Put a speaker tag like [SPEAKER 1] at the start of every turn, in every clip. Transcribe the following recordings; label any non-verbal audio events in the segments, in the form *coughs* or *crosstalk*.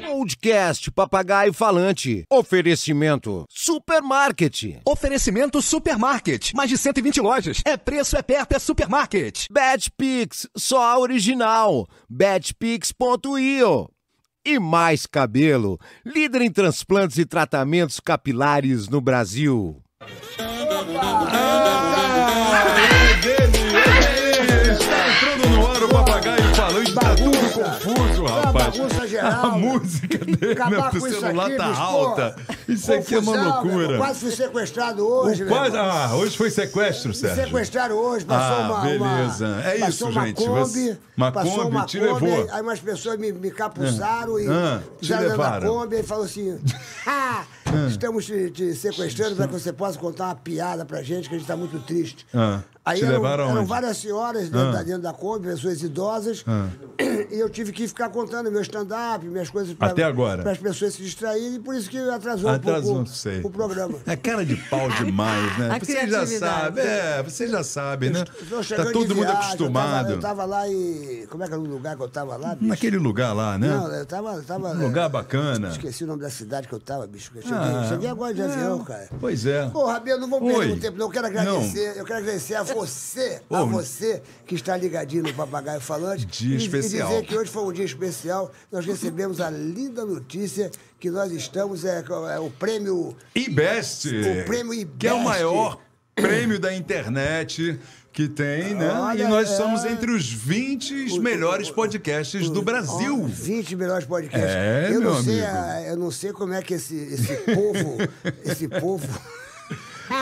[SPEAKER 1] Podcast Papagaio Falante. Oferecimento Supermarket.
[SPEAKER 2] Oferecimento Supermarket. Mais de 120 lojas. É preço, é perto, é supermarket.
[SPEAKER 1] Betpix, só a original. Betpix.io. E mais cabelo, líder em transplantes e tratamentos capilares no Brasil.
[SPEAKER 3] Está entrando no ar o papagaio falante, tá tudo confuso, rapaz.
[SPEAKER 4] Tá bagunça geral.
[SPEAKER 3] *laughs* A música dele
[SPEAKER 4] Acabar
[SPEAKER 3] do
[SPEAKER 4] com isso
[SPEAKER 3] celular
[SPEAKER 4] aqui,
[SPEAKER 3] tá
[SPEAKER 4] bicho,
[SPEAKER 3] alta. Isso aqui é uma
[SPEAKER 4] Confusão, meu
[SPEAKER 3] loucura.
[SPEAKER 4] irmão. Quase fui sequestrado
[SPEAKER 3] O
[SPEAKER 4] hoje, meu
[SPEAKER 3] quase-
[SPEAKER 4] irmão.
[SPEAKER 3] Ah, hoje foi sequestro,
[SPEAKER 4] Me
[SPEAKER 3] Sérgio.
[SPEAKER 4] sequestraram hoje, passou
[SPEAKER 3] Ah,
[SPEAKER 4] uma.
[SPEAKER 3] beleza.
[SPEAKER 4] Uma,
[SPEAKER 3] É
[SPEAKER 4] passou
[SPEAKER 3] isso,
[SPEAKER 4] uma
[SPEAKER 3] gente,
[SPEAKER 4] Kombi,
[SPEAKER 3] você- uma
[SPEAKER 4] passou
[SPEAKER 3] Kombi
[SPEAKER 4] uma
[SPEAKER 3] te
[SPEAKER 4] Kombi,
[SPEAKER 3] levou.
[SPEAKER 4] Aí umas pessoas me, me capuçaram e
[SPEAKER 3] Ah, te
[SPEAKER 4] puseram dentro da
[SPEAKER 3] levaram.
[SPEAKER 4] Kombi e falou
[SPEAKER 3] *laughs*
[SPEAKER 4] assim: "Ah, estamos te, te sequestrando para que você possa contar uma piada pra gente, que a gente tá muito triste.
[SPEAKER 3] Ah,
[SPEAKER 4] Aí um-
[SPEAKER 3] te
[SPEAKER 4] eram,
[SPEAKER 3] levaram
[SPEAKER 4] eram
[SPEAKER 3] onde?
[SPEAKER 4] várias senhoras dentro,
[SPEAKER 3] Ah.
[SPEAKER 4] da, dentro da Kombi, pessoas idosas, *clears throat* e eu tive que ficar contando meu stand-up, minhas coisas
[SPEAKER 3] Até agora.
[SPEAKER 4] para as pessoas se distraírem, e por isso que atrasou,
[SPEAKER 3] Atrasou,
[SPEAKER 4] um
[SPEAKER 3] não
[SPEAKER 4] pouco
[SPEAKER 3] sei.
[SPEAKER 4] o programa.
[SPEAKER 3] *laughs* É cara de pau demais, né?
[SPEAKER 5] A
[SPEAKER 3] Você já
[SPEAKER 5] criatividade.
[SPEAKER 3] sabe, é, você já sabe, né?
[SPEAKER 4] Estou chegando
[SPEAKER 3] Tá
[SPEAKER 4] de
[SPEAKER 3] todo mundo
[SPEAKER 4] viagem,
[SPEAKER 3] acostumado.
[SPEAKER 4] Eu tava, eu tava lá em. Como é que era o lugar que eu tava lá, bicho?
[SPEAKER 3] Naquele lugar lá,
[SPEAKER 4] Não,
[SPEAKER 3] né?
[SPEAKER 4] eu tava. eu tava é,
[SPEAKER 3] Um lugar bacana.
[SPEAKER 4] Esqueci o nome da cidade que eu tava, bicho. que Eu cheguei,
[SPEAKER 3] Ah,
[SPEAKER 4] cheguei agora de
[SPEAKER 3] é.
[SPEAKER 4] avião, cara.
[SPEAKER 3] Pois é.
[SPEAKER 4] Ô, Rabelo, não vamos
[SPEAKER 3] Oi.
[SPEAKER 4] perder muito tempo, não. Eu quero agradecer. Eu quero agradecer a você, a
[SPEAKER 3] Ô,
[SPEAKER 4] você que está ligadinho no Papagaio Falante.
[SPEAKER 3] Dia
[SPEAKER 4] e,
[SPEAKER 3] especial.
[SPEAKER 4] E dizer que hoje foi um dia especial. Nós recebemos a linda notícia que nós estamos. É, com- é o prêmio.
[SPEAKER 3] E Best,
[SPEAKER 4] O prêmio E
[SPEAKER 3] que é o
[SPEAKER 4] Best.
[SPEAKER 3] maior prêmio da internet que tem, né?
[SPEAKER 4] Olha,
[SPEAKER 3] e nós
[SPEAKER 4] é.
[SPEAKER 3] somos entre os 20 melhores podcasts do Brasil.
[SPEAKER 4] Ó, 20 melhores podcasts.
[SPEAKER 3] É,
[SPEAKER 4] eu não
[SPEAKER 3] meu
[SPEAKER 4] sei,
[SPEAKER 3] amigo.
[SPEAKER 4] a- eu não sei como é que esse, esse
[SPEAKER 3] *laughs*
[SPEAKER 4] povo, esse povo.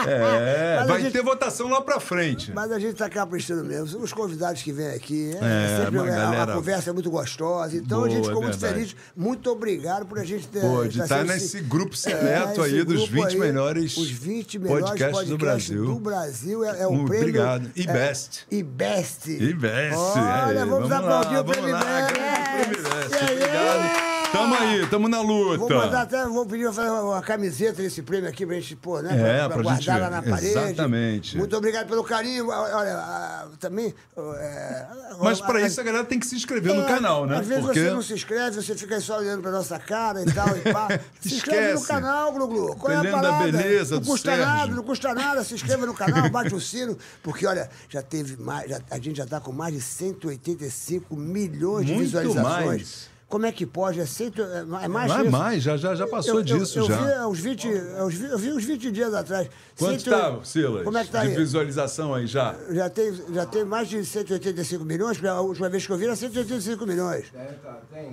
[SPEAKER 3] É,
[SPEAKER 4] Mas a
[SPEAKER 3] vai
[SPEAKER 4] gente-
[SPEAKER 3] ter votação lá pra frente.
[SPEAKER 4] Mas a gente tá caprichando mesmo. Os convidados que vêm aqui, é,
[SPEAKER 3] É,
[SPEAKER 4] sempre
[SPEAKER 3] uma
[SPEAKER 4] uma,
[SPEAKER 3] galera-
[SPEAKER 4] uma conversa é muito gostosa. Então a
[SPEAKER 3] Boa,
[SPEAKER 4] gente ficou
[SPEAKER 3] é
[SPEAKER 4] muito
[SPEAKER 3] verdade.
[SPEAKER 4] feliz. Muito obrigado por a gente ter.
[SPEAKER 3] Pô, de
[SPEAKER 4] tá
[SPEAKER 3] estar
[SPEAKER 4] sendo
[SPEAKER 3] nesse
[SPEAKER 4] esse-
[SPEAKER 3] grupo seleto
[SPEAKER 4] é, esse
[SPEAKER 3] aí dos
[SPEAKER 4] grupo
[SPEAKER 3] 20
[SPEAKER 4] aí,
[SPEAKER 3] melhores
[SPEAKER 4] os 20 melhores
[SPEAKER 3] podcasts do Brasil.
[SPEAKER 4] do Brasil. É, é o
[SPEAKER 3] Muito
[SPEAKER 4] prêmio.
[SPEAKER 3] obrigado. E
[SPEAKER 4] é,
[SPEAKER 3] best.
[SPEAKER 4] E best.
[SPEAKER 3] E Best,
[SPEAKER 4] Olha,
[SPEAKER 3] é,
[SPEAKER 4] vamos, aplaudir
[SPEAKER 3] lá,
[SPEAKER 4] o prêmio
[SPEAKER 3] vamos lá,
[SPEAKER 4] Best.
[SPEAKER 3] grande prêmio Best,
[SPEAKER 4] Yeah, yeah.
[SPEAKER 3] Obrigado. Tamo aí, tamo na
[SPEAKER 4] Vou
[SPEAKER 3] luta.
[SPEAKER 4] mandar até, vou pedir pra fazer uma, uma camiseta desse prêmio aqui pra gente pôr, né?
[SPEAKER 3] É, pra
[SPEAKER 4] guardar
[SPEAKER 3] gente-
[SPEAKER 4] lá na parede.
[SPEAKER 3] exatamente.
[SPEAKER 4] Muito obrigado pelo carinho. Olha, ah, também. é,
[SPEAKER 3] Mas pra
[SPEAKER 4] ah,
[SPEAKER 3] isso a galera tem que se inscrever
[SPEAKER 4] é,
[SPEAKER 3] no canal, né?
[SPEAKER 4] Às vezes você não se inscreve, você fica aí só olhando pra nossa cara e tal, e
[SPEAKER 3] *laughs*
[SPEAKER 4] pá. Se inscreve no
[SPEAKER 3] Esquece.
[SPEAKER 4] canal, Gluglu. Qual é a
[SPEAKER 3] Entendendo a
[SPEAKER 4] parada?
[SPEAKER 3] beleza
[SPEAKER 4] não
[SPEAKER 3] do
[SPEAKER 4] custa
[SPEAKER 3] Sérgio.
[SPEAKER 4] nada, não custa nada. Se inscreva no canal, bate o sino, porque olha, já teve mais, já- a gente já tá com mais de 185 milhões de
[SPEAKER 3] Muito
[SPEAKER 4] visualizações.
[SPEAKER 3] mais.
[SPEAKER 4] Como é que pode? É, cento, é mais
[SPEAKER 3] Vai
[SPEAKER 4] isso?
[SPEAKER 3] mais, já, já, já passou
[SPEAKER 4] eu,
[SPEAKER 3] disso
[SPEAKER 4] eu, eu
[SPEAKER 3] já.
[SPEAKER 4] Vi, aos 20, aos vi- eu vi uns 20 dias atrás.
[SPEAKER 3] Quanto
[SPEAKER 4] Cento-
[SPEAKER 3] tá, Silas?
[SPEAKER 4] Como é que tá
[SPEAKER 3] de
[SPEAKER 4] aí?
[SPEAKER 3] visualização aí já?
[SPEAKER 4] Já tem, já tem mais de 185 milhões, porque a última vez que eu vi era 185 milhões.
[SPEAKER 3] Tem,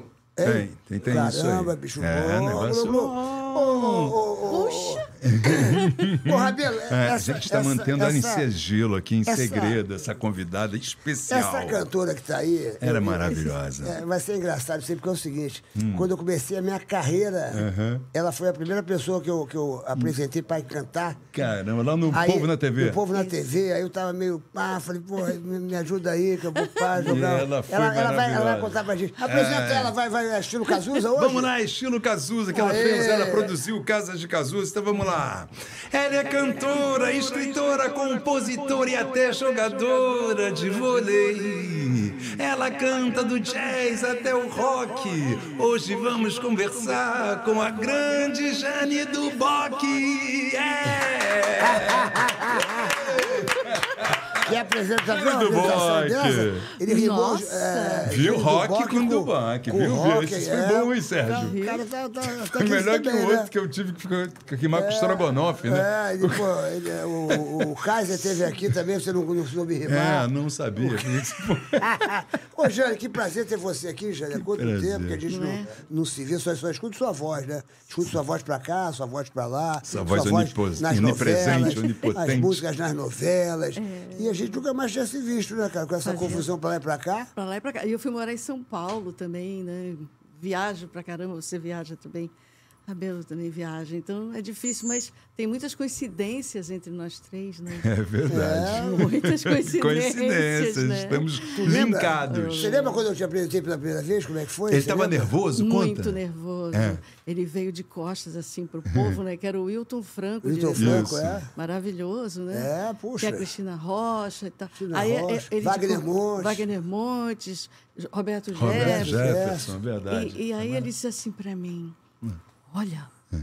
[SPEAKER 3] tem, tem isso aí.
[SPEAKER 4] Caramba, bicho
[SPEAKER 3] É,
[SPEAKER 4] bom.
[SPEAKER 3] negócio
[SPEAKER 4] Ô, ô, ô, ô, ô, *laughs* ô, Rabelo,
[SPEAKER 3] É, a
[SPEAKER 4] essa-
[SPEAKER 3] gente está
[SPEAKER 4] essa-
[SPEAKER 3] mantendo ela em
[SPEAKER 4] essa-
[SPEAKER 3] sigilo aqui, em
[SPEAKER 4] essa-
[SPEAKER 3] segredo, essa convidada especial.
[SPEAKER 4] Essa cantora que tá aí. eu
[SPEAKER 3] Era
[SPEAKER 4] vi-
[SPEAKER 3] é maravilhosa. Hum.
[SPEAKER 4] É, vai ser engraçado sempre, porque é o seguinte: quando eu comecei a minha carreira, ela foi a primeira pessoa que eu, que eu apresentei para cantar.
[SPEAKER 3] Caramba, lá no
[SPEAKER 4] Aí,
[SPEAKER 3] Povo na TV.
[SPEAKER 4] O povo na TV, aí eu tava meio pá, falei, pô, me me ajuda aí, que eu vou pá, jogar.
[SPEAKER 3] ela foi
[SPEAKER 4] vai, ela vai
[SPEAKER 3] maravilhosa.
[SPEAKER 4] contar pra gente. Apresenta
[SPEAKER 3] É.
[SPEAKER 4] ela, vai, vai, é estilo Cazuza hoje?
[SPEAKER 3] Vamos lá, estilo Cazuza, que ela
[SPEAKER 4] Aê!
[SPEAKER 3] fez, ela produziu Casas de Cazuza, então vamos lá. Ela é cantora, escritora, compositora e até jogadora de vôlei. Ela canta do jazz até o rock. Hoje vamos conversar com a grande Jane do Bock. É!
[SPEAKER 4] Que é apresenta
[SPEAKER 3] Ele do Bock.
[SPEAKER 4] Ele rimou.
[SPEAKER 5] Nossa.
[SPEAKER 4] é,
[SPEAKER 3] Viu
[SPEAKER 4] do
[SPEAKER 3] rock
[SPEAKER 4] Bock
[SPEAKER 3] com do Bock,
[SPEAKER 4] com
[SPEAKER 3] viu?
[SPEAKER 4] rock,
[SPEAKER 3] Isso foi
[SPEAKER 4] é.
[SPEAKER 3] bom, hein, Sérgio?
[SPEAKER 4] O cara tá, tá, tá aqui
[SPEAKER 3] Foi É melhor que
[SPEAKER 4] também,
[SPEAKER 3] o
[SPEAKER 4] né?
[SPEAKER 3] outro que eu tive que ficar- que rimar com o Strogonoff, né?
[SPEAKER 4] É, ele, pô, ele, é, o, o Kaiser teve aqui também, você não, não soube rimar.
[SPEAKER 3] É, não sabia.
[SPEAKER 4] Ô, Jane, que prazer ter você aqui, Jane. Há quanto
[SPEAKER 3] prazer.
[SPEAKER 4] tempo que a gente não,
[SPEAKER 5] Não é?
[SPEAKER 4] não se vê, só, só escuta sua voz, né? Escuta sua voz pra cá, sua voz pra lá.
[SPEAKER 3] Sua voz onipos- onipresente, onipotente.
[SPEAKER 4] As músicas nas novelas. E a gente nunca mais tinha se visto, né, cara? Com essa confusão pra lá e pra cá.
[SPEAKER 5] Pra lá e pra cá. E eu fui morar em São Paulo também, né? Viajo pra caramba, você viaja também. Cabelo também viaja, então é difícil, mas tem muitas coincidências entre nós
[SPEAKER 3] *laughs*
[SPEAKER 5] três, né?
[SPEAKER 3] *laughs* É verdade.
[SPEAKER 5] Muitas *laughs* coincidências.
[SPEAKER 3] Coincidências,
[SPEAKER 5] né?
[SPEAKER 3] estamos
[SPEAKER 4] Lembra-
[SPEAKER 3] linkados.
[SPEAKER 4] Você lembra quando eu te apresentei pela primeira vez? Como é que foi?
[SPEAKER 3] Ele
[SPEAKER 4] Você
[SPEAKER 3] estava
[SPEAKER 4] lembra?
[SPEAKER 3] nervoso?
[SPEAKER 5] Muito
[SPEAKER 3] Conta.
[SPEAKER 5] nervoso.
[SPEAKER 3] É.
[SPEAKER 5] Ele veio de costas, assim,
[SPEAKER 3] *laughs*
[SPEAKER 5] pro povo, né? Que era o Wilton Franco. o
[SPEAKER 4] Wilton
[SPEAKER 5] diretor.
[SPEAKER 4] Franco, é?
[SPEAKER 5] Maravilhoso, né?
[SPEAKER 4] É, puxa.
[SPEAKER 5] Que a Cristina Rocha e tal.
[SPEAKER 4] Cristina
[SPEAKER 5] é- é-
[SPEAKER 4] Rocha,
[SPEAKER 5] ele de
[SPEAKER 4] Wagner
[SPEAKER 5] co-
[SPEAKER 4] Montes.
[SPEAKER 5] Wagner Montes, J- Roberto,
[SPEAKER 3] Roberto
[SPEAKER 5] Jefferson.
[SPEAKER 3] Jefferson, é verdade.
[SPEAKER 5] E, e aí ele disse assim pra mim,
[SPEAKER 4] Hum.
[SPEAKER 5] olha, é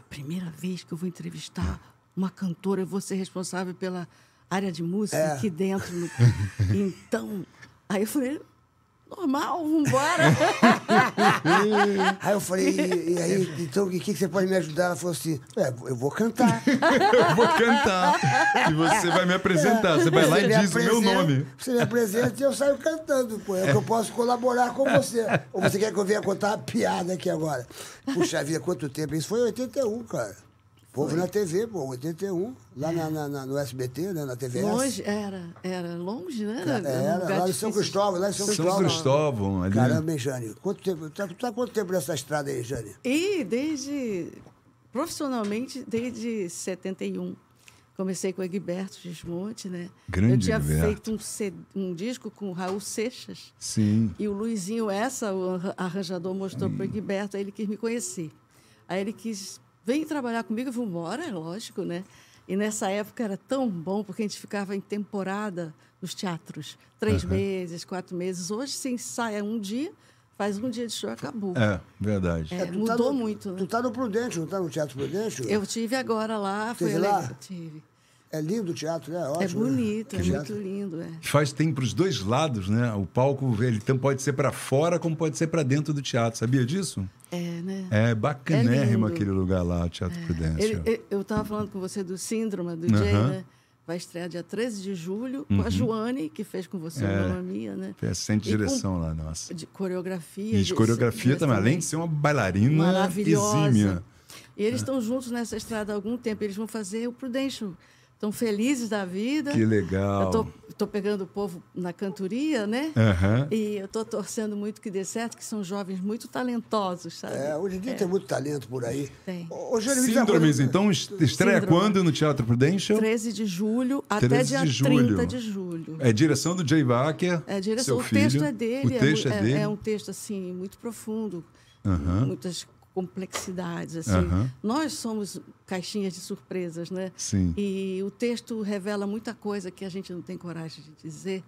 [SPEAKER 5] a primeira vez que eu vou entrevistar uma cantora, eu vou ser responsável pela área de música
[SPEAKER 4] É.
[SPEAKER 5] aqui dentro.
[SPEAKER 4] *laughs*
[SPEAKER 5] no- Então, aí eu falei... Normal, vambora.
[SPEAKER 4] *laughs*
[SPEAKER 5] *laughs*
[SPEAKER 4] Aí eu falei, e, e
[SPEAKER 3] *laughs*
[SPEAKER 4] aí, então, o que, que você pode me ajudar? Ela falou assim, é, eu vou cantar.
[SPEAKER 3] Eu vou cantar. E você vai me apresentar. Tá, Você vai lá
[SPEAKER 4] Você
[SPEAKER 3] e
[SPEAKER 4] me
[SPEAKER 3] diz o meu
[SPEAKER 4] apresenta-
[SPEAKER 3] nome.
[SPEAKER 4] Você me apresenta e eu saio cantando, pô. É o que eu posso colaborar com você. Ou você quer que eu venha contar uma piada aqui agora? Puxa vida, quanto tempo? Isso foi em 81, cara. Povo na TV, pô, 81. Lá na, na- na- no SBT, né, na TVS.
[SPEAKER 5] Longe, era, era longe, né? Era, um
[SPEAKER 4] Era,
[SPEAKER 5] lugar
[SPEAKER 4] É, lá em São
[SPEAKER 5] difícil.
[SPEAKER 4] Cristóvão, lá em São,
[SPEAKER 3] São Cristóvão, ali.
[SPEAKER 4] Caramba, hein, Jane? Quanto tempo, tá, tá quanto tempo nessa estrada aí, Jane?
[SPEAKER 5] E desde, profissionalmente, desde 71. Comecei com o Egberto Gismonte, né?
[SPEAKER 3] Grande
[SPEAKER 5] Eu tinha
[SPEAKER 3] Egberto.
[SPEAKER 5] feito um, C- um disco com o Raul Seixas.
[SPEAKER 3] Sim.
[SPEAKER 5] E o Luizinho, essa, o arra- arranjador, mostrou para o Egberto, aí ele quis me conhecer. Aí ele quis, vem trabalhar comigo, eu vou embora, é lógico, né? E nessa época era tão bom, porque a gente ficava em temporada nos teatros. Três meses, quatro meses. Hoje você ensaia um dia, faz um dia de show, acabou.
[SPEAKER 3] É, verdade.
[SPEAKER 5] É,
[SPEAKER 4] Tu
[SPEAKER 5] mudou
[SPEAKER 4] tá no-
[SPEAKER 5] muito, né?
[SPEAKER 4] Tu tá no Prudente, não tá no Teatro Prudente?
[SPEAKER 5] Eu tive agora lá, foi
[SPEAKER 4] Teve
[SPEAKER 5] legal.
[SPEAKER 4] lá?
[SPEAKER 5] Tive.
[SPEAKER 4] É lindo o teatro, né?
[SPEAKER 5] É
[SPEAKER 4] Ótimo. né?
[SPEAKER 5] bonito, é
[SPEAKER 4] Teatro.
[SPEAKER 5] muito lindo, é.
[SPEAKER 3] Faz tem para os dois lados, né? O palco ele tam- pode ser para fora como pode ser para dentro do teatro. Sabia disso?
[SPEAKER 5] É, né?
[SPEAKER 3] É bacanérrimo
[SPEAKER 5] É lindo.
[SPEAKER 3] aquele lugar lá, o Teatro Prudência.
[SPEAKER 5] Ele- ele- eu estava falando com você do síndrome do Jay,
[SPEAKER 3] É, Aham. Uhum.
[SPEAKER 5] né? Vai estrear dia 13 de julho com a Joane, que fez com você o Mamma Mia, né?
[SPEAKER 3] Foi assistente de
[SPEAKER 5] E com-
[SPEAKER 3] É. direção lá, nossa.
[SPEAKER 5] De coreografia.
[SPEAKER 3] E
[SPEAKER 5] de-
[SPEAKER 3] de coreografia também, além de ser uma bailarina
[SPEAKER 5] né? maravilhosa.
[SPEAKER 3] exímia. É.
[SPEAKER 5] E eles estão juntos nessa estrada há algum tempo. Eles vão fazer o Prudential. Estão felizes da vida.
[SPEAKER 3] Que legal.
[SPEAKER 5] Eu tô, tô pegando o povo na cantoria, né?
[SPEAKER 3] Aham.
[SPEAKER 5] E eu tô torcendo muito que dê certo, que são jovens muito talentosos, sabe?
[SPEAKER 4] É, hoje em dia tem muito talento por aí.
[SPEAKER 5] Tem.
[SPEAKER 4] Ô, ô, Jane, me diz uma
[SPEAKER 3] Síndromes,
[SPEAKER 4] coisa.
[SPEAKER 3] então, est- estreia
[SPEAKER 5] Síndrome.
[SPEAKER 3] quando no Teatro Prudential?
[SPEAKER 5] 13 de julho até
[SPEAKER 3] 13
[SPEAKER 5] dia
[SPEAKER 3] de julho.
[SPEAKER 5] 30 de julho.
[SPEAKER 3] É direção do Jay Wacker.
[SPEAKER 5] É, a direção,
[SPEAKER 3] seu
[SPEAKER 5] o
[SPEAKER 3] filho.
[SPEAKER 5] texto é dele.
[SPEAKER 3] O texto é,
[SPEAKER 5] mu-
[SPEAKER 3] dele.
[SPEAKER 5] é um texto, assim, muito profundo.
[SPEAKER 3] Aham.
[SPEAKER 5] Muitas complexidades, assim.
[SPEAKER 3] Aham.
[SPEAKER 5] Nós somos caixinhas de surpresas, né?
[SPEAKER 3] Sim.
[SPEAKER 5] E o texto revela muita coisa que a gente não tem coragem de dizer.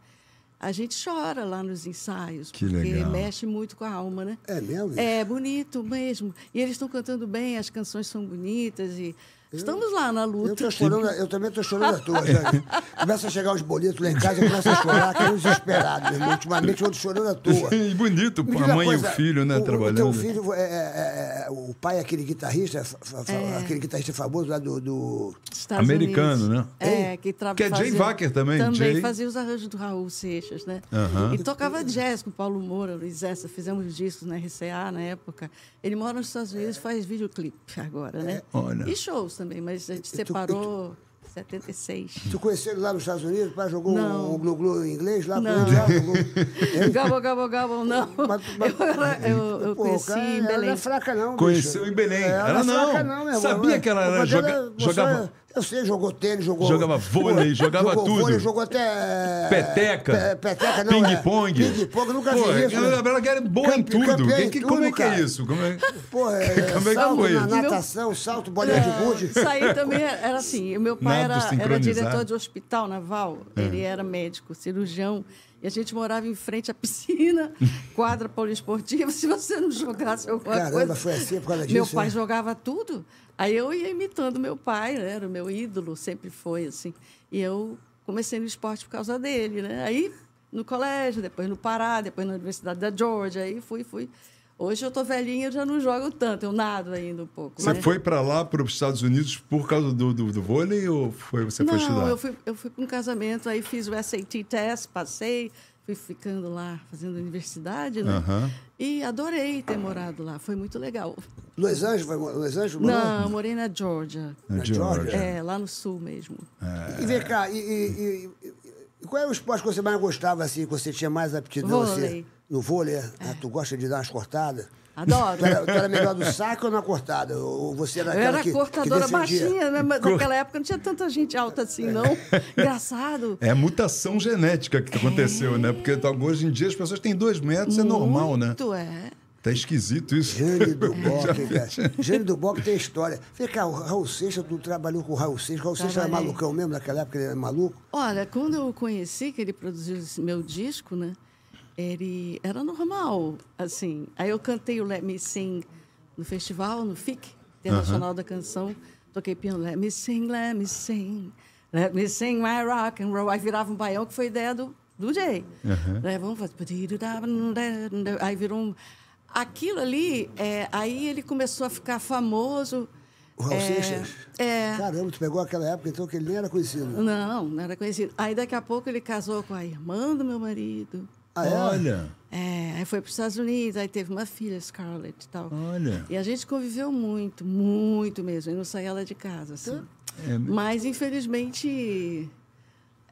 [SPEAKER 5] A gente chora lá nos ensaios,
[SPEAKER 3] Que
[SPEAKER 5] porque
[SPEAKER 3] legal.
[SPEAKER 5] mexe muito com a alma, né?
[SPEAKER 4] É mesmo?
[SPEAKER 5] É bonito mesmo. E eles estão cantando bem, as canções são bonitas e estamos lá na
[SPEAKER 4] Eu,
[SPEAKER 5] luta.
[SPEAKER 4] tô chorando, eu também estou chorando à toa, Jane. Começa a chegar os boletos lá em casa, eu começo a chorar, que eu tô desesperado, meu irmão. Ultimamente eu ando chorando à toa.
[SPEAKER 3] *laughs* E bonito,
[SPEAKER 4] Me
[SPEAKER 3] pô,
[SPEAKER 4] diz
[SPEAKER 3] a
[SPEAKER 4] uma
[SPEAKER 3] mãe e o
[SPEAKER 4] coisa,
[SPEAKER 3] filho, né,
[SPEAKER 4] o,
[SPEAKER 3] trabalhando.
[SPEAKER 4] O teu filho, é, é- é- o pai é aquele guitarrista, fa- fa-
[SPEAKER 5] É.
[SPEAKER 4] aquele guitarrista famoso lá do... do-
[SPEAKER 5] Estados
[SPEAKER 3] Americano, né?
[SPEAKER 5] Unidos. É, que trabalha.
[SPEAKER 3] Que é Jay Wacker também,
[SPEAKER 5] Também
[SPEAKER 3] Jay.
[SPEAKER 5] fazia os arranjos do Raul Seixas, né?
[SPEAKER 3] Aham.
[SPEAKER 5] E tocava jazz com Paulo Moura, Luiz Essa, fizemos discos na RCA na época. Ele mora nos Estados Unidos, faz videoclipe agora, né?
[SPEAKER 3] É, Olha.
[SPEAKER 5] E shows também, mas a gente
[SPEAKER 4] tu- e tu-
[SPEAKER 5] separou em 76.
[SPEAKER 4] Tu conheceu ele lá nos Estados Unidos? O pai jogou
[SPEAKER 5] Não.
[SPEAKER 4] um, um glu-glu em inglês lá? com
[SPEAKER 5] Não.
[SPEAKER 4] ele lá, jogou-
[SPEAKER 3] *laughs* É.
[SPEAKER 4] Hein?
[SPEAKER 5] Gabo, gabo, gabo, não.
[SPEAKER 4] Mas- mas-
[SPEAKER 5] eu era- eu- eu
[SPEAKER 4] Pô,
[SPEAKER 5] conheci
[SPEAKER 4] cara,
[SPEAKER 5] em
[SPEAKER 4] Ela
[SPEAKER 5] Belém.
[SPEAKER 4] não é fraca, não. bicho.
[SPEAKER 3] Conheceu em Belém.
[SPEAKER 4] É, Ela,
[SPEAKER 3] Ela
[SPEAKER 4] não é fraca,
[SPEAKER 3] não.
[SPEAKER 4] não, meu irmão.
[SPEAKER 3] Sabia que ela era
[SPEAKER 4] Mas
[SPEAKER 3] joga-
[SPEAKER 4] você-
[SPEAKER 3] jogava-
[SPEAKER 4] Eu sei, jogou tênis, jogou.
[SPEAKER 3] Jogava vôlei, jogava
[SPEAKER 4] jogou
[SPEAKER 3] tudo.
[SPEAKER 4] Vôlei, jogou até. é,
[SPEAKER 3] Peteca.
[SPEAKER 4] Pe- Peteca, não. é-
[SPEAKER 3] Ping-pong.
[SPEAKER 4] Ping-pong, nunca
[SPEAKER 3] Pô,
[SPEAKER 4] vi isso.
[SPEAKER 3] A
[SPEAKER 4] né?
[SPEAKER 3] Gabriela Guerra é boa em
[SPEAKER 4] Campe-
[SPEAKER 3] tudo.
[SPEAKER 4] campeã
[SPEAKER 3] Que-
[SPEAKER 4] em
[SPEAKER 3] que-
[SPEAKER 4] tudo,
[SPEAKER 3] como é que
[SPEAKER 4] cara.
[SPEAKER 3] é isso? Como é...
[SPEAKER 4] Pô, é,
[SPEAKER 3] *laughs* Como é que
[SPEAKER 4] salto
[SPEAKER 3] foi
[SPEAKER 4] na
[SPEAKER 3] isso?
[SPEAKER 4] natação, salto, bolinha de gude.
[SPEAKER 5] Isso aí também era assim. O meu pai
[SPEAKER 3] Nado
[SPEAKER 5] era, era
[SPEAKER 3] sincronizado.
[SPEAKER 5] diretor de hospital naval,
[SPEAKER 4] É.
[SPEAKER 5] ele era médico, cirurgião. E a gente morava em frente à piscina,
[SPEAKER 4] *laughs*
[SPEAKER 5] quadra poliesportiva. Se você não jogasse alguma
[SPEAKER 4] Caramba,
[SPEAKER 5] coisa.
[SPEAKER 4] foi assim por causa
[SPEAKER 5] Meu
[SPEAKER 4] disso,
[SPEAKER 5] pai
[SPEAKER 4] né?
[SPEAKER 5] jogava tudo. Aí eu ia imitando meu pai, né? era o meu ídolo, sempre foi assim. E eu comecei no esporte por causa dele, né? Aí no colégio, depois no Pará, depois na Universidade da Georgia, aí fui, fui. Hoje eu tô velhinha, eu já não jogo tanto, eu nado ainda um pouco.
[SPEAKER 3] Você
[SPEAKER 5] né?
[SPEAKER 3] foi pra lá, para os Estados Unidos, por causa do, do, do vôlei ou foi, você foi estudar?
[SPEAKER 5] Não, eu fui, eu fui para um casamento, aí fiz o SAT test, passei, fui ficando lá fazendo universidade, né?
[SPEAKER 3] Aham.
[SPEAKER 5] E adorei ter morado lá, foi muito legal.
[SPEAKER 4] Los Angeles, foi- Los Angeles, morou?
[SPEAKER 5] Não, morei na Georgia.
[SPEAKER 3] Na
[SPEAKER 4] na
[SPEAKER 3] Georgia. É.
[SPEAKER 4] Georgia.
[SPEAKER 5] É, lá no sul mesmo.
[SPEAKER 4] E vem cá, e, e- e- e- e qual é o esporte que você mais gostava, assim, que você tinha mais aptidão?
[SPEAKER 5] Vôlei. É.
[SPEAKER 4] Assim? no vôlei, ah, tu gosta de dar umas cortadas?
[SPEAKER 5] Adoro.
[SPEAKER 4] Tu era, tu era melhor do saco ou na cortada? Ou você era
[SPEAKER 5] Eu
[SPEAKER 4] aquela
[SPEAKER 5] era
[SPEAKER 4] que,
[SPEAKER 5] cortadora
[SPEAKER 4] que defendia?
[SPEAKER 5] baixinha, né? Mas naquela época não tinha tanta gente alta assim,
[SPEAKER 3] *laughs*
[SPEAKER 5] não. Engraçado.
[SPEAKER 6] É a mutação genética que
[SPEAKER 5] É.
[SPEAKER 6] aconteceu, né? Porque tá- hoje em dia as pessoas têm dois metros, é normal, né?
[SPEAKER 5] Muito é.
[SPEAKER 6] Tá esquisito isso.
[SPEAKER 4] Jane
[SPEAKER 5] *laughs*
[SPEAKER 4] do Bock, cara. Jane do Bock tem história. Vem cá, o Raul Seixas, tu trabalhou com o Raul Seixas. O Raul Seixas era
[SPEAKER 5] Trabalhei.
[SPEAKER 4] malucão mesmo naquela época, ele era maluco.
[SPEAKER 5] Olha, quando eu o conheci, que ele produziu esse meu disco, né? Ele era normal, assim. Aí eu cantei o Let Me Sing no festival, no FIC, Internacional da Canção. Toquei piano, Let Me Sing, Let Me Sing, Let Me Sing My Rock and Roll. Aí virava um baião que foi ideia do, do Jay. Né, Vamos fazer... Aí virou um... Aquilo ali, é, aí ele começou a ficar famoso.
[SPEAKER 4] O Raul
[SPEAKER 5] é,
[SPEAKER 4] Seixas?
[SPEAKER 5] É.
[SPEAKER 4] Caramba, tu pegou aquela época, então, que ele nem era conhecido.
[SPEAKER 5] Não, não era conhecido. Aí daqui a pouco ele casou com a irmã do meu marido.
[SPEAKER 4] Ah, é?
[SPEAKER 6] Olha,
[SPEAKER 5] É, aí foi para os Estados Unidos, aí teve uma filha, Scarlett e tal.
[SPEAKER 6] Olha.
[SPEAKER 5] E a gente conviveu muito, muito mesmo. Eu não saía ela de casa, assim. Mas, infelizmente,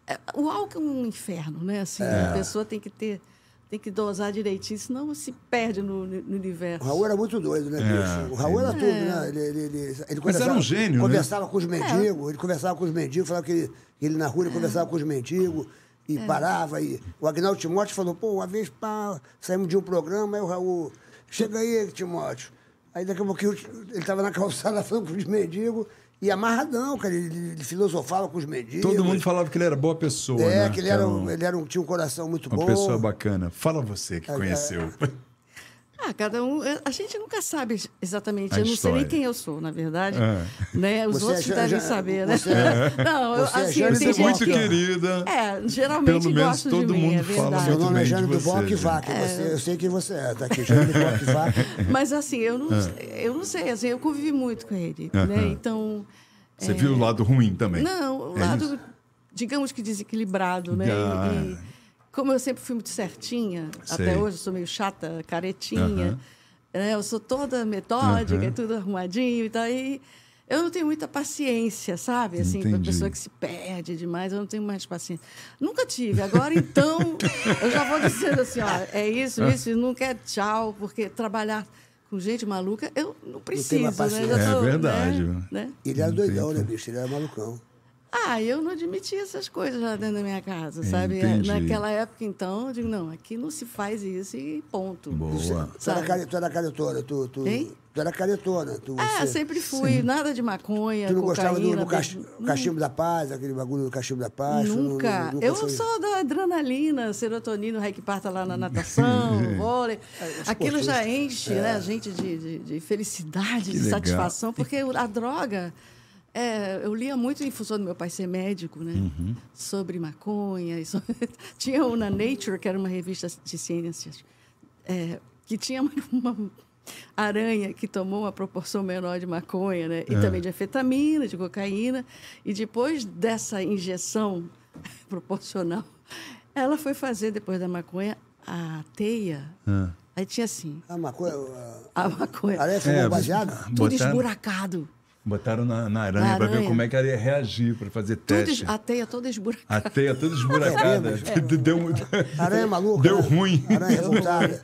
[SPEAKER 5] é, o álcool é um inferno, né? Assim, A pessoa tem que ter, tem que dosar direitinho, senão se perde no, no universo.
[SPEAKER 4] O Raul era muito doido, né, bicho? o Raul era tudo, né? Ele, ele, ele, ele
[SPEAKER 6] É, era um gênio, né?
[SPEAKER 4] Conversava com os mendigos, ele conversava com os mendigos, falava que ele, que ele na rua ele conversava com os mendigos e parava. E o Agnaldo Timóteo falou, pô, uma vez pá, saímos de um programa, aí o Raul, chega aí, Timóteo. Aí daqui a pouquinho ele tava na calçada *laughs* falando com os mendigos e amarradão, cara. Ele, ele filosofava com os mendigos.
[SPEAKER 6] todo mundo falava que ele era boa pessoa,
[SPEAKER 4] É,
[SPEAKER 6] né?
[SPEAKER 4] que ele, era, um-
[SPEAKER 6] um-
[SPEAKER 4] ele era um, tinha um coração muito
[SPEAKER 6] uma
[SPEAKER 4] bom.
[SPEAKER 6] pessoa bacana. Fala você que conheceu. *laughs*
[SPEAKER 5] Ah, cada um. A gente nunca sabe exatamente.
[SPEAKER 6] A
[SPEAKER 5] eu não sei nem
[SPEAKER 6] história.
[SPEAKER 5] quem eu sou, na verdade.
[SPEAKER 6] É.
[SPEAKER 5] Né? Os
[SPEAKER 4] Você
[SPEAKER 5] outros
[SPEAKER 4] é Jane-
[SPEAKER 5] devem saber, né?
[SPEAKER 4] você é-
[SPEAKER 5] *laughs* Não, eu,
[SPEAKER 4] você é
[SPEAKER 5] assim,
[SPEAKER 4] Jane
[SPEAKER 5] tem
[SPEAKER 4] do
[SPEAKER 5] gente
[SPEAKER 4] Bock.
[SPEAKER 6] Muito
[SPEAKER 5] que-
[SPEAKER 6] querida.
[SPEAKER 5] É, geralmente
[SPEAKER 6] Pelo menos
[SPEAKER 5] gosto de
[SPEAKER 6] todo
[SPEAKER 5] mim, é
[SPEAKER 6] mundo fala
[SPEAKER 4] Meu
[SPEAKER 5] verdade.
[SPEAKER 6] muito
[SPEAKER 4] nome é
[SPEAKER 6] bem
[SPEAKER 4] Jane
[SPEAKER 6] de né?
[SPEAKER 4] do
[SPEAKER 6] você.
[SPEAKER 4] Bock
[SPEAKER 6] Jane.
[SPEAKER 4] Vaca. Você- eu sei quem você é, tá aqui, Jane do Bock Vaca.
[SPEAKER 5] Mas assim, eu não, eu não sei, assim, eu convivi muito com ele.
[SPEAKER 6] Ah. Aham.
[SPEAKER 5] Né? Então.
[SPEAKER 6] Você
[SPEAKER 5] é,
[SPEAKER 6] viu o lado ruim também?
[SPEAKER 5] Não, o
[SPEAKER 6] É
[SPEAKER 5] lado,
[SPEAKER 6] isso?
[SPEAKER 5] digamos que desequilibrado, né? E-
[SPEAKER 6] Ah.
[SPEAKER 5] E, como eu sempre fui muito certinha,
[SPEAKER 6] Sei.
[SPEAKER 5] até hoje eu sou meio chata, caretinha,
[SPEAKER 6] Aham.
[SPEAKER 5] né? eu sou toda metódica,
[SPEAKER 6] Aham.
[SPEAKER 5] e tudo arrumadinho e tal. E eu não tenho muita paciência, sabe? Assim, para
[SPEAKER 6] Entendi.
[SPEAKER 5] pessoa que se perde demais, eu não tenho mais paciência. Nunca tive. Agora, então, eu já vou dizendo assim, ó, é
[SPEAKER 6] Ah.
[SPEAKER 5] isso, isso, e não quer tchau, porque trabalhar com gente maluca, eu não preciso, né?
[SPEAKER 4] paciência.
[SPEAKER 5] Já
[SPEAKER 6] É
[SPEAKER 5] tô, né?
[SPEAKER 6] verdade.
[SPEAKER 5] né?
[SPEAKER 4] Ele era doidão, né, bicho? Ele era malucão.
[SPEAKER 5] Ah, eu não admitia essas coisas lá dentro da minha
[SPEAKER 4] É,
[SPEAKER 5] casa, sabe? É,
[SPEAKER 6] entendi.
[SPEAKER 5] Naquela época, então, eu digo, não, aqui não se faz isso e ponto.
[SPEAKER 6] Boa.
[SPEAKER 4] Tu era,
[SPEAKER 5] Sabe?
[SPEAKER 4] care- tu era caretona, tu, tu,
[SPEAKER 5] Hein?
[SPEAKER 4] tu era caretona. Tu,
[SPEAKER 5] Ah,
[SPEAKER 4] você-
[SPEAKER 5] sempre fui, nada de maconha,
[SPEAKER 4] tu não
[SPEAKER 5] cocaína.
[SPEAKER 4] gostava do, do cach-
[SPEAKER 5] bebida.
[SPEAKER 4] cachimbo da paz, aquele bagulho do cachimbo da paz? tu não-
[SPEAKER 5] Nunca.
[SPEAKER 4] nu-
[SPEAKER 5] Eu
[SPEAKER 4] foi-
[SPEAKER 5] sou da adrenalina, serotonina, o rei que parta
[SPEAKER 4] *laughs*
[SPEAKER 5] lá na
[SPEAKER 4] É.
[SPEAKER 5] natação, vôlei.
[SPEAKER 4] Ah,
[SPEAKER 5] Aquilo já enche né, a gente de, de- de felicidade, de
[SPEAKER 6] legal.
[SPEAKER 5] satisfação, porque a droga. é, eu lia muito em função do meu pai ser médico, né? Sobre maconha. e sobre- *laughs* Tinha o na Nature, que era uma revista de ciências, é, que tinha uma, uma aranha que tomou uma proporção menor de maconha, né? E também de anfetamina, de cocaína. E depois dessa injeção *laughs* proporcional, ela foi fazer, depois da maconha, a teia. Aí tinha assim,
[SPEAKER 4] Ah, maconha.
[SPEAKER 5] a
[SPEAKER 4] A
[SPEAKER 5] maconha,
[SPEAKER 4] aranha fumou baseado?
[SPEAKER 5] tudo
[SPEAKER 6] botaram,
[SPEAKER 5] esburacado.
[SPEAKER 6] botaram na, na
[SPEAKER 5] Na
[SPEAKER 6] aranha para ver
[SPEAKER 5] aranha.
[SPEAKER 6] como é que ela ia reagir, para fazer
[SPEAKER 5] Tudo,
[SPEAKER 6] teste.
[SPEAKER 5] es- a É, teia toda esburacada.
[SPEAKER 6] A teia toda esburacada. *laughs* Deu, um-
[SPEAKER 4] Aranha maluca.
[SPEAKER 6] Deu
[SPEAKER 4] né?
[SPEAKER 6] ruim.
[SPEAKER 4] Aranha revoltada.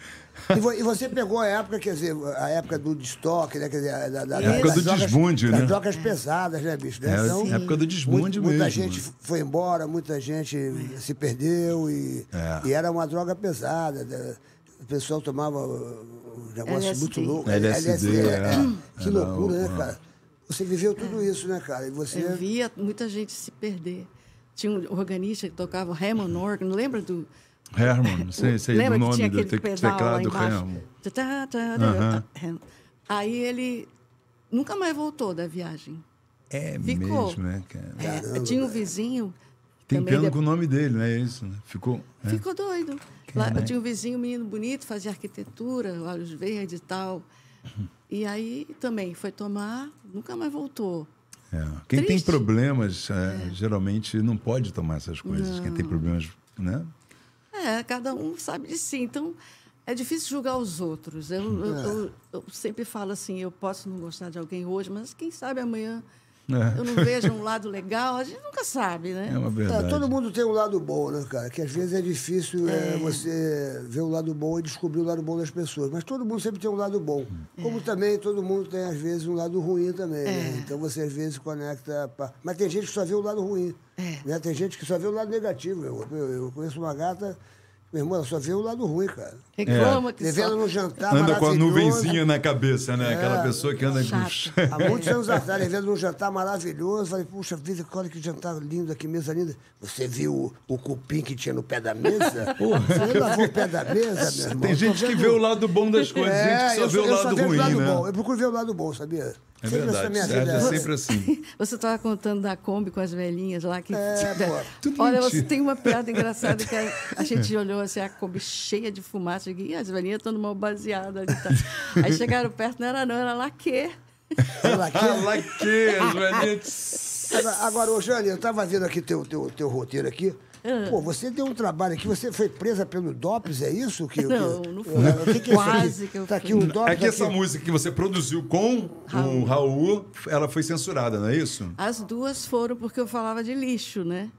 [SPEAKER 4] E, vo- e você pegou a época, quer dizer, a época do destoque, né? Quer dizer, da, da, da,
[SPEAKER 6] época
[SPEAKER 4] das
[SPEAKER 6] do
[SPEAKER 4] drogas-
[SPEAKER 6] desbunde,
[SPEAKER 4] das
[SPEAKER 6] né?
[SPEAKER 4] drogas pesadas, né, bicho? Né?
[SPEAKER 6] É, é a época do desbunde
[SPEAKER 4] muita, Muita
[SPEAKER 6] mesmo,
[SPEAKER 4] gente
[SPEAKER 6] né?
[SPEAKER 4] foi embora, muita gente se perdeu e,
[SPEAKER 6] É.
[SPEAKER 4] e era uma droga pesada. né? O pessoal tomava um negócio
[SPEAKER 5] LSD.
[SPEAKER 4] muito louco.
[SPEAKER 6] LSD, é.
[SPEAKER 4] Que
[SPEAKER 6] Era
[SPEAKER 4] loucura,
[SPEAKER 6] o-
[SPEAKER 4] né, cara? Você viveu tudo isso, né, cara? E você...
[SPEAKER 5] Eu via muita gente se perder. Tinha um organista que tocava o Hammond Organ, lembra do.
[SPEAKER 6] *laughs* Herman, não sei, sei
[SPEAKER 5] lembra
[SPEAKER 6] do
[SPEAKER 5] que tinha
[SPEAKER 6] nome do
[SPEAKER 5] aquele
[SPEAKER 6] te-
[SPEAKER 5] pedal lá
[SPEAKER 6] teclado
[SPEAKER 5] embaixo?
[SPEAKER 6] Herman.
[SPEAKER 5] Tá, tá, tá,
[SPEAKER 6] Aham.
[SPEAKER 5] tá, Hammond. Aí ele nunca mais voltou da viagem.
[SPEAKER 6] É
[SPEAKER 5] Ficou.
[SPEAKER 6] mesmo, né, cara?
[SPEAKER 5] É, tinha um vizinho.
[SPEAKER 6] Tem
[SPEAKER 5] também
[SPEAKER 6] piano
[SPEAKER 5] de-
[SPEAKER 6] com o nome dele, né? É isso, né? Ficou. né?
[SPEAKER 5] Ficou doido. Lá, eu tinha um vizinho, um menino bonito, fazia arquitetura, olhos verdes e tal.
[SPEAKER 6] Uhum.
[SPEAKER 5] E aí também foi tomar, nunca mais voltou.
[SPEAKER 6] É. Quem tem
[SPEAKER 5] Triste.
[SPEAKER 6] problemas, é, geralmente não pode tomar essas coisas. Quem tem problemas, né?
[SPEAKER 5] É, cada um sabe de si. Então, é difícil julgar os outros.
[SPEAKER 6] É.
[SPEAKER 5] Eu, eu- eu- eu sempre falo assim, eu posso não gostar de alguém hoje, mas quem sabe amanhã eu não vejo um lado legal, a gente nunca sabe, né?
[SPEAKER 6] É uma
[SPEAKER 4] É,
[SPEAKER 6] verdade.
[SPEAKER 4] todo mundo tem um lado bom, né, cara? Que às vezes é difícil é, você ver o lado bom e descobrir o lado bom das pessoas. Mas todo mundo sempre tem um lado bom. Como também todo mundo tem, às vezes, um lado ruim também. né? Então você às vezes conecta. pra- Mas tem gente que só vê o lado ruim. né? Tem gente que só vê o lado negativo. Eu, eu, eu conheço uma gata, minha irmã, ela só vê o lado ruim, cara.
[SPEAKER 6] É.
[SPEAKER 5] Reclama que
[SPEAKER 4] Levei ela
[SPEAKER 5] só... é
[SPEAKER 4] no jantar.
[SPEAKER 6] Anda com a
[SPEAKER 4] Tá maravilhoso. É. Tá
[SPEAKER 6] nuvenzinha na cabeça, né? Aquela pessoa que anda
[SPEAKER 5] Chato. tá
[SPEAKER 6] com.
[SPEAKER 4] Há muitos anos atrás, levei ela num jantar maravilhoso. Falei, puxa vida, olha que jantar lindo, que mesa linda. Você viu o, o cupim que tinha no pé da mesa? Você lavou o pé da mesa,
[SPEAKER 6] *laughs*
[SPEAKER 4] meu irmão?
[SPEAKER 6] Tem gente que vê o lado bom das coisas, gente
[SPEAKER 4] *laughs* É,
[SPEAKER 6] que só
[SPEAKER 4] eu
[SPEAKER 6] vê o
[SPEAKER 4] eu só
[SPEAKER 6] lado
[SPEAKER 4] vejo
[SPEAKER 6] ruim,
[SPEAKER 4] bom.
[SPEAKER 6] né?
[SPEAKER 4] Eu procuro ver o lado bom, sabia?
[SPEAKER 6] É
[SPEAKER 4] Sempre essa
[SPEAKER 6] verdade.
[SPEAKER 4] minha
[SPEAKER 6] Sérgio
[SPEAKER 4] vida.
[SPEAKER 6] É sempre
[SPEAKER 4] *laughs*
[SPEAKER 6] assim.
[SPEAKER 5] *laughs* Você estava contando da Kombi com as velhinhas lá que. *laughs*
[SPEAKER 4] É, pô,
[SPEAKER 6] tudo
[SPEAKER 5] Olha,
[SPEAKER 6] mentira.
[SPEAKER 5] você tem uma piada engraçada
[SPEAKER 6] *laughs*
[SPEAKER 5] que a, a gente olhou assim, a Kombi cheia de fumaça, e as velhinhas estão numa baseada ali. Tá.
[SPEAKER 6] *laughs*
[SPEAKER 5] Aí chegaram perto, não era não, era laque.
[SPEAKER 4] Olha aqui.
[SPEAKER 6] Ah, lá que as
[SPEAKER 4] *laughs*
[SPEAKER 6] velhinhas.
[SPEAKER 4] Agora, agora, ô Jane, eu tava vendo aqui teu, teu, teu roteiro aqui.
[SPEAKER 5] Ah.
[SPEAKER 4] Pô, você deu um trabalho aqui, você foi presa pelo DOPS, é isso? Que,
[SPEAKER 5] Não,
[SPEAKER 4] que,
[SPEAKER 5] não fui.
[SPEAKER 4] O que, que é isso aqui?
[SPEAKER 5] Quase que eu
[SPEAKER 4] Tá aqui
[SPEAKER 5] fui.
[SPEAKER 4] o DOPS.
[SPEAKER 6] É que essa
[SPEAKER 4] aqui.
[SPEAKER 6] música que você produziu com o Raul, ela foi censurada, não é isso? *laughs*
[SPEAKER 5] As duas foram porque eu falava de lixo, né?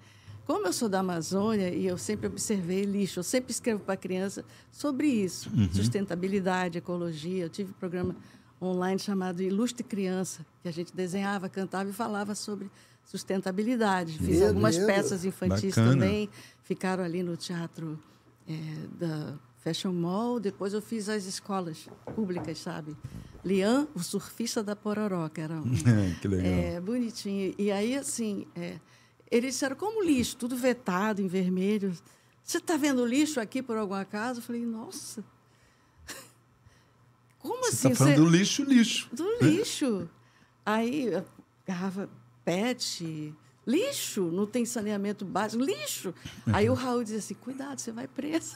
[SPEAKER 5] Como eu sou da Amazônia e eu sempre observei lixo, eu sempre escrevo para criança sobre isso,
[SPEAKER 4] Uhum.
[SPEAKER 5] sustentabilidade, ecologia. Eu tive um programa online chamado Ilustre Criança, que a gente desenhava, cantava e falava sobre sustentabilidade. Fiz
[SPEAKER 4] Meu
[SPEAKER 5] algumas
[SPEAKER 4] Deus.
[SPEAKER 5] peças infantis
[SPEAKER 6] Bacana.
[SPEAKER 5] também, ficaram ali no teatro eh, da Fashion Mall. Depois eu fiz as escolas públicas, sabe? Lian, o surfista da Pororoca, era um.
[SPEAKER 4] *laughs*
[SPEAKER 6] que legal.
[SPEAKER 5] É, bonitinho. E aí, assim, é, eles disseram, como lixo, tudo vetado, em vermelho. Você está vendo lixo aqui por algum acaso? Eu falei, nossa. *laughs* Como
[SPEAKER 6] Você
[SPEAKER 5] assim?
[SPEAKER 6] tá falando do lixo, lixo.
[SPEAKER 5] Do lixo. Aí, a garrafa PET, lixo, não tem saneamento básico, lixo. Aí o Raul dizia assim: cuidado, você vai
[SPEAKER 6] *laughs*
[SPEAKER 5] presa.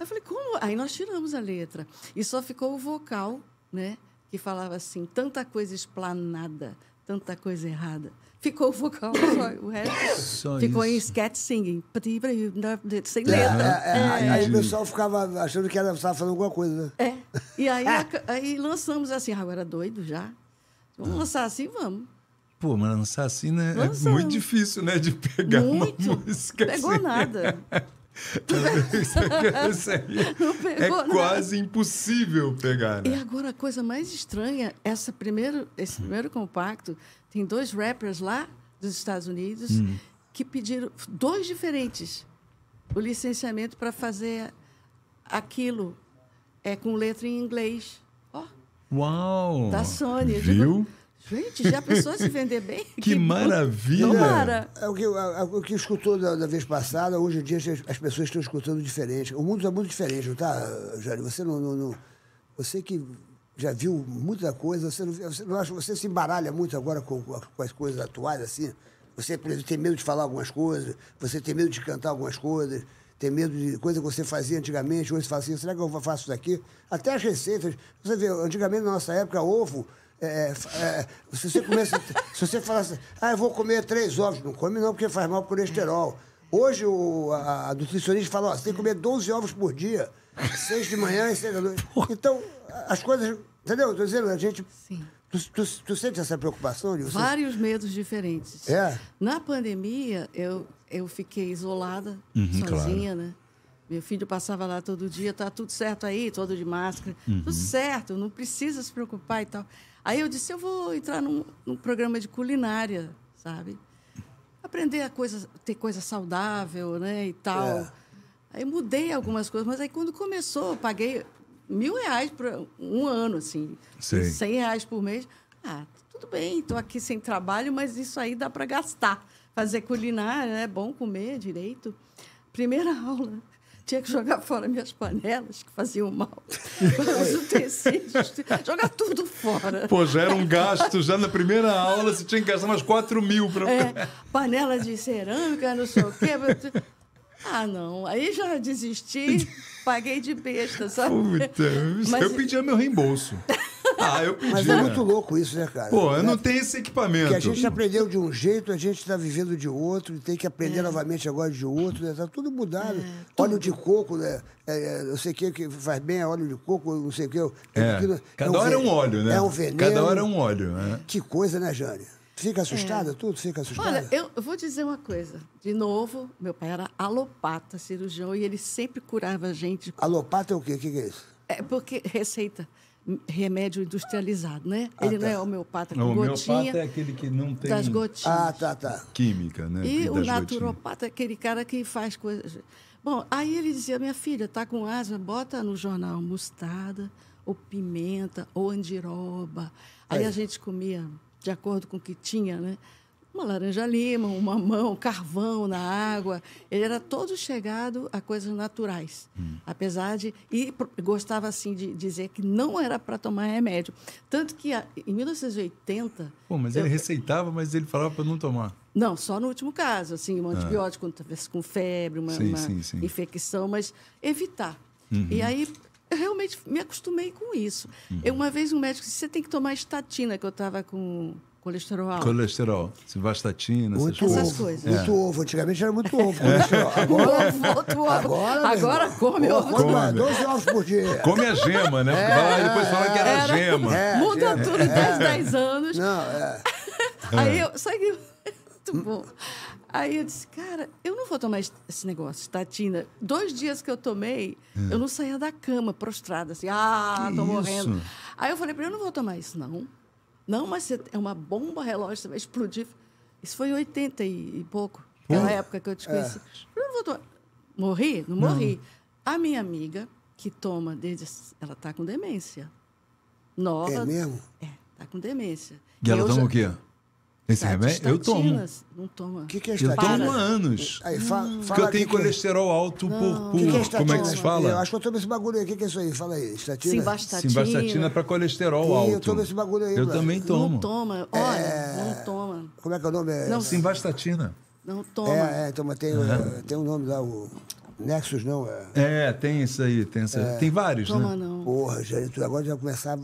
[SPEAKER 5] Eu falei: como? Aí nós tiramos a letra. E só ficou o vocal, né? Que falava assim: tanta coisa esplanada, tanta coisa errada. Ficou o vocal, só, o resto
[SPEAKER 6] *coughs* Só
[SPEAKER 5] ficou em
[SPEAKER 6] isso.
[SPEAKER 5] sketch singing. Sem
[SPEAKER 4] É,
[SPEAKER 5] letra.
[SPEAKER 4] é, é, aí- aí o
[SPEAKER 6] Entendi.
[SPEAKER 4] pessoal ficava achando que ela estava falando alguma coisa, né?
[SPEAKER 5] É. E aí, aca- aí lançamos assim, agora doido já. Vamos lançar assim, vamos.
[SPEAKER 6] Pô, mas lançar assim, né? É
[SPEAKER 5] Lançar.
[SPEAKER 6] muito difícil, né? De pegar
[SPEAKER 5] Muito.
[SPEAKER 6] uma *laughs* música
[SPEAKER 5] Pegou
[SPEAKER 6] assim.
[SPEAKER 5] nada.
[SPEAKER 6] Isso *laughs* aí- isso aí
[SPEAKER 5] Não
[SPEAKER 6] é
[SPEAKER 5] pegou né? É. nada.
[SPEAKER 6] quase impossível pegar,
[SPEAKER 5] E
[SPEAKER 6] né?
[SPEAKER 5] agora a coisa mais estranha, essa primeiro, esse primeiro compacto tem dois rappers lá dos Estados Unidos
[SPEAKER 6] Hum.
[SPEAKER 5] que pediram dois diferentes o licenciamento para fazer aquilo é com letra em inglês. Ó,
[SPEAKER 6] Uau!
[SPEAKER 5] da Tá Sony. Eu
[SPEAKER 6] Viu?
[SPEAKER 5] digo, Gente, já pensou se vender bem?
[SPEAKER 6] *laughs* Que maravilha!
[SPEAKER 5] Tomara.
[SPEAKER 4] É o que, é o que escutou da, da vez passada, hoje em dia as, as pessoas estão escutando diferente. O mundo está muito diferente, não tá, Jânio? Você não, não- não- Você que já viu muita coisa, você, não, você, não acha, você se embaralha muito agora com, com as coisas atuais, assim. Você, por exemplo, tem medo de falar algumas coisas, você tem medo de cantar algumas coisas, tem medo de coisa que você fazia antigamente, hoje você fala assim, será que eu faço isso daqui? Até as receitas. Você vê, antigamente, na nossa época, ovo. É, é, se você comesse, *laughs* se você falasse, ah, eu vou comer três ovos, não come não, porque faz mal pro colesterol. Hoje o, a, a nutricionista fala, ó, você tem que comer 12 ovos por dia, seis de manhã e seis da
[SPEAKER 6] *laughs*
[SPEAKER 4] noite. Então, as coisas. Entendeu? Tô dizendo, a gente.
[SPEAKER 5] Sim.
[SPEAKER 4] Tu, tu, tu sente essa preocupação de você?
[SPEAKER 5] Vários medos diferentes.
[SPEAKER 4] É?
[SPEAKER 5] Na pandemia, eu, eu fiquei isolada, sozinha, né? Meu filho passava lá todo dia, tá tudo certo aí, todo de máscara. Tudo certo, não precisa se preocupar e tal. Aí eu disse, eu vou entrar num, num programa de culinária, sabe? Aprender a coisa, ter coisa saudável, né, e tal.
[SPEAKER 4] É.
[SPEAKER 5] Aí mudei algumas coisas, mas aí quando começou, eu paguei mil reais por um ano, assim.
[SPEAKER 6] Sei.
[SPEAKER 5] 100 reais por mês. Ah, tudo bem, estou aqui sem trabalho, mas isso aí dá para gastar. Fazer culinária, é bom comer direito. Primeira *laughs* aula, tinha que jogar fora minhas panelas, que faziam mal. *laughs* Os utensílios, *laughs* jogar tudo fora.
[SPEAKER 6] Pô, já era um gasto, já na primeira aula você tinha que gastar umas 4 mil pra.
[SPEAKER 5] É, panela de cerâmica, não sei o quê. Ah, não. Aí já desisti, paguei de besta, sabe?
[SPEAKER 6] *laughs* Puta,
[SPEAKER 5] Mas-
[SPEAKER 6] eu pedia meu reembolso. Ah, eu pedi.
[SPEAKER 4] Mas é
[SPEAKER 6] né?
[SPEAKER 4] muito louco isso, né, cara?
[SPEAKER 6] Pô, eu
[SPEAKER 4] Né?
[SPEAKER 6] não tenho esse equipamento. É.
[SPEAKER 4] Porque a gente aprendeu de um jeito, a gente está vivendo de outro, e tem que
[SPEAKER 5] É.
[SPEAKER 4] aprender novamente agora de outro, né? Tá tudo mudado. Óleo de coco, né? É, é, não sei o que que faz bem, é óleo de coco, não sei o que.
[SPEAKER 6] É. Cada hora é um
[SPEAKER 4] ve-
[SPEAKER 6] óleo, né?
[SPEAKER 4] É um veneno.
[SPEAKER 6] Cada hora é um óleo, né?
[SPEAKER 4] Que coisa, né, Jane? Fica assustada, tudo? Fica assustada?
[SPEAKER 5] É. Olha, eu eu vou dizer uma coisa. De novo, meu pai era alopata, cirurgião, e ele sempre curava a gente.
[SPEAKER 4] Alopata é o quê? O que que é isso?
[SPEAKER 5] É porque receita m- remédio industrializado, né?
[SPEAKER 4] Ah,
[SPEAKER 5] ele
[SPEAKER 4] tá.
[SPEAKER 5] não é homeopata
[SPEAKER 6] O
[SPEAKER 5] com gotinha
[SPEAKER 6] homeopata é aquele que não tem
[SPEAKER 5] das gotinhas.
[SPEAKER 4] Ah, tá, tá.
[SPEAKER 6] química, né?
[SPEAKER 5] E
[SPEAKER 6] das
[SPEAKER 5] o
[SPEAKER 6] gotinhas.
[SPEAKER 5] naturopata, é aquele cara que faz coisas. Bom, aí ele dizia: minha filha, tá com asma, bota no jornal mostarda, ou pimenta, ou andiroba.
[SPEAKER 6] É.
[SPEAKER 5] Aí a gente comia de acordo com o que tinha, né? Uma laranja-lima, um mamão, carvão na água. Ele era todo chegado a coisas naturais.
[SPEAKER 6] Hum.
[SPEAKER 5] Apesar de. E pro- gostava, assim, de dizer que não era para tomar remédio. Tanto que, a- em 1980.
[SPEAKER 6] Pô, mas ele receitava, mas ele falava pra não tomar.
[SPEAKER 5] Não, só no último caso, assim, um antibiótico quando tivesse com febre, uma,
[SPEAKER 6] Ah. Sim,
[SPEAKER 5] uma
[SPEAKER 6] sim, sim. Uhum.
[SPEAKER 5] infecção, mas evitar. E aí eu realmente me acostumei com isso. Eu, uma vez um médico disse: você tem que tomar estatina, que eu estava com colesterol alto.
[SPEAKER 6] Colesterol, simvastatina, essas
[SPEAKER 4] Muito
[SPEAKER 6] coisas. É.
[SPEAKER 5] essas
[SPEAKER 4] ovo.
[SPEAKER 5] coisas.
[SPEAKER 4] Muito ovo. Antigamente era muito
[SPEAKER 6] *laughs*
[SPEAKER 4] ovo. colesterol. Agora,
[SPEAKER 5] Ovo, outro ovo.
[SPEAKER 4] agora, meu
[SPEAKER 5] Agora
[SPEAKER 4] irmão.
[SPEAKER 5] come
[SPEAKER 4] Pô,
[SPEAKER 5] ovo.
[SPEAKER 4] quanto é?
[SPEAKER 6] Come.
[SPEAKER 4] 12 ovos por dia.
[SPEAKER 6] Come a gema, né? Porque vai lá e
[SPEAKER 3] Ah,
[SPEAKER 6] depois fala que era,
[SPEAKER 5] Era-
[SPEAKER 6] gema.
[SPEAKER 4] É.
[SPEAKER 5] *laughs* Muda tudo em 10, 10 anos.
[SPEAKER 4] Não, é.
[SPEAKER 5] Aí eu. Sabe que. *laughs* Muito bom. Aí eu disse, cara, eu não vou tomar es- esse negócio, estatina. Dois dias que eu tomei, eu não saía da cama, prostrada, assim, ah,
[SPEAKER 6] É. Que
[SPEAKER 5] tô
[SPEAKER 6] isso?
[SPEAKER 5] morrendo. Aí eu falei pra ele, eu não vou tomar isso, não. Não, mas você- é uma bomba relógio, você vai explodir. Isso foi em 80 e, e pouco, aquela época que eu
[SPEAKER 6] É.
[SPEAKER 5] te conheci. Eu não vou tomar. Morri? Não morri. A minha amiga, que toma desde. Ela tá com demência. Nova.
[SPEAKER 4] É mesmo?
[SPEAKER 5] É, tá com demência.
[SPEAKER 6] E ela
[SPEAKER 5] Eu
[SPEAKER 6] toma
[SPEAKER 5] já-
[SPEAKER 6] o quê? Esse remédio? É, Eu tomo.
[SPEAKER 5] Tá, Estatinas. Não toma.
[SPEAKER 4] O que, que é
[SPEAKER 6] Eu
[SPEAKER 4] estatina?
[SPEAKER 6] tomo há anos.
[SPEAKER 4] Aí, fa- fala
[SPEAKER 5] Hum.
[SPEAKER 6] Porque eu
[SPEAKER 4] aqui
[SPEAKER 6] tenho
[SPEAKER 4] que-
[SPEAKER 6] colesterol alto por, por
[SPEAKER 4] que que
[SPEAKER 6] como é que se
[SPEAKER 4] estatina? Eu
[SPEAKER 6] fala?
[SPEAKER 4] acho que eu tomo esse bagulho aí. O que, que é isso aí? Fala aí. Estatina?
[SPEAKER 5] Simvastatina.
[SPEAKER 6] Simvastatina para é colesterol
[SPEAKER 4] Ih, eu
[SPEAKER 6] alto.
[SPEAKER 4] tomo esse bagulho aí,
[SPEAKER 6] Eu
[SPEAKER 4] moleque.
[SPEAKER 6] também
[SPEAKER 5] Não
[SPEAKER 6] tomo.
[SPEAKER 5] toma. Olha, não toma.
[SPEAKER 4] Como é que é o nome? É,
[SPEAKER 5] Não,
[SPEAKER 6] Simvastatina.
[SPEAKER 5] não toma.
[SPEAKER 4] é, é toma, tem, é, tem um nome lá, o Nexus não, é.
[SPEAKER 6] É, tem isso aí, tem essa. Tem vários,
[SPEAKER 5] Toma
[SPEAKER 6] né?
[SPEAKER 5] não.
[SPEAKER 4] Porra, gente, tu agora já começar.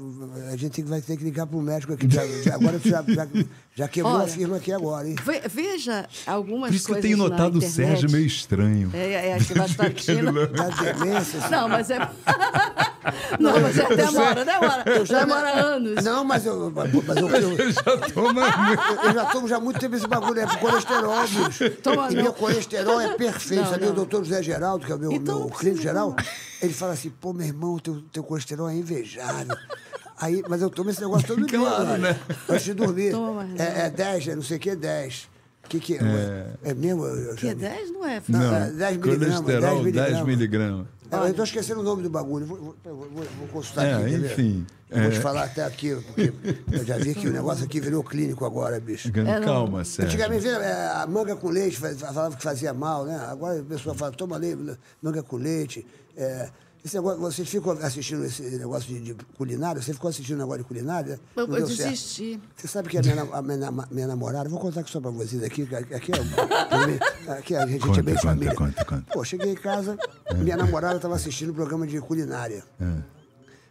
[SPEAKER 4] A gente tem que- vai ter que ligar pro médico aqui. Já, já- agora tu já, já, já quebrou a
[SPEAKER 5] Olha.
[SPEAKER 4] firma aqui agora, hein?
[SPEAKER 5] Ve- Veja algumas coisas.
[SPEAKER 6] Por isso que eu tenho
[SPEAKER 5] na
[SPEAKER 6] notado o
[SPEAKER 5] internet.
[SPEAKER 6] Sérgio meio estranho. *laughs*
[SPEAKER 5] É, é a simvastatina.
[SPEAKER 4] Da demência. assim.
[SPEAKER 5] *laughs* Não, mas é. *laughs* não, mas é, demora, demora.
[SPEAKER 4] já-
[SPEAKER 5] Demora anos.
[SPEAKER 4] Não, mas eu. Mas eu, eu,
[SPEAKER 6] Eu já
[SPEAKER 5] *laughs*
[SPEAKER 6] tomo há muito.
[SPEAKER 4] eu já tomo já há muito tempo esse bagulho, é pro colesterol, bicho.
[SPEAKER 5] Toma,
[SPEAKER 4] e
[SPEAKER 5] não.
[SPEAKER 4] meu colesterol é perfeito.
[SPEAKER 5] Não,
[SPEAKER 4] Sabia
[SPEAKER 5] não.
[SPEAKER 4] o doutor José Geraldo, que é o meu,
[SPEAKER 5] Então,
[SPEAKER 4] meu
[SPEAKER 5] não
[SPEAKER 4] clínico
[SPEAKER 5] precisa
[SPEAKER 4] geral? Ele fala assim, pô, meu irmão, teu, teu colesterol é invejável. Aí, mas eu tomo esse negócio
[SPEAKER 5] *laughs*
[SPEAKER 4] todo dia.
[SPEAKER 6] Claro,
[SPEAKER 4] cara,
[SPEAKER 6] né?
[SPEAKER 4] Antes de dormir.
[SPEAKER 5] Toma, né?
[SPEAKER 4] é, é 10, é não sei o que, é 10. O que, que é? É, mesmo? Eu, eu
[SPEAKER 5] Que
[SPEAKER 4] já
[SPEAKER 5] é 10, não é?
[SPEAKER 4] Não.
[SPEAKER 5] Fernando?
[SPEAKER 4] É, 10 miligramas,
[SPEAKER 6] Colesterol
[SPEAKER 4] 10 miligramas.
[SPEAKER 6] 10 miligramas.
[SPEAKER 4] É, eu estou esquecendo o nome do bagulho. Vou, vou- vou- vou- vou consultar
[SPEAKER 6] É,
[SPEAKER 4] aqui. quer ver?
[SPEAKER 6] enfim,
[SPEAKER 4] Eu Vou
[SPEAKER 6] é.
[SPEAKER 4] te falar até aqui, porque eu já
[SPEAKER 5] *laughs*
[SPEAKER 4] vi que o negócio aqui virou clínico agora, bicho.
[SPEAKER 6] Calma, Sérgio.
[SPEAKER 4] Antigamente é, a manga com leite faz- falava que fazia mal, né? Agora a pessoa fala, toma leite, manga com leite. É, esse negócio, você ficou assistindo esse negócio de, de culinária? Você ficou assistindo um negócio de culinária?
[SPEAKER 5] Eu,
[SPEAKER 4] Não
[SPEAKER 5] eu
[SPEAKER 4] deu certo.
[SPEAKER 5] desisti.
[SPEAKER 4] Você sabe que a minha, na- a minha na- minha namorada, vou contar aqui só pra vocês aqui, que aqui, é, *laughs* aqui a gente
[SPEAKER 6] Conta,
[SPEAKER 4] é bem
[SPEAKER 6] conta,
[SPEAKER 4] família.
[SPEAKER 6] conta, conta.
[SPEAKER 4] Pô, cheguei em casa, minha namorada estava assistindo um programa de culinária.
[SPEAKER 6] É.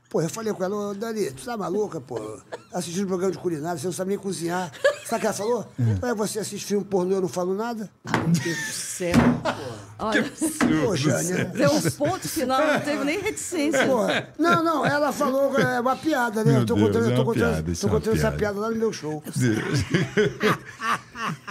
[SPEAKER 4] Pô, eu falei com ela, ô Dani, tu tá maluca, pô? Assistindo um programa de culinária, você não sabe nem cozinhar. Sabe o que ela falou?
[SPEAKER 6] É.
[SPEAKER 4] Ué, você assiste filme pornô, eu não falo nada?
[SPEAKER 5] Meu Deus do céu. Olha,
[SPEAKER 4] Pô, Jane,
[SPEAKER 5] deu um ponto final, não teve nem
[SPEAKER 4] É.
[SPEAKER 5] reticência.
[SPEAKER 4] porra. Não, não, ela falou, é uma piada, né?
[SPEAKER 6] Meu
[SPEAKER 4] eu tô
[SPEAKER 6] Deus,
[SPEAKER 4] contando,
[SPEAKER 6] é
[SPEAKER 4] eu tô
[SPEAKER 6] uma
[SPEAKER 4] contando,
[SPEAKER 6] piada, isso
[SPEAKER 4] tô
[SPEAKER 6] é uma
[SPEAKER 4] contando essa
[SPEAKER 6] piada.
[SPEAKER 4] piada lá no meu show.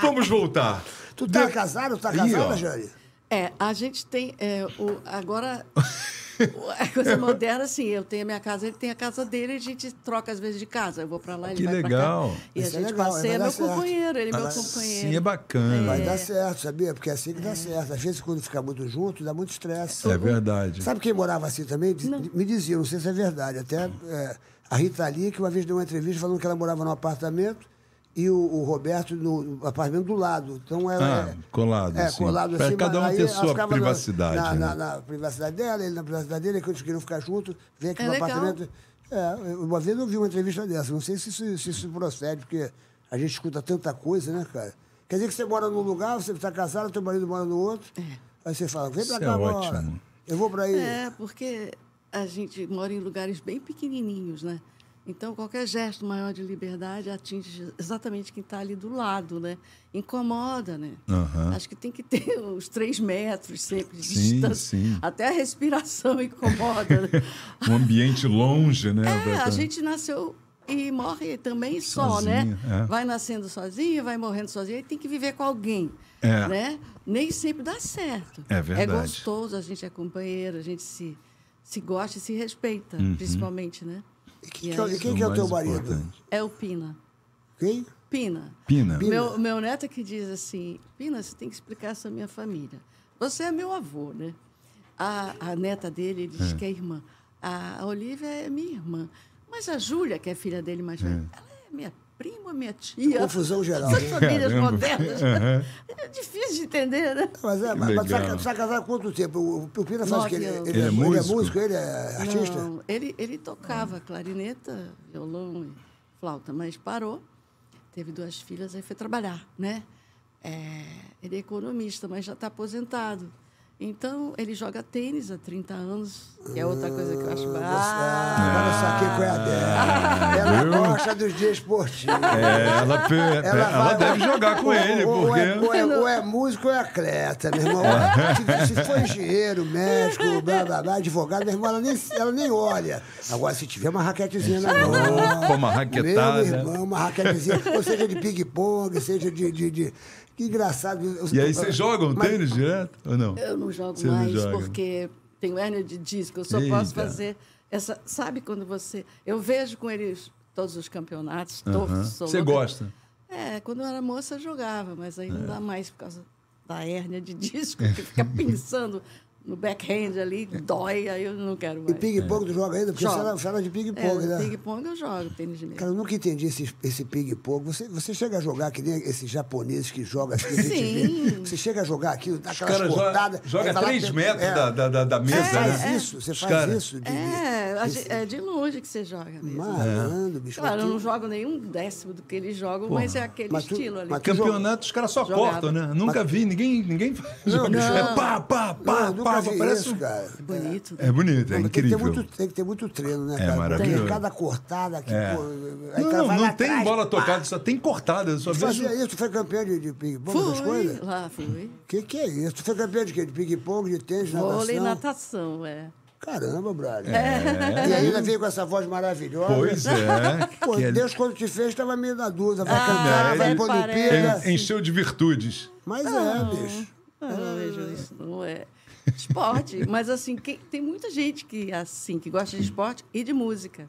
[SPEAKER 6] Vamos voltar.
[SPEAKER 4] Tu tá
[SPEAKER 6] De-
[SPEAKER 4] casado, tu tá
[SPEAKER 6] Ih, ó.
[SPEAKER 4] casada, Jane?
[SPEAKER 5] É, a gente tem. é, o,
[SPEAKER 6] *laughs*
[SPEAKER 5] agora, o- a coisa moderna, assim, eu tenho a minha casa, ele tem a casa dele, a gente troca às vezes de casa. Eu vou pra lá, ele
[SPEAKER 6] Que
[SPEAKER 5] vai
[SPEAKER 6] legal.
[SPEAKER 5] pra cá. E
[SPEAKER 4] Isso é
[SPEAKER 5] a gente
[SPEAKER 4] legal,
[SPEAKER 5] passeia,
[SPEAKER 4] vai dar
[SPEAKER 5] meu
[SPEAKER 4] certo.
[SPEAKER 5] companheiro, ele é meu companheiro.
[SPEAKER 6] Sim, é bacana.
[SPEAKER 4] Ah, Vai dar certo, sabia? Porque é assim que dá certo. Às vezes, quando fica muito junto, dá muito estresse.
[SPEAKER 6] É verdade.
[SPEAKER 4] Sabe quem morava assim também? Diz- Me diziam, não sei se é verdade, até é, a Rita Lee, que uma vez deu uma entrevista falando que ela morava num apartamento e o, o Roberto no apartamento do lado. Então ela.
[SPEAKER 6] Ah, colado,
[SPEAKER 4] É,
[SPEAKER 6] assim.
[SPEAKER 4] colado
[SPEAKER 6] Pra
[SPEAKER 4] assim.
[SPEAKER 6] cada
[SPEAKER 4] mas
[SPEAKER 6] um
[SPEAKER 4] aí
[SPEAKER 6] ter
[SPEAKER 4] ela
[SPEAKER 6] sua
[SPEAKER 4] ficava na-
[SPEAKER 6] privacidade,
[SPEAKER 4] Na,
[SPEAKER 6] né?
[SPEAKER 4] na- na privacidade dela, ele na privacidade dele, que eles queriam ficar juntos, vem aqui
[SPEAKER 5] É
[SPEAKER 4] no
[SPEAKER 5] legal.
[SPEAKER 4] apartamento. É, uma vez eu vi uma entrevista dessa, não sei se isso, se isso procede, porque a gente escuta tanta coisa, né, cara? Quer dizer que você mora num lugar, você está casado, teu marido mora no outro. Aí você fala, vem
[SPEAKER 6] Isso
[SPEAKER 4] pra
[SPEAKER 6] é
[SPEAKER 4] cá agora.
[SPEAKER 6] ótimo.
[SPEAKER 4] Eu vou pra aí.
[SPEAKER 5] É, porque a gente mora em lugares bem pequenininhos, né? Então, qualquer gesto maior de liberdade atinge exatamente quem está ali do lado, né? Incomoda, né?
[SPEAKER 6] Aham.
[SPEAKER 5] Acho que tem que ter os três metros sempre de
[SPEAKER 6] Sim,
[SPEAKER 5] distância.
[SPEAKER 6] sim.
[SPEAKER 5] Até a respiração *laughs* incomoda. né?
[SPEAKER 6] Um ambiente longe, né?
[SPEAKER 5] É,
[SPEAKER 6] Pra-
[SPEAKER 5] a gente nasceu e morre também só,
[SPEAKER 6] Sozinho,
[SPEAKER 5] né?
[SPEAKER 6] é.
[SPEAKER 5] Vai nascendo sozinho, vai morrendo sozinho, e tem que viver com alguém,
[SPEAKER 6] É.
[SPEAKER 5] né? Nem sempre dá certo.
[SPEAKER 6] É verdade.
[SPEAKER 5] É gostoso, a gente é companheiro, a gente se, se gosta e se respeita,
[SPEAKER 6] Uhum.
[SPEAKER 5] principalmente, né?
[SPEAKER 4] E
[SPEAKER 5] E
[SPEAKER 4] que-
[SPEAKER 5] aí-
[SPEAKER 4] que- quem que é o teu marido?
[SPEAKER 5] É o Pina.
[SPEAKER 4] Quem?
[SPEAKER 5] Pina.
[SPEAKER 6] Pina.
[SPEAKER 5] Meu, meu neto que diz assim, Pina, você tem que explicar essa minha família. Você é meu avô, né? A, a neta dele ele diz que é irmã. A Olivia é minha irmã. Mas a Júlia, que é filha dele mais velha, ela é minha prima, minha tia.
[SPEAKER 4] Confusão geral,
[SPEAKER 5] Essas
[SPEAKER 4] hein?
[SPEAKER 5] famílias
[SPEAKER 6] Caramba.
[SPEAKER 5] modernas.
[SPEAKER 6] Aham.
[SPEAKER 5] É difícil de entender, né?
[SPEAKER 4] Mas é, mas,
[SPEAKER 6] Que
[SPEAKER 4] mas tá,
[SPEAKER 6] legal.
[SPEAKER 4] ca- tá casado há quanto tempo? O, o Pina faz o quê? Ele,
[SPEAKER 5] Nove anos.
[SPEAKER 4] ele é,
[SPEAKER 6] Ele é
[SPEAKER 4] ele é
[SPEAKER 6] músico?
[SPEAKER 4] músico? Ele é artista?
[SPEAKER 5] Não, ele, ele tocava clarineta, violão e flauta, mas parou. Teve duas filhas, aí foi trabalhar, né? É, ele é economista, mas já está aposentado. Então, ele joga tênis há 30 anos, que é outra coisa que eu acho...
[SPEAKER 4] Ah,
[SPEAKER 5] Ah,
[SPEAKER 4] agora eu saquei qual é a dela. Ela gosta dos dias esportivos.
[SPEAKER 6] É, ela, pe- ela
[SPEAKER 4] vai-
[SPEAKER 6] deve jogar com
[SPEAKER 4] ou-
[SPEAKER 6] ele,
[SPEAKER 4] ou,
[SPEAKER 6] porque.
[SPEAKER 4] É, ou, é, ou é músico ou é atleta, meu irmão. Se, se for engenheiro, médico, blá, blá, blá, advogado, meu irmão, ela nem, ela nem olha. Agora, se tiver uma raquetezinha na mão...
[SPEAKER 6] Opa, uma raquetada.
[SPEAKER 4] Meu irmão, uma raquetezinha, ou seja de ping-pong, seja de... de, de- Que engraçado. Eu-
[SPEAKER 6] E aí vocês jogam
[SPEAKER 4] Mas-
[SPEAKER 6] tênis direto ou não?
[SPEAKER 5] eu não jogo
[SPEAKER 6] Você não
[SPEAKER 5] mais,
[SPEAKER 6] joga.
[SPEAKER 5] porque tenho hérnia de disco, eu só posso
[SPEAKER 6] Eita.
[SPEAKER 5] fazer essa... Sabe quando você... Eu vejo com eles todos os campeonatos, torço, sou
[SPEAKER 6] Você
[SPEAKER 5] louca.
[SPEAKER 6] gosta?
[SPEAKER 5] É, quando eu era moça eu jogava, mas aí
[SPEAKER 4] É.
[SPEAKER 5] não dá mais por causa da hérnia de *laughs* disco, que fica pensando no backhand ali, dói, aí eu não quero
[SPEAKER 4] É. E
[SPEAKER 5] mais.
[SPEAKER 4] ping-pong tu joga ainda? Porque
[SPEAKER 5] Jogo.
[SPEAKER 4] você era- você era de ping-pong,
[SPEAKER 5] É,
[SPEAKER 4] né?
[SPEAKER 5] ping-pong eu jogo, tênis de mesa.
[SPEAKER 4] Cara, eu nunca entendi esse, esse ping-pong. Você, você chega a jogar que nem esses japoneses que jogam aqui, a gente
[SPEAKER 5] Sim.
[SPEAKER 4] vê. Você chega a jogar aquilo, dá
[SPEAKER 6] O cara
[SPEAKER 4] aquelas cortadas.
[SPEAKER 6] joga, joga
[SPEAKER 4] aí vai lá
[SPEAKER 6] 3
[SPEAKER 4] dentro-
[SPEAKER 6] metros
[SPEAKER 4] é,
[SPEAKER 6] da, da, da- da mesa,
[SPEAKER 4] Você faz
[SPEAKER 6] né?
[SPEAKER 4] isso, você
[SPEAKER 6] Os
[SPEAKER 4] faz
[SPEAKER 6] cara-
[SPEAKER 4] isso. De,
[SPEAKER 5] É, a ge- é de longe que você joga mesmo.
[SPEAKER 4] Malandro, bicho.
[SPEAKER 5] Claro, eu
[SPEAKER 4] mas
[SPEAKER 5] não
[SPEAKER 4] tu-
[SPEAKER 5] jogo nenhum décimo do que eles jogam, mas é aquele
[SPEAKER 4] mas tu-
[SPEAKER 5] estilo ali.
[SPEAKER 4] mas tu-
[SPEAKER 6] Campeonato, os caras só
[SPEAKER 5] Jogava.
[SPEAKER 6] cortam, né? Nunca vi, ninguém, ninguém faz. É pá, pá, pá,
[SPEAKER 4] Não, eu
[SPEAKER 6] pá,
[SPEAKER 4] nunca vi
[SPEAKER 6] parece
[SPEAKER 4] isso,
[SPEAKER 6] um-
[SPEAKER 4] cara.
[SPEAKER 5] É bonito. né?
[SPEAKER 6] É bonito, é
[SPEAKER 4] Não, mas tem, que
[SPEAKER 6] incrível.
[SPEAKER 4] ter muito, tem que ter muito treino, né,
[SPEAKER 6] É
[SPEAKER 4] cara?
[SPEAKER 6] maravilhoso.
[SPEAKER 4] Porque cada cortada que.
[SPEAKER 6] É.
[SPEAKER 4] pô, aí o cara
[SPEAKER 6] Não,
[SPEAKER 4] vai
[SPEAKER 6] não,
[SPEAKER 4] lá
[SPEAKER 6] não tem
[SPEAKER 4] atrás,
[SPEAKER 6] bola
[SPEAKER 4] pá.
[SPEAKER 6] tocada, só tem cortada. Só
[SPEAKER 4] Tu
[SPEAKER 6] vejo...
[SPEAKER 4] fazia isso? Tu foi campeão de, de ping-pong, essas
[SPEAKER 5] Fui,
[SPEAKER 4] coisas?
[SPEAKER 5] lá fui.
[SPEAKER 4] O que, que é isso? Tu foi campeão de quê? De ping-pong, de tênis,
[SPEAKER 5] Vôlei,
[SPEAKER 4] natação?
[SPEAKER 5] natação, é.
[SPEAKER 4] Caramba, brother. E ainda veio com essa voz maravilhosa.
[SPEAKER 6] É. Pois é.
[SPEAKER 4] Pô,
[SPEAKER 6] que é-
[SPEAKER 4] Deus, quando te fez, tava meio na dúvida. Vai cantar,
[SPEAKER 5] é,
[SPEAKER 4] vai
[SPEAKER 5] ele-
[SPEAKER 4] pra
[SPEAKER 5] Ele-
[SPEAKER 4] Olimpíada.
[SPEAKER 6] en- encheu de virtudes.
[SPEAKER 4] Mas é, bicho.
[SPEAKER 5] Ah, eu não vejo isso, não é esporte. *laughs* Mas, assim, quem- tem muita gente que, é assim, que gosta de esporte e de música.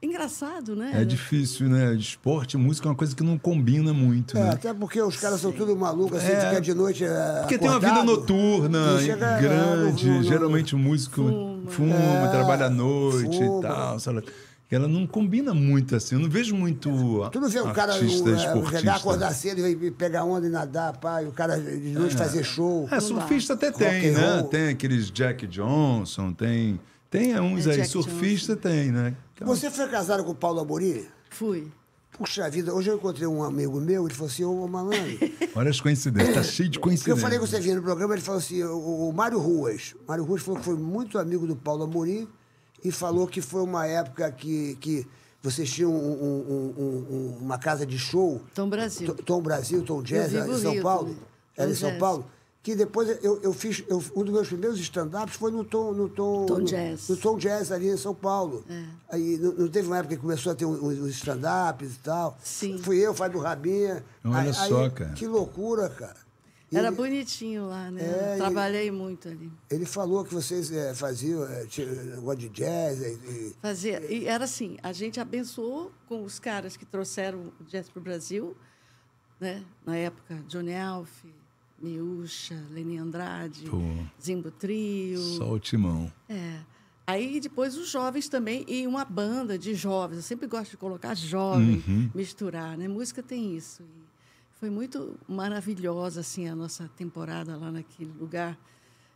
[SPEAKER 5] Engraçado, né?
[SPEAKER 6] É difícil, né? Esporte, música é uma coisa que não combina muito,
[SPEAKER 4] É,
[SPEAKER 6] né?
[SPEAKER 4] até porque os caras são tudo malucos, assim,
[SPEAKER 6] É.
[SPEAKER 4] fica de noite. É,
[SPEAKER 6] Porque tem uma vida
[SPEAKER 4] acordado.
[SPEAKER 6] noturna,
[SPEAKER 4] e chega, é,
[SPEAKER 6] grande.
[SPEAKER 4] no- no- no-
[SPEAKER 6] geralmente o músico fuma, trabalha à noite
[SPEAKER 4] fuma.
[SPEAKER 6] e tal. Sabe? Ela não combina muito assim. Eu não vejo muito a-
[SPEAKER 4] Tu não vê o cara
[SPEAKER 6] artista
[SPEAKER 4] um, é,
[SPEAKER 6] esportista.
[SPEAKER 4] chegar, acordar cedo e vai pegar onda e nadar, pá, e o cara de noite fazer show.
[SPEAKER 6] É, surfista até
[SPEAKER 4] assim? Rock
[SPEAKER 6] tem,
[SPEAKER 4] and
[SPEAKER 6] né?
[SPEAKER 4] roll.
[SPEAKER 6] Tem aqueles Jack Johnson, tem. Tem uns
[SPEAKER 5] É,
[SPEAKER 6] aí,
[SPEAKER 5] Jack
[SPEAKER 6] surfista tem, né? Então,
[SPEAKER 4] Você foi casado com o Paulo Amorim?
[SPEAKER 5] Fui.
[SPEAKER 4] Puxa vida, hoje eu encontrei um amigo meu, ele falou assim, ô malandro,
[SPEAKER 6] Olha as coincidências, tá cheio de
[SPEAKER 4] Porque *laughs* eu
[SPEAKER 6] coincidências.
[SPEAKER 4] falei que você vinha no programa, ele falou assim, o, o Mário Ruas. Mário Ruas falou que foi muito amigo do Paulo Amorim e falou que foi uma época que, que vocês tinham um- um- um- um- uma casa de show,
[SPEAKER 5] Tom Brasil.
[SPEAKER 4] Tom, Tom um Brasil, Tom Jazz,
[SPEAKER 5] vivo
[SPEAKER 4] era em
[SPEAKER 5] o
[SPEAKER 4] São
[SPEAKER 5] Rio
[SPEAKER 4] Paulo.
[SPEAKER 5] também.
[SPEAKER 4] Era em
[SPEAKER 5] Tom
[SPEAKER 4] São
[SPEAKER 5] Jazz.
[SPEAKER 4] Paulo. Que depois eu, eu fiz. eu- um dos meus primeiros stand-ups foi no Tom. No Tom,
[SPEAKER 5] Tom
[SPEAKER 4] no,
[SPEAKER 5] Jazz. É.
[SPEAKER 4] no Tom Jazz ali em São Paulo. Aí não, não teve uma época que começou a ter uns uns stand-ups e tal.
[SPEAKER 5] Sim.
[SPEAKER 4] Fui eu, Fábio Rabinha.
[SPEAKER 6] Então, Olha
[SPEAKER 4] Aí-
[SPEAKER 6] só,
[SPEAKER 4] aí,
[SPEAKER 6] cara.
[SPEAKER 4] Que loucura, cara. E
[SPEAKER 5] Era
[SPEAKER 4] ele-
[SPEAKER 5] bonitinho lá,
[SPEAKER 4] É,
[SPEAKER 5] né?
[SPEAKER 4] e-
[SPEAKER 5] Trabalhei muito ali.
[SPEAKER 4] Ele falou que vocês eh, faziam eh, tinha negócio de jazz. eh, e-
[SPEAKER 5] Fazia. E era assim, a gente abençoou com os caras que trouxeram o jazz para o Brasil, né? Na época, Johnny Alf, Miúcha, Leni Andrade,
[SPEAKER 6] Pô.
[SPEAKER 5] Zimbo Trio.
[SPEAKER 6] Só o timão.
[SPEAKER 5] É. Aí depois os jovens também, e uma banda de jovens. Eu sempre gosto de colocar jovem,
[SPEAKER 6] Uhum.
[SPEAKER 5] misturar, né? Música tem isso. E foi muito maravilhosa, assim, a nossa temporada lá naquele lugar.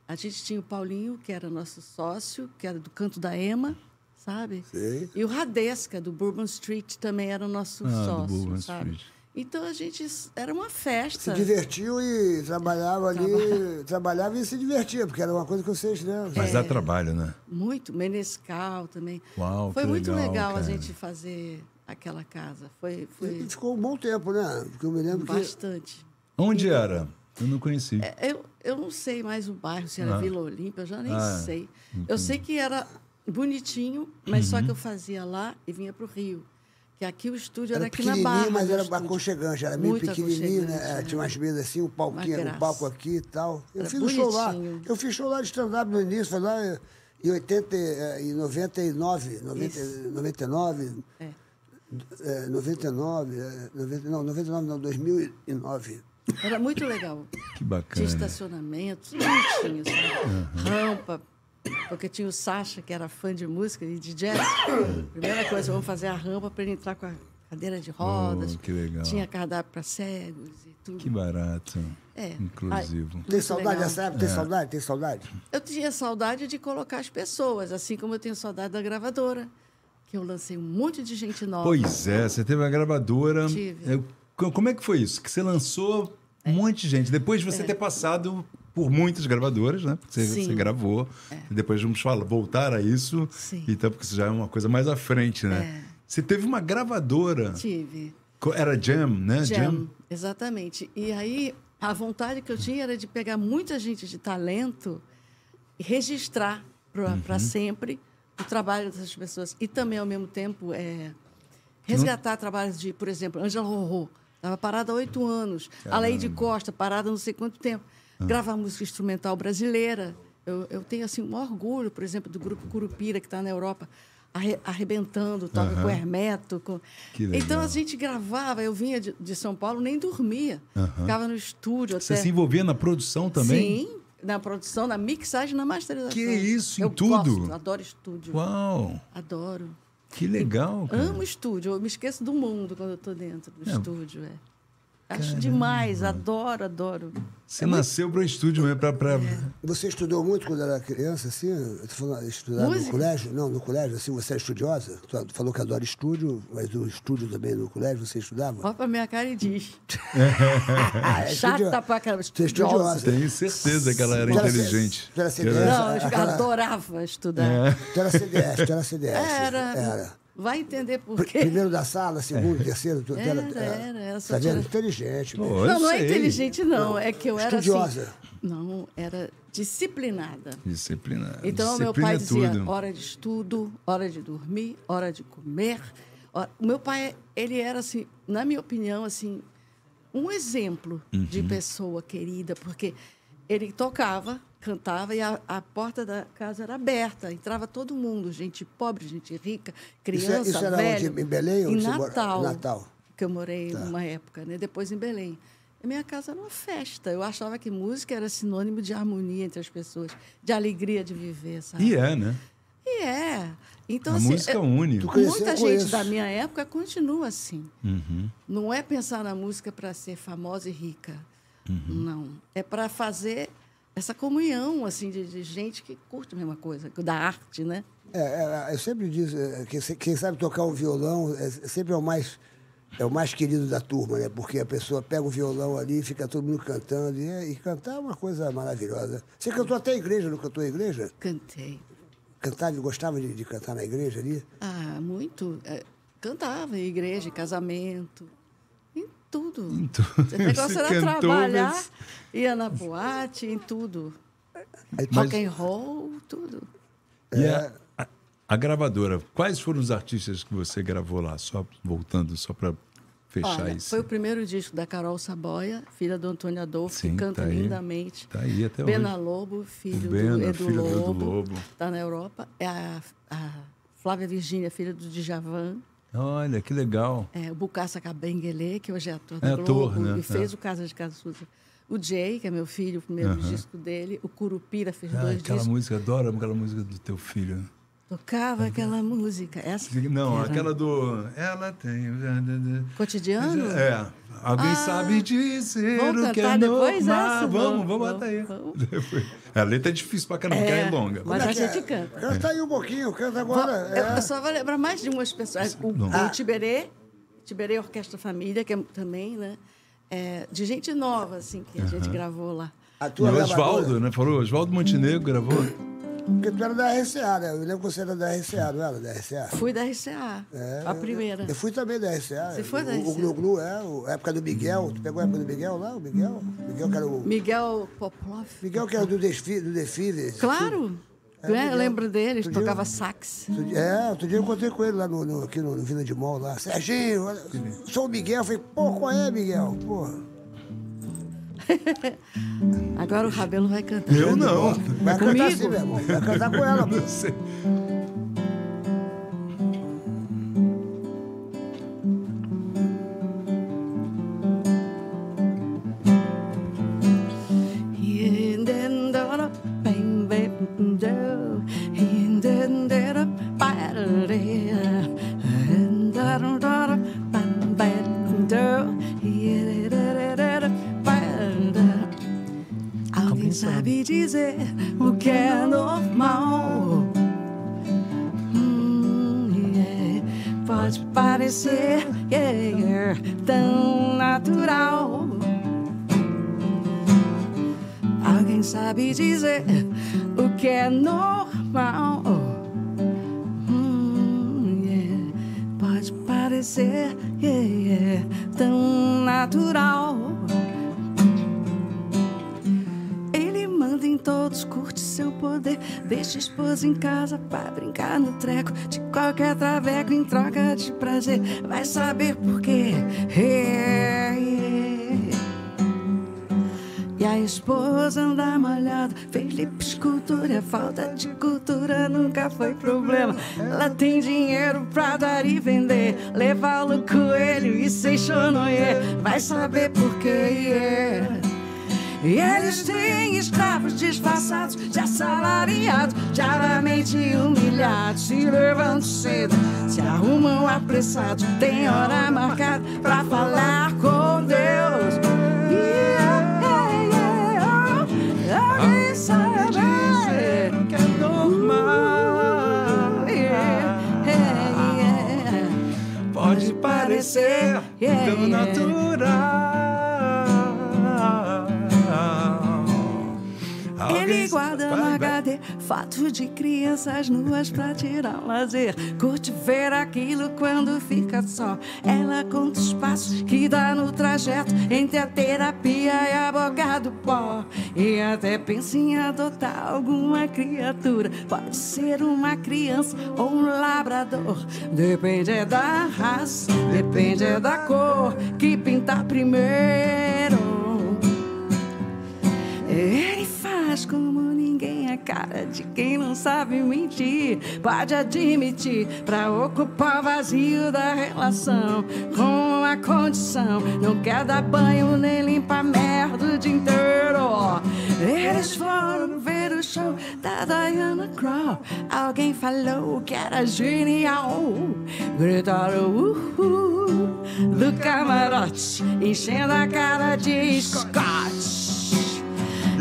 [SPEAKER 5] A gente tinha o Paulinho, que era nosso sócio, que era do Canto da Ema, sabe?
[SPEAKER 4] Sei.
[SPEAKER 5] E o Radesca, do Bourbon Street, também era o nosso
[SPEAKER 6] Ah, do
[SPEAKER 5] sócio,
[SPEAKER 6] Bourbon
[SPEAKER 5] sabe?
[SPEAKER 6] Street.
[SPEAKER 5] Então a gente... Era uma
[SPEAKER 4] Se
[SPEAKER 5] festa.
[SPEAKER 4] divertiu e trabalhava ali. Trabalhava e se divertia, porque era uma coisa que vocês, né?
[SPEAKER 6] Mas
[SPEAKER 5] É.
[SPEAKER 6] dá trabalho, né?
[SPEAKER 5] Muito, Menescal também.
[SPEAKER 6] Uau,
[SPEAKER 5] foi
[SPEAKER 6] que
[SPEAKER 5] muito
[SPEAKER 6] legal,
[SPEAKER 5] legal, a
[SPEAKER 6] cara.
[SPEAKER 5] gente fazer aquela casa. Foi,
[SPEAKER 4] E
[SPEAKER 5] foi
[SPEAKER 4] ficou um bom tempo, né? Porque eu me lembro que.
[SPEAKER 5] bastante. É,
[SPEAKER 6] Onde era? Eu não conheci.
[SPEAKER 5] Eu, eu não sei mais o bairro, se era
[SPEAKER 6] Ah.
[SPEAKER 5] Vila Olímpia, eu já nem
[SPEAKER 6] Ah,
[SPEAKER 5] sei.
[SPEAKER 6] Uhum.
[SPEAKER 5] Eu sei que era bonitinho, mas só que eu fazia lá e vinha para o Rio. Que aqui o estúdio
[SPEAKER 4] Era
[SPEAKER 5] era, aqui na
[SPEAKER 4] pequenininho,
[SPEAKER 5] Barra.
[SPEAKER 4] mas
[SPEAKER 5] do
[SPEAKER 4] era
[SPEAKER 5] estúdio.
[SPEAKER 4] aconchegante. Era meio
[SPEAKER 5] Muito
[SPEAKER 4] pequenininho, né?
[SPEAKER 5] aconchegante,
[SPEAKER 4] É,
[SPEAKER 5] né?
[SPEAKER 4] Tinha umas mesas assim, um palquinho,
[SPEAKER 5] graça.
[SPEAKER 4] um palco aqui e tal. Eu
[SPEAKER 5] Era
[SPEAKER 4] fiz um show lá.
[SPEAKER 5] bonitinho.
[SPEAKER 4] Eu fiz show lá de stand-up no início, foi lá em- em 80, e- eh, em 99, 90,
[SPEAKER 5] Isso.
[SPEAKER 4] 99,
[SPEAKER 5] É.
[SPEAKER 4] eh, 99, eh, 90 não, 99 não, 2009.
[SPEAKER 5] Era muito legal.
[SPEAKER 3] Que bacana.
[SPEAKER 5] Tinha estacionamento, tudo bonitinho,
[SPEAKER 3] Uhum.
[SPEAKER 5] sabe? assim, Rampa. Porque tinha o Sasha, que era fã de música e de jazz. Primeira coisa, vamos fazer a rampa para ele entrar com a cadeira de rodas.
[SPEAKER 3] Oh, que legal.
[SPEAKER 5] Tinha cardápio para cegos e tudo.
[SPEAKER 3] Que barato.
[SPEAKER 5] É.
[SPEAKER 3] Inclusivo.
[SPEAKER 4] Tem
[SPEAKER 5] Muito
[SPEAKER 4] saudade
[SPEAKER 5] legal.
[SPEAKER 4] dessa época? Tem saudade? Tem saudade?
[SPEAKER 5] Eu tinha saudade de colocar as pessoas, assim como eu tenho saudade da gravadora, que eu lancei um monte de gente nova.
[SPEAKER 3] Pois é, você teve a gravadora.
[SPEAKER 5] Tive.
[SPEAKER 3] É, co- Como é que foi isso? Que você lançou um monte de gente. Depois de você ter passado por muitas gravadoras, né? Porque você,
[SPEAKER 5] Sim. É.
[SPEAKER 3] você gravou. Depois vamos falar, voltar a isso.
[SPEAKER 5] Sim. É.
[SPEAKER 3] Então, porque isso já é uma coisa mais à frente, né? Você teve uma gravadora.
[SPEAKER 5] Tive.
[SPEAKER 3] Co- Era Jam, né?
[SPEAKER 5] Jam, exatamente. E aí, a vontade que eu tinha era de pegar muita gente de talento e registrar
[SPEAKER 3] Uhum.
[SPEAKER 5] para sempre o trabalho dessas pessoas. E também, ao mesmo tempo, é, resgatar trabalhos de, por exemplo, Ângela Rorô, estava parada há oito anos. A Lady Costa, parada não sei quanto tempo.
[SPEAKER 3] Ah.
[SPEAKER 5] Gravar música instrumental brasileira. Eu, eu tenho, assim, um orgulho, por exemplo, do grupo Curupira, que está na Europa, arre- arrebentando, toca com Hermeto. Com...
[SPEAKER 3] Que legal.
[SPEAKER 5] Então, a gente gravava, eu vinha de, de São Paulo, nem dormia. Ficava no estúdio até.
[SPEAKER 3] Você se envolvia na produção também?
[SPEAKER 5] É. Sim, na produção, na mixagem, na masterização.
[SPEAKER 3] Que isso, em
[SPEAKER 5] eu
[SPEAKER 3] tudo?
[SPEAKER 5] Gosto, adoro estúdio.
[SPEAKER 3] Uau!
[SPEAKER 5] Adoro.
[SPEAKER 3] Que legal, cara.
[SPEAKER 5] Amo estúdio. Eu me esqueço do mundo quando eu estou dentro do
[SPEAKER 3] É.
[SPEAKER 5] estúdio. É. Acho demais, adoro, adoro.
[SPEAKER 3] Você nasceu para o estúdio mesmo, para pra...
[SPEAKER 5] É.
[SPEAKER 4] Você estudou muito quando era criança, assim? Eu tô falando, estudar no
[SPEAKER 5] Música?
[SPEAKER 4] colégio? Não, no colégio, assim, você é estudiosa? Tu falou que adora estúdio, mas o estúdio também no colégio você estudava?
[SPEAKER 5] Olha pra minha cara
[SPEAKER 3] *laughs*
[SPEAKER 5] e diz.
[SPEAKER 4] Ah, é
[SPEAKER 5] Chata
[SPEAKER 4] estudio-
[SPEAKER 5] pra caramba,
[SPEAKER 4] Você é estudiosa.
[SPEAKER 5] estudiosa.
[SPEAKER 3] Tenho certeza que ela era
[SPEAKER 4] Tu era
[SPEAKER 3] inteligente. é
[SPEAKER 4] C- tu era CDF?
[SPEAKER 5] Não, eu
[SPEAKER 4] aquela-
[SPEAKER 5] adorava estudar.
[SPEAKER 4] Tu era CDF, tu era
[SPEAKER 3] É.
[SPEAKER 4] CDF.
[SPEAKER 5] Oh. *laughs* Era,
[SPEAKER 4] Era.
[SPEAKER 5] Vai entender por
[SPEAKER 4] Pr-
[SPEAKER 5] quê.
[SPEAKER 4] Primeiro da sala, segundo, terceiro, tu tu era.
[SPEAKER 5] Era, era, era, só
[SPEAKER 4] Tá vendo?
[SPEAKER 5] tinha-
[SPEAKER 4] Inteligente.
[SPEAKER 3] Pô,
[SPEAKER 4] mesmo.
[SPEAKER 3] eu
[SPEAKER 5] não, não é
[SPEAKER 3] sei.
[SPEAKER 5] inteligente, não. É que eu era
[SPEAKER 4] Estudiosa.
[SPEAKER 5] assim. Não, era disciplinada.
[SPEAKER 3] Disciplina.
[SPEAKER 5] Então,
[SPEAKER 3] Disciplina
[SPEAKER 5] meu pai
[SPEAKER 3] é
[SPEAKER 5] dizia
[SPEAKER 3] tudo.
[SPEAKER 5] hora de estudo, hora de dormir, hora de comer. hora- O meu pai, ele era, assim, na minha opinião, assim, um exemplo
[SPEAKER 4] Uhum.
[SPEAKER 5] de pessoa querida, porque ele tocava, cantava e a, a porta da casa era aberta, entrava todo mundo, gente pobre, gente rica,
[SPEAKER 4] Isso é-
[SPEAKER 5] criança,
[SPEAKER 4] isso era
[SPEAKER 5] velho.
[SPEAKER 4] onde? Em Belém,
[SPEAKER 5] em
[SPEAKER 4] onde você mora?
[SPEAKER 5] Natal,
[SPEAKER 4] Natal.
[SPEAKER 5] que eu
[SPEAKER 3] Tá.
[SPEAKER 5] morei uma época, né? depois em Belém. E minha casa era uma festa. Eu achava que música era sinônimo de harmonia entre as pessoas, de alegria de viver, sabe?
[SPEAKER 3] E é, né?
[SPEAKER 5] E é. Ah. Então,
[SPEAKER 3] a
[SPEAKER 5] assim,
[SPEAKER 3] música
[SPEAKER 5] é-
[SPEAKER 3] une.
[SPEAKER 4] Tu- cresceu
[SPEAKER 5] muita
[SPEAKER 4] com
[SPEAKER 5] gente
[SPEAKER 4] isso.
[SPEAKER 5] da minha época continua assim.
[SPEAKER 3] Uhum.
[SPEAKER 5] Não é pensar na música para ser famosa e rica.
[SPEAKER 3] Uhum.
[SPEAKER 5] Não. É para fazer essa comunhão assim de, de gente que curte a mesma coisa, da arte, né?
[SPEAKER 4] É, é, é, eu sempre digo é, que se- quem sabe tocar o violão é, sempre é o mais é o mais querido da turma, né? Porque a pessoa pega o violão ali e fica todo mundo cantando. E, é- e cantar é uma coisa maravilhosa. Você cantou até a igreja, não cantou a igreja?
[SPEAKER 5] Cantei.
[SPEAKER 4] Cantava e gostava de, de cantar na igreja ali?
[SPEAKER 5] Ah, muito. É, Cantava em igreja, em casamento, em tudo.
[SPEAKER 3] Em tudo.
[SPEAKER 5] O negócio
[SPEAKER 3] *laughs* Você
[SPEAKER 5] era
[SPEAKER 3] cantou,
[SPEAKER 5] trabalhar,
[SPEAKER 3] mas-
[SPEAKER 5] ia na boate, em tudo.
[SPEAKER 4] Aí tu-
[SPEAKER 5] Rock and roll, tudo.
[SPEAKER 3] E
[SPEAKER 4] É.
[SPEAKER 3] a, a- a gravadora, quais foram os artistas que você gravou lá? Só voltando, só para fechar
[SPEAKER 5] Olha,
[SPEAKER 3] isso.
[SPEAKER 5] foi o primeiro disco da Carol Saboia, filha do Antônio Adolfo,
[SPEAKER 3] Sim,
[SPEAKER 5] que canta
[SPEAKER 3] tá aí.
[SPEAKER 5] lindamente.
[SPEAKER 3] Tá aí até
[SPEAKER 5] Bena
[SPEAKER 3] hoje.
[SPEAKER 5] Lobo, filho do
[SPEAKER 3] Bena,
[SPEAKER 5] Edu
[SPEAKER 3] filha do Edu
[SPEAKER 5] Lobo,
[SPEAKER 3] Lobo.
[SPEAKER 5] Tá na Europa. É a, a Flávia Virgínia, filha do Djavan.
[SPEAKER 3] Olha, que legal.
[SPEAKER 5] É, o Bucaça Cabenguele, que hoje é ator da
[SPEAKER 3] É ator,
[SPEAKER 5] Globo,
[SPEAKER 3] né?
[SPEAKER 5] e fez
[SPEAKER 3] É.
[SPEAKER 5] o Casa de Casa Suza. O Jay, que é meu filho, o primeiro disco dele. O Curupira fez
[SPEAKER 3] Ah,
[SPEAKER 5] dois
[SPEAKER 3] aquela
[SPEAKER 5] discos.
[SPEAKER 3] música, adoro aquela música do teu filho.
[SPEAKER 5] Tocava aquela música. Essa?
[SPEAKER 3] Não,
[SPEAKER 5] Era
[SPEAKER 3] aquela do. Ela tem.
[SPEAKER 5] Cotidiano?
[SPEAKER 3] É. Alguém
[SPEAKER 5] Ah.
[SPEAKER 3] sabe dizer
[SPEAKER 5] Vamos
[SPEAKER 3] o que
[SPEAKER 5] cantar
[SPEAKER 3] é
[SPEAKER 5] depois
[SPEAKER 3] normal.
[SPEAKER 5] essa?
[SPEAKER 3] Vamos,
[SPEAKER 5] Vamos,
[SPEAKER 3] vamos, botar aí.
[SPEAKER 5] vamos.
[SPEAKER 3] Depois. A letra é difícil pra caramba, porque ela é longa.
[SPEAKER 5] Mas a
[SPEAKER 4] Como é que
[SPEAKER 5] gente
[SPEAKER 4] é?
[SPEAKER 5] canta.
[SPEAKER 4] Canta aí um pouquinho, canta
[SPEAKER 5] Vó,
[SPEAKER 4] agora.
[SPEAKER 5] eu-
[SPEAKER 4] é.
[SPEAKER 5] Eu só vou lembrar mais de umas pessoas. O, o Tiberê, Tiberê Orquestra Família, que é também, né? É, de gente nova, assim, que a gente gravou lá.
[SPEAKER 4] A
[SPEAKER 3] E
[SPEAKER 4] tua
[SPEAKER 3] o
[SPEAKER 4] gravadora.
[SPEAKER 3] Oswaldo, né? Falou, Oswaldo Montenegro gravou.
[SPEAKER 4] Porque tu era da RCA, né? Eu lembro que você era da RCA, não era da RCA?
[SPEAKER 5] Fui da RCA, a primeira.
[SPEAKER 4] É. Eu fui também da RCA.
[SPEAKER 5] Você foi da
[SPEAKER 4] O- O
[SPEAKER 5] RCA?
[SPEAKER 4] Glu Glu, é. o- A época do Miguel. Tu pegou a época do Miguel lá? O Miguel? Miguel que era o...
[SPEAKER 5] Miguel Poplov.
[SPEAKER 4] É, Miguel que era do Desfile, do Defile.
[SPEAKER 5] Claro, né? Eu lembro deles,
[SPEAKER 4] Outro dia
[SPEAKER 5] tocava
[SPEAKER 4] eu-
[SPEAKER 5] sax.
[SPEAKER 4] Outro dia- É, outro dia eu encontrei com ele lá no, no- aqui no, no Vila de Mol, lá. Serginho, olha, sou o Miguel. Eu falei, pô, qual é, Miguel? Pô,
[SPEAKER 5] Agora o Rabelo vai cantar.
[SPEAKER 6] Eu não.
[SPEAKER 4] vai
[SPEAKER 5] Comigo?
[SPEAKER 4] cantar assim, meu irmão. Vai cantar com ela, pô.
[SPEAKER 3] *laughs*
[SPEAKER 6] Não sei.
[SPEAKER 5] Alguém sabe dizer o que é normal? Hum, yeah. Pode parecer yeah, yeah, tão natural. Alguém sabe dizer o que é normal? Hum, yeah. Pode parecer yeah, yeah, tão natural. Ele manda em todos, curte seu poder. Deixa a esposa em casa pra brincar no treco. De qualquer traveco em troca de prazer. Vai saber por quê. Yeah, yeah. E a esposa anda malhada. Felipe escultura, falta de cultura nunca foi problema. Ela tem dinheiro pra dar e vender. Levar o coelho e sem chonoyer. Vai saber por é. quê. yeah. E eles têm escravos disfarçados de assalariados, diariamente humilhados. Se levantam cedo, se arrumam apressados. Tem hora marcada pra falar com Deus. Yeah, yeah, yeah. Alguém sabe dizer que é normal. Yeah, yeah, yeah.
[SPEAKER 6] Pode parecer
[SPEAKER 5] Yeah,
[SPEAKER 6] tão
[SPEAKER 5] yeah.
[SPEAKER 6] natural.
[SPEAKER 5] Ele
[SPEAKER 6] Alguém
[SPEAKER 5] guarda
[SPEAKER 6] sabe-
[SPEAKER 5] no HD fato de crianças nuas pra tirar um lazer. Curte ver aquilo quando fica só. Ela conta os passos que dá no trajeto entre a terapia e a boca do pó. E até pensa em adotar alguma criatura. Pode ser uma criança ou um labrador. Depende é da raça, depende é da cor que pintar primeiro. Ele faz como ninguém a cara de quem não sabe mentir. Pode admitir pra ocupar o vazio da relação com a condição. Não quer dar banho nem limpar merda o dia inteiro. Eles foram ver o show da Diana Crow. Alguém falou que era genial. Gritaram uhul do camarote, enchendo a cara de Scott.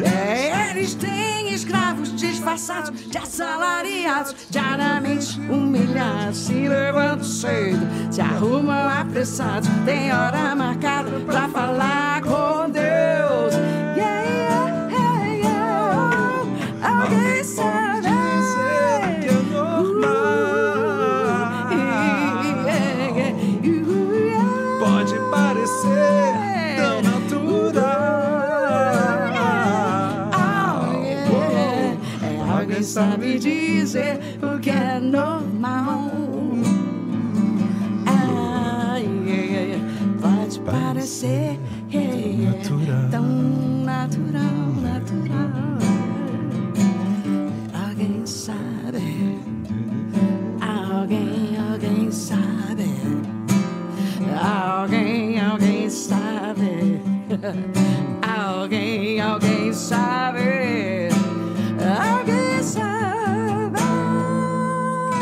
[SPEAKER 5] É, eles têm escravos disfarçados de assalariados, diariamente humilhados. Se levantam cedo, se arrumam apressados. Tem hora marcada pra falar com Deus. Yeah, yeah, yeah, yeah. Alguém sabe
[SPEAKER 6] dizer que é normal.
[SPEAKER 5] Uh, yeah, yeah. Uh, yeah.
[SPEAKER 6] Pode parecer
[SPEAKER 5] É.
[SPEAKER 6] tão natural.
[SPEAKER 5] Oh, yeah. É, Alguém sabe dizer o que é normal. Ah, yeah, yeah. Pode parecer yeah, yeah.
[SPEAKER 6] natural.
[SPEAKER 5] tão natural, natural. Alguém sabe, alguém, alguém sabe, alguém, alguém sabe, alguém, alguém sabe, alguém sabe.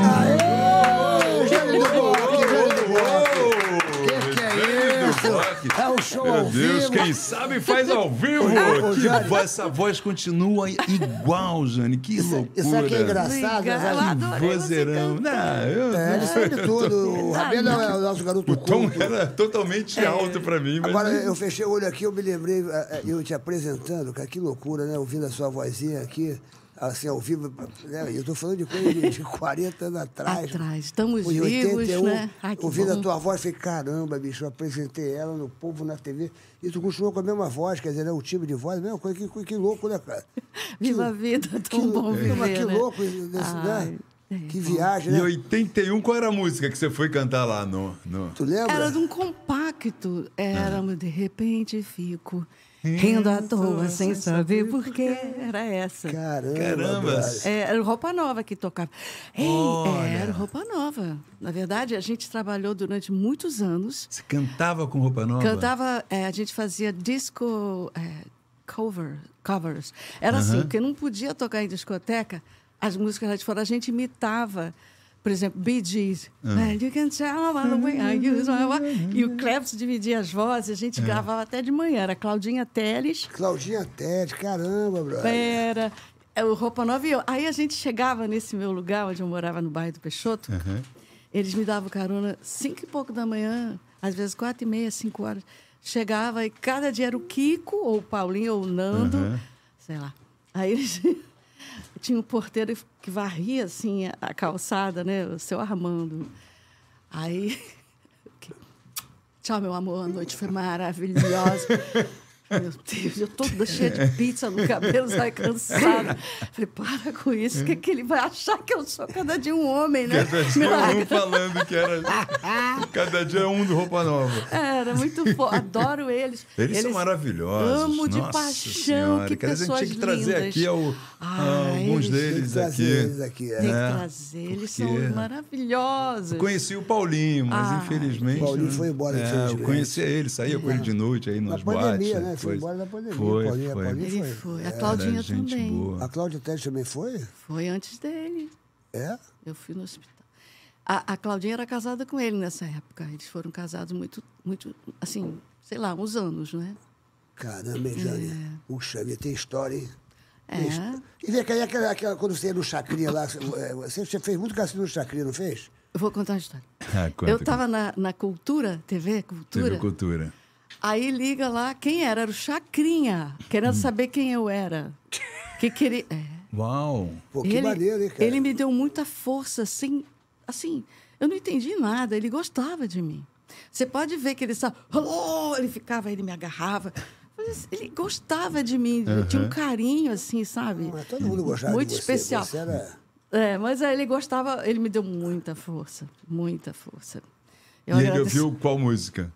[SPEAKER 4] Aê! Gênio do Rock, Gênio do Rock.
[SPEAKER 6] Que
[SPEAKER 4] que é isso? É um show
[SPEAKER 6] Meu
[SPEAKER 4] ao
[SPEAKER 6] Deus,
[SPEAKER 4] vivo.
[SPEAKER 6] quem sabe faz ao *laughs* vivo.
[SPEAKER 4] Ô, ô,
[SPEAKER 6] Que
[SPEAKER 4] Jane.
[SPEAKER 6] voz- essa voz continua igual, Jane. Que loucura.
[SPEAKER 4] Isso aqui é engraçado.
[SPEAKER 5] Obrigada.
[SPEAKER 4] né?
[SPEAKER 5] Eu adorei você
[SPEAKER 6] Vozeirão. Não, eu-
[SPEAKER 4] É, ele sabe de tudo. O Rabelo é o nosso garoto
[SPEAKER 6] O tom
[SPEAKER 4] culto.
[SPEAKER 6] era assim totalmente alto pra mim. Mas...
[SPEAKER 4] É. Agora, eu é, fechei o olho aqui, eu me lembrei, eh, eh, eu te apresentando, cara, que loucura, né? Ouvindo a sua vozinha aqui. assim, ao vivo. né? Eu estou falando de coisa de, de 40 anos atrás.
[SPEAKER 5] Atrás, estamos
[SPEAKER 4] Pô, em
[SPEAKER 5] vivos, né? Ai, que
[SPEAKER 4] um, ouvindo a
[SPEAKER 5] bom.
[SPEAKER 4] tua voz, falei, caramba, bicho, eu apresentei ela no povo, na TV. E tu continuou com a mesma voz, quer dizer, né? o tipo de voz, a mesma coisa. Que, que, que louco, né, cara?
[SPEAKER 5] Viva a vida, *laughs* tão bom viver,
[SPEAKER 4] mas que
[SPEAKER 5] né?
[SPEAKER 4] louco, nesse, né?
[SPEAKER 5] Ai,
[SPEAKER 4] Que
[SPEAKER 5] é bom.
[SPEAKER 4] viagem,
[SPEAKER 6] Em
[SPEAKER 4] né?
[SPEAKER 6] 81, qual era a música que você foi cantar lá no. no...
[SPEAKER 4] Tu lembra?
[SPEAKER 5] Era de um compacto. Era, mas de repente fico rindo à toa sem saber por quê. Era essa.
[SPEAKER 4] Caramba.
[SPEAKER 6] Caramba.
[SPEAKER 4] brother.
[SPEAKER 5] É, Era o roupa nova que tocava. Ei, é, era o roupa nova. Na verdade, a gente trabalhou durante muitos anos.
[SPEAKER 6] Você cantava com roupa nova?
[SPEAKER 5] Cantava, é, a gente fazia disco é, cover, covers. Era assim, porque não podia tocar em discoteca as músicas lá de fora. A gente imitava, por exemplo, Bee Gees. And You can tell by the way I use my voice. E o Cleps dividia as vozes, a gente gravava até de manhã. Era Claudinha Teles,
[SPEAKER 4] Claudinha Tete, caramba, brother.
[SPEAKER 5] era é, o Roupa Nova e eu. Aí a gente chegava nesse meu lugar, onde eu morava, no bairro do Peixoto. Eles me davam carona cinco e pouco da manhã, às vezes quatro e meia, cinco horas. Chegava e cada dia era o Kiko, ou o Paulinho, ou o Nando, sei lá. Aí eles... *laughs* tinha um porteiro que varria, assim, a- a calçada, né? O seu Armando. Aí... Tchau, meu amor, a noite foi
[SPEAKER 6] *laughs*
[SPEAKER 5] maravilhosa. Meu Deus, eu toda cheia de pizza no cabelo, sai cansada. Falei, para com isso, que, que ele vai achar que eu sou cada dia um homem, né? Me larga.
[SPEAKER 4] *laughs*
[SPEAKER 6] Um falando que era. Cada dia é um do roupa nova.
[SPEAKER 5] Era muito foda, adoro eles.
[SPEAKER 6] Eles, são maravilhosos.
[SPEAKER 5] Amo de
[SPEAKER 6] Nossa
[SPEAKER 5] paixão,
[SPEAKER 6] Senhora.
[SPEAKER 5] que
[SPEAKER 6] Cara, a gente
[SPEAKER 5] pessoas
[SPEAKER 6] tinha que trazer
[SPEAKER 5] lindas.
[SPEAKER 6] aqui ao-
[SPEAKER 5] Ah,
[SPEAKER 6] alguns
[SPEAKER 4] Tem que
[SPEAKER 5] eles-
[SPEAKER 6] deles
[SPEAKER 4] trazer eles
[SPEAKER 6] aqui.
[SPEAKER 4] aqui, é.
[SPEAKER 5] Tem que
[SPEAKER 6] É,
[SPEAKER 5] trazer, eles
[SPEAKER 6] porque-
[SPEAKER 5] são maravilhosos.
[SPEAKER 6] Conheci o Paulinho, mas
[SPEAKER 5] Ah,
[SPEAKER 6] infelizmente.
[SPEAKER 4] Paulinho
[SPEAKER 6] né?
[SPEAKER 4] foi embora,
[SPEAKER 6] É, eu
[SPEAKER 4] infelizmente.
[SPEAKER 6] conhecia ele, saía com ele de noite aí
[SPEAKER 4] Na
[SPEAKER 6] nas boates.
[SPEAKER 4] pandemia, né?
[SPEAKER 6] né?
[SPEAKER 4] Foi
[SPEAKER 6] Coisa.
[SPEAKER 4] embora na pandemia,
[SPEAKER 6] Foi,
[SPEAKER 4] Paulinho, é
[SPEAKER 6] foi.
[SPEAKER 4] Paulinho.
[SPEAKER 5] Ele
[SPEAKER 4] foi.
[SPEAKER 5] foi, a
[SPEAKER 6] Era
[SPEAKER 5] Claudinha
[SPEAKER 6] É, gente
[SPEAKER 5] também.
[SPEAKER 6] boa.
[SPEAKER 4] A Cláudia Tete também foi?
[SPEAKER 5] Foi antes dele.
[SPEAKER 4] É?
[SPEAKER 5] Eu fui no hospital. A, a Claudinha era casada com ele nessa época. Eles foram casados muito, muito, assim, sei lá, uns anos, né?
[SPEAKER 4] Caramba, hein, Jane? Puxa vida, tem história, hein? Tem
[SPEAKER 5] É.
[SPEAKER 4] histó- E vem cá, e aquela, aquela- quando você ia no Chacrinha lá, eh, você, você fez muito cassino no Chacrinha, não fez?
[SPEAKER 5] Eu vou contar uma história.
[SPEAKER 6] Ah, *laughs* conta,
[SPEAKER 5] eu estava na, na Cultura, TV Cultura.
[SPEAKER 6] Teve cultura.
[SPEAKER 5] Aí liga lá quem era, era o Chacrinha, querendo
[SPEAKER 6] Hum.
[SPEAKER 5] saber quem
[SPEAKER 6] *laughs*
[SPEAKER 5] eu era. Que queria. É.
[SPEAKER 6] Uau!
[SPEAKER 4] Pô, que maneiro, hein, cara?
[SPEAKER 5] ele me deu muita força, assim, assim, eu não entendi nada, ele gostava de mim. Você pode ver que ele só, "Alô", ele ficava, ele me agarrava. Mas assim, ele gostava de mim, tinha um carinho, assim, sabe?
[SPEAKER 4] Mas todo mundo gostava
[SPEAKER 5] Muito
[SPEAKER 4] de você.
[SPEAKER 5] especial.
[SPEAKER 4] Você era...
[SPEAKER 5] É, mas aí ele gostava, ele me deu muita força, muita força. Eu
[SPEAKER 6] e ele
[SPEAKER 5] agradeço.
[SPEAKER 6] ouviu qual música?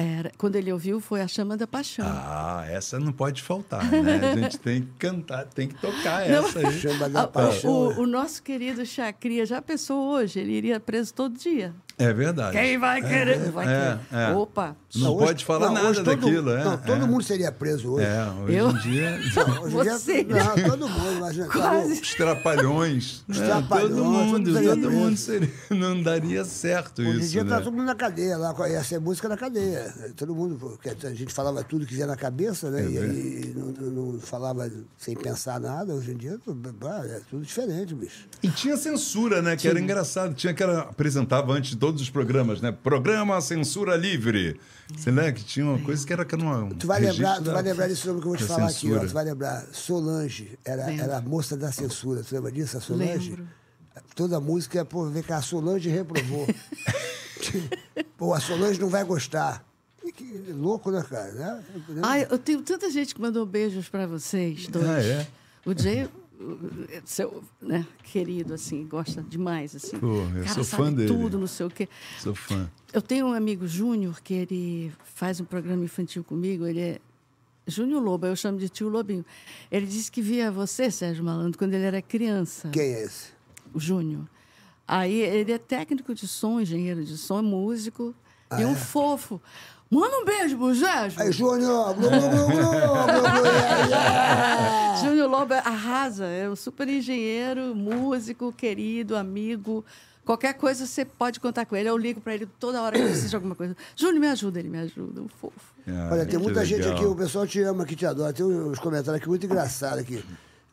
[SPEAKER 5] Era, quando ele ouviu, foi a chama da paixão.
[SPEAKER 6] Ah, essa não pode faltar,
[SPEAKER 5] *laughs*
[SPEAKER 6] né? A gente tem que cantar, tem que tocar essa aí.
[SPEAKER 4] Chama
[SPEAKER 5] Ah,
[SPEAKER 4] da
[SPEAKER 5] o-
[SPEAKER 4] paixão. é.
[SPEAKER 5] o, o nosso querido Chacria já pensou hoje, ele iria preso todo dia.
[SPEAKER 6] É verdade.
[SPEAKER 5] Quem vai querer? Não vai
[SPEAKER 6] é,
[SPEAKER 5] querer.
[SPEAKER 6] é.
[SPEAKER 5] Opa,
[SPEAKER 6] Não
[SPEAKER 4] hoje-
[SPEAKER 6] pode falar
[SPEAKER 4] não,
[SPEAKER 6] nada
[SPEAKER 4] hoje todo-
[SPEAKER 6] daquilo, é.
[SPEAKER 4] Não, todo
[SPEAKER 6] é.
[SPEAKER 4] mundo seria preso hoje.
[SPEAKER 6] É, hoje
[SPEAKER 5] Eu?
[SPEAKER 6] em dia,
[SPEAKER 4] *laughs* Hoje em dia-
[SPEAKER 5] Você.
[SPEAKER 4] Não, todo mundo, mas... né, claro,
[SPEAKER 5] quase.
[SPEAKER 6] os trapalhões. né?
[SPEAKER 4] trapalhões,
[SPEAKER 6] Todo mundo,
[SPEAKER 4] todo mundo
[SPEAKER 6] todo mundo seria, não daria certo
[SPEAKER 4] Hoje em
[SPEAKER 6] isso,
[SPEAKER 4] dia
[SPEAKER 6] né?
[SPEAKER 4] tá todo mundo na cadeia lá, com- essa é música na cadeia. Todo mundo, porque a gente falava tudo que vinha na cabeça,
[SPEAKER 6] É
[SPEAKER 4] né? e aí não, não- não falava sem pensar nada. Hoje em dia bah, é tudo diferente, bicho.
[SPEAKER 6] E tinha censura, né? Que era engraçado. Tinha que era, apresentava antes de todos os programas, né? Programa Censura Livre. Sei lá, que tinha uma coisa que era que era uma, um
[SPEAKER 4] Tu vai
[SPEAKER 6] registro
[SPEAKER 4] lembrar, tu
[SPEAKER 6] da-
[SPEAKER 4] vai lembrar desse nome que eu vou te
[SPEAKER 6] da
[SPEAKER 4] falar aqui, ó.
[SPEAKER 6] censura.
[SPEAKER 4] Tu vai lembrar. Solange era,
[SPEAKER 5] Lembro.
[SPEAKER 4] era a moça da censura. Tu lembra disso, a Solange?
[SPEAKER 5] Lembro.
[SPEAKER 4] Toda música, pô, vem cá, a Solange reprovou.
[SPEAKER 5] *laughs*
[SPEAKER 4] pô, a Solange não vai gostar. Que- Que louco, né, cara? Né?
[SPEAKER 5] Ai, eu tenho tanta gente que mandou beijos para vocês dois.
[SPEAKER 6] Ah, é?
[SPEAKER 5] O Jay, o- é seu né, querido, assim, gosta demais, assim.
[SPEAKER 6] Pô, eu
[SPEAKER 5] Cara,
[SPEAKER 6] sou
[SPEAKER 5] sabe
[SPEAKER 6] fã dele.
[SPEAKER 5] tudo, não sei o quê.
[SPEAKER 6] Sou fã.
[SPEAKER 5] Eu tenho um amigo Júnior que ele faz um programa infantil comigo, ele é Júnior Lobo, eu chamo de tio Lobinho. Ele disse que via você, Sérgio Malandro, quando ele era criança.
[SPEAKER 4] Quem é esse?
[SPEAKER 5] o Júnior. Aí ele é técnico de som, engenheiro de som, é músico
[SPEAKER 6] Ah,
[SPEAKER 5] e
[SPEAKER 6] é?
[SPEAKER 5] um fofo. Manda um beijo pro Jéssico.
[SPEAKER 4] Aí, Júnior, glu, glu, glu, glu, glu, glu, yeah, yeah.
[SPEAKER 5] É. Júnior Lobo arrasa, é um super engenheiro, músico, querido, amigo. Qualquer coisa você pode contar com ele. Eu ligo para ele toda hora que precisa de alguma coisa. Júnior, me ajuda, ele me ajuda, um fofo.
[SPEAKER 6] Ah,
[SPEAKER 4] Olha, tem
[SPEAKER 6] que
[SPEAKER 4] muita gente
[SPEAKER 6] legal.
[SPEAKER 4] aqui, o pessoal te ama, que te adora. Tem uns comentários aqui muito engraçados aqui.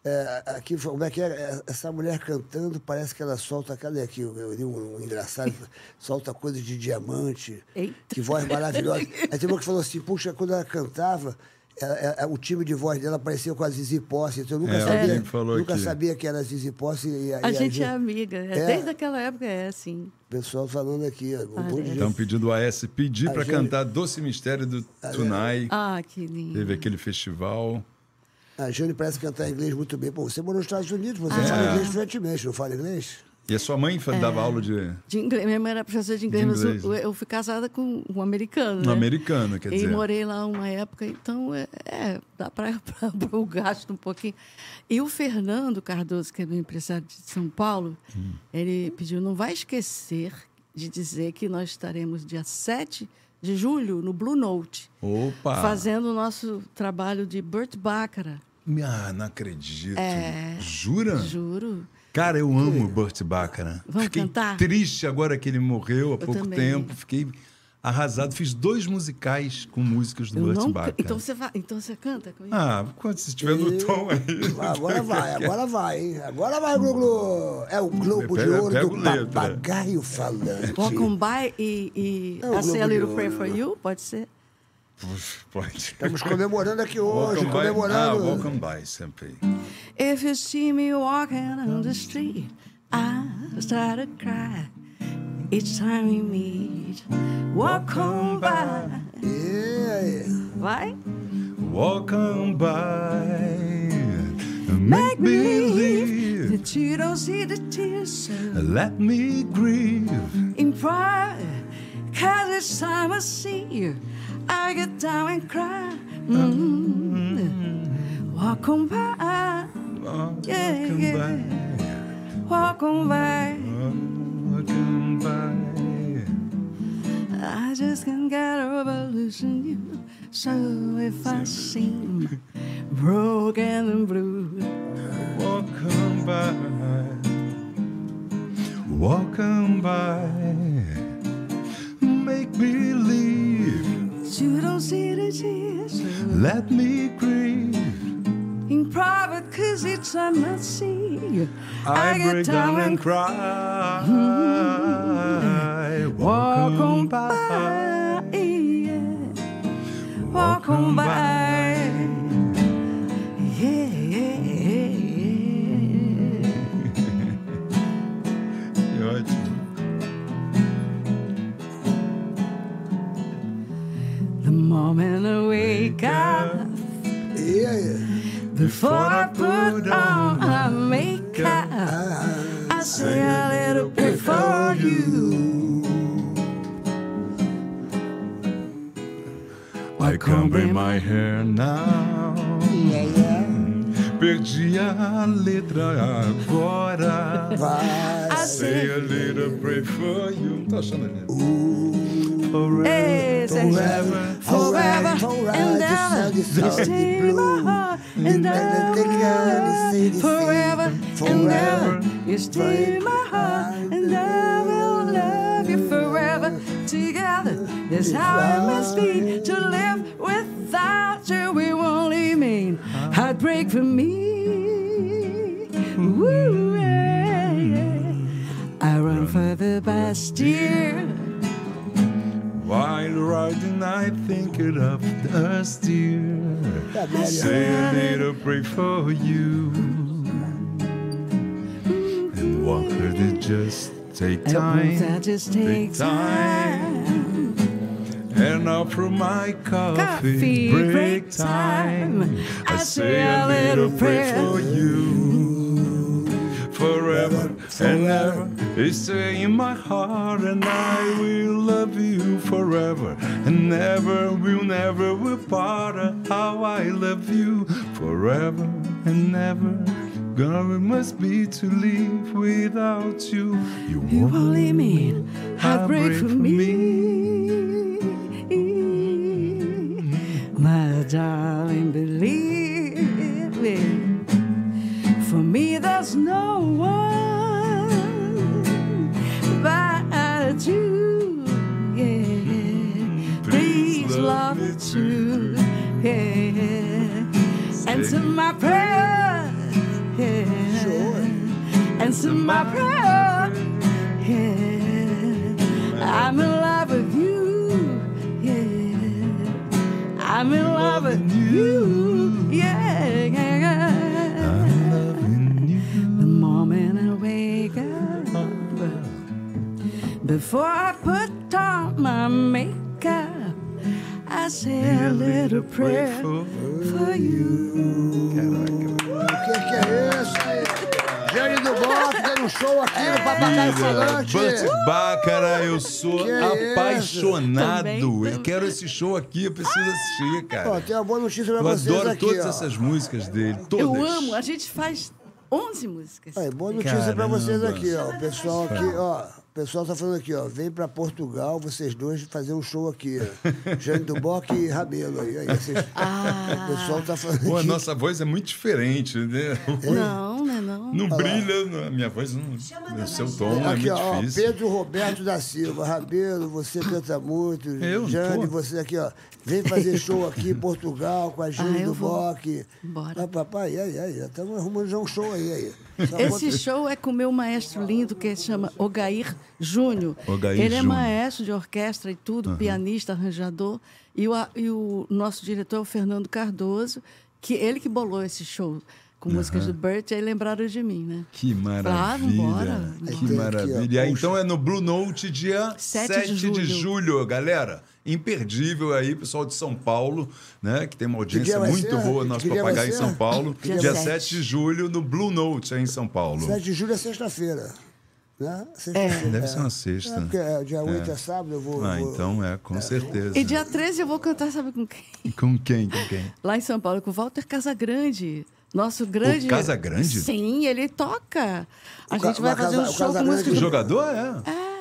[SPEAKER 4] É, aqui, como é que é? É, Essa mulher cantando, parece que ela solta. Cadê aqui? Eu, eu li um, um engraçado, solta coisa de diamante.
[SPEAKER 5] Eita.
[SPEAKER 4] Que voz maravilhosa. Aí tem uma que falou assim: puxa, quando ela cantava, ela- ela- o time de voz dela apareceu com a Zizi Posse, então eu nunca
[SPEAKER 3] É,
[SPEAKER 4] sabia,
[SPEAKER 3] alguém falou
[SPEAKER 4] nunca
[SPEAKER 3] aqui.
[SPEAKER 4] sabia que era a Zizi Posse. E,
[SPEAKER 5] A gente é
[SPEAKER 4] O
[SPEAKER 5] amiga. é,
[SPEAKER 4] É.
[SPEAKER 5] Desde aquela época é assim.
[SPEAKER 4] pessoal falando aqui, ó, um monte de
[SPEAKER 3] Estão pedindo o AS pedir
[SPEAKER 4] A
[SPEAKER 3] para
[SPEAKER 4] gente-
[SPEAKER 3] cantar Doce Mistério do Tunai.
[SPEAKER 5] Ah, que lindo.
[SPEAKER 3] Teve aquele festival.
[SPEAKER 4] A Jane parece cantar inglês muito bem. Pô, você morou nos Estados Unidos, você fala inglês fluentemente, não fala inglês?
[SPEAKER 3] E a sua mãe
[SPEAKER 4] É.
[SPEAKER 3] fa- dava aula de
[SPEAKER 5] De inglês, minha mãe era professora de inglês,
[SPEAKER 3] De
[SPEAKER 5] mas
[SPEAKER 3] inglês,
[SPEAKER 5] eu,
[SPEAKER 3] né?
[SPEAKER 5] eu fui casada com um americano.
[SPEAKER 3] um
[SPEAKER 5] né?
[SPEAKER 3] americano, quer
[SPEAKER 5] e
[SPEAKER 3] dizer.
[SPEAKER 5] morei lá uma época, então é, é, dá *laughs* para o gasto um pouquinho. E o Fernando Cardoso, que é meu empresário de São Paulo,
[SPEAKER 3] Hum.
[SPEAKER 5] ele pediu: não vai esquecer de dizer que nós estaremos dia 7 de julho no Blue Note,
[SPEAKER 3] Opa!
[SPEAKER 5] fazendo o nosso trabalho de Burt Bacharach.
[SPEAKER 3] Ah, não acredito.
[SPEAKER 4] É.
[SPEAKER 3] Jura?
[SPEAKER 5] Juro.
[SPEAKER 3] Cara, eu amo o Burt Bacharach. né?
[SPEAKER 5] Vamos
[SPEAKER 3] Fiquei
[SPEAKER 5] cantar?
[SPEAKER 3] triste agora que ele morreu há pouco
[SPEAKER 5] também.
[SPEAKER 3] tempo. Fiquei arrasado. Fiz dois musicais com músicas do
[SPEAKER 5] Eu
[SPEAKER 3] Burt
[SPEAKER 5] não...
[SPEAKER 3] Bacharach.
[SPEAKER 5] então, você vai... então você canta comigo?
[SPEAKER 3] Ah, quando se estiver no tom aí.
[SPEAKER 4] Ah, Agora vai,
[SPEAKER 3] *laughs*
[SPEAKER 4] agora vai, hein? Agora vai, Glu Glu. É o Globo de
[SPEAKER 3] Pega-
[SPEAKER 4] Ouro
[SPEAKER 3] pega
[SPEAKER 4] do
[SPEAKER 3] o letra. né?
[SPEAKER 4] Papagaio Falante.
[SPEAKER 5] Walk on by e, e
[SPEAKER 4] É o
[SPEAKER 5] I Say
[SPEAKER 4] Globo
[SPEAKER 5] a
[SPEAKER 4] de
[SPEAKER 5] Little Prayer
[SPEAKER 4] Ouro.
[SPEAKER 5] for You, pode ser?
[SPEAKER 3] Puxa, Pode.
[SPEAKER 4] Estamos comemorando aqui hoje,
[SPEAKER 3] Welcome by- Ah,
[SPEAKER 4] comemorando.
[SPEAKER 3] welcome by, sempre.
[SPEAKER 5] If you see me walking on the street, I start to cry each time we meet. Walk on by.
[SPEAKER 4] E
[SPEAKER 5] Vai?
[SPEAKER 3] Welcome by. Make
[SPEAKER 5] Make believe
[SPEAKER 3] believe.
[SPEAKER 5] that you don't see the tears so
[SPEAKER 3] Let me grieve.
[SPEAKER 5] in pride. Cause each time I see you, I get down and cry. Mm. Walk on by.
[SPEAKER 3] Welcome
[SPEAKER 5] Yeah, yeah.
[SPEAKER 3] by.
[SPEAKER 5] Walk on by.
[SPEAKER 3] Welcome by.
[SPEAKER 5] I just can't get over losing you. So if I seem broken and blue,
[SPEAKER 3] Welcome by. Welcome by. Make believe.
[SPEAKER 5] that you don't see the tears
[SPEAKER 3] Let me grieve.
[SPEAKER 5] in private, cause it's a not see you.
[SPEAKER 3] I, break down and *laughs* cry.
[SPEAKER 5] walk
[SPEAKER 3] Welcome
[SPEAKER 5] on
[SPEAKER 3] by.
[SPEAKER 5] by. Yeah. Walk on by. Yeah, yeah, yeah, yeah.
[SPEAKER 3] Que ótimo.
[SPEAKER 5] The moment I wake up.
[SPEAKER 4] aí? E aí?
[SPEAKER 5] Before I put on my makeup, I say a little prayer for you.
[SPEAKER 3] I can't bring my hair now.
[SPEAKER 4] E aí,
[SPEAKER 3] Perdi a letra *laughs* agora.
[SPEAKER 4] Vai.
[SPEAKER 3] Say
[SPEAKER 5] I say,
[SPEAKER 3] a little pray for you. Tô achando ali.
[SPEAKER 5] hey, say,
[SPEAKER 4] Forever, forever,
[SPEAKER 5] forever and
[SPEAKER 4] forever,
[SPEAKER 5] ever.
[SPEAKER 4] this
[SPEAKER 5] You
[SPEAKER 4] is
[SPEAKER 5] stay in my heart and ever. Forever and ever. You stay in my heart and I will love you forever. Together, that's how it must be to live without you. We won't leave me. Heartbreak for me. Woo, yeah, yeah. I run for the best year.
[SPEAKER 3] While riding, I think it of us, dear. Say a little pray for you. And walk her to just take
[SPEAKER 5] That
[SPEAKER 3] time.
[SPEAKER 5] just takes time.
[SPEAKER 3] And up from my coffee
[SPEAKER 5] Coffee
[SPEAKER 3] break
[SPEAKER 5] break
[SPEAKER 3] time.
[SPEAKER 5] time.
[SPEAKER 3] I say a little prayer for you. Forever and ever, it's stay in my heart, and I will love you forever and ever. We'll never will part. How I love you forever and ever. Girl, it must be to live without you. You
[SPEAKER 5] You
[SPEAKER 3] won't
[SPEAKER 5] only mean heartbreak
[SPEAKER 3] Heartbreak
[SPEAKER 5] for
[SPEAKER 3] for
[SPEAKER 5] me. My darling, believe me. For me, there's no one but you. Yeah. Please love me too. Yeah. Answer my prayer. Yeah. Answer my prayer. Yeah, I'm in love with you. Yeah, I'm in love with you. you. Yeah, yeah, yeah. The moment I wake up, before I put on my makeup, I say a little prayer for you.
[SPEAKER 4] O que, que é isso aí? Gênio do Bloco, dando um show aqui
[SPEAKER 3] É,
[SPEAKER 4] no Papagaio Falante.
[SPEAKER 3] But Bácara, eu sou
[SPEAKER 4] Que isso?
[SPEAKER 3] apaixonado.
[SPEAKER 5] Também,
[SPEAKER 3] Eu
[SPEAKER 5] também.
[SPEAKER 3] quero esse show aqui, eu preciso assistir,
[SPEAKER 4] Ó,
[SPEAKER 3] cara.
[SPEAKER 4] tem uma boa notícia pra
[SPEAKER 3] Eu
[SPEAKER 4] vocês
[SPEAKER 3] adoro
[SPEAKER 4] aqui,
[SPEAKER 3] todas
[SPEAKER 4] ó.
[SPEAKER 3] essas músicas dele, todas.
[SPEAKER 5] Eu amo, a gente faz 11 músicas.
[SPEAKER 4] Aí, boa notícia pra
[SPEAKER 3] Caramba.
[SPEAKER 4] vocês aqui, ó. O pessoal aqui, ó. O pessoal tá falando aqui, ó. Vem pra Portugal, vocês dois, fazer um show
[SPEAKER 3] *laughs*
[SPEAKER 4] aqui. ó. Jânio do Boque e Rabelo aí. aí vocês-
[SPEAKER 5] Ah.
[SPEAKER 4] O pessoal tá falando
[SPEAKER 3] Pô, a
[SPEAKER 4] aqui.
[SPEAKER 3] nossa voz é muito diferente, né?
[SPEAKER 5] Não, né, não.
[SPEAKER 3] Não brilha, não- a minha voz não. O seu tom é
[SPEAKER 4] Aqui,
[SPEAKER 3] muito
[SPEAKER 4] ó,
[SPEAKER 3] difícil.
[SPEAKER 4] Pedro Roberto da Silva. Rabelo, você canta muito.
[SPEAKER 3] *laughs* Eu?
[SPEAKER 4] Jane,
[SPEAKER 3] Pô.
[SPEAKER 4] você aqui, ó. Vem fazer show aqui em Portugal com a Jane
[SPEAKER 5] *laughs* Ah, eu
[SPEAKER 4] do
[SPEAKER 5] vou.
[SPEAKER 4] Boque.
[SPEAKER 5] Bora.
[SPEAKER 4] Ah, papai, aí, aí. Estamos arrumando já um show aí, aí. Só
[SPEAKER 5] Esse show é com o meu maestro lindo que se chama Ogair Júnior.
[SPEAKER 3] Ogair
[SPEAKER 5] Ele é
[SPEAKER 3] Júnior.
[SPEAKER 5] maestro de orquestra e tudo, pianista, arranjador. E o, a- e o nosso diretor é o Fernando Cardoso, que ele que bolou esse show com músicas do Bert, aí lembraram de mim, né?
[SPEAKER 3] Que
[SPEAKER 5] Claro,
[SPEAKER 3] maravilha.
[SPEAKER 5] vambora.
[SPEAKER 3] que
[SPEAKER 4] ó,
[SPEAKER 3] maravilha. Ah,
[SPEAKER 4] puxa.
[SPEAKER 3] então é no Blue Note, dia 7,
[SPEAKER 5] Sete
[SPEAKER 3] de,
[SPEAKER 5] de
[SPEAKER 3] julho.
[SPEAKER 5] julho.
[SPEAKER 3] galera. Imperdível aí, pessoal de São Paulo, né? Que tem uma
[SPEAKER 4] dia
[SPEAKER 3] audiência
[SPEAKER 4] vai
[SPEAKER 3] muito
[SPEAKER 4] ser?
[SPEAKER 3] boa,
[SPEAKER 4] Que
[SPEAKER 3] nosso
[SPEAKER 4] dia vai
[SPEAKER 3] papagaio em
[SPEAKER 4] ser?
[SPEAKER 3] São Paulo.
[SPEAKER 5] Que
[SPEAKER 3] Dia,
[SPEAKER 5] *laughs* dia vai ser?
[SPEAKER 3] 7 de julho, no Blue Note, aí em São Paulo.
[SPEAKER 4] 7 de julho é sexta-feira. Né? Sexta-feira.
[SPEAKER 3] Deve ser uma
[SPEAKER 4] É,
[SPEAKER 3] sexta.
[SPEAKER 4] porque é, dia 8 é, sábado, eu vou.
[SPEAKER 3] Ah,
[SPEAKER 4] vou-
[SPEAKER 3] então é, com certeza.
[SPEAKER 5] E dia 13 eu vou cantar, sabe com quem?
[SPEAKER 3] E Com quem? Com
[SPEAKER 5] *laughs*
[SPEAKER 3] quem?
[SPEAKER 5] Lá em São Paulo, com o Walter Casagrande. Nosso grande.
[SPEAKER 3] Casagrande?
[SPEAKER 5] Sim, ele toca. A
[SPEAKER 4] O Ca-
[SPEAKER 5] gente vai
[SPEAKER 4] o
[SPEAKER 5] fazer um
[SPEAKER 4] Casa- o
[SPEAKER 5] show com
[SPEAKER 4] Casagrande-
[SPEAKER 5] músicas
[SPEAKER 3] O
[SPEAKER 5] do
[SPEAKER 3] jogador é.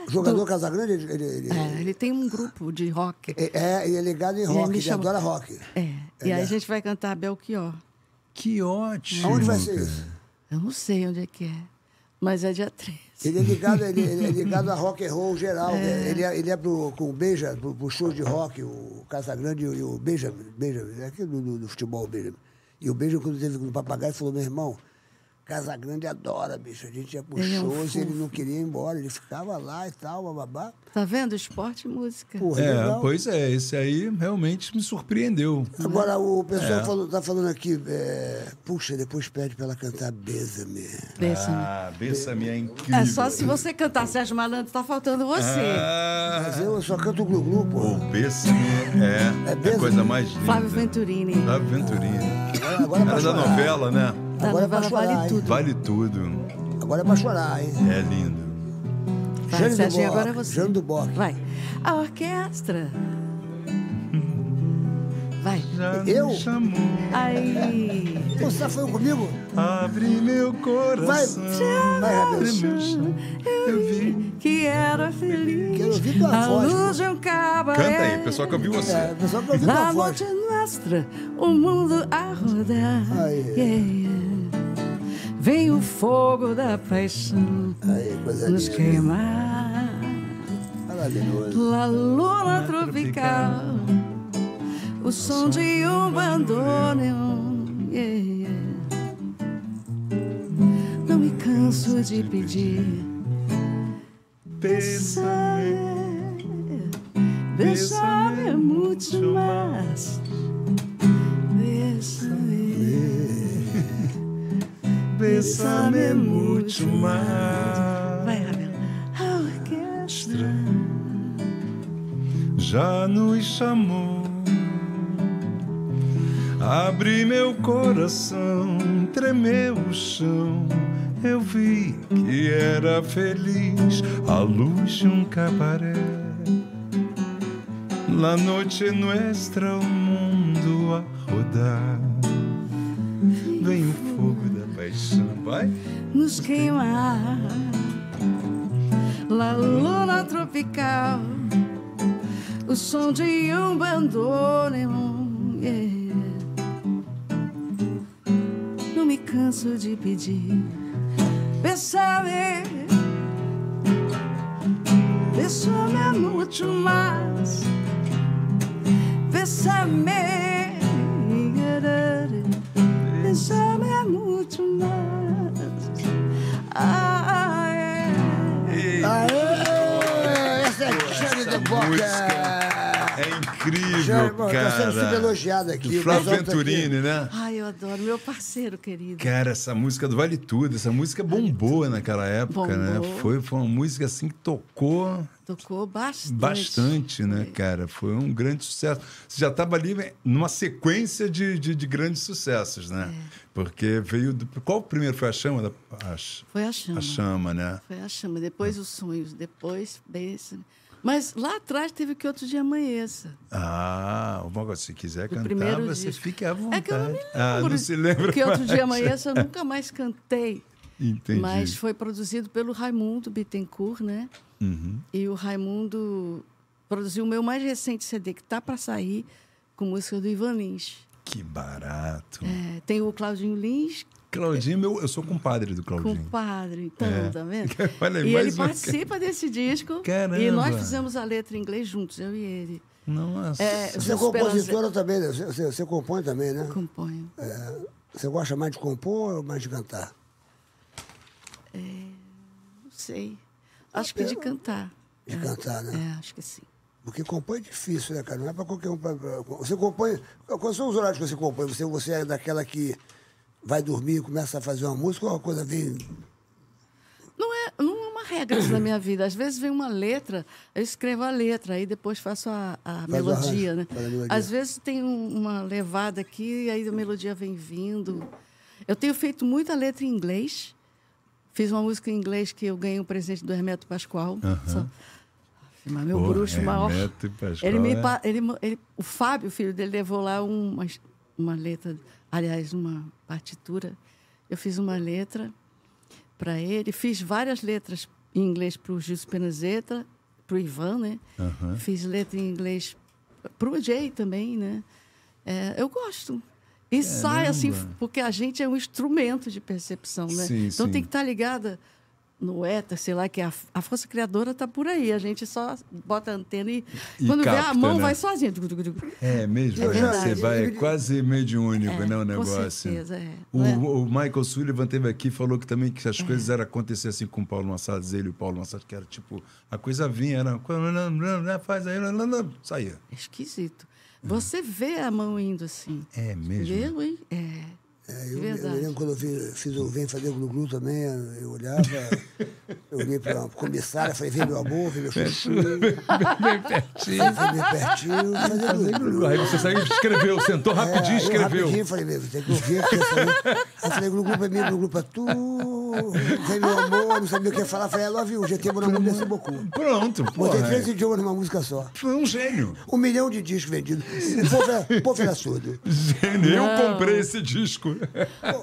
[SPEAKER 4] O jogador Casagrande, ele. ele, ele-
[SPEAKER 5] É, ele tem um grupo de rock.
[SPEAKER 4] é, é, ele é ligado em rock,
[SPEAKER 5] me
[SPEAKER 4] ele
[SPEAKER 5] chama-
[SPEAKER 4] adora rock.
[SPEAKER 5] É. E aí a gente vai cantar Belchior.
[SPEAKER 3] Que ótimo.
[SPEAKER 4] Aonde vai ser
[SPEAKER 3] cara.
[SPEAKER 4] isso?
[SPEAKER 5] Eu não sei onde é que é, mas é dia 13.
[SPEAKER 4] Ele é ligado, ele, ele é ligado a rock and roll geral. né? Ele é, ele é pro, com o Benja, pro, pro show de rock, o Casagrande e o- e o Benjamin. Benjamin é aqui do, do, do futebol, o Benjamin. E o Benjamin, quando teve com o papagaio, falou: meu irmão, Casagrande adora, bicho. A gente ia pro
[SPEAKER 5] Ele é um
[SPEAKER 4] shows e ele
[SPEAKER 5] fofo.
[SPEAKER 4] não queria ir embora, ele ficava lá e tal, bababá.
[SPEAKER 5] Tá vendo? Esporte e música.
[SPEAKER 4] Porra,
[SPEAKER 3] É,
[SPEAKER 4] legal.
[SPEAKER 3] pois é, esse aí realmente me surpreendeu.
[SPEAKER 4] Agora, o pessoal falou- tá falando aqui, é, puxa, depois pede pra ela cantar Beza-me.
[SPEAKER 5] Pensa, né?
[SPEAKER 3] Ah, Bessa-me é incrível.
[SPEAKER 5] É só se você cantar Sérgio Malandro, tá faltando você.
[SPEAKER 3] Ah,
[SPEAKER 4] Mas eu só canto glu-glu,
[SPEAKER 3] o
[SPEAKER 4] pô.
[SPEAKER 3] Bessa-me é,
[SPEAKER 4] É
[SPEAKER 3] a
[SPEAKER 4] Bessa-me?
[SPEAKER 3] coisa mais linda.
[SPEAKER 5] Flávio Venturini,
[SPEAKER 4] Ah.
[SPEAKER 3] Flávio Venturini.
[SPEAKER 4] Agora é pra
[SPEAKER 3] Era da
[SPEAKER 4] chorar.
[SPEAKER 3] novela, né?
[SPEAKER 5] da
[SPEAKER 4] Agora é pra
[SPEAKER 5] novela
[SPEAKER 4] chorar,
[SPEAKER 5] Tá Vale
[SPEAKER 4] hein?
[SPEAKER 5] Tudo.
[SPEAKER 3] Vale tudo.
[SPEAKER 4] Agora é pra chorar, hein?
[SPEAKER 3] É lindo.
[SPEAKER 5] Vai,
[SPEAKER 4] Jane do
[SPEAKER 5] Serginho,
[SPEAKER 4] Bock,
[SPEAKER 5] agora é você.
[SPEAKER 4] Jane do Bock.
[SPEAKER 5] Vai. A orquestra. Vai.
[SPEAKER 3] Já me
[SPEAKER 4] Eu?
[SPEAKER 3] chamou,
[SPEAKER 5] Aí.
[SPEAKER 4] Pô, Você tá falando comigo?
[SPEAKER 3] abre meu
[SPEAKER 4] Vai,
[SPEAKER 3] coração.
[SPEAKER 4] vai,
[SPEAKER 3] abre
[SPEAKER 4] Rabelo.
[SPEAKER 3] meu chão. Eu vi.
[SPEAKER 5] que era feliz.
[SPEAKER 4] Quero ouvir tua
[SPEAKER 5] a
[SPEAKER 4] voz,
[SPEAKER 5] luz de um cabaré.
[SPEAKER 3] Canta aí, pessoal que ouviu
[SPEAKER 4] É,
[SPEAKER 3] você.
[SPEAKER 4] o pessoal que ouviu tua
[SPEAKER 5] La
[SPEAKER 4] voz.
[SPEAKER 5] noite nuestra, o mundo a rodar.
[SPEAKER 4] Aí.
[SPEAKER 5] Yeah. Vem o fogo da paixão
[SPEAKER 4] Aí, coisa
[SPEAKER 5] nos
[SPEAKER 4] linda.
[SPEAKER 5] queimar.
[SPEAKER 4] Maravilhoso.
[SPEAKER 5] La luna tropical, o som de um bandoneon. Yeah. Não me canso de pedir.
[SPEAKER 3] Pensa.
[SPEAKER 5] Bésame mucho más. Bésame,
[SPEAKER 3] Bésame muito mais.
[SPEAKER 5] Vai, Rabelo. A orquestra.
[SPEAKER 3] Já nos chamou. Abri meu coração, tremeu o chão. Eu vi que era feliz à luz de um cabaré. La noite nuestra, o mundo a rodar. Vem o fogo da paixão, vai.
[SPEAKER 5] nos queimar. La luna tropical, o som de um bandoneon. yeah. Não me canso de pedir, bésame, bésame é muito mais, bésame, bésame muito mais. Ah, é.
[SPEAKER 4] Aê! Essa é Jane do Bock.
[SPEAKER 3] música É incrível.
[SPEAKER 4] Já,
[SPEAKER 3] incrível,
[SPEAKER 4] irmão,
[SPEAKER 3] cara.
[SPEAKER 4] tá sendo super elogiado aqui,
[SPEAKER 3] Flávio
[SPEAKER 4] mas eu tô aqui.
[SPEAKER 3] Venturini, né?
[SPEAKER 5] Ai, eu adoro, meu parceiro querido.
[SPEAKER 3] Cara, essa música do Vale Tudo, essa música bombou naquela época, né?
[SPEAKER 5] Bombou.
[SPEAKER 3] Foi, foi uma música assim que tocou
[SPEAKER 5] Tocou bastante.
[SPEAKER 3] bastante,
[SPEAKER 5] É.
[SPEAKER 3] né, cara? Foi um grande sucesso. Você já estava ali né, numa sequência de, de, de grandes sucessos, né?
[SPEAKER 5] É.
[SPEAKER 3] Porque veio. Do... Qual o primeiro foi a chama? Da... A... Ch-
[SPEAKER 5] Foi a chama.
[SPEAKER 3] a chama, né?
[SPEAKER 5] Foi a chama. Depois os sonhos, depois bênção. Mas lá atrás teve que outro dia amanheça.
[SPEAKER 3] Ah, uma coisa, se quiser
[SPEAKER 5] Do
[SPEAKER 3] cantar,
[SPEAKER 5] primeiro
[SPEAKER 3] você
[SPEAKER 5] disco.
[SPEAKER 3] fica à vontade.
[SPEAKER 5] É que eu não me lembro.
[SPEAKER 3] Ah, não se lembra.
[SPEAKER 5] Porque outro dia
[SPEAKER 3] mais.
[SPEAKER 5] amanheça eu nunca mais cantei.
[SPEAKER 3] Entendi.
[SPEAKER 5] Mas foi produzido pelo Raimundo Bittencourt, né?
[SPEAKER 3] Uhum.
[SPEAKER 5] E o Raimundo produziu o meu mais recente CD, que tá para sair, com música do Ivan Lins.
[SPEAKER 3] Que barato.
[SPEAKER 5] É, tem o Claudinho Lins,
[SPEAKER 3] Claudinho, é meu, eu sou compadre do Claudinho.
[SPEAKER 5] compadre, então,
[SPEAKER 3] É.
[SPEAKER 5] tá vendo?
[SPEAKER 3] *laughs* Olha aí,
[SPEAKER 5] e
[SPEAKER 3] mais
[SPEAKER 5] ele
[SPEAKER 3] um.
[SPEAKER 5] participa desse disco. E
[SPEAKER 3] Caramba.
[SPEAKER 5] nós fizemos a letra em inglês juntos, eu e ele.
[SPEAKER 3] Nossa.
[SPEAKER 5] É,
[SPEAKER 4] Você é
[SPEAKER 5] os Pelas-
[SPEAKER 4] compositora também, né? Você, você- você compõe também, né?
[SPEAKER 5] Componho.
[SPEAKER 4] Você gosta mais de compor ou mais de cantar?
[SPEAKER 5] Não sei. Acho que de cantar.
[SPEAKER 4] De
[SPEAKER 5] É.
[SPEAKER 4] cantar, né?
[SPEAKER 5] É, acho que sim.
[SPEAKER 4] Porque compõe é difícil, né, cara? Não é pra qualquer um. pra- pra- Você compõe. Quais são os horários que você compõe? Você, você é daquela que vai dormir e começa a fazer uma música ou uma coisa vem.
[SPEAKER 5] Não é, não é uma regra isso na minha vida. Às vezes vem uma letra, eu escrevo a letra, aí depois faço a, a melodia,
[SPEAKER 4] arranjo,
[SPEAKER 5] né?
[SPEAKER 4] faz a melodia.
[SPEAKER 5] Às vezes tem um- uma levada aqui, e aí a melodia vem vindo. Eu tenho feito muita letra em inglês. Fiz uma música em inglês que eu ganhei um presente do Hermeto Pascoal. Só- Mas meu
[SPEAKER 3] Pô,
[SPEAKER 5] bruxo maior.
[SPEAKER 3] Hermeto e Pascoal,
[SPEAKER 5] ele me,
[SPEAKER 3] é.
[SPEAKER 5] pa- ele, mo- ele- o Fábio, filho dele, levou lá um, uma, uma letra, aliás, uma partitura. Eu fiz uma letra para ele, fiz várias letras em inglês para o Gilson Penazeta, para o Ivan, né? Fiz letra em inglês para o Jay também, né? É, eu gosto. E sai assim, porque a gente é um instrumento de percepção, né?
[SPEAKER 3] Sim,
[SPEAKER 5] então
[SPEAKER 3] sim.
[SPEAKER 5] tem que estar ligada no éter, sei lá, que a, a força criadora está por aí. A gente só bota a antena e,
[SPEAKER 3] E
[SPEAKER 5] quando vê
[SPEAKER 3] capta,
[SPEAKER 5] a mão
[SPEAKER 3] né?
[SPEAKER 5] vai sozinha.
[SPEAKER 3] É mesmo,
[SPEAKER 4] É
[SPEAKER 3] né?
[SPEAKER 4] verdade.
[SPEAKER 3] você vai é quase mediúnico,
[SPEAKER 5] É,
[SPEAKER 3] né, o
[SPEAKER 5] com
[SPEAKER 3] negócio.
[SPEAKER 5] certeza, é.
[SPEAKER 3] O,
[SPEAKER 5] Não é?
[SPEAKER 3] o Michael Sullivan teve aqui e falou que também que as coisas eram acontecer assim com o Paulo Massadas, ele e o Paulo Massadas, que era tipo, a coisa vinha, era faz aí, lá, lá, lá, saía.
[SPEAKER 5] É esquisito. Você vê a mão indo assim.
[SPEAKER 3] É mesmo.
[SPEAKER 5] Eu, hein? É.
[SPEAKER 4] É, eu, eu
[SPEAKER 5] Verdade.
[SPEAKER 4] lembro quando eu vi- fiz o Vem Fazer Glu-Glu também, eu olhava, eu olhei para a comissária, falei, vem meu amor, vem meu chuchu, vem bem pertinho, fazer Glu-Glu. É,
[SPEAKER 7] Aí você saiu, escreveu, sentou
[SPEAKER 5] É,
[SPEAKER 7] rapidinho,
[SPEAKER 4] eu
[SPEAKER 7] escreveu.
[SPEAKER 4] Rapidinho, falei, meu, tem que ouvir, porque eu sabia.
[SPEAKER 7] *laughs*
[SPEAKER 4] Aí eu falei, Glu-Glu pra mim, Glu-Glu pra tu, vem meu amor, não sabia o que ia falar, falei, I love you, GT Bonamor desse Bocu.
[SPEAKER 3] Pronto,
[SPEAKER 4] Botei
[SPEAKER 3] porra. é.
[SPEAKER 4] três idiomas numa música só.
[SPEAKER 3] Foi um gênio.
[SPEAKER 4] Um milhão de discos vendidos. O povo era- O povo era surdo.
[SPEAKER 3] Gênio. Eu comprei esse disco.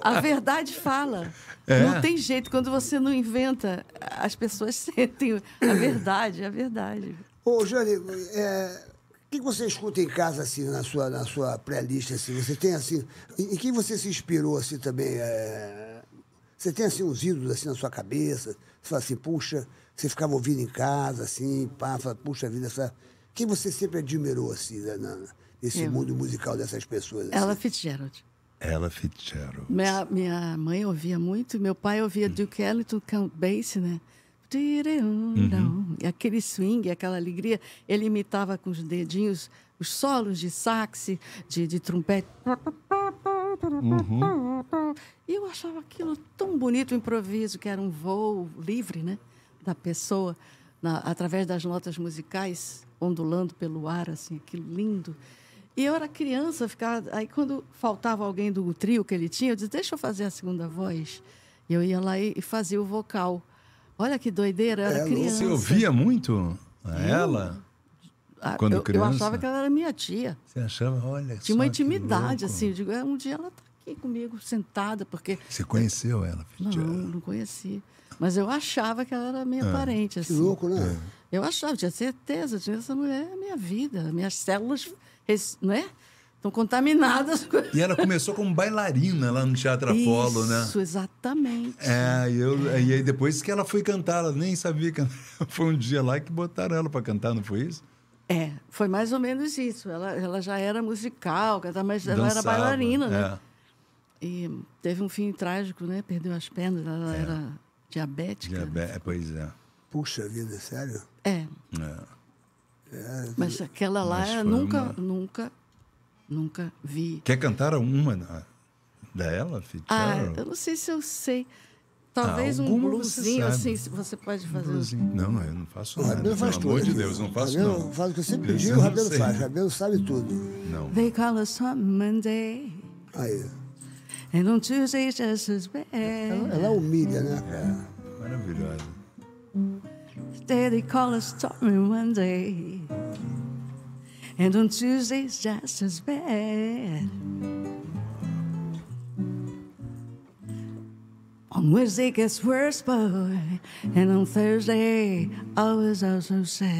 [SPEAKER 5] A verdade fala.
[SPEAKER 3] É?
[SPEAKER 5] Não tem jeito. Quando você não inventa, as pessoas *laughs* sentem a verdade, a verdade.
[SPEAKER 4] Ô, Jane, é, o que você escuta em casa, assim, na sua, na sua pré-lista, assim? Você tem, assim... Em, em quem você se inspirou, assim, também? é? você tem, assim, uns ídolos, assim, na sua cabeça? Você fala assim, puxa... Você ficava ouvindo em casa, assim, pá, fala, puxa vida, essa... Quem você sempre admirou, assim, né, na- na- nesse
[SPEAKER 5] Eu.
[SPEAKER 4] mundo musical dessas pessoas, assim?
[SPEAKER 5] Ela Fitzgerald.
[SPEAKER 3] Ela Fitzgerald.
[SPEAKER 5] Minha, minha mãe ouvia muito, meu pai ouvia Duke Ellington, Count Basie, né?
[SPEAKER 3] Uhum.
[SPEAKER 5] E aquele swing, aquela alegria, ele imitava com os dedinhos os solos de sax, de, de trompete. E eu achava aquilo tão bonito, o improviso, que era um voo livre, né? Da pessoa, na- através das notas musicais, ondulando pelo ar, assim, aquilo lindo. E eu era criança, eu ficava. Aí, quando faltava alguém do trio que ele tinha, eu dizia: Deixa eu fazer a segunda voz. E eu ia lá e, e fazia o vocal. Olha que doideira, eu era
[SPEAKER 4] É, louco.
[SPEAKER 5] criança.
[SPEAKER 3] Você ouvia muito a ela?
[SPEAKER 5] Ah,
[SPEAKER 3] quando
[SPEAKER 5] eu, eu
[SPEAKER 3] criança?
[SPEAKER 5] achava que ela era minha tia.
[SPEAKER 3] Você achava, olha
[SPEAKER 5] Tinha uma
[SPEAKER 3] só que
[SPEAKER 5] intimidade,
[SPEAKER 3] louco.
[SPEAKER 5] assim. Eu digo: "É, Um dia ela tá aqui comigo, sentada, porque
[SPEAKER 3] Você conheceu ela,
[SPEAKER 5] Não,
[SPEAKER 3] Fitzgerald?
[SPEAKER 5] não conheci. Mas eu achava que ela era minha
[SPEAKER 3] É.
[SPEAKER 5] parente.
[SPEAKER 4] Que
[SPEAKER 5] Assim.
[SPEAKER 4] louco, né?
[SPEAKER 5] Eu achava, tinha certeza, tinha essa mulher é minha vida. Minhas células res- né? estão contaminadas com
[SPEAKER 3] E ela começou como bailarina lá no Teatro Apolo, né?
[SPEAKER 5] Isso, exatamente.
[SPEAKER 3] É, e eu, e aí depois que ela foi cantar, ela *laughs* nem sabia cantar. Foi um dia lá que botaram ela pra cantar, não foi isso?
[SPEAKER 5] É, foi mais ou menos isso. Ela, ela já era musical, cantava, mas ela era
[SPEAKER 3] Dançava,
[SPEAKER 5] bailarina, né?
[SPEAKER 3] é.
[SPEAKER 5] E teve um fim trágico, né? Perdeu as pernas,
[SPEAKER 3] É.
[SPEAKER 5] ela era diabética.
[SPEAKER 3] Diabe- é, Pois é.
[SPEAKER 4] Puxa vida, sério?
[SPEAKER 5] É.
[SPEAKER 3] É.
[SPEAKER 5] Mas aquela lá,
[SPEAKER 3] Mas
[SPEAKER 5] eu
[SPEAKER 3] foi
[SPEAKER 5] nunca,
[SPEAKER 3] uma-
[SPEAKER 5] nunca, nunca vi.
[SPEAKER 3] Quer cantar uma da- dela, Fit
[SPEAKER 5] Ah,
[SPEAKER 3] Carroll?
[SPEAKER 5] eu não sei se eu sei. Talvez um
[SPEAKER 3] Ah, alguma você
[SPEAKER 5] bluesinho,
[SPEAKER 3] sabe.
[SPEAKER 5] assim, se você pode fazer. um-
[SPEAKER 3] assim, Não, eu não faço
[SPEAKER 4] O
[SPEAKER 3] nada.
[SPEAKER 4] Rabelo
[SPEAKER 3] Pelo
[SPEAKER 4] faz tudo.
[SPEAKER 3] amor de Deus, não faço
[SPEAKER 4] Rabelo
[SPEAKER 3] não.
[SPEAKER 4] Faz o que eu sempre
[SPEAKER 3] Isso
[SPEAKER 4] pedi,
[SPEAKER 3] eu
[SPEAKER 4] o
[SPEAKER 3] não
[SPEAKER 4] Rabelo
[SPEAKER 3] sei.
[SPEAKER 4] faz. O Rabelo sabe tudo.
[SPEAKER 3] Não.
[SPEAKER 5] They call us on Monday,
[SPEAKER 4] Aí.
[SPEAKER 5] and on Tuesday it's just as bad.
[SPEAKER 4] Ela humilha, né, cara?
[SPEAKER 3] é Maravilhosa.
[SPEAKER 5] They, they call us stormy Monday, and on Tuesday it's just as bad. On Wednesday it gets worse, boy, and on Thursday always also sad.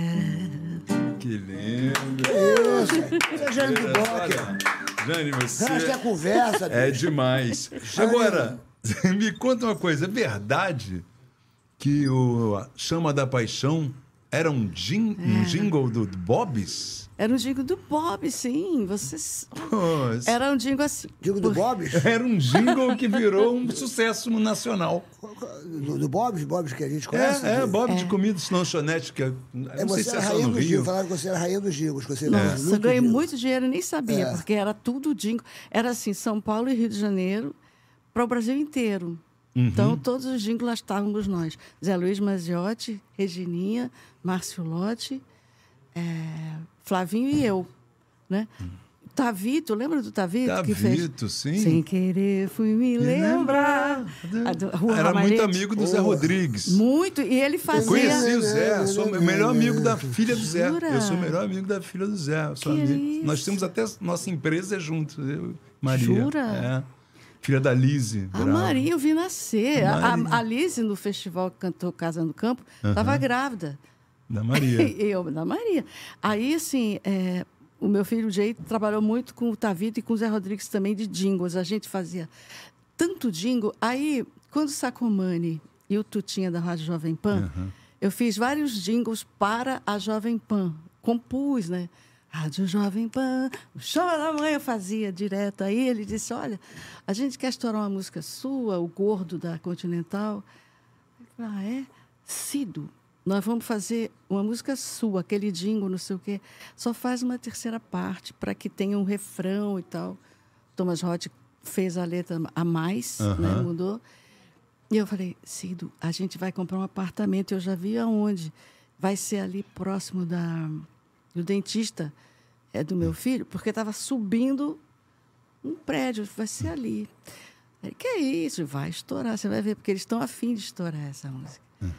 [SPEAKER 3] Que linda.
[SPEAKER 4] Isso é Jane do Bocker.
[SPEAKER 3] Olha, Jane, você
[SPEAKER 4] Gasta a conversa,
[SPEAKER 3] é
[SPEAKER 4] bicho.
[SPEAKER 3] demais. Agora, *laughs* me conta uma coisa. É verdade que o Chama da Paixão era um, jin-
[SPEAKER 5] É.
[SPEAKER 3] um jingle do Bob's?
[SPEAKER 5] Era um jingle do Bob, sim. Vocês.
[SPEAKER 3] Pô, isso-
[SPEAKER 5] Era um jingle assim.
[SPEAKER 4] Digo do Bob's?
[SPEAKER 3] Era um jingle que virou um sucesso nacional.
[SPEAKER 4] Do, do Bob's? Bob's que a gente conhece?
[SPEAKER 3] É, é,
[SPEAKER 4] Bob's.
[SPEAKER 3] Bob de Comidas Lanchonete, que é, eu
[SPEAKER 4] É,
[SPEAKER 3] não
[SPEAKER 4] você
[SPEAKER 3] sei se
[SPEAKER 4] era
[SPEAKER 3] é
[SPEAKER 4] a
[SPEAKER 3] só
[SPEAKER 4] rainha
[SPEAKER 3] no
[SPEAKER 4] do Giro.
[SPEAKER 3] Rio. É.
[SPEAKER 4] Falaram que você era a rainha do Giro. Você ganhou
[SPEAKER 5] Nossa, eu ganhei
[SPEAKER 4] dinheiro.
[SPEAKER 5] muito dinheiro, e nem sabia, porque era tudo jingle. Era assim, São Paulo e Rio de Janeiro para o Brasil inteiro.
[SPEAKER 3] Uhum.
[SPEAKER 5] Então, todos os jingles lá estávamos nós. Zé Luiz Maziotti, Regininha, Márcio Lotti, eh, Flavinho e eu, né? Tavito, lembra do Tavito? que fez-
[SPEAKER 3] Uhum. Tavito, Tá sim.
[SPEAKER 5] Sem querer fui me lembrar. A do- Rua
[SPEAKER 3] Era muito
[SPEAKER 5] Ramalhete.
[SPEAKER 3] amigo do Zé Rodrigues.
[SPEAKER 5] Muito, e ele
[SPEAKER 3] Eu
[SPEAKER 5] fazia...
[SPEAKER 3] conheci o Zé, eu sou o melhor amigo da filha do Zé.
[SPEAKER 5] Jura?
[SPEAKER 3] Eu sou o melhor amigo da filha do Zé. eu sou
[SPEAKER 5] Que
[SPEAKER 3] amigo.
[SPEAKER 5] isso?
[SPEAKER 3] Nós temos até nossa empresa juntos, eu e Maria.
[SPEAKER 5] Jura?
[SPEAKER 3] É. Filha da Lise.
[SPEAKER 5] A
[SPEAKER 3] Bravo.
[SPEAKER 5] Maria eu vi nascer. A,
[SPEAKER 3] Maria.
[SPEAKER 5] a a Lise, no festival que cantou Casa no Campo, estava grávida.
[SPEAKER 3] Da
[SPEAKER 5] *laughs*
[SPEAKER 3] Maria.
[SPEAKER 5] E eu, da Maria. Aí, assim, é, o meu filho Jay trabalhou muito com o Tavito e com o Zé Rodrigues também de jingles. A gente fazia tanto jingle. Aí, quando o Sacomani e o Tutinha da Rádio Jovem Pan, eu fiz vários jingles para a Jovem Pan. Compus, né? Rádio Jovem Pan, o chama da mãe eu fazia direto. Aí ele disse: Olha, a gente quer estourar uma música sua, o gordo da Continental. Eu falei, Ah, é? Cido, nós vamos fazer uma música sua, aquele jingle, não sei o quê. Só faz uma terceira parte para que tenha um refrão e tal. Thomas Roth fez a letra a mais, né? mudou. E eu falei, Cido, a gente vai comprar um apartamento. Eu já vi aonde. Vai ser ali próximo da, do dentista é, do meu filho, porque estava subindo um prédio, vai ser ali. Ele, que é isso? Vai estourar, você vai ver, porque eles estão afim de estourar essa música.
[SPEAKER 3] Hum.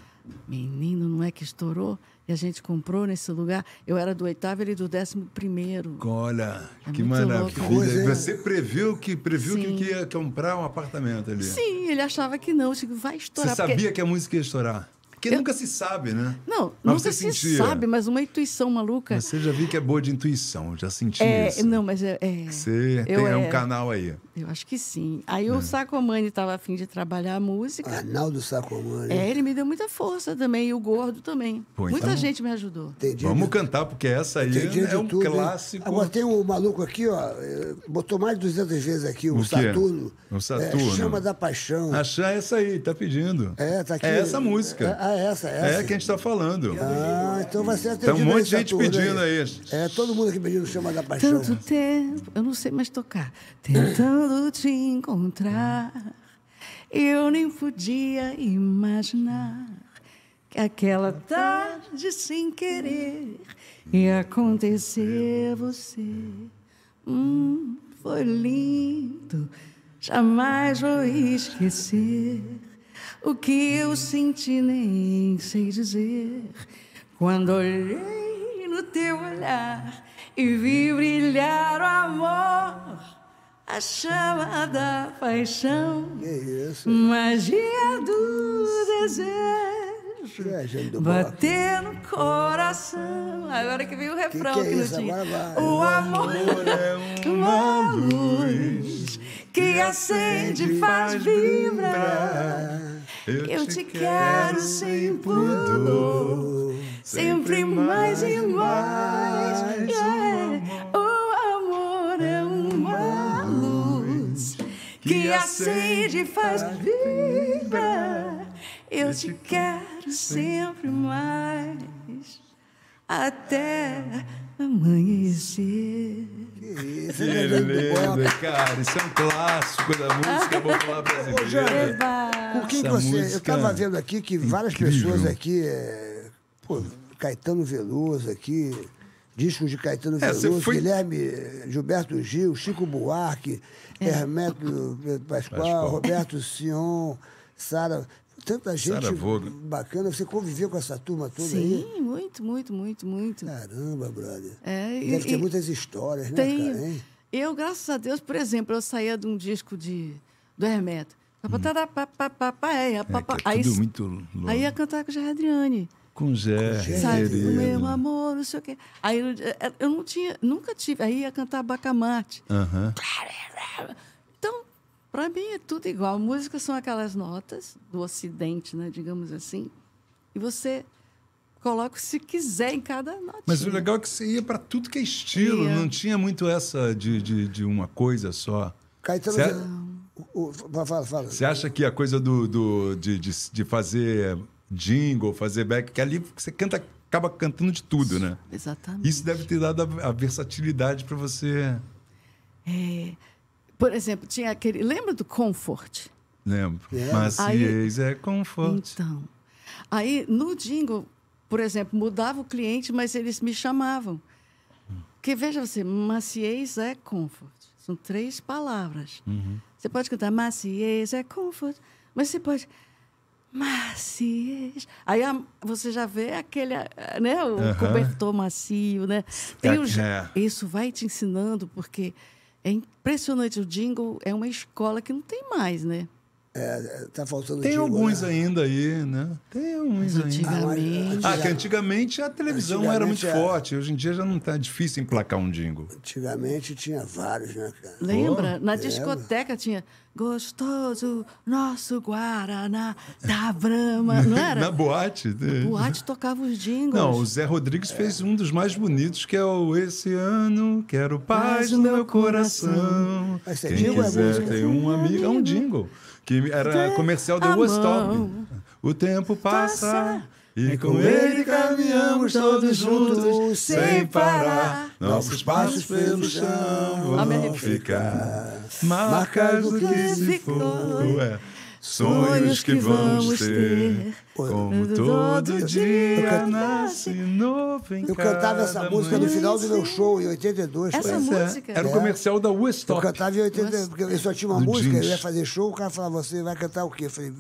[SPEAKER 5] Menino, não é que estourou? E a gente comprou nesse lugar. Eu era do oitavo, ele do décimo primeiro.
[SPEAKER 3] Olha,
[SPEAKER 5] É
[SPEAKER 3] que
[SPEAKER 5] muito louco.
[SPEAKER 3] maravilha.
[SPEAKER 5] Que coisa,
[SPEAKER 3] E
[SPEAKER 4] hein?
[SPEAKER 3] Você previu que previu que,
[SPEAKER 5] Sim.
[SPEAKER 3] que ia comprar um apartamento ali.
[SPEAKER 5] Sim, ele achava que não. Eu digo, vai estourar.
[SPEAKER 3] Você
[SPEAKER 5] porque-
[SPEAKER 3] sabia que a música ia estourar? Porque nunca se sabe, né?
[SPEAKER 5] Não,
[SPEAKER 3] Mas
[SPEAKER 5] nunca
[SPEAKER 3] você
[SPEAKER 5] se
[SPEAKER 3] sentia.
[SPEAKER 5] sabe, mas uma intuição maluca.
[SPEAKER 3] Você já viu que é boa de intuição, já senti
[SPEAKER 5] É,
[SPEAKER 3] isso.
[SPEAKER 5] não, mas é. é,
[SPEAKER 3] Você É.
[SPEAKER 5] eu
[SPEAKER 3] tem
[SPEAKER 5] é-
[SPEAKER 3] um canal aí.
[SPEAKER 5] Eu acho que sim. Aí o Sacomani estava afim de trabalhar a música.
[SPEAKER 4] Arnaldo Sacomani.
[SPEAKER 5] É, ele me deu muita força também, e o gordo também.
[SPEAKER 3] Pô,
[SPEAKER 5] Muita
[SPEAKER 3] então-
[SPEAKER 5] gente me ajudou.
[SPEAKER 4] Entendi.
[SPEAKER 3] Vamos cantar, porque essa aí
[SPEAKER 4] Tem dia
[SPEAKER 3] é
[SPEAKER 4] de
[SPEAKER 3] um
[SPEAKER 4] tudo, hein?
[SPEAKER 3] clássico.
[SPEAKER 4] Agora tem um maluco aqui, ó, eh, botou mais de 200 vezes aqui, o,
[SPEAKER 3] O quê?
[SPEAKER 4] Saturno.
[SPEAKER 3] O Saturno. Ah,
[SPEAKER 4] É, Chama da Paixão.
[SPEAKER 3] Achar essa aí, tá pedindo.
[SPEAKER 4] É, tá aqui.
[SPEAKER 3] É essa música.
[SPEAKER 4] Ah, é essa, é
[SPEAKER 3] É,
[SPEAKER 4] essa.
[SPEAKER 3] que a gente tá falando.
[SPEAKER 4] Ah, então vai ser
[SPEAKER 3] Tem
[SPEAKER 4] atendido.
[SPEAKER 3] um monte
[SPEAKER 4] aí,
[SPEAKER 3] de gente
[SPEAKER 4] Saturno,
[SPEAKER 3] pedindo
[SPEAKER 4] aí.
[SPEAKER 3] aí.
[SPEAKER 4] É, todo mundo aqui pedindo Chama da Paixão.
[SPEAKER 5] Tanto tempo, eu não sei mais tocar. Tentando te encontrar, eu nem podia imaginar que aquela tarde sem querer ia acontecer você. Hum, foi lindo, jamais vou esquecer o que eu senti, nem sei dizer. Quando olhei no teu olhar e vi brilhar o amor, a chama da paixão,
[SPEAKER 4] Que isso.
[SPEAKER 5] magia do desejo.
[SPEAKER 4] É, gente do Bob.
[SPEAKER 5] Bater no coração. Agora que vem o refrão
[SPEAKER 4] que
[SPEAKER 5] que,
[SPEAKER 4] é
[SPEAKER 5] não
[SPEAKER 4] isso?
[SPEAKER 5] tinha.
[SPEAKER 4] Agora vai.
[SPEAKER 5] O amor é uma luz que acende e faz vibrar. Eu te quero sem pudor, sempre mais e mais. É. O amor é uma luz que acende e faz vibrar. Eu te quero sempre mais. até amanhecer.
[SPEAKER 4] Isso,
[SPEAKER 3] Que
[SPEAKER 4] é legal.
[SPEAKER 3] lindo, cara. Isso é um clássico da música popular
[SPEAKER 4] *laughs* Ô, Jânio,
[SPEAKER 5] É.
[SPEAKER 3] brasileira. É,
[SPEAKER 4] por que, que
[SPEAKER 3] Essa
[SPEAKER 4] você. Eu
[SPEAKER 3] música é
[SPEAKER 4] estava vendo aqui que várias pessoas aqui. é, pô, Caetano Veloso aqui, discos de Caetano
[SPEAKER 3] É, você
[SPEAKER 4] Veloso,
[SPEAKER 3] foi-
[SPEAKER 4] Guilherme eh, Gilberto Gil, Chico Buarque,
[SPEAKER 5] É.
[SPEAKER 4] Hermeto eh, Pascoal,
[SPEAKER 3] Pascoal.
[SPEAKER 4] Roberto Sion, Sara. Tanta gente
[SPEAKER 3] Sara Vogel.
[SPEAKER 4] bacana. Você conviveu com essa turma
[SPEAKER 5] né?
[SPEAKER 4] toda aí?
[SPEAKER 5] Sim, muito, muito, muito, muito.
[SPEAKER 4] Caramba, brother.
[SPEAKER 5] É, e-
[SPEAKER 4] Deve ter
[SPEAKER 5] e-
[SPEAKER 4] muitas histórias, né,
[SPEAKER 5] Tem.
[SPEAKER 4] cara? hein?
[SPEAKER 5] Eu, graças a Deus, por exemplo, eu saía de um disco de, do Hermeto. tá,
[SPEAKER 8] É, que é
[SPEAKER 5] Aí,
[SPEAKER 8] tudo muito louco.
[SPEAKER 5] aí ia cantar com a Jair Adriane.
[SPEAKER 8] Com Zé,
[SPEAKER 3] É,
[SPEAKER 5] Sabe? O meu
[SPEAKER 8] querido.
[SPEAKER 5] amor, não sei o quê. Aí eu, eh, eu não tinha, nunca tive. Aí ia cantar Bacamarte.
[SPEAKER 8] Aham.
[SPEAKER 5] Então, para mim é tudo igual. Música são aquelas notas do ocidente, né, digamos assim. E você coloca o se quiser em cada nota.
[SPEAKER 3] Mas o legal é que você ia pra tudo que é estilo.
[SPEAKER 5] Ia.
[SPEAKER 3] Não tinha muito essa de, de, de uma coisa só.
[SPEAKER 4] Caetano
[SPEAKER 3] Cê-
[SPEAKER 4] Veloso. o- o- Fala, fala.
[SPEAKER 3] Você acha que a coisa do, do- de, de, de fazer jingle, fazer back, que ali você canta, acaba cantando de tudo, né?
[SPEAKER 5] Exatamente.
[SPEAKER 3] Isso deve ter dado a, a versatilidade pra você.
[SPEAKER 5] Por exemplo, tinha aquele. Lembra do Comfort?
[SPEAKER 3] Lembro.
[SPEAKER 4] É.
[SPEAKER 3] Maciez é conforto.
[SPEAKER 5] Então. Aí, no jingle, por exemplo, mudava o cliente, mas eles me chamavam. Porque veja você, maciez é comfort. São três palavras.
[SPEAKER 3] Uhum.
[SPEAKER 5] Você pode cantar maciez é comfort, mas você pode. Maciez. Aí a- você já vê aquele, ah, né? O
[SPEAKER 3] Aham.
[SPEAKER 5] cobertor macio, né? Tem o,
[SPEAKER 3] É.
[SPEAKER 5] Isso vai te ensinando, porque é impressionante. O jingle é uma escola que não tem mais, né?
[SPEAKER 4] É, tá faltando
[SPEAKER 3] Tem
[SPEAKER 4] jingle,
[SPEAKER 3] alguns
[SPEAKER 4] né?
[SPEAKER 3] ainda aí, né? Tem alguns ainda.
[SPEAKER 5] Antigamente.
[SPEAKER 3] Ah, que antigamente a televisão era muito
[SPEAKER 4] Antigamente é. era.
[SPEAKER 3] forte. Hoje em dia já não tá difícil emplacar um jingle.
[SPEAKER 4] Antigamente tinha vários, né, cara?
[SPEAKER 5] Lembra? Na discoteca tinha Gostoso Nosso Guaraná da Brahma, não
[SPEAKER 3] Na
[SPEAKER 5] era?
[SPEAKER 3] boate. né?
[SPEAKER 5] Boate tocava os jingles.
[SPEAKER 3] Não, o Zé Rodrigues fez um dos mais bonitos, que é o Esse Ano Quero Paz no Meu Coração.
[SPEAKER 4] Esse é
[SPEAKER 3] Quem
[SPEAKER 4] jingle ou é
[SPEAKER 3] quiser
[SPEAKER 4] música?
[SPEAKER 3] tem um amigo. É um jingle. Que era comercial do
[SPEAKER 5] A
[SPEAKER 3] West
[SPEAKER 5] mão
[SPEAKER 3] Stop. O tempo passa.
[SPEAKER 5] passa,
[SPEAKER 3] E com ele caminhamos todos juntos, sem parar. Nossos passos pelo chão
[SPEAKER 5] Ah, me
[SPEAKER 3] vão
[SPEAKER 5] arrepio.
[SPEAKER 3] ficar. Marcas do que se
[SPEAKER 5] ficou.
[SPEAKER 3] foi. Sonhos que vamos ter. Como todo dia nasce novo em
[SPEAKER 4] Eu cantava essa
[SPEAKER 3] cada
[SPEAKER 4] música no
[SPEAKER 3] manhã.
[SPEAKER 4] final do meu show, em 82.
[SPEAKER 5] Essa
[SPEAKER 4] parece.
[SPEAKER 5] música-
[SPEAKER 3] Era o
[SPEAKER 4] É.
[SPEAKER 3] comercial da
[SPEAKER 4] Eu
[SPEAKER 3] Westop.
[SPEAKER 4] cantava em 82, porque eu só tinha uma
[SPEAKER 3] Do
[SPEAKER 4] música,
[SPEAKER 3] jeans.
[SPEAKER 4] eu ia fazer show, o cara falava, você vai cantar o quê? Eu falei,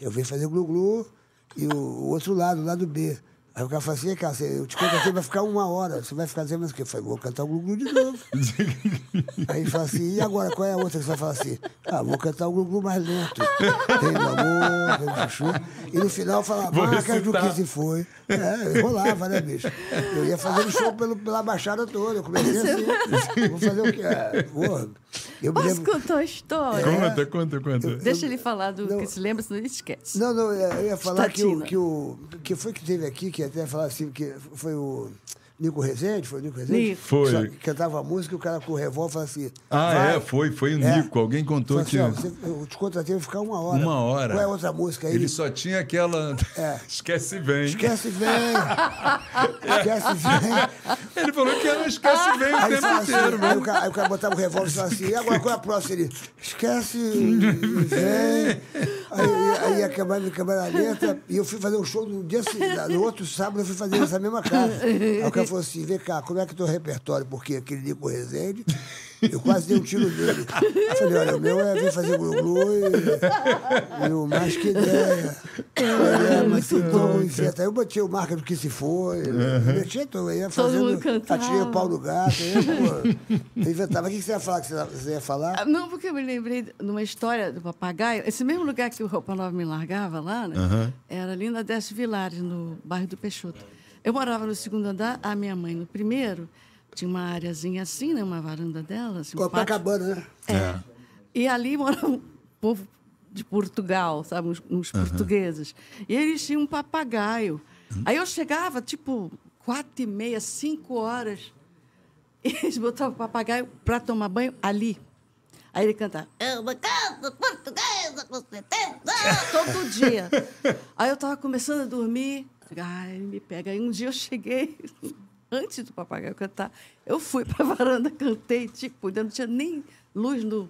[SPEAKER 4] eu vim fazer glu-glu e o, o outro lado, o lado B. Aí o cara falou assim, "Ei, cara, você- eu te contratei vai ficar uma hora, você vai ficar dizendo mais o quê? Eu falei, vou cantar o glu-glu de
[SPEAKER 3] *laughs*
[SPEAKER 4] novo. Aí ele fala assim, e agora, qual é a outra que você vai falar assim? Ah, vou cantar o glu-glu mais lento. Tem meu amor, tem meu chuchu. E no final eu falava, "Ah,
[SPEAKER 3] Vou
[SPEAKER 4] marca do que
[SPEAKER 3] recitar.
[SPEAKER 4] se foi. É, rolava, né, bicho? Eu ia fazendo show pelo, pela baixada toda, eu comecei assim. Vou fazer o quê? É, porra, eu me
[SPEAKER 5] Posso
[SPEAKER 4] lembro...
[SPEAKER 5] contar a história?
[SPEAKER 3] Conta, conta, conta.
[SPEAKER 5] Deixa ele falar do
[SPEAKER 4] Não.
[SPEAKER 5] que se lembra, senão ele esquece.
[SPEAKER 4] Não, não, eu ia falar que o,
[SPEAKER 5] Estatina.
[SPEAKER 4] que o... Que foi que teve aqui, que até falar assim, que foi o... Nico Rezende, foi o Nico Rezende?
[SPEAKER 5] Nico.
[SPEAKER 3] Foi.
[SPEAKER 4] Só que Cantava a música e o cara com o revólver falava assim...
[SPEAKER 3] Ah,
[SPEAKER 4] vai,
[SPEAKER 3] é, foi, foi o
[SPEAKER 4] É.
[SPEAKER 3] Nico. Alguém contou
[SPEAKER 4] Falou
[SPEAKER 3] que
[SPEAKER 4] assim, ó, você- eu te contratei pra ficar uma hora.
[SPEAKER 3] Uma hora.
[SPEAKER 4] Qual é a outra música aí?
[SPEAKER 3] ele só tinha aquela. *laughs* Esquece bem.
[SPEAKER 4] Esquece
[SPEAKER 3] *laughs*
[SPEAKER 4] vem! Esquece vem!
[SPEAKER 3] Ele falou que era
[SPEAKER 5] Ah.
[SPEAKER 3] esquece bem o
[SPEAKER 4] Aí, fala
[SPEAKER 3] tempo
[SPEAKER 4] assim,
[SPEAKER 3] inteiro,
[SPEAKER 4] aí,
[SPEAKER 3] mano.
[SPEAKER 4] o cara, aí o cara botava o revólver e falava assim, e agora qual é a próxima? Ele, esquece vem! Aí, aí a câmera, a câmera lenta, e eu fui fazer um show no dia seguinte, no outro sábado eu fui fazer essa mesma casa. Aí o cara falou assim, vem cá, como é que é teu repertório? Porque aquele Nico Rezende, eu quase dei um tiro nele. Aí eu falei, olha, o meu é vir fazer glu-glu e, e o mais que ideia. É, mas muito bom, enfeta. Eu bati o marca do que se foi. Eu tinha, eu ia fazendo.
[SPEAKER 5] mundo cantava.
[SPEAKER 4] Atirei o pau no gato. Eu, né, pô, eu inventava. O que que você ia falar? Que você você ia falar?
[SPEAKER 5] Ah, Não, porque eu me lembrei de uma história do papagaio. Esse mesmo lugar que o Roupa Nova me largava lá, né? Era ali na Décio Vilares, no bairro do Peixoto. Eu morava no segundo andar, a minha mãe no primeiro. Tinha uma áreazinha assim, né? Uma varanda dela. Assim, um pátio.
[SPEAKER 4] Copacabana, né?
[SPEAKER 5] É. E ali morava um povo de Portugal, sabe? Uns, uns portugueses. E eles tinham um papagaio. Aí eu chegava, tipo, quatro e meia, cinco horas. *laughs* E eles botavam o papagaio para tomar banho ali. Aí ele cantava,
[SPEAKER 9] É uma casa portuguesa com certeza.
[SPEAKER 5] É, todo dia. Aí eu estava começando a dormir. Ai, ele me pega. Aí um dia eu cheguei, *laughs* antes do papagaio cantar, eu fui para a *laughs* varanda, cantei, tipo, ainda não tinha nem luz no,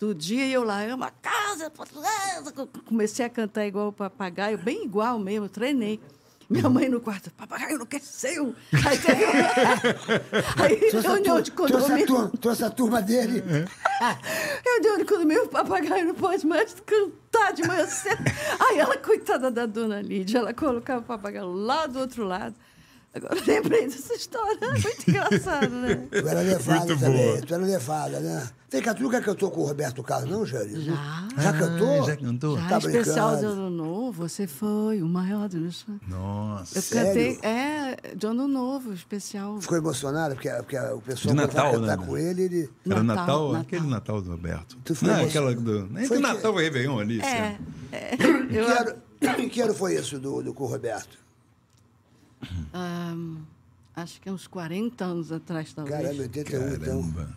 [SPEAKER 5] do dia, e eu lá, é uma casa portuguesa. Comecei a cantar igual o papagaio, bem igual mesmo, treinei. Minha mãe no quarto, papagaio não quer seu. Aí teve uma- *laughs* Aí,
[SPEAKER 4] Trouxe a
[SPEAKER 5] reunião
[SPEAKER 4] tur-
[SPEAKER 5] de
[SPEAKER 4] trouxe a,
[SPEAKER 5] condomínio.
[SPEAKER 4] turma, trouxe a turma dele.
[SPEAKER 5] Eu dei olho É quando meu papagaio não pode mais cantar tá de manhã cedo. Aí ela, coitada da dona Lídia, ela colocava o papagaio lá do outro lado. Agora eu lembrei dessa história, é muito engraçado, né?
[SPEAKER 4] Tu era levada
[SPEAKER 3] Muito
[SPEAKER 4] também.
[SPEAKER 3] boa.
[SPEAKER 4] Tu era levada, né? Vem cá, tu nunca cantou com o Roberto Carlos, não, Jânio?
[SPEAKER 5] Já.
[SPEAKER 4] Já
[SPEAKER 3] Ah,
[SPEAKER 4] cantou?
[SPEAKER 6] já cantou?
[SPEAKER 5] Já
[SPEAKER 4] Tá
[SPEAKER 5] Ah, especial de
[SPEAKER 4] brincando.
[SPEAKER 5] Ano Novo, você foi o maior dos...
[SPEAKER 6] Nossa.
[SPEAKER 5] Eu
[SPEAKER 4] Sério?
[SPEAKER 5] cantei, é, de Ano Novo, especial.
[SPEAKER 4] Ficou emocionada, porque, porque o pessoal
[SPEAKER 6] De
[SPEAKER 4] quando vai
[SPEAKER 6] Natal,
[SPEAKER 4] cantar
[SPEAKER 6] né?
[SPEAKER 4] com ele, ele...
[SPEAKER 3] Era
[SPEAKER 5] Natal,
[SPEAKER 3] Natal,
[SPEAKER 5] Natal.
[SPEAKER 3] aquele Natal do Roberto.
[SPEAKER 4] Tu foi
[SPEAKER 3] Não,
[SPEAKER 4] gost-
[SPEAKER 3] aquela do.
[SPEAKER 4] Foi
[SPEAKER 3] Entre
[SPEAKER 4] que-
[SPEAKER 3] Natal e Réveillon ali. assim,
[SPEAKER 5] É,
[SPEAKER 3] sabe?
[SPEAKER 5] é.
[SPEAKER 4] Que
[SPEAKER 5] Eu,
[SPEAKER 4] ano, que ano *coughs* foi isso do, do com o Roberto?
[SPEAKER 5] ah, acho que é uns 40 anos atrás, talvez.
[SPEAKER 4] Caramba, 81, então.
[SPEAKER 3] Caramba.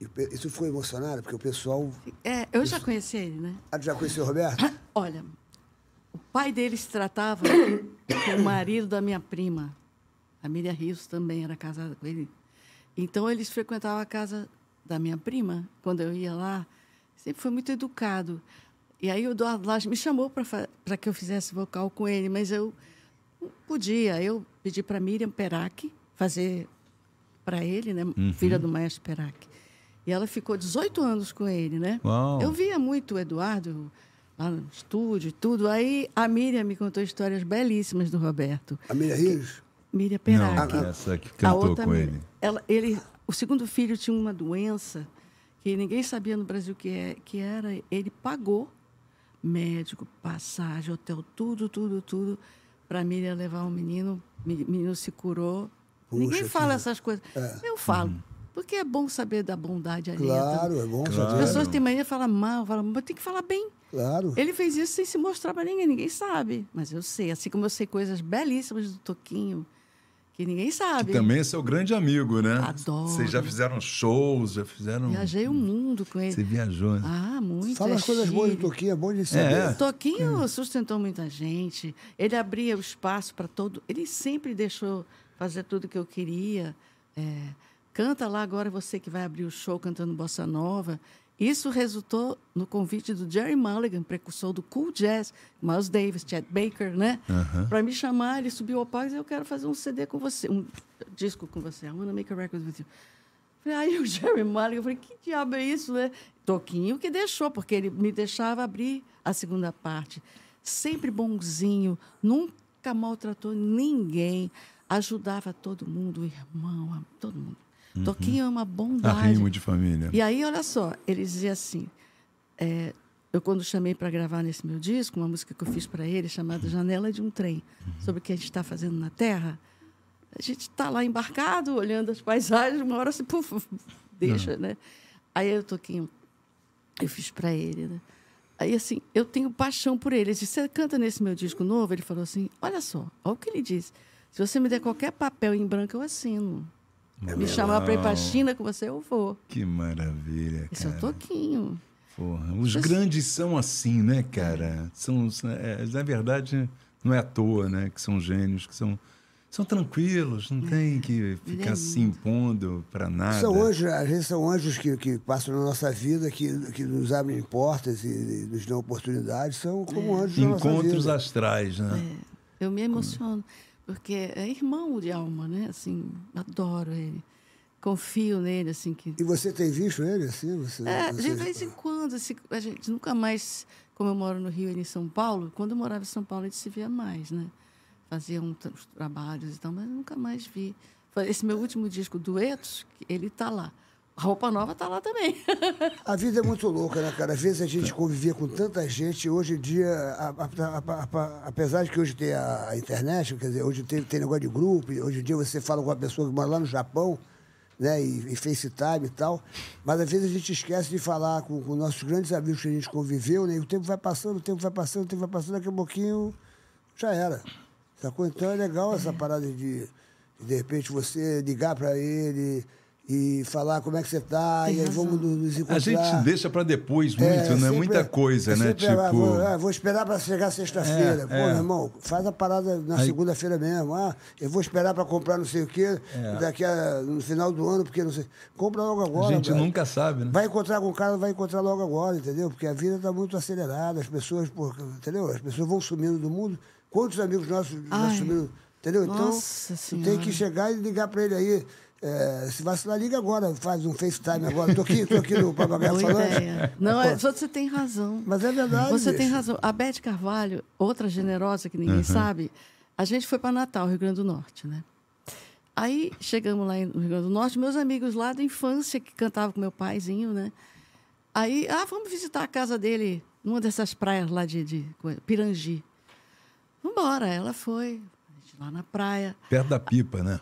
[SPEAKER 4] E o pe- Isso foi emocionado, porque o pessoal...
[SPEAKER 5] É, eu já conheci ele, né?
[SPEAKER 4] Ah, tu já conheceu o Roberto?
[SPEAKER 5] Olha, o pai dele se tratava *coughs* com o marido da minha prima. A Miriam Rios também era casada com ele. Então, eles frequentavam a casa da minha prima. Quando eu ia lá, sempre foi muito educado. E aí, o Eduardo Laje me chamou para que eu fizesse vocal com ele, mas eu não podia. Eu pedi para Miriam Perac fazer para ele, né?
[SPEAKER 3] Uhum.
[SPEAKER 5] Filha do maestro Perac. E ela ficou 18 anos com ele, né?
[SPEAKER 3] Uau.
[SPEAKER 5] Eu via muito o Eduardo lá no estúdio e tudo. Aí a Miriam me contou histórias belíssimas do Roberto.
[SPEAKER 4] A Miriam Rios?
[SPEAKER 5] Miriam
[SPEAKER 3] Não,
[SPEAKER 5] Perac.
[SPEAKER 3] essa que cantou com
[SPEAKER 5] menina,
[SPEAKER 3] ele.
[SPEAKER 5] Ela, ele. O segundo filho tinha uma doença que ninguém sabia no Brasil que, é, que era. Ele pagou médico, passagem, hotel, tudo, tudo, tudo, para Miriam levar o menino. O menino se curou.
[SPEAKER 4] Puxa,
[SPEAKER 5] ninguém fala
[SPEAKER 4] que- É.
[SPEAKER 5] essas coisas. Eu falo.
[SPEAKER 3] Uhum.
[SPEAKER 5] Porque é bom saber da bondade alheia.
[SPEAKER 4] Claro, é bom
[SPEAKER 5] As
[SPEAKER 4] saber.
[SPEAKER 5] pessoas têm mania de falar mal, falam, mas tem que falar bem.
[SPEAKER 4] Claro.
[SPEAKER 5] Ele fez isso sem se mostrar para ninguém, ninguém sabe. Mas eu sei, assim como eu sei coisas belíssimas do Toquinho, que ninguém sabe.
[SPEAKER 3] Também é seu grande amigo, né?
[SPEAKER 5] Adoro.
[SPEAKER 3] Vocês já fizeram shows, já fizeram.
[SPEAKER 5] Viajei o mundo com
[SPEAKER 3] Você
[SPEAKER 5] ele.
[SPEAKER 3] viajou. né?
[SPEAKER 5] Ah, muito.
[SPEAKER 4] Fala
[SPEAKER 5] é
[SPEAKER 4] as coisas boas do
[SPEAKER 5] Chile.
[SPEAKER 4] Toquinho, é bom de saber.
[SPEAKER 5] Toquinho sustentou muita gente. Ele abria o espaço para todo. Ele sempre deixou fazer tudo que eu queria. É, canta lá agora você que vai abrir o show cantando bossa nova. Isso resultou no convite do Jerry Mulligan, precursor do cool jazz, Miles Davis, Chet Baker, né? Para me chamar, ele subiu ao palco e disse, eu quero fazer um CD com você, um disco com você. I wanna make a record with you. Falei, Aí *laughs* o Jerry Mulligan, eu falei, que diabo é isso, né? Toquinho que deixou, porque ele me deixava abrir a segunda parte. Sempre bonzinho, nunca maltratou ninguém, ajudava todo mundo, o irmão, a- todo mundo. Toquinho é uma bondade.
[SPEAKER 3] Arrimo de família.
[SPEAKER 5] E aí, olha só, ele dizia assim: é, eu, quando chamei para gravar nesse meu disco, uma música que eu fiz para ele, chamada Janela de um Trem, sobre o que a gente está fazendo na Terra, a gente está lá embarcado, olhando as paisagens, uma hora assim, puf, deixa, né? Aí eu, Toquinho, eu fiz para ele, né? Aí, assim, eu tenho paixão por ele. Ele disse, você canta nesse meu disco novo? Ele falou assim, olha só, olha o que ele disse. Se você me der qualquer papel em branco, eu assino. Me chamar para ir para a China com você, eu vou.
[SPEAKER 3] Que maravilha,
[SPEAKER 5] Esse é
[SPEAKER 3] cara.
[SPEAKER 5] o Toquinho.
[SPEAKER 3] Porra, os grandes são assim, né, cara? São, são- é, na verdade, não é à toa, né? Que são gênios, que são, são tranquilos, não
[SPEAKER 5] É.
[SPEAKER 3] tem que ficar se impondo pra nada.
[SPEAKER 4] São anjos, às vezes são anjos que, que passam na nossa vida, que, que nos abrem portas e, e nos dão oportunidades, são
[SPEAKER 5] É.
[SPEAKER 4] como anjos na nossa
[SPEAKER 3] Encontros
[SPEAKER 4] vida.
[SPEAKER 3] astrais, né?
[SPEAKER 5] Eu
[SPEAKER 4] é?
[SPEAKER 5] me emociono, porque é irmão de alma, né? Assim, adoro ele. Confio nele, assim, que...
[SPEAKER 4] E você tem visto ele assim? Você,
[SPEAKER 5] É,
[SPEAKER 4] você-
[SPEAKER 5] de vez em quando, assim, a gente nunca mais, como eu moro no Rio e em São Paulo, quando eu morava em São Paulo, a gente se via mais, né? Fazia um, tra- uns trabalhos e tal, mas eu nunca mais vi. Foi Esse meu último disco, Duetos, que ele tá lá. A roupa nova tá lá também. *laughs*
[SPEAKER 4] A vida é muito louca, né, cara? Às vezes a gente convivia com tanta gente, hoje em dia, a- a- a- a- apesar de que hoje tem a, a internet, quer dizer, hoje tem, tem negócio de grupo, e hoje em dia você fala com uma pessoa que mora lá no Japão, né, e, e FaceTime e tal, mas às vezes a gente esquece de falar com, com nossos grandes amigos que a gente conviveu, né? E o tempo vai passando, o tempo vai passando, o tempo vai passando, daqui a pouquinho já era. Sacou? Então é legal essa parada de, de, de repente, você ligar para ele e falar como é que você tá,
[SPEAKER 5] Tem
[SPEAKER 4] e aí
[SPEAKER 5] razão.
[SPEAKER 4] vamos no- nos encontrar.
[SPEAKER 3] A gente deixa pra depois muito,
[SPEAKER 4] É,
[SPEAKER 3] né?
[SPEAKER 4] sempre-
[SPEAKER 3] Muita coisa,
[SPEAKER 4] é
[SPEAKER 3] né?
[SPEAKER 4] sempre,
[SPEAKER 3] Tipo.
[SPEAKER 4] ah, vou, ah, vou esperar para chegar sexta-feira.
[SPEAKER 3] É,
[SPEAKER 4] Pô,
[SPEAKER 3] é.
[SPEAKER 4] meu irmão, faz a parada na
[SPEAKER 3] Aí-
[SPEAKER 4] segunda-feira mesmo. Ah, eu vou esperar para comprar não sei o quê daqui a, no final do ano, porque não sei. Compra logo agora.
[SPEAKER 3] É. A gente
[SPEAKER 4] cara.
[SPEAKER 3] nunca sabe, né?
[SPEAKER 4] Vai encontrar com o cara, vai encontrar logo agora, entendeu? Porque a vida está muito acelerada, as pessoas, pô, entendeu? As pessoas vão sumindo do mundo. Quantos amigos nossos já
[SPEAKER 5] Ai.
[SPEAKER 4] sumiram? Entendeu? Então,
[SPEAKER 5] Nossa
[SPEAKER 4] tu tem
[SPEAKER 5] Senhora.
[SPEAKER 4] que chegar e ligar para ele aí. É, se vacilar, liga agora, faz um FaceTime agora. Tô aqui, tô aqui no
[SPEAKER 5] *laughs*
[SPEAKER 4] Papagaio
[SPEAKER 5] Boa
[SPEAKER 4] falando.
[SPEAKER 5] ideia. Não, é- você tem razão.
[SPEAKER 4] Mas é verdade,
[SPEAKER 5] Você tem
[SPEAKER 4] bicho.
[SPEAKER 5] razão. A Beth Carvalho, outra generosa que ninguém sabe, a gente foi para Natal, Rio Grande do Norte, né? Aí chegamos lá em- no Rio Grande do Norte, meus amigos lá da infância que cantavam com meu paizinho, né? Aí, ah, vamos visitar a casa dele numa dessas praias lá de, de coisa, Pirangi. Vambora, ela foi. A gente lá na praia.
[SPEAKER 3] Perto da pipa, né?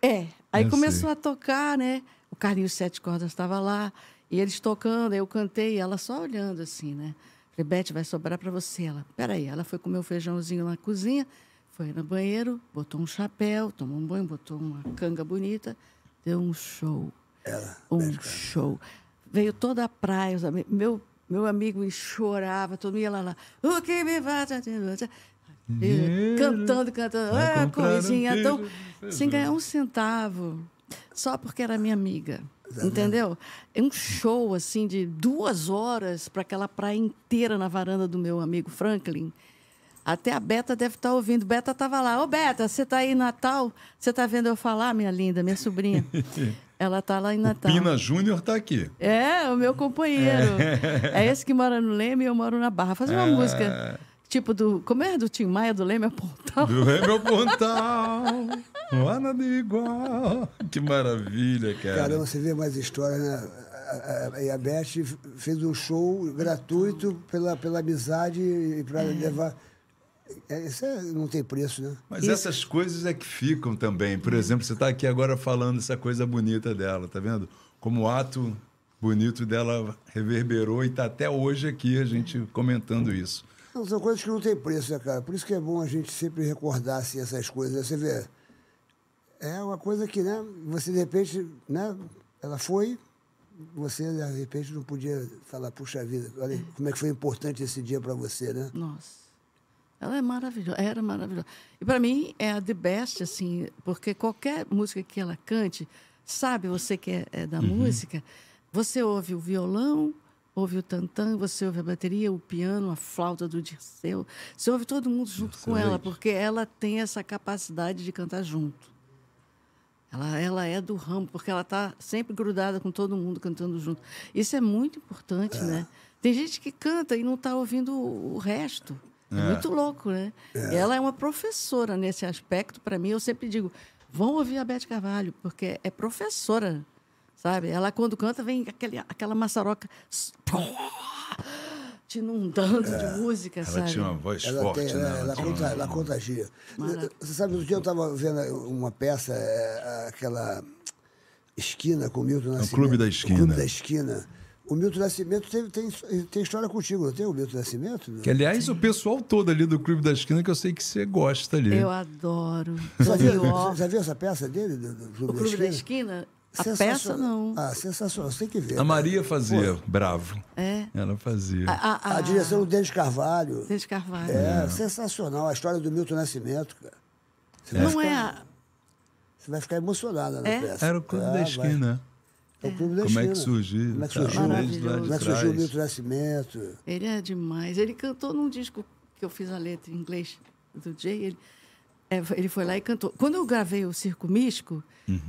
[SPEAKER 5] É. Aí
[SPEAKER 3] Eu
[SPEAKER 5] começou
[SPEAKER 3] sei.
[SPEAKER 5] a tocar, né? O Carlinhos Sete Cordas estava lá, e eles tocando, eu cantei, e ela só olhando assim, né? Falei, Beth, vai sobrar para você. Ela, peraí, ela foi comer o feijãozinho na cozinha, foi no banheiro, botou um chapéu, tomou um banho, botou uma canga bonita, deu um show. um show. Veio toda a praia, os ami- meu, meu amigo chorava, todo mundo ia lá, lá. O que me faz... Cantando, cantando.
[SPEAKER 3] Vai
[SPEAKER 5] Ah,
[SPEAKER 3] comprar
[SPEAKER 5] a
[SPEAKER 3] um
[SPEAKER 5] corridinha
[SPEAKER 3] queijo.
[SPEAKER 5] tão sem ganhar um centavo, só porque era minha amiga. Entendeu? É um show assim de duas horas para aquela praia inteira na varanda do meu amigo Franklin. Até a Beta deve estar ouvindo. Beta estava lá. Ô, Beta, você está aí em Natal? Você está vendo eu falar, minha linda,
[SPEAKER 3] *laughs*
[SPEAKER 5] minha sobrinha? Ela está lá em Natal.
[SPEAKER 3] Pina Júnior tá aqui.
[SPEAKER 5] É, o
[SPEAKER 3] *laughs*
[SPEAKER 5] meu companheiro. É esse que mora no Leme e eu moro na Barra. Fazer uma
[SPEAKER 3] É.
[SPEAKER 5] música tipo do. Como é do Tim Maia, do Leme a Pontal?
[SPEAKER 3] Do é meu pontal, não há nada igual. Que maravilha, cara.
[SPEAKER 4] Caramba, você vê mais história, né? A- a- E a Beth fez um show gratuito pela, pela amizade e para levar. É, Isso é- não tem preço, né?
[SPEAKER 3] Mas essas coisas é que ficam também. Por exemplo, você está aqui agora falando essa coisa bonita dela, tá vendo? Como o ato bonito dela reverberou e está até hoje aqui a gente comentando isso.
[SPEAKER 4] Não, são coisas que não tem preço, né, cara? Por isso que é bom a gente sempre recordar assim, essas coisas. né? Você vê, é uma coisa que, né? Você de repente, né? Ela foi, você de repente não podia falar, puxa vida, olha como é que foi importante esse dia para você, né?
[SPEAKER 5] Nossa. Ela é maravilhosa, era maravilhosa. E para mim é a the best, assim, porque qualquer música que ela cante, sabe você que é, é da música, você ouve o violão, ouve o tantã, você ouve a bateria, o piano, a flauta do Dirceu, você ouve todo mundo junto com ela, porque ela tem essa capacidade de cantar junto. Ela, ela é do ramo, porque ela está sempre grudada com todo mundo cantando junto. Isso é muito importante, né? Tem gente que canta e não está ouvindo o o resto. É, muito louco, né? E Ela é uma professora nesse aspecto. Para mim, eu sempre digo: vão ouvir a Beth Carvalho, porque é professora, sabe? Ela, quando canta, vem aquele, aquela maçaroca s- te inundando de música,
[SPEAKER 3] Ela
[SPEAKER 5] sabe?
[SPEAKER 3] tinha uma voz
[SPEAKER 4] Ela,
[SPEAKER 3] forte,
[SPEAKER 4] tem,
[SPEAKER 3] né?
[SPEAKER 4] ela, ela
[SPEAKER 3] tinha
[SPEAKER 4] conta-
[SPEAKER 3] uma-
[SPEAKER 4] ela contagia.
[SPEAKER 5] Maravilha.
[SPEAKER 4] Você sabe, outro dia eu estava vendo uma peça, é, aquela esquina com o Milton Nascimento.
[SPEAKER 3] É Clube da
[SPEAKER 4] O Clube
[SPEAKER 3] Esquina.
[SPEAKER 4] da Esquina. O Milton Nascimento teve- tem, tem história contigo, não tem o Milton Nascimento?
[SPEAKER 3] Que, aliás, o pessoal todo ali do Clube da Esquina, que eu sei que você gosta ali.
[SPEAKER 5] Eu adoro.
[SPEAKER 4] Já viu,
[SPEAKER 5] *laughs* Vió.
[SPEAKER 4] já viu essa peça dele, do, do Clube,
[SPEAKER 5] O Clube da Esquina, a peça
[SPEAKER 4] Sensacional.
[SPEAKER 5] não.
[SPEAKER 4] Ah, sensacional, você tem que ver.
[SPEAKER 3] A Maria fazia, bravo.
[SPEAKER 5] É.
[SPEAKER 3] Ela fazia.
[SPEAKER 5] A, a,
[SPEAKER 4] A direção do Denis Carvalho.
[SPEAKER 5] Dente Carvalho.
[SPEAKER 4] É, sensacional. A história do Milton Nascimento, cara. Você vai
[SPEAKER 5] Não é
[SPEAKER 4] ficar-
[SPEAKER 5] a-
[SPEAKER 4] Você vai ficar emocionada na
[SPEAKER 5] É?
[SPEAKER 4] peça.
[SPEAKER 3] Era o Clube
[SPEAKER 4] Ah,
[SPEAKER 3] da
[SPEAKER 4] vai.
[SPEAKER 3] Esquina.
[SPEAKER 4] É o Clube da
[SPEAKER 3] Como é que
[SPEAKER 4] Esquina.
[SPEAKER 3] surgiu,
[SPEAKER 4] Como é que
[SPEAKER 3] tá?
[SPEAKER 4] surgiu?
[SPEAKER 5] Desde lá de
[SPEAKER 4] Como é que surgiu o
[SPEAKER 3] trás.
[SPEAKER 4] Milton Nascimento?
[SPEAKER 5] Ele é demais. Ele cantou num disco que eu fiz a letra em inglês do Jay. Ele, é, foi- ele foi lá e cantou. Quando eu gravei o Circo Místico,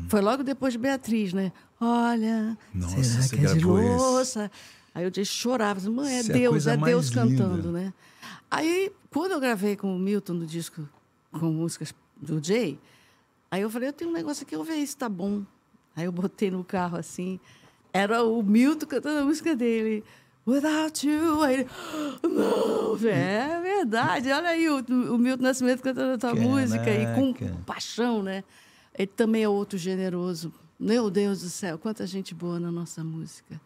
[SPEAKER 5] foi logo depois de Beatriz, né? Olha,
[SPEAKER 3] Uhum. Nossa,
[SPEAKER 5] será
[SPEAKER 3] você
[SPEAKER 5] que é de
[SPEAKER 3] gravou esse?
[SPEAKER 5] louça? Aí eu disse, chorava. disse, Mãe, é
[SPEAKER 3] Isso é a
[SPEAKER 5] Deus,
[SPEAKER 3] coisa
[SPEAKER 5] é
[SPEAKER 3] mais
[SPEAKER 5] Deus
[SPEAKER 3] linda.
[SPEAKER 5] cantando, né? Aí, quando eu gravei com o Milton no disco, com músicas do Jay, aí eu falei, eu tenho um negócio aqui, eu vou ver se tá bom. Aí eu botei no carro assim, era o Milton cantando a música dele. Without you, aí ele, "Oh, não, velho, é verdade. Olha aí o, o Milton Nascimento cantando a tua música e com
[SPEAKER 3] Caraca.
[SPEAKER 5] paixão, né? Ele também é outro generoso. Meu Deus do céu, quanta gente boa na nossa música.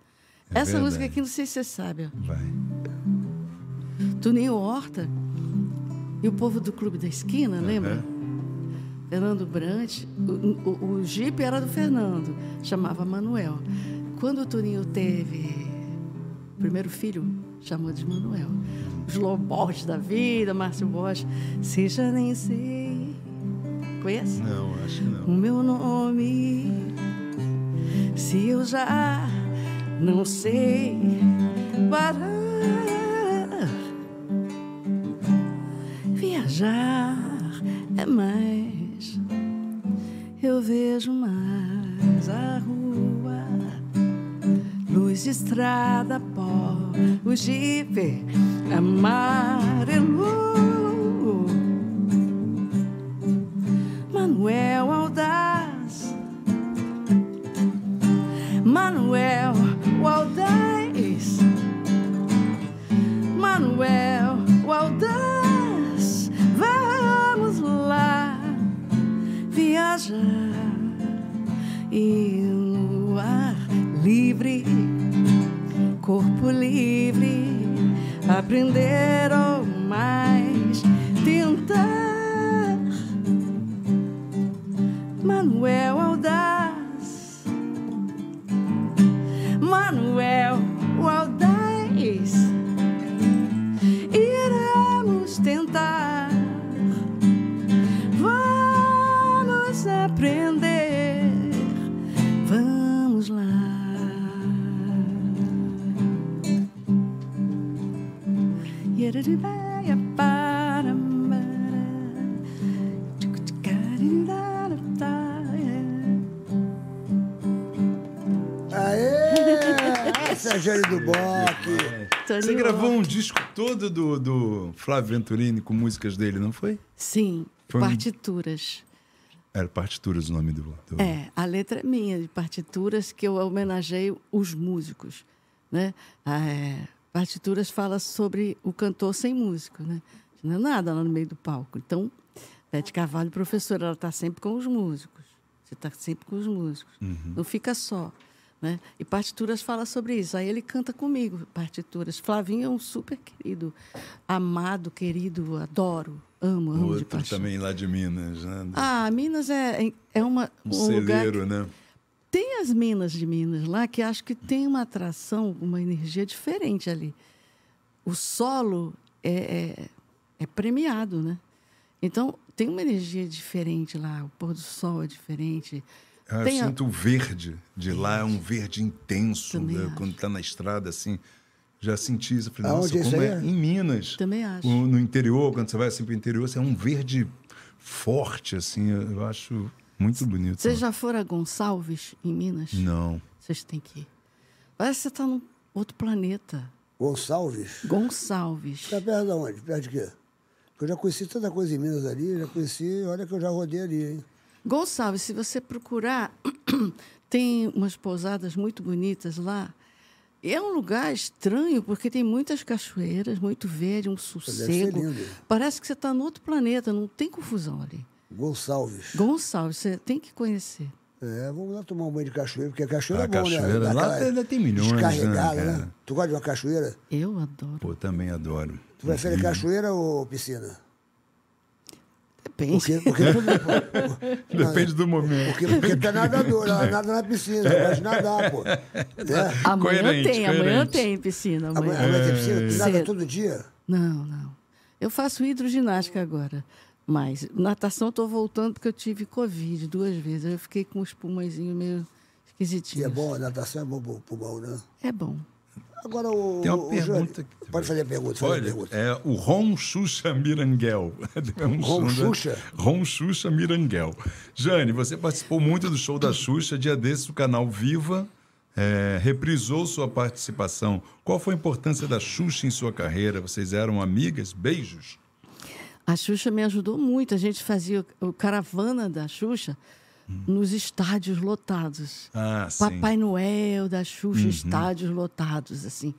[SPEAKER 3] É
[SPEAKER 5] Essa música
[SPEAKER 3] verdade.
[SPEAKER 5] aqui, não sei se você sabe, ó.
[SPEAKER 3] Vai.
[SPEAKER 5] Tuninho Horta e o povo do Clube da Esquina, lembra? Fernando Brant, o, o, o Jeep era do Fernando, chamava Manuel. Quando o Toninho teve o primeiro filho, chamou de Manuel. Os Lobos da vida, Márcio Bosch, seja nem sei. Conhece?
[SPEAKER 3] É? Não, acho que
[SPEAKER 5] o
[SPEAKER 3] não.
[SPEAKER 5] meu nome. Se eu já não sei parar, viajar é mais. Eu vejo mais a rua, luz de estrada, pó, o jipe amarelo. Manuel Aldaz. Manuel o Aldaz. Manuel o Aldaz. Vamos lá viajar e no ar livre, corpo livre, aprender ou mais tentar. Manuel Aldaz. Manuel Aldaz. Iremos tentar. Vamos aprender. Vamos lá. Yeridibaya parambara. Tchucutchucaridadadaya. *laughs*
[SPEAKER 4] Aê! Sérgio do Boque.
[SPEAKER 3] Você gravou um disco todo do, do Flávio Venturini com músicas dele, não foi?
[SPEAKER 5] Sim,
[SPEAKER 3] Foi um-
[SPEAKER 5] partituras.
[SPEAKER 3] Era partituras o nome do. do...
[SPEAKER 5] É, a letra é minha, de partituras que eu homenageio os músicos. Né? Ah, é, partituras fala sobre o cantor sem músico, né? Não é nada lá no meio do palco. Então, Bete Carvalho, professora, ela está sempre com os músicos. Você está sempre com os músicos.
[SPEAKER 3] Uhum.
[SPEAKER 5] Não fica só. Né? E partituras fala sobre isso. Aí ele canta comigo, partituras. Flavinho é um super querido, amado, querido, adoro, amo, amo de
[SPEAKER 3] Outro
[SPEAKER 5] paixão.
[SPEAKER 3] também lá de Minas, né?
[SPEAKER 5] Ah, Minas é, é uma,
[SPEAKER 3] um,
[SPEAKER 5] um lugar.
[SPEAKER 3] celeiro, né?
[SPEAKER 5] Tem as minas de Minas lá que acho que tem uma atração, uma energia diferente ali. O solo é, é, é premiado, né? Então tem uma energia diferente lá. O pôr do sol é diferente.
[SPEAKER 3] Ah,
[SPEAKER 5] tem
[SPEAKER 3] eu
[SPEAKER 5] a-
[SPEAKER 3] sinto o verde de lá, é um verde intenso,
[SPEAKER 5] Também
[SPEAKER 3] né?
[SPEAKER 5] acho.
[SPEAKER 3] quando tá na estrada, assim. Já senti isso. Eu Falei,
[SPEAKER 4] Aonde
[SPEAKER 3] nossa,
[SPEAKER 4] isso
[SPEAKER 3] como
[SPEAKER 4] aí
[SPEAKER 3] é?
[SPEAKER 4] é?
[SPEAKER 3] Em Minas.
[SPEAKER 5] Também acho.
[SPEAKER 3] O- no interior, quando você vai assim pro interior, assim, é um verde forte, assim. Eu eu acho muito bonito.
[SPEAKER 5] Vocês já foram a Gonçalves, em Minas?
[SPEAKER 3] Não.
[SPEAKER 5] Vocês têm que ir. Parece que você está num outro planeta.
[SPEAKER 4] Gonçalves.
[SPEAKER 5] Gonçalves.
[SPEAKER 4] Tá perto de onde? Perto de quê? Porque eu já conheci tanta coisa em Minas ali, já conheci, olha que eu já rodei ali, hein?
[SPEAKER 5] Gonçalves, se você procurar, *clears throat* tem umas pousadas muito bonitas lá. E É um lugar estranho, porque tem muitas cachoeiras, muito verde, um sossego.
[SPEAKER 4] lindo.
[SPEAKER 5] Parece que você está em outro planeta, não tem confusão ali.
[SPEAKER 4] Gonçalves.
[SPEAKER 5] Gonçalves, você tem que conhecer.
[SPEAKER 4] É, vamos lá tomar um banho de cachoeira, porque a cachoeira
[SPEAKER 3] Ah,
[SPEAKER 4] é bom,
[SPEAKER 3] cachoeira.
[SPEAKER 4] né?
[SPEAKER 3] Lá
[SPEAKER 4] Daquela
[SPEAKER 3] ainda tem milhões, né,
[SPEAKER 4] Descarregada, né?
[SPEAKER 3] cara?
[SPEAKER 4] Tu gosta de uma cachoeira?
[SPEAKER 5] Eu adoro.
[SPEAKER 3] Pô, também adoro.
[SPEAKER 4] Tu prefere
[SPEAKER 3] Uhum.
[SPEAKER 4] cachoeira ou piscina? Porque, É
[SPEAKER 5] Depende.
[SPEAKER 3] *laughs*
[SPEAKER 4] porque, porque,
[SPEAKER 3] *laughs* Depende do momento.
[SPEAKER 4] porque, porque tu é
[SPEAKER 3] *laughs*
[SPEAKER 4] nadador, nada na piscina, tu gosta de nadar, pô. Né?
[SPEAKER 5] *laughs* Amanhã
[SPEAKER 3] Coerente,
[SPEAKER 5] tem, amanhã
[SPEAKER 3] coerente.
[SPEAKER 5] tem piscina.
[SPEAKER 4] A mãe,
[SPEAKER 5] Amanhã.
[SPEAKER 4] a mãe tem piscina, tu nada
[SPEAKER 5] Cedo.
[SPEAKER 4] todo dia?
[SPEAKER 5] Não, não. Eu faço hidroginástica agora. Mas natação estou voltando porque eu tive Covid duas vezes. Eu fiquei com os pulmõezinhos meio
[SPEAKER 4] E
[SPEAKER 5] esquisitinhos.
[SPEAKER 4] é bom, a natação é bom pro pulmão, né?
[SPEAKER 5] É bom.
[SPEAKER 4] Agora o.
[SPEAKER 3] Tem uma
[SPEAKER 4] o Jânio,
[SPEAKER 3] pergunta aqui.
[SPEAKER 4] Pode fazer a pergunta, fazer a
[SPEAKER 3] Olha,
[SPEAKER 4] pergunta.
[SPEAKER 3] é o Ron Xuxa Miranguel. *laughs* É
[SPEAKER 4] Ron
[SPEAKER 3] um som da-
[SPEAKER 4] Xuxa?
[SPEAKER 3] Ron Xuxa Miranguel. Jane, você participou muito do show da Xuxa, dia desse o canal Viva é, reprisou sua participação. Qual foi a importância da Xuxa em sua carreira? Vocês eram amigas? Beijos?
[SPEAKER 5] A Xuxa me ajudou muito. A gente fazia o o caravana da Xuxa nos estádios lotados.
[SPEAKER 3] Ah, sim. Uhum.
[SPEAKER 5] Papai Noel da Xuxa, estádios lotados, assim.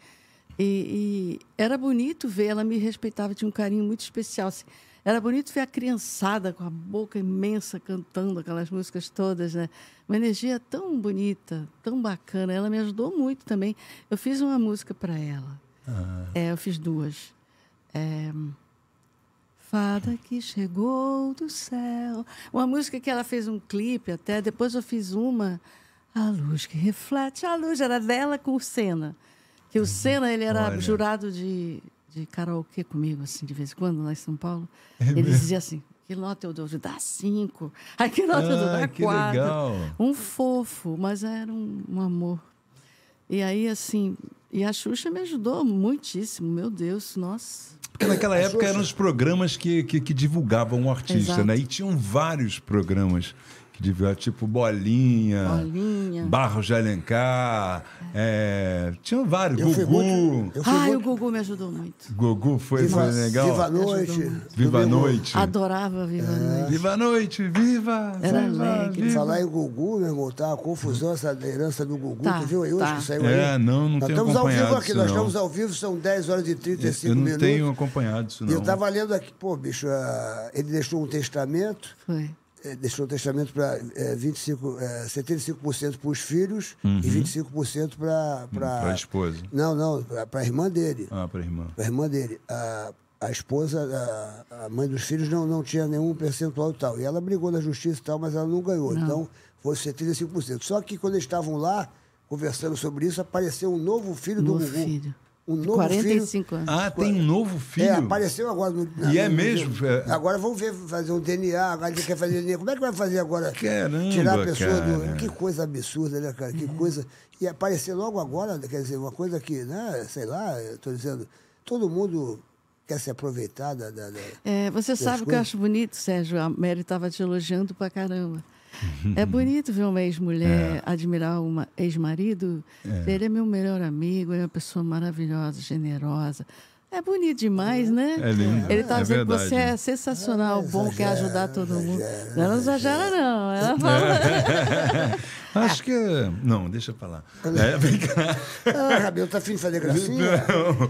[SPEAKER 5] E, e era bonito ver, ela me respeitava, tinha um carinho muito especial. assim. Era bonito ver a criançada com a boca imensa cantando aquelas músicas todas, né? Uma energia tão bonita, tão bacana. Ela me ajudou muito também. Eu fiz uma música para ela. É, eu fiz duas. É, Fada que chegou do céu. Uma música que ela fez um clipe até, depois eu fiz uma. A luz que reflete, a luz era dela com o Senna. Que o Senna, ele era
[SPEAKER 3] Olha.
[SPEAKER 5] jurado de, de karaokê comigo, assim, de vez em quando, lá em São Paulo. ele dizia assim, que nota eu dou? Dá cinco. Aí que nota eu dou?
[SPEAKER 3] Ah,
[SPEAKER 5] Dá
[SPEAKER 3] que
[SPEAKER 5] quatro.
[SPEAKER 3] legal.
[SPEAKER 5] Um fofo, mas era um, um amor. E aí, assim... E a Xuxa me ajudou muitíssimo, meu Deus, nossa.
[SPEAKER 3] Porque naquela
[SPEAKER 4] É
[SPEAKER 3] época eram os programas que, que, que divulgavam o artista,
[SPEAKER 5] Exato.
[SPEAKER 3] né? E tinham vários programas que divulgavam, tipo Bolinha,
[SPEAKER 5] Bolinha.
[SPEAKER 3] Barros de Alencar, é, tinham vários,
[SPEAKER 4] Eu fui
[SPEAKER 3] Gugu. Ah, é
[SPEAKER 4] muito- eu fui
[SPEAKER 5] Ai, o
[SPEAKER 4] muito-
[SPEAKER 5] Gugu me ajudou muito.
[SPEAKER 3] Gugu foi,
[SPEAKER 4] Viva,
[SPEAKER 3] foi legal.
[SPEAKER 4] Viva a
[SPEAKER 3] Viva,
[SPEAKER 4] Noite.
[SPEAKER 3] a
[SPEAKER 4] Domingo.
[SPEAKER 3] Noite.
[SPEAKER 5] Adorava Viva a Noite.
[SPEAKER 3] Viva a Noite, viva!
[SPEAKER 5] Era
[SPEAKER 3] viva,
[SPEAKER 5] alegre.
[SPEAKER 3] viva.
[SPEAKER 4] Falar em Gugu, meu irmão, tá uma confusão essa herança do Gugu.
[SPEAKER 5] Tá,
[SPEAKER 4] tu viu aí hoje
[SPEAKER 5] tá.
[SPEAKER 4] que saiu
[SPEAKER 3] É,
[SPEAKER 4] aí?
[SPEAKER 3] não, não
[SPEAKER 4] nós
[SPEAKER 3] tenho
[SPEAKER 4] estamos ao vivo
[SPEAKER 3] acompanhado
[SPEAKER 4] aqui,
[SPEAKER 3] isso,
[SPEAKER 4] nós
[SPEAKER 3] não.
[SPEAKER 4] estamos ao vivo, são 10 horas e 35
[SPEAKER 3] Eu não
[SPEAKER 4] minutos.
[SPEAKER 3] tenho acompanhado isso,
[SPEAKER 4] E
[SPEAKER 3] não.
[SPEAKER 4] eu tava lendo aqui, pô, bicho, ah, ele deixou um testamento,
[SPEAKER 5] Foi.
[SPEAKER 4] eh, deixou um testamento para 25, eh, 75% para os filhos e 25% para.
[SPEAKER 3] Uhum. Pra esposa.
[SPEAKER 4] Não, não, para a irmã dele.
[SPEAKER 3] Ah, pra irmã.
[SPEAKER 4] A irmã dele, a, a esposa, a, a mãe dos filhos, não, não tinha nenhum percentual e tal. E ela brigou na justiça e tal, mas ela não ganhou. Então, foi 75%. Só que quando eles estavam lá, conversando sobre isso, apareceu um novo filho do
[SPEAKER 5] Novo
[SPEAKER 4] Gugu.
[SPEAKER 5] filho.
[SPEAKER 4] Um novo
[SPEAKER 5] 45
[SPEAKER 4] filho.
[SPEAKER 5] anos.
[SPEAKER 3] Ah, tem um novo filho?
[SPEAKER 4] É, apareceu agora. No,
[SPEAKER 3] E é mesmo? É.
[SPEAKER 4] Agora vamos ver, fazer um DNA, agora ele quer fazer DNA. Como é que vai fazer agora?
[SPEAKER 3] Caramba,
[SPEAKER 4] Tirar a pessoa
[SPEAKER 3] cara. Uhum.
[SPEAKER 4] do... Que coisa absurda, né, cara? Que coisa... E aparecer logo agora, né, quer dizer, uma coisa que, né, sei lá, eu tô dizendo, todo mundo quer se aproveitar da... da- da-
[SPEAKER 5] É, você sabe o que eu
[SPEAKER 4] coisas?
[SPEAKER 5] acho bonito, Sérgio? A Mary estava te elogiando
[SPEAKER 3] *laughs*
[SPEAKER 5] pra caramba. É bonito ver uma ex-mulher
[SPEAKER 3] É.
[SPEAKER 5] admirar um ex-marido. Ele é meu melhor amigo, ele é uma pessoa maravilhosa, generosa. É bonito demais, né?
[SPEAKER 3] É lindo,
[SPEAKER 5] Ele estava
[SPEAKER 3] é
[SPEAKER 5] dizendo que
[SPEAKER 3] verdade.
[SPEAKER 5] você é sensacional, bom, quer ajudar todo mundo. Não, ela não exagera, não. Ela
[SPEAKER 3] É.
[SPEAKER 5] fala.
[SPEAKER 3] *laughs*
[SPEAKER 5] né?
[SPEAKER 3] *laughs* Acho que. Não, deixa pra lá. É, vem cá.
[SPEAKER 4] Ah, Rabelo, tá afim de fazer
[SPEAKER 3] *laughs*
[SPEAKER 4] gracinha?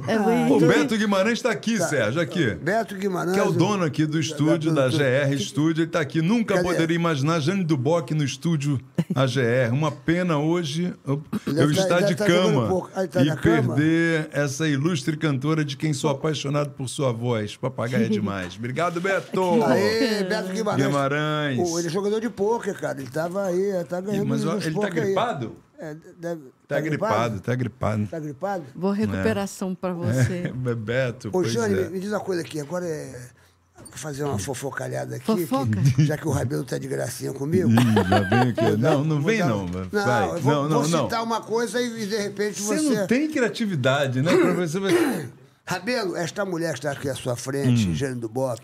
[SPEAKER 5] É
[SPEAKER 3] Ah, O
[SPEAKER 5] bonito.
[SPEAKER 3] Beto Guimarães está aqui,
[SPEAKER 4] Tá.
[SPEAKER 3] Sérgio, aqui.
[SPEAKER 4] Beto Guimarães...
[SPEAKER 3] Que é o dono aqui do estúdio, da GR Estúdio, ele está aqui. Nunca
[SPEAKER 4] Cadê?
[SPEAKER 3] poderia imaginar Jane Duboc no estúdio AGR. Uma pena hoje eu,
[SPEAKER 4] Ele
[SPEAKER 3] eu
[SPEAKER 4] tá-
[SPEAKER 3] estar
[SPEAKER 4] ele
[SPEAKER 3] de
[SPEAKER 4] tá
[SPEAKER 3] cama
[SPEAKER 4] jogando pouco. Ah, ele tá
[SPEAKER 3] e
[SPEAKER 4] na cama?
[SPEAKER 3] perder essa ilustre cantora de quem sou apaixonado por sua voz. Papagaio é demais.
[SPEAKER 4] *laughs*
[SPEAKER 3] Obrigado, Beto!
[SPEAKER 4] Aê, Beto Guimarães.
[SPEAKER 3] Guimarães.
[SPEAKER 4] Pô, ele é jogador de pôquer, cara. Ele tava aí, tá ganhando
[SPEAKER 3] Mas ó,
[SPEAKER 4] nos
[SPEAKER 3] ele está
[SPEAKER 4] poker aí.
[SPEAKER 3] gripado?
[SPEAKER 4] É, deve-
[SPEAKER 3] Está gripado, está gripado. *laughs*
[SPEAKER 4] Tá gripado?
[SPEAKER 5] Boa recuperação
[SPEAKER 3] É.
[SPEAKER 5] pra você.
[SPEAKER 3] Beto,
[SPEAKER 4] Ô,
[SPEAKER 3] pois
[SPEAKER 4] Jane,
[SPEAKER 3] é.
[SPEAKER 4] me diz uma coisa aqui. Agora é. Vou fazer uma fofocalhada aqui. que-
[SPEAKER 5] Fofoca?
[SPEAKER 4] *laughs* já que o Rabelo tá de gracinha comigo.
[SPEAKER 3] Ih, Hum, já vem
[SPEAKER 4] *laughs*
[SPEAKER 3] aqui. Não, não
[SPEAKER 4] Vou
[SPEAKER 3] vem
[SPEAKER 4] dar-
[SPEAKER 3] não.
[SPEAKER 4] Não,
[SPEAKER 3] Vai.
[SPEAKER 4] eu vou,
[SPEAKER 3] Não, não,
[SPEAKER 4] vou
[SPEAKER 3] não.
[SPEAKER 4] citar uma coisa e de repente
[SPEAKER 3] Você
[SPEAKER 4] você.
[SPEAKER 3] não tem criatividade, né? pra você-
[SPEAKER 4] *coughs* Rabelo, esta mulher que está aqui à sua frente,
[SPEAKER 3] Hum.
[SPEAKER 4] Jane Duboc,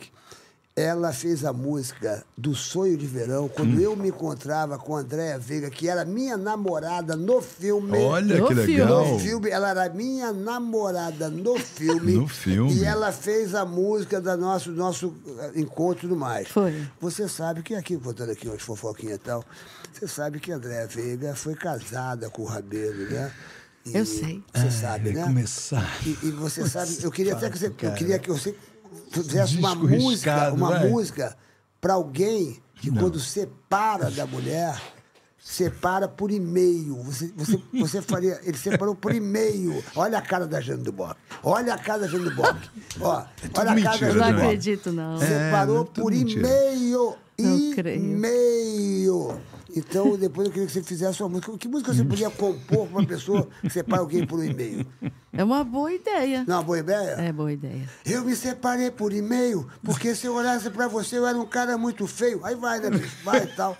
[SPEAKER 4] ela fez a música do Sonho de Verão
[SPEAKER 3] Hum.
[SPEAKER 4] quando eu me encontrava com a Andréa Veiga, que era minha namorada no filme.
[SPEAKER 3] Olha que
[SPEAKER 5] No filme.
[SPEAKER 3] legal.
[SPEAKER 4] No filme, ela era minha namorada no filme.
[SPEAKER 3] No filme.
[SPEAKER 4] E ela fez a música da nosso, do nosso eh, encontro e tudo mais.
[SPEAKER 5] Foi.
[SPEAKER 4] Você sabe que aqui, contando aqui umas fofoquinhas e tal, você sabe que a Andréa Veiga foi casada com o Rabelo, né? E
[SPEAKER 5] Eu sei.
[SPEAKER 4] Você
[SPEAKER 3] É,
[SPEAKER 4] sabe, né?
[SPEAKER 3] começar.
[SPEAKER 4] E, e você sabe, eu queria até que você. Eu
[SPEAKER 3] cara.
[SPEAKER 4] queria que você fizesse uma
[SPEAKER 3] Disco
[SPEAKER 4] música,
[SPEAKER 3] riscado,
[SPEAKER 4] uma
[SPEAKER 3] vai.
[SPEAKER 4] música para alguém que quando separa da mulher. Separa por e-mail. Você, você, você faria. Ele separou por e-mail. Olha a cara da Jane Duboc. Olha a cara da Jane Duboc. Ó, olha a cara
[SPEAKER 3] É
[SPEAKER 4] da
[SPEAKER 3] mentira,
[SPEAKER 5] Não
[SPEAKER 4] Jane
[SPEAKER 3] Jane.
[SPEAKER 4] Duboc.
[SPEAKER 5] acredito, não.
[SPEAKER 4] Separou
[SPEAKER 3] É, tudo
[SPEAKER 4] por
[SPEAKER 3] mentira.
[SPEAKER 4] e-mail.
[SPEAKER 5] Não creio.
[SPEAKER 4] E-mail. Então, depois eu queria que você fizesse uma música. Que música você podia compor para uma pessoa que separa alguém por um e-mail?
[SPEAKER 5] É uma boa ideia.
[SPEAKER 4] Não, boa ideia?
[SPEAKER 5] É boa ideia.
[SPEAKER 4] Eu me separei por e-mail, porque se eu olhasse pra você, eu era um cara muito feio. Aí vai, né, bicho? Vai e tal.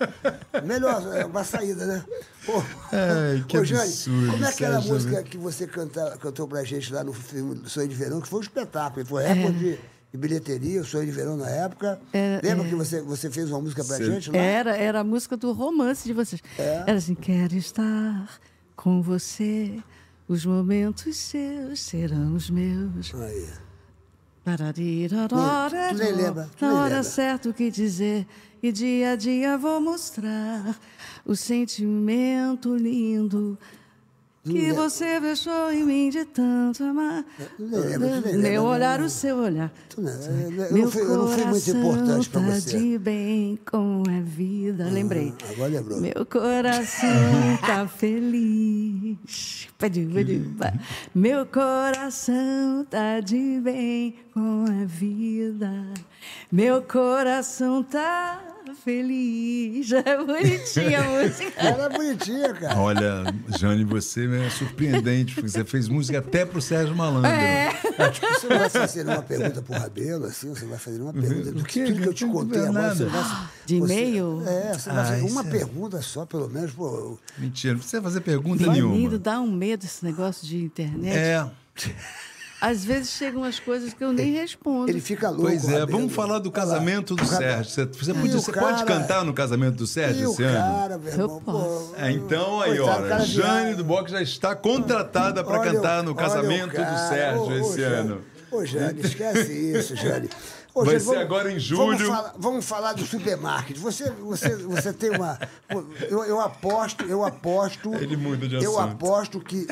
[SPEAKER 4] Melhor, é uma saída, né? Ô,
[SPEAKER 3] Ai, que
[SPEAKER 4] ô, Jane,
[SPEAKER 3] absurdo,
[SPEAKER 4] como é aquela
[SPEAKER 3] Sérgio,
[SPEAKER 4] música
[SPEAKER 3] né?
[SPEAKER 4] que você canta, cantou pra gente lá no filme Sonho de Verão, que foi um espetáculo, foi recorde de, de bilheteria, o Sonho de Verão na época.
[SPEAKER 5] É,
[SPEAKER 4] Lembra
[SPEAKER 5] é.
[SPEAKER 4] que você, você fez uma música pra
[SPEAKER 3] Sim.
[SPEAKER 4] gente lá?
[SPEAKER 5] Era, era a música do romance de vocês.
[SPEAKER 4] É.
[SPEAKER 5] Era assim, quero estar com você, os momentos seus serão os meus.
[SPEAKER 4] Aí.
[SPEAKER 5] Pararirirararará,
[SPEAKER 4] É. Hum, Tu nem lembra, tu nem
[SPEAKER 5] Na hora
[SPEAKER 4] lembra.
[SPEAKER 5] certa o que dizer e dia a dia vou mostrar o sentimento lindo
[SPEAKER 4] Hum, é.
[SPEAKER 5] Que você deixou em mim de tanto amar.
[SPEAKER 4] Não lembro, não lembro,
[SPEAKER 5] Meu
[SPEAKER 4] não
[SPEAKER 5] olhar,
[SPEAKER 4] lembro.
[SPEAKER 5] o seu olhar.
[SPEAKER 4] Tu não- é, eu não
[SPEAKER 5] Meu
[SPEAKER 4] fui- eu não fui muito
[SPEAKER 5] coração
[SPEAKER 4] importante pra
[SPEAKER 5] tá
[SPEAKER 4] você. Ah,
[SPEAKER 5] de bem com a vida. Lembrei.
[SPEAKER 4] agora lembrou.
[SPEAKER 5] Meu coração
[SPEAKER 4] *laughs*
[SPEAKER 5] tá feliz. Pedi, pedi, pá. Meu coração tá de bem com a vida. Meu coração tá feliz. *laughs* É bonitinha a música.
[SPEAKER 4] *laughs* Era bonitinha, cara.
[SPEAKER 3] Olha, Jane, você é surpreendente, porque você fez música até pro Sérgio Malandro.
[SPEAKER 4] É.
[SPEAKER 5] É.
[SPEAKER 4] Você não vai fazer uma pergunta pro Rabelo, assim? Você vai fazer uma pergunta do que,
[SPEAKER 3] Uhum. quê?
[SPEAKER 4] tudo que eu te
[SPEAKER 3] Não
[SPEAKER 4] contei
[SPEAKER 3] tem
[SPEAKER 4] agora? Você
[SPEAKER 3] nada.
[SPEAKER 4] vai,
[SPEAKER 5] De
[SPEAKER 4] você-
[SPEAKER 5] e-mail?
[SPEAKER 4] É, você vai
[SPEAKER 3] Ah,
[SPEAKER 4] fazer
[SPEAKER 3] isso
[SPEAKER 4] uma
[SPEAKER 3] é-
[SPEAKER 4] pergunta só, pelo menos, pô.
[SPEAKER 3] Mentira, não precisa fazer pergunta
[SPEAKER 5] Menino,
[SPEAKER 3] nenhuma.
[SPEAKER 5] dá um medo esse negócio de internet.
[SPEAKER 3] É,
[SPEAKER 5] Às vezes chegam umas coisas que eu nem respondo.
[SPEAKER 4] Ele fica louco.
[SPEAKER 3] pois é.
[SPEAKER 4] Rabelo.
[SPEAKER 3] Vamos falar do casamento do Sérgio. Você, você
[SPEAKER 4] E
[SPEAKER 3] podia-
[SPEAKER 4] o
[SPEAKER 3] você
[SPEAKER 4] cara-
[SPEAKER 3] pode cantar no casamento do
[SPEAKER 4] E
[SPEAKER 3] Sérgio
[SPEAKER 4] o
[SPEAKER 3] esse ano?
[SPEAKER 4] cara, meu irmão,
[SPEAKER 5] posso.
[SPEAKER 4] pô,
[SPEAKER 3] É, então aí,
[SPEAKER 4] Coitado, o
[SPEAKER 3] olha,
[SPEAKER 4] cara
[SPEAKER 3] Jane
[SPEAKER 4] viaja.
[SPEAKER 3] do Box já está contratada para
[SPEAKER 4] Olha o-
[SPEAKER 3] cantar no
[SPEAKER 4] olha
[SPEAKER 3] casamento
[SPEAKER 4] o cara.
[SPEAKER 3] do Sérgio
[SPEAKER 4] Ô, ô,
[SPEAKER 3] esse
[SPEAKER 4] Jane.
[SPEAKER 3] ano.
[SPEAKER 4] Ô, Jane, esquece isso, Jane. Ô,
[SPEAKER 3] Vai ser agora em
[SPEAKER 4] Vamos
[SPEAKER 3] julho.
[SPEAKER 4] falar, vamos falar do supermarket. Você, você, você tem uma. Eu, eu aposto, eu aposto.
[SPEAKER 3] Ele muda de
[SPEAKER 4] Eu
[SPEAKER 3] assunto.
[SPEAKER 4] aposto que.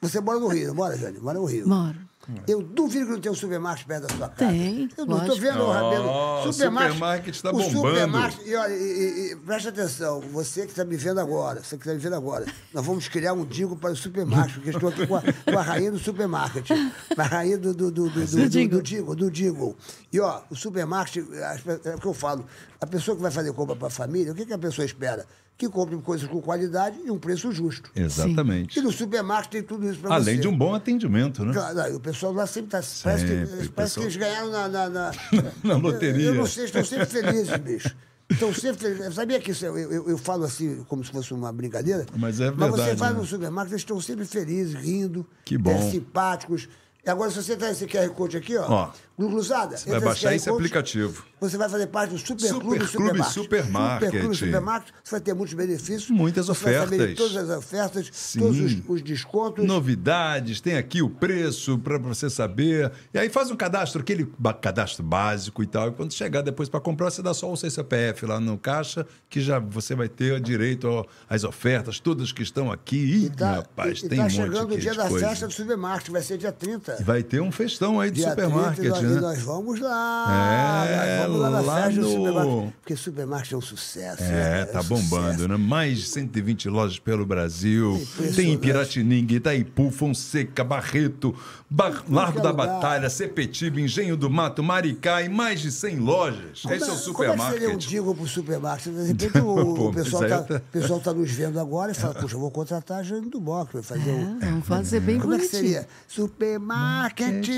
[SPEAKER 4] Você mora no Rio, não mora, Jane? Mora no Rio.
[SPEAKER 5] Moro.
[SPEAKER 4] É. Eu duvido que não tem um supermarket perto da sua casa.
[SPEAKER 5] Tem,
[SPEAKER 4] Eu não estou
[SPEAKER 5] lógico.
[SPEAKER 4] vendo o
[SPEAKER 3] Ah,
[SPEAKER 4] Rabelo.
[SPEAKER 3] o supermarket tá
[SPEAKER 4] o
[SPEAKER 3] bombando.
[SPEAKER 4] supermarket- e, olha, e- e- e preste atenção, você que está me vendo agora, você que está me vendo agora, nós vamos criar um digo para o supermarket, porque estou aqui com a, com a rainha do supermarket. A rainha do, do, do, do, do, do-
[SPEAKER 5] jingle.
[SPEAKER 4] do jingle, do jingle. E ó, o supermarket, as pe- é o que eu falo, a pessoa que vai fazer compra para a família, o que, que a pessoa espera? Que compre coisas com qualidade e um preço justo.
[SPEAKER 3] Exatamente.
[SPEAKER 4] E no supermarket tem tudo isso para você.
[SPEAKER 3] Além de um bom atendimento, né?
[SPEAKER 4] Claro, não, e o pessoal lá sempre está. Parece, que,
[SPEAKER 3] Sempre,
[SPEAKER 4] parece
[SPEAKER 3] pessoal.
[SPEAKER 4] que eles ganharam na, na, na-
[SPEAKER 3] *laughs* Na loteria.
[SPEAKER 4] Eu não sei, estão sempre felizes, bicho. Estão sempre felizes. Eu Sabia que isso, eu, eu, eu falo assim, como se fosse uma brincadeira?
[SPEAKER 3] Mas é
[SPEAKER 4] Mas você
[SPEAKER 3] verdade,
[SPEAKER 4] vai
[SPEAKER 3] né?
[SPEAKER 4] no supermercado, eles estão sempre felizes, rindo,
[SPEAKER 3] Que bom.
[SPEAKER 4] é, simpáticos. E agora, se você tá esse QR Code aqui, ó,
[SPEAKER 3] Ó.
[SPEAKER 4] Gluglusada, você
[SPEAKER 3] vai baixar esse aplicativo.
[SPEAKER 4] Você vai fazer parte do Superclube
[SPEAKER 3] Superclube
[SPEAKER 4] Supermarket.
[SPEAKER 3] Supermarket.
[SPEAKER 4] Superclube Supermarket, você vai ter muitos benefícios.
[SPEAKER 3] Muitas
[SPEAKER 4] você Vai saber de
[SPEAKER 3] ofertas.
[SPEAKER 4] todas as ofertas,
[SPEAKER 3] Sim.
[SPEAKER 4] todos os, os descontos.
[SPEAKER 3] Novidades, tem aqui o preço para você saber. E aí faz um cadastro, aquele ba- cadastro básico e tal. E quando chegar depois para comprar, você dá só o seu CPF lá no caixa, que já você vai ter direito ó, às ofertas, todas que estão aqui. Ih,
[SPEAKER 4] E tá,
[SPEAKER 3] rapaz,
[SPEAKER 4] e- e
[SPEAKER 3] tem
[SPEAKER 4] tá
[SPEAKER 3] um monte
[SPEAKER 4] chegando o
[SPEAKER 3] aqui
[SPEAKER 4] dia
[SPEAKER 3] de
[SPEAKER 4] da
[SPEAKER 3] coisa.
[SPEAKER 4] festa do supermarket, vai ser dia 30.
[SPEAKER 3] Vai ter um festão aí do
[SPEAKER 4] dia 30,
[SPEAKER 3] supermarket,
[SPEAKER 4] e nós,
[SPEAKER 3] né?
[SPEAKER 4] e nós vamos lá.
[SPEAKER 3] É,
[SPEAKER 4] nós vamos lá na
[SPEAKER 3] lá
[SPEAKER 4] festa do
[SPEAKER 3] no-
[SPEAKER 4] supermarket. Porque supermarket é um sucesso. né?
[SPEAKER 3] É,
[SPEAKER 4] um
[SPEAKER 3] tá
[SPEAKER 4] sucesso.
[SPEAKER 3] bombando, né? Mais de 120 lojas pelo Brasil.
[SPEAKER 4] Impressionante.
[SPEAKER 3] Tem em Piratininga, Itaipu, Fonseca, Barreto, Bar- Largo da
[SPEAKER 4] lugar.
[SPEAKER 3] Batalha, Sepetiba, Engenho do Mato, Maricá e mais de 100 lojas. Esse
[SPEAKER 4] Como
[SPEAKER 3] é o
[SPEAKER 4] é que seria um
[SPEAKER 3] supermarket.
[SPEAKER 4] digo pro supermarket?
[SPEAKER 3] *laughs*
[SPEAKER 4] De repente o,
[SPEAKER 3] Pô,
[SPEAKER 4] o pessoal
[SPEAKER 3] mas aí
[SPEAKER 4] está
[SPEAKER 3] eu tá-
[SPEAKER 4] pessoal tá nos vendo agora e fala, puxa, eu vou contratar a Jane do Box para fazer um o...
[SPEAKER 5] É, vamos fazer bem
[SPEAKER 4] Como é que
[SPEAKER 5] bonitinho.
[SPEAKER 4] seria? Supermarket,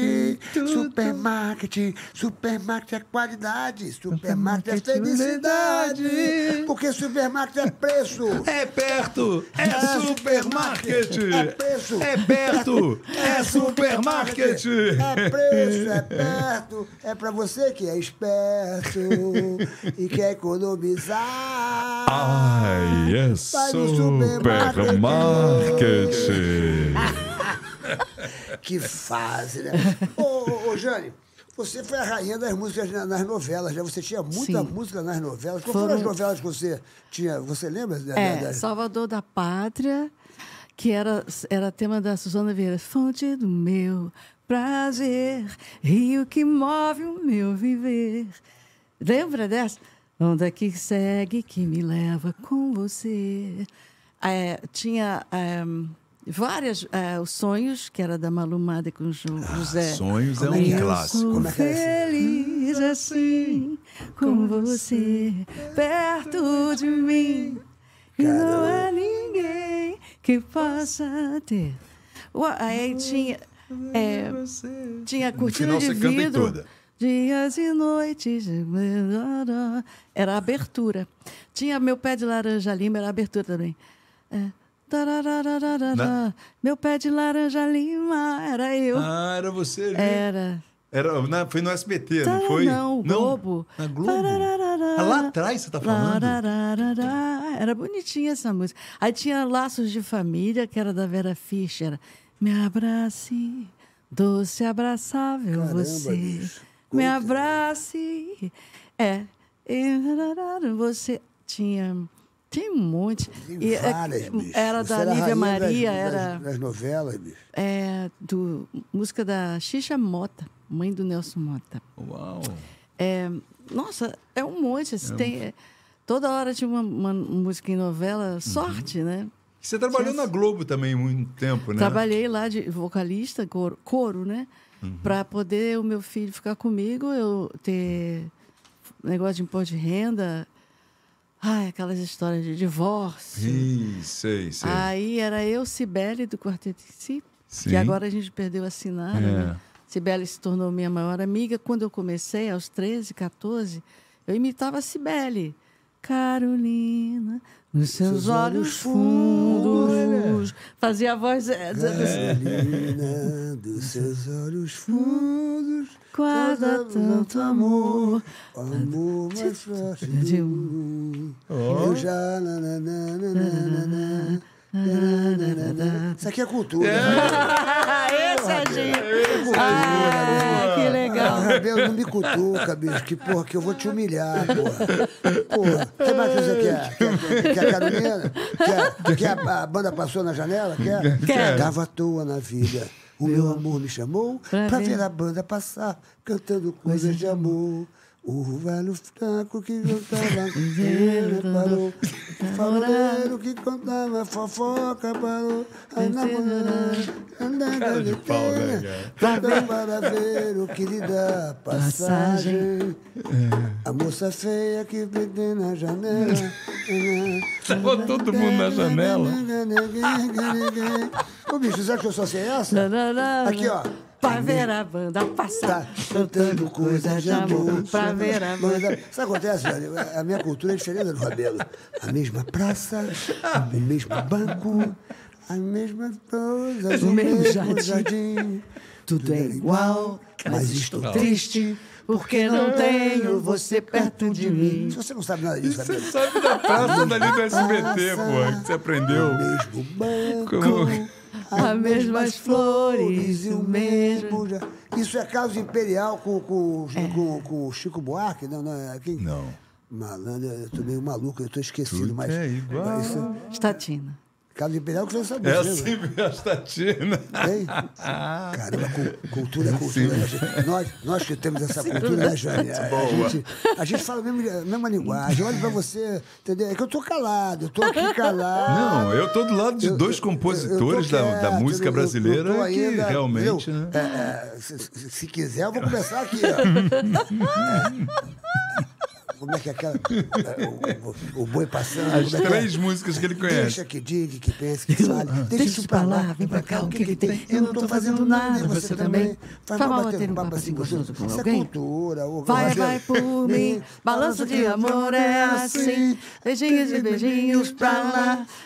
[SPEAKER 4] supermarket, supermarket é qualidade, supermarket é felicidade, porque supermarket é preço.
[SPEAKER 3] É perto, é supermarket.
[SPEAKER 4] É preço.
[SPEAKER 3] É perto, é supermarket.
[SPEAKER 4] É preço, é perto. É pra você que é esperto e quer economizar.
[SPEAKER 3] Ah, Ai, é
[SPEAKER 4] Vai no supermarket.
[SPEAKER 3] supermarket.
[SPEAKER 4] Que fase, né? ô, ô, ô, Jane, você foi a rainha das músicas na- nas novelas, né? Você tinha muita
[SPEAKER 5] Sim.
[SPEAKER 4] música nas novelas. Qual foram
[SPEAKER 5] Foram-
[SPEAKER 4] as novelas que você tinha? Você lembra? né,
[SPEAKER 5] É,
[SPEAKER 4] da-
[SPEAKER 5] Salvador da Pátria, que era, era tema da Suzana Vieira. Fonte do meu prazer, rio que move o meu viver. Lembra dessa? Onda que segue, que me leva com você. É, tinha é, várias... é, os Sonhos, que era da Malumada com Jo-
[SPEAKER 4] Ah,
[SPEAKER 5] José.
[SPEAKER 3] Sonhos é um
[SPEAKER 5] Eu
[SPEAKER 3] clássico.
[SPEAKER 5] sou
[SPEAKER 4] Como é que era
[SPEAKER 5] feliz assim, com você perto de mim. E não há ninguém que possa ter. Ua- Aí tinha, é, tinha
[SPEAKER 3] final
[SPEAKER 5] cortina de
[SPEAKER 3] você canta em
[SPEAKER 5] vidro.
[SPEAKER 3] toda.
[SPEAKER 5] Dias e noites. Era a abertura. Tinha meu pé de laranja lima, era a abertura também. É. Tarararararará.
[SPEAKER 3] Na-
[SPEAKER 5] Meu pé de laranja lima, era eu.
[SPEAKER 3] Ah, era você
[SPEAKER 5] É.
[SPEAKER 3] ali.
[SPEAKER 5] Era.
[SPEAKER 3] Era na- foi no SBT, não
[SPEAKER 5] Tá,
[SPEAKER 3] foi?
[SPEAKER 5] Não, Globo.
[SPEAKER 3] Na Globo. Ah, lá atrás você tá falando?
[SPEAKER 5] Lararararará. Era bonitinha essa música. Aí tinha Laços de Família, que era da Vera Fischer. Me abrace, doce abraçável
[SPEAKER 4] Caramba,
[SPEAKER 5] você.
[SPEAKER 4] bicho.
[SPEAKER 5] Me
[SPEAKER 4] Puta.
[SPEAKER 5] abrace. É. E rarararam, Você tinha. Tem um monte.
[SPEAKER 4] Tem
[SPEAKER 5] E, é,
[SPEAKER 4] várias, bicho.
[SPEAKER 5] Era
[SPEAKER 4] Você
[SPEAKER 5] da
[SPEAKER 4] a
[SPEAKER 5] Lívia
[SPEAKER 4] rainha das-
[SPEAKER 5] Maria,
[SPEAKER 4] das-
[SPEAKER 5] era
[SPEAKER 4] Das novelas, bicho.
[SPEAKER 5] é, do, música da Xixa Mota, mãe do Nelson Mota.
[SPEAKER 3] Uau!
[SPEAKER 5] É, nossa, é um monte. assim, tem, é, toda hora tinha uma, uma música em novela, sorte, né?
[SPEAKER 3] Você trabalhou
[SPEAKER 5] Sim.
[SPEAKER 3] na Globo também muito tempo, né?
[SPEAKER 5] Trabalhei lá de vocalista, coro, coro, né? Para poder o meu filho ficar comigo, eu ter negócio de imposto de renda. Ai, aquelas histórias de divórcio.
[SPEAKER 3] Ih, sei, sei.
[SPEAKER 5] Aí era eu, Cibele, do Quarteto em Si,
[SPEAKER 3] Sim.
[SPEAKER 5] que agora a gente perdeu a Sinara.
[SPEAKER 3] É.
[SPEAKER 5] Né? Cibele se tornou minha maior amiga. Quando eu comecei, aos 13, 14, eu imitava a Cibele. Carolina, nos seus,
[SPEAKER 4] Seus
[SPEAKER 5] olhos
[SPEAKER 4] olhos
[SPEAKER 5] fundos. Fazia a voz.
[SPEAKER 3] É.
[SPEAKER 5] eh, do-
[SPEAKER 4] Menina dos seus olhos fundos,
[SPEAKER 5] Guarda tanto amor.
[SPEAKER 4] amor mais forte
[SPEAKER 5] de
[SPEAKER 4] do mundo. Eu já... na, na, na, na, na, na, na, na, na, na. Isso aqui é cultura.
[SPEAKER 5] *laughs* Esse é
[SPEAKER 4] né?
[SPEAKER 5] Gil. Ah, que legal.
[SPEAKER 3] É.
[SPEAKER 4] Ah, Rabelo, não me cutuca, bicho, que porra, que eu vou te humilhar, porra. Porra, você mais que você quer? Quer, quer a Carolina? Quer, quer a, a banda passou na janela? Quer?
[SPEAKER 5] Quero.
[SPEAKER 4] Tava à toa na vida. O meu amor me chamou
[SPEAKER 5] Pra
[SPEAKER 4] pra
[SPEAKER 5] ver.
[SPEAKER 4] ver a banda passar, cantando coisas de amor. O velho fraco que
[SPEAKER 5] *laughs*
[SPEAKER 4] cantava ele parou. O faroleiro que cantava fofoca parou. Ai, namorada,
[SPEAKER 3] Cara de pau, né, cara?
[SPEAKER 4] Pra ver, para ver o que lhe dá passagem.
[SPEAKER 3] É.
[SPEAKER 4] A moça feia que vende na janela.
[SPEAKER 3] Tava todo mundo na janela.
[SPEAKER 4] Ô, bicho, você acha que eu só sei essa?
[SPEAKER 5] Tananana.
[SPEAKER 4] Aqui, ó.
[SPEAKER 5] Pra ver a banda
[SPEAKER 4] Tá
[SPEAKER 5] passar.
[SPEAKER 4] cantando coisas de amor.
[SPEAKER 5] Tá Pra ver a
[SPEAKER 4] Mas,
[SPEAKER 5] banda.
[SPEAKER 4] Sabe o que acontece, velho? A minha cultura é diferente da do Rabelo. A mesma praça, o mesmo banco, a mesma coisa,
[SPEAKER 5] O
[SPEAKER 4] o
[SPEAKER 5] mesmo
[SPEAKER 4] mesmo
[SPEAKER 5] jardim.
[SPEAKER 4] jardim.
[SPEAKER 5] Tudo é igual, mas estou triste porque não tenho você perto de mim.
[SPEAKER 4] Se você não sabe nada disso,
[SPEAKER 3] Você
[SPEAKER 4] Rabelo.
[SPEAKER 3] sabe da praça dali do SBT, pô, que você aprendeu.
[SPEAKER 4] mesmo banco,
[SPEAKER 3] Como-
[SPEAKER 5] As mesmas Ah, flores e o mesmo
[SPEAKER 4] ja- Isso é caso imperial com, com,
[SPEAKER 5] É.
[SPEAKER 4] com, com o Chico Buarque? Não, não, é quem?
[SPEAKER 3] Não.
[SPEAKER 4] Malandro, eu tô meio maluco, eu tô esquecido,
[SPEAKER 3] Tudo
[SPEAKER 4] mas.
[SPEAKER 3] é igual.
[SPEAKER 4] mas isso-
[SPEAKER 5] Estatina.
[SPEAKER 4] caso imperial que você sabe.
[SPEAKER 3] É Ah.
[SPEAKER 4] né?
[SPEAKER 3] sempre a estatina.
[SPEAKER 4] Hein? Caramba, cu- cultura
[SPEAKER 3] assim
[SPEAKER 4] é cultura. né, gente? Nós, nós que temos essa cultura, né, Jane? A, a gente, a gente fala a mesma, a mesma linguagem. Olha pra você, entendeu? É que eu tô calado, eu tô aqui calado.
[SPEAKER 3] Não, eu tô do lado de
[SPEAKER 4] Eu-
[SPEAKER 3] dois
[SPEAKER 4] eu-
[SPEAKER 3] compositores
[SPEAKER 4] eu tô
[SPEAKER 3] da, da
[SPEAKER 4] quieto,
[SPEAKER 3] música
[SPEAKER 4] eu- eu- eu
[SPEAKER 3] brasileira
[SPEAKER 4] tô
[SPEAKER 3] que
[SPEAKER 4] ainda,
[SPEAKER 3] realmente,
[SPEAKER 4] viu?
[SPEAKER 3] né?
[SPEAKER 4] É, é, se, se- se quiser, eu vou começar aqui,
[SPEAKER 3] *laughs*
[SPEAKER 4] ó. É. Como é que é aquela. é, o- o, o boi passando.
[SPEAKER 3] As
[SPEAKER 4] como é que é?
[SPEAKER 3] três músicas que ele conhece.
[SPEAKER 4] Deixa que diga, que pense, que fale. Deixa
[SPEAKER 5] Deixa
[SPEAKER 4] isso pra lá, vem pra cá, o que que tem? Eu não tô fazendo nada, e você também. Faz mal bater um papo assim gostoso com alguém. Isso é cultura. ô,
[SPEAKER 5] Vai,
[SPEAKER 4] Rogério.
[SPEAKER 5] vai por mim. Balanço de amor é assim. Beijinhos e beijinhos pra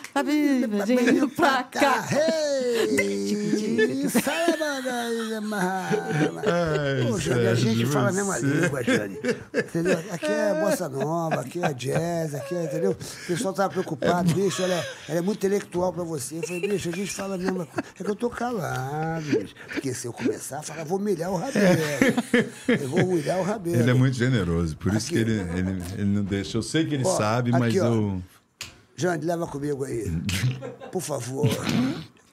[SPEAKER 5] lá. Beijinho, beijinho pra cá.
[SPEAKER 4] Ei! Sai, manga,
[SPEAKER 3] Ai,
[SPEAKER 4] Pô, Jane, a gente
[SPEAKER 3] Sérgio,
[SPEAKER 4] fala a mesma
[SPEAKER 3] você-
[SPEAKER 4] língua, Jane. Entendeu? Aqui é bossa nova, aqui é jazz, aqui é, entendeu? O pessoal tava preocupado, bicho, ela é, ela é muito intelectual pra você. Eu falei, bicho, a gente fala a mesma coisa. É que eu tô calado, bicho. Porque se eu começar a falar, eu vou humilhar o
[SPEAKER 3] *laughs*
[SPEAKER 4] Rabelo. Eu vou humilhar o Rabelo.
[SPEAKER 3] Ele é muito generoso, por isso
[SPEAKER 4] Aqui.
[SPEAKER 3] que ele, ele, ele não deixa. Eu sei que ele
[SPEAKER 4] Ó,
[SPEAKER 3] sabe, mas
[SPEAKER 4] aqui, ó.
[SPEAKER 3] eu.
[SPEAKER 4] Jane, leva comigo aí. Por favor.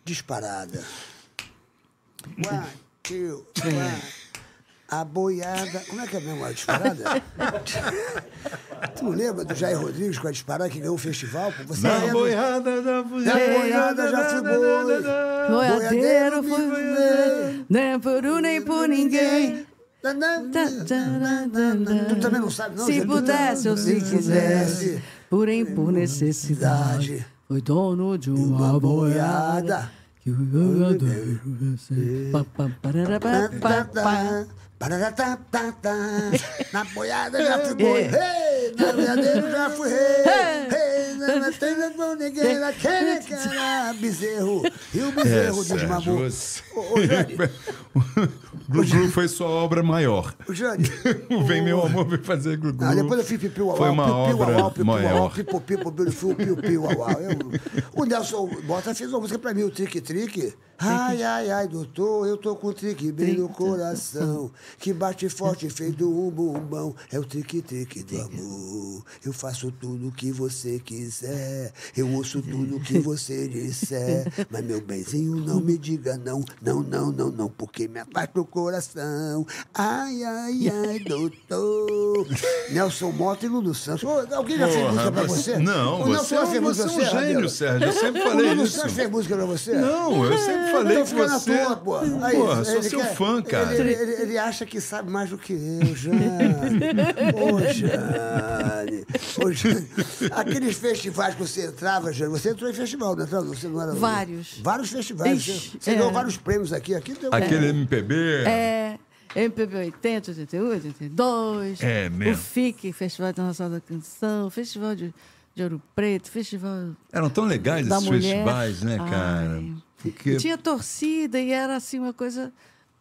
[SPEAKER 4] Disparada. One, two, one. A boiada. Como é que é mesmo a disparada? tu lembra do Jair Rodrigues com a disparada que ganhou o festival? Pô, Você
[SPEAKER 3] Na
[SPEAKER 4] lembra?
[SPEAKER 3] boiada já fui.
[SPEAKER 4] Na boiada já fui boi.
[SPEAKER 5] Boiadeiro foi ver, nem por um nem por ninguém.
[SPEAKER 4] Tu também não sabe, não?
[SPEAKER 5] Se
[SPEAKER 4] Jane?
[SPEAKER 5] pudesse ou se quisesse, porém por necessidade, foi dono de uma boiada. Que o boiadeiro recebe. Pá, pá, parará, pá, pá, pá.
[SPEAKER 4] Pararatatata, Na boiada já fui boi, hey, na boiadeira já fui rei. Hey, não não tem nada com ninguém naquele cara. Bezerro, e o bezerro
[SPEAKER 3] É,
[SPEAKER 4] desmamou.
[SPEAKER 3] Sérgio, você-
[SPEAKER 4] Ô, ô, Jane,
[SPEAKER 3] *laughs* O Glu Glu foi sua obra maior.
[SPEAKER 4] Ô,
[SPEAKER 3] *laughs*
[SPEAKER 4] Jane,
[SPEAKER 3] O Vem Meu Amor veio fazer Glu Glu.
[SPEAKER 4] Ah, depois eu fiz pipi uau,
[SPEAKER 3] Foi uma
[SPEAKER 4] pipi
[SPEAKER 3] obra
[SPEAKER 4] uau, pipi uau,
[SPEAKER 3] maior.
[SPEAKER 4] pipo pipo, pipo, pipo, pipo, pipo uau. O Nelson Bota fez uma música pra mim, o Trick Trick. Ai, ai, ai, doutor, eu tô com o trick bem no coração, que bate forte feito um bombão. É o trick trick do amor. Eu faço tudo o que você quiser, eu ouço tudo o que você disser, mas meu benzinho não me diga não, não, não, não, não, porque me ataca o coração. Ai, ai, ai, *laughs* doutor. Nelson Mota e Lulu Santos. Ô, alguém já fez música pra você?
[SPEAKER 3] Não,
[SPEAKER 4] O
[SPEAKER 3] você,
[SPEAKER 4] já
[SPEAKER 3] é um-
[SPEAKER 4] fez
[SPEAKER 3] você
[SPEAKER 4] música
[SPEAKER 3] é
[SPEAKER 4] pra
[SPEAKER 3] um
[SPEAKER 4] Rabelo?
[SPEAKER 3] gênio, Sérgio. Eu sempre
[SPEAKER 4] O
[SPEAKER 3] falei
[SPEAKER 4] Lulu
[SPEAKER 3] isso.
[SPEAKER 4] Santos fez música pra você?
[SPEAKER 3] Não, eu sempre falei
[SPEAKER 4] Então
[SPEAKER 3] que
[SPEAKER 4] fica na
[SPEAKER 3] você. é
[SPEAKER 4] tua, pô. Aí,
[SPEAKER 3] Porra, sou
[SPEAKER 4] ele
[SPEAKER 3] seu
[SPEAKER 4] quer-
[SPEAKER 3] fã, cara.
[SPEAKER 4] Ele, ele- ele acha que sabe mais do que eu, Jane. Ô, Jane. Ô, Jane. Aqueles festivais que você entrava, Jane, você entrou em festival, não entrou? Você não era... um-
[SPEAKER 5] Vários.
[SPEAKER 4] Vários festivais. né?
[SPEAKER 5] Ixi,
[SPEAKER 4] você ganhou
[SPEAKER 5] é.
[SPEAKER 4] vários prêmios aqui. aqui tem... um-
[SPEAKER 3] Aquele MPB.
[SPEAKER 5] É, MPB 80, 81, 82.
[SPEAKER 3] É mesmo.
[SPEAKER 5] O FIC, Festival Internacional da Canção, Festival de, de Ouro Preto, Festival
[SPEAKER 3] Eram tão legais
[SPEAKER 5] da
[SPEAKER 3] esses
[SPEAKER 5] mulher.
[SPEAKER 3] festivais, né,
[SPEAKER 5] Ai.
[SPEAKER 3] cara? Porque
[SPEAKER 5] Tinha torcida e era assim uma coisa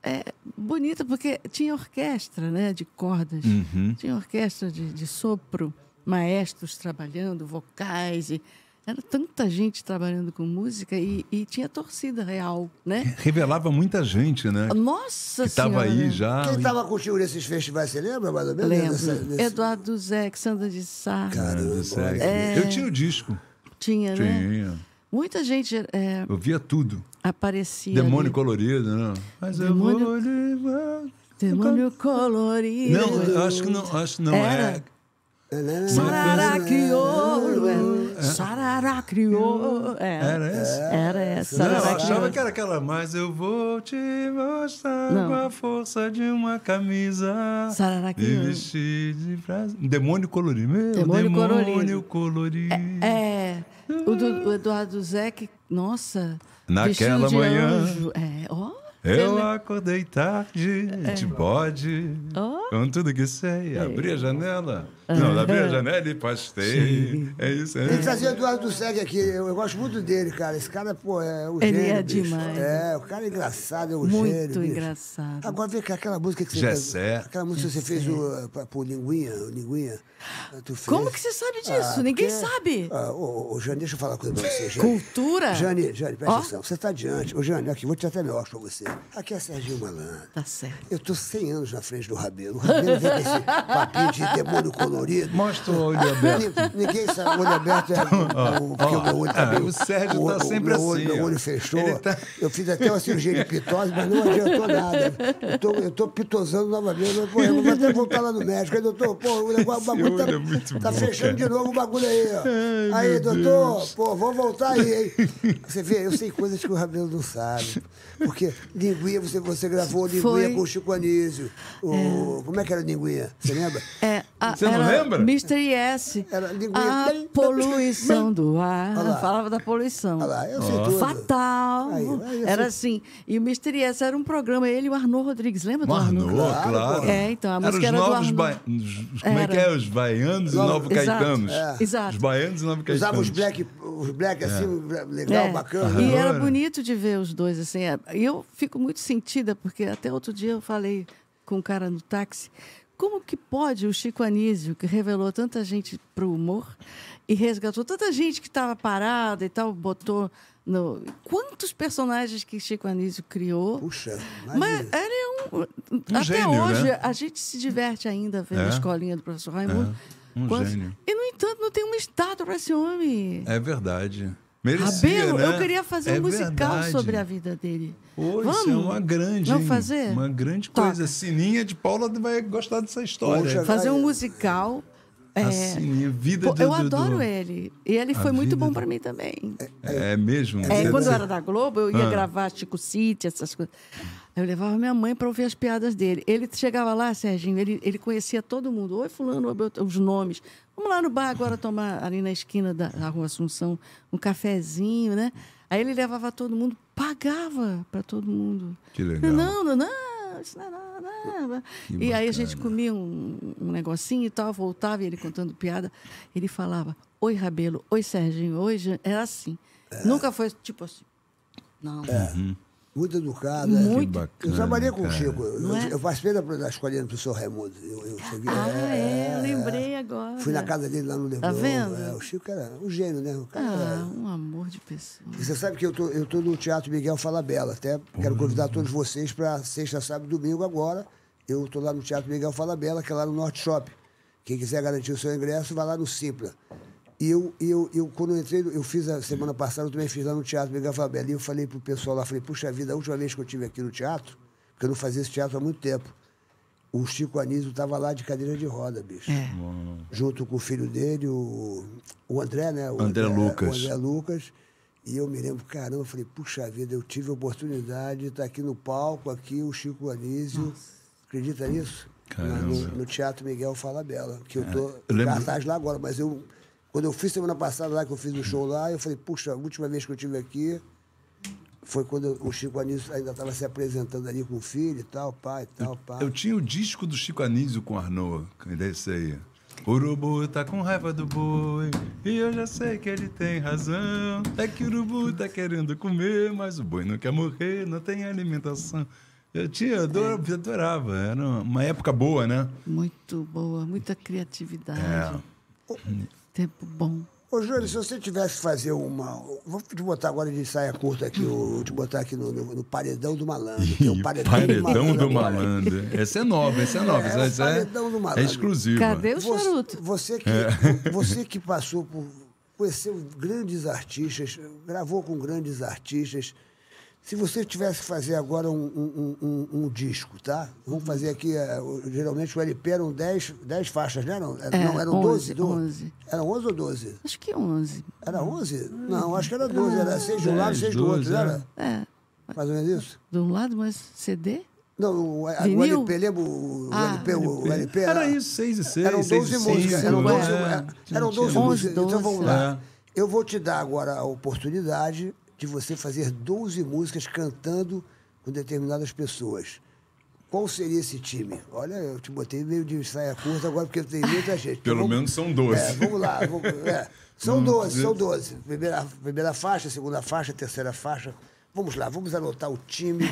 [SPEAKER 5] é, bonita, porque tinha orquestra né, de cordas,
[SPEAKER 3] Uhum.
[SPEAKER 5] tinha orquestra de, de sopro, maestros trabalhando, vocais. E era tanta gente trabalhando com música e, e tinha torcida real, né?
[SPEAKER 3] revelava muita gente, né?
[SPEAKER 5] Nossa
[SPEAKER 3] Que tava
[SPEAKER 5] Senhora! né?
[SPEAKER 3] aí já.
[SPEAKER 4] Quem estava contigo nesses festivais, você lembra mais ou menos?
[SPEAKER 5] Lembro.
[SPEAKER 4] Dessa- desse-
[SPEAKER 5] Eduardo Zé, Sandra de Sá.
[SPEAKER 3] Cara do sexo.
[SPEAKER 5] É.
[SPEAKER 3] Eu tinha o disco.
[SPEAKER 5] Tinha, né?
[SPEAKER 3] Tinha.
[SPEAKER 5] Muita gente é,
[SPEAKER 3] Eu via tudo.
[SPEAKER 5] aparecia.
[SPEAKER 3] Demônio
[SPEAKER 5] ali.
[SPEAKER 3] colorido, né? Mas
[SPEAKER 5] Demônio-
[SPEAKER 3] eu vou levar.
[SPEAKER 5] Demônio colorido. É.
[SPEAKER 3] Não, ah, eu acho que não, acho que não
[SPEAKER 5] Era?
[SPEAKER 3] é.
[SPEAKER 5] Sarará crioulo. É. Sarará crioulo. Era.
[SPEAKER 3] Era esse?
[SPEAKER 5] Era essa.
[SPEAKER 3] Não, eu
[SPEAKER 5] Sarará
[SPEAKER 3] achava
[SPEAKER 5] crioulo.
[SPEAKER 3] que era aquela, mas eu vou te mostrar
[SPEAKER 5] Não.
[SPEAKER 3] com a força de uma camisa.
[SPEAKER 5] Sarará
[SPEAKER 3] E
[SPEAKER 5] crioulo.
[SPEAKER 3] vestir de frase. Demônio colorido. Meu,
[SPEAKER 5] Demônio
[SPEAKER 3] demônio,
[SPEAKER 5] colorido.
[SPEAKER 3] colorido.
[SPEAKER 5] É. O, do, o Eduardo Zeck, nossa.
[SPEAKER 3] Naquela
[SPEAKER 5] vestido de
[SPEAKER 3] manhã.
[SPEAKER 5] anjo. É, ó.
[SPEAKER 3] Eu
[SPEAKER 5] Ele- É.
[SPEAKER 3] acordei tarde, de bode,
[SPEAKER 5] Ó. É.
[SPEAKER 3] com tudo que sei. Abri a janela. Não, abri a janela e pastei. É isso, é
[SPEAKER 4] Tem que
[SPEAKER 3] isso.
[SPEAKER 4] trazer o Eduardo Seg aqui. Eu, eu gosto muito dele, cara. Esse cara, pô, é um
[SPEAKER 5] Ele
[SPEAKER 4] gênio.
[SPEAKER 5] é
[SPEAKER 4] bicho.
[SPEAKER 5] demais.
[SPEAKER 4] É, o cara é engraçado, é um
[SPEAKER 5] Muito
[SPEAKER 4] gênio. bicho.
[SPEAKER 5] engraçado.
[SPEAKER 4] Agora vem cá, aquela música que você
[SPEAKER 3] Jessé.
[SPEAKER 4] fez. Aquela música que você fez o, pra, pro Linguinha. o Linguinha ah, tu fez.
[SPEAKER 5] Como que você sabe disso?
[SPEAKER 4] Ah,
[SPEAKER 5] Ninguém
[SPEAKER 4] porque-
[SPEAKER 5] sabe.
[SPEAKER 4] Ah, ô, ô, Jane, deixa eu falar uma coisa pra você, Jane.
[SPEAKER 5] Cultura?
[SPEAKER 4] Jane, Jane, presta
[SPEAKER 5] Ó.
[SPEAKER 4] atenção. Você tá adiante. Ô, Jane, aqui, vou tirar até melhor pra você. Aqui é Serginho Malandro.
[SPEAKER 5] Tá certo.
[SPEAKER 4] Eu tô 100 anos na frente do Rabelo. O Rabelo vem com esse papinho de demônio colorido.
[SPEAKER 3] Mostra o olho aberto.
[SPEAKER 4] Ni- Ninguém sabe, o olho aberto é o, o, porque o meu olho tá
[SPEAKER 3] Ah,
[SPEAKER 4] meio-
[SPEAKER 3] o Sérgio tá sempre
[SPEAKER 4] meu olho,
[SPEAKER 3] assim,
[SPEAKER 4] Meu
[SPEAKER 3] ó.
[SPEAKER 4] olho fechou.
[SPEAKER 3] Ele tá-
[SPEAKER 4] Eu fiz até uma cirurgia de pitose, mas não adiantou nada. Eu tô, eu tô pitosando novamente. mas, pô, eu vou até voltar lá no médico. Aí, doutor, pô, o negócio- o bagulho
[SPEAKER 3] olho
[SPEAKER 4] tá,
[SPEAKER 3] é muito
[SPEAKER 4] tá
[SPEAKER 3] bom,
[SPEAKER 4] fechando de
[SPEAKER 3] cara.
[SPEAKER 4] novo o bagulho aí, ó.
[SPEAKER 3] Ai,
[SPEAKER 4] aí,
[SPEAKER 3] meu
[SPEAKER 4] doutor, pô, vou voltar aí, hein? Você vê, eu sei coisas que o Rabelo não sabe. Porque linguinha, você, você gravou linguinha
[SPEAKER 5] Foi.
[SPEAKER 4] com o Chico Anísio. O, Como é que era linguinha? Você lembra?
[SPEAKER 5] É, a-
[SPEAKER 3] Você não
[SPEAKER 5] era
[SPEAKER 3] lembra?
[SPEAKER 5] Mr. S.
[SPEAKER 4] Era linguinha.
[SPEAKER 5] a poluição do ar.
[SPEAKER 4] Olha lá.
[SPEAKER 5] Falava da poluição.
[SPEAKER 4] Olha lá, eu sei tudo.
[SPEAKER 5] Fatal.
[SPEAKER 4] Aí, aí eu
[SPEAKER 5] era
[SPEAKER 4] sei.
[SPEAKER 5] assim. E o Mr. S era um programa, ele e o Arnô Rodrigues. Lembra *laughs* do Arnô?
[SPEAKER 3] Marnou, oh, claro.
[SPEAKER 4] Claro, pô.
[SPEAKER 5] É, então, a
[SPEAKER 3] Era
[SPEAKER 5] música
[SPEAKER 3] os
[SPEAKER 5] era do
[SPEAKER 3] novos
[SPEAKER 5] Arnaldo.
[SPEAKER 3] ba... os- Como é que
[SPEAKER 5] Era.
[SPEAKER 3] é? Os baianos e novos
[SPEAKER 5] Exato,
[SPEAKER 3] caetanos.
[SPEAKER 5] é. Exato.
[SPEAKER 3] Os baianos e novos
[SPEAKER 4] Usava os
[SPEAKER 3] caetanos.
[SPEAKER 4] black, os black assim, legal,
[SPEAKER 5] É.
[SPEAKER 4] bacana. né?
[SPEAKER 5] E
[SPEAKER 3] Aham.
[SPEAKER 5] era
[SPEAKER 3] Adoro.
[SPEAKER 5] bonito de ver os dois, assim. é. E eu fico muito sentida, porque até outro dia eu falei com um cara no táxi, como que pode o Chico Anísio, que revelou tanta gente pro humor e resgatou tanta gente que estava parada e tal, botou no... Quantos personagens que Chico Anísio criou.
[SPEAKER 4] Puxa,
[SPEAKER 5] Mas
[SPEAKER 4] imagina.
[SPEAKER 5] ele é um... até
[SPEAKER 3] gênio,
[SPEAKER 5] hoje,
[SPEAKER 3] né?
[SPEAKER 5] a gente se diverte ainda vendo a
[SPEAKER 3] É.
[SPEAKER 5] escolinha do professor Raimundo.
[SPEAKER 3] É. Um
[SPEAKER 5] Quantos-
[SPEAKER 3] gênio.
[SPEAKER 5] E, no entanto, não tem uma estátua para esse homem.
[SPEAKER 3] É verdade. Merecia,
[SPEAKER 5] Rabelo,
[SPEAKER 3] né?
[SPEAKER 5] eu queria fazer
[SPEAKER 3] É
[SPEAKER 5] um musical
[SPEAKER 3] verdade.
[SPEAKER 5] sobre a vida dele.
[SPEAKER 3] Pô,
[SPEAKER 5] Vamos?
[SPEAKER 3] isso é uma grande.
[SPEAKER 5] Vamos
[SPEAKER 3] hein?
[SPEAKER 5] fazer?
[SPEAKER 3] Uma grande
[SPEAKER 5] Toca.
[SPEAKER 3] coisa. Sininha de Paula vai gostar dessa história.
[SPEAKER 4] Poxa,
[SPEAKER 5] Fazer um musical. é,
[SPEAKER 3] A Sininha, vida
[SPEAKER 5] pô,
[SPEAKER 3] do,
[SPEAKER 5] eu
[SPEAKER 3] do- do-
[SPEAKER 5] adoro ele. E ele foi muito
[SPEAKER 3] vida
[SPEAKER 5] bom
[SPEAKER 3] do-
[SPEAKER 5] para mim também.
[SPEAKER 3] É Ah. mesmo?
[SPEAKER 5] É,
[SPEAKER 3] Você-
[SPEAKER 5] quando eu era da Globo, eu ia gravar Chico City, essas coisas. Eu levava minha mãe para ouvir as piadas dele. Ele chegava lá, Serginho, ele, ele conhecia todo mundo. Oi, fulano, oi, Beltrano, os nomes. Vamos lá no bar agora tomar ali na esquina da, da Rua Assunção um cafezinho, né? Aí ele levava todo mundo, pagava para todo mundo.
[SPEAKER 3] Que legal.
[SPEAKER 5] Não, não, não. isso não, não, não. E aí a gente comia um, um negocinho e tal, voltava e ele contando piada. Ele falava, oi, Rabelo,
[SPEAKER 4] É.
[SPEAKER 5] oi, Serginho, oi, Jean. Era assim. Nunca foi tipo assim. Não.
[SPEAKER 4] Muito educada.
[SPEAKER 5] Muito.
[SPEAKER 3] Que bacana,
[SPEAKER 4] eu trabalhei com o
[SPEAKER 3] cara.
[SPEAKER 4] Chico. Eu,
[SPEAKER 5] Não é?
[SPEAKER 4] eu participei da, da escolinha do professor Raimundo. Eu, eu cheguei-
[SPEAKER 5] Ah, é, lembrei agora.
[SPEAKER 4] Fui na casa dele lá no Leblon.
[SPEAKER 5] Tá vendo?
[SPEAKER 4] é, o Chico era um gênio, né? O cara era-
[SPEAKER 5] Ah, um amor de pessoa.
[SPEAKER 4] E Você sabe que eu tô, eu tô no Teatro Miguel Falabella. Até quero convidar todos vocês para sexta, sábado e domingo agora. Eu tô lá no Teatro Miguel Falabella, que é lá no Norte Shop. Quem quiser garantir o seu ingresso, vai lá no Simpla. E eu, e eu, eu quando eu entrei, eu fiz a semana passada, eu também fiz lá no Teatro Miguel Falabella. E eu falei pro pessoal lá, falei, puxa vida, a última vez que eu estive aqui no teatro, porque eu não fazia esse teatro há muito tempo, o Chico Anísio tava lá de cadeira de roda, bicho
[SPEAKER 5] É.
[SPEAKER 4] junto com o filho dele, o, o André, né? O
[SPEAKER 3] André Lucas.
[SPEAKER 4] O André Lucas. E eu me lembro, caramba, eu falei, puxa vida, eu tive a oportunidade de estar aqui no palco, aqui o Chico Anísio. Acredita nisso?
[SPEAKER 3] Caramba. É,
[SPEAKER 4] No, no Teatro Miguel Fala Bela, que eu tô
[SPEAKER 3] eu
[SPEAKER 4] em
[SPEAKER 3] lembro-
[SPEAKER 4] cartaz lá agora, mas eu. Quando eu fiz semana passada lá, que eu fiz o show lá, eu falei, puxa, a última vez que eu estive aqui foi quando o Chico Anísio ainda estava se apresentando ali com o filho e tal, pai, e tal, pai.
[SPEAKER 3] Eu tinha o disco do Chico Anísio com o Arnaud, que desse aí. Urubu tá com raiva do boi, e eu já sei que ele tem razão. É que o urubu tá querendo comer, mas o boi não quer morrer, não tem alimentação. Eu tinha, eu ador- eu adorava, era uma época boa, né?
[SPEAKER 5] Muito boa, muita criatividade.
[SPEAKER 3] É.
[SPEAKER 5] Tempo bom.
[SPEAKER 4] Ô, Júlio, se você tivesse que fazer uma. Vou te botar agora de saia curta aqui, o- vou te botar aqui no, no- no paredão do malandro. que é o paredão,
[SPEAKER 3] Paredão do
[SPEAKER 4] agora.
[SPEAKER 3] malandro. Essa é nova, essa é nova.
[SPEAKER 4] É,
[SPEAKER 3] essa-
[SPEAKER 4] o
[SPEAKER 3] essa
[SPEAKER 4] paredão do
[SPEAKER 3] é,
[SPEAKER 4] malandro.
[SPEAKER 3] exclusiva.
[SPEAKER 5] Cadê o
[SPEAKER 4] Você-
[SPEAKER 5] charuto?
[SPEAKER 4] Você, que,
[SPEAKER 3] É.
[SPEAKER 4] você que passou por. conheceu grandes artistas, gravou com grandes artistas. Se você tivesse que fazer agora um, um- um- um- um disco, tá? Vamos fazer aqui. eh, o- geralmente o LP eram 10, 10 faixas, né? Não, era-
[SPEAKER 5] É,
[SPEAKER 4] não, eram 12,
[SPEAKER 5] 11,
[SPEAKER 4] 12.
[SPEAKER 5] 11.
[SPEAKER 4] Eram 11 ou 12?
[SPEAKER 5] Acho que 11.
[SPEAKER 4] Era
[SPEAKER 5] Hum.
[SPEAKER 4] 11? Não, acho que era 12. Era 6 de um lado,
[SPEAKER 3] Dez,
[SPEAKER 4] 6 do outro,
[SPEAKER 3] doze,
[SPEAKER 4] não
[SPEAKER 3] né?
[SPEAKER 4] era?
[SPEAKER 5] É,
[SPEAKER 4] Mais ou menos isso?
[SPEAKER 5] de um lado, mas CD?
[SPEAKER 4] Não, o, a- o
[SPEAKER 5] Vinil?
[SPEAKER 4] LP, lembra o, o
[SPEAKER 5] Ah.
[SPEAKER 4] LP, o, o LP?
[SPEAKER 3] Era isso, seis e seis.
[SPEAKER 4] Eram
[SPEAKER 3] seis e
[SPEAKER 4] 12
[SPEAKER 3] cinco,
[SPEAKER 4] músicas. Eram
[SPEAKER 3] né?
[SPEAKER 4] 12,
[SPEAKER 3] É, tinha-
[SPEAKER 4] eram 12
[SPEAKER 3] tinha-
[SPEAKER 4] músicas. Então vamos lá.
[SPEAKER 3] É.
[SPEAKER 4] Eu vou te dar agora a oportunidade de você fazer 12 músicas cantando com determinadas pessoas. Qual seria esse time? Olha, eu te botei meio de saia curta agora porque tem muita gente.
[SPEAKER 3] *laughs* Pelo
[SPEAKER 4] Então,
[SPEAKER 3] menos são 12.
[SPEAKER 4] é, vamos lá. vamos-
[SPEAKER 3] *laughs*
[SPEAKER 4] é. São
[SPEAKER 3] Não,
[SPEAKER 4] 12, são
[SPEAKER 3] eu-
[SPEAKER 4] 12. Primeira, primeira faixa, segunda faixa, terceira faixa. Vamos lá, vamos anotar o
[SPEAKER 3] *laughs*
[SPEAKER 4] time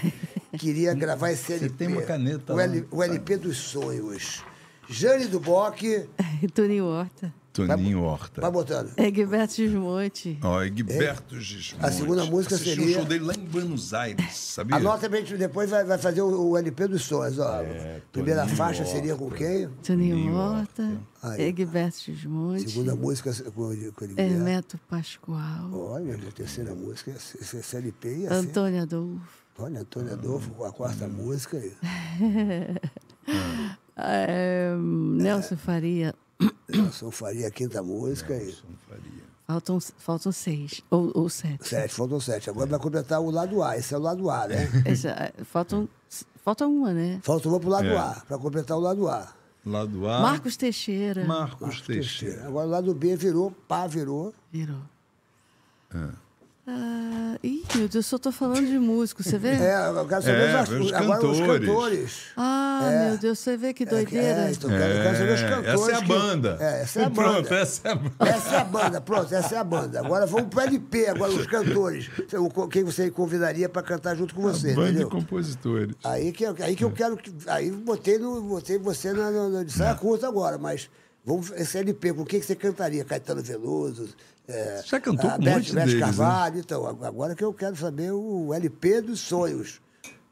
[SPEAKER 4] que iria gravar esse LP.
[SPEAKER 3] tem uma caneta
[SPEAKER 4] o,
[SPEAKER 3] lá.
[SPEAKER 4] L- o LP dos sonhos. Jane do Bock,
[SPEAKER 5] *laughs* Tony Horta.
[SPEAKER 3] Toninho
[SPEAKER 4] vai
[SPEAKER 3] Horta.
[SPEAKER 4] botando.
[SPEAKER 5] Egberto Gismonte.
[SPEAKER 3] Ó, é Egberto Gismonte.
[SPEAKER 4] É. A segunda música
[SPEAKER 3] Assisti
[SPEAKER 4] seria-
[SPEAKER 3] o show dele lá em Buenos Aires, sabia?
[SPEAKER 4] Anota bem, depois vai, vai fazer o, o LP dos sonhos. Ó. primeira
[SPEAKER 3] É, Toninho
[SPEAKER 4] faixa seria com quem?
[SPEAKER 5] Tony
[SPEAKER 3] Toninho
[SPEAKER 5] Horta.
[SPEAKER 4] Aí.
[SPEAKER 5] Egberto Gismonte.
[SPEAKER 4] Segunda música com, com
[SPEAKER 5] É,
[SPEAKER 4] ele.
[SPEAKER 5] Hermeto Pascoal.
[SPEAKER 4] Olha, a terceira música, esse, esse LP ia ser.
[SPEAKER 5] Antônio Adolfo.
[SPEAKER 4] assim. Olha, Antônio Adolfo com a
[SPEAKER 3] Hum.
[SPEAKER 4] quarta música. aí.
[SPEAKER 5] eh,
[SPEAKER 4] É.
[SPEAKER 5] Nelson Faria.
[SPEAKER 4] Nelson Faria, a quinta música.
[SPEAKER 3] É,
[SPEAKER 4] aí.
[SPEAKER 5] Faltam, faltam seis ou, ou sete.
[SPEAKER 4] Sete, faltam sete.
[SPEAKER 3] É.
[SPEAKER 4] Agora vai completar o lado A. Esse é o lado A, né?
[SPEAKER 5] Essa, eh, faltam, falta uma, né?
[SPEAKER 4] Falta uma pro lado
[SPEAKER 3] É.
[SPEAKER 4] A, para completar o lado A.
[SPEAKER 3] Lá do
[SPEAKER 4] Ah.
[SPEAKER 3] ar.
[SPEAKER 5] Marcos Teixeira.
[SPEAKER 3] Marcos Teixeira.
[SPEAKER 4] Agora o lado B virou, pá virou.
[SPEAKER 5] Virou. Ah, ih, meu Deus, só tô falando de músico, você vê?
[SPEAKER 4] *laughs* É, eu quero saber
[SPEAKER 3] É,
[SPEAKER 4] os, arti-
[SPEAKER 3] os
[SPEAKER 4] agora os
[SPEAKER 3] cantores.
[SPEAKER 4] cantores.
[SPEAKER 5] Ah,
[SPEAKER 4] É.
[SPEAKER 5] meu Deus, você vê que
[SPEAKER 4] É, que-
[SPEAKER 5] doideira.
[SPEAKER 4] é, então, eu quero- eu quero saber os
[SPEAKER 3] É,
[SPEAKER 4] cantores.
[SPEAKER 3] essa é a
[SPEAKER 4] que-
[SPEAKER 3] banda.
[SPEAKER 4] é, essa é a
[SPEAKER 3] Pronto,
[SPEAKER 4] banda.
[SPEAKER 3] essa é a banda.
[SPEAKER 4] Essa é a banda, pronto, essa é a banda. Agora vamos pro LP, agora os cantores. O co- Quem você convidaria para cantar junto com você,
[SPEAKER 3] banda de
[SPEAKER 4] entendeu? Ah,
[SPEAKER 3] compositores.
[SPEAKER 4] Aí que, eu-
[SPEAKER 3] É.
[SPEAKER 4] aí que eu quero. que- Aí botei, no, botei você na, na, na de saia curta agora, mas vamos esse LP, com o que, que você cantaria? Caetano Veloso? É,
[SPEAKER 3] Você já cantou
[SPEAKER 4] a
[SPEAKER 3] com um
[SPEAKER 4] Beth-
[SPEAKER 3] monte
[SPEAKER 4] Beth
[SPEAKER 3] deles,
[SPEAKER 4] Carvalho, então. ag- Agora que eu quero saber o LP dos sonhos.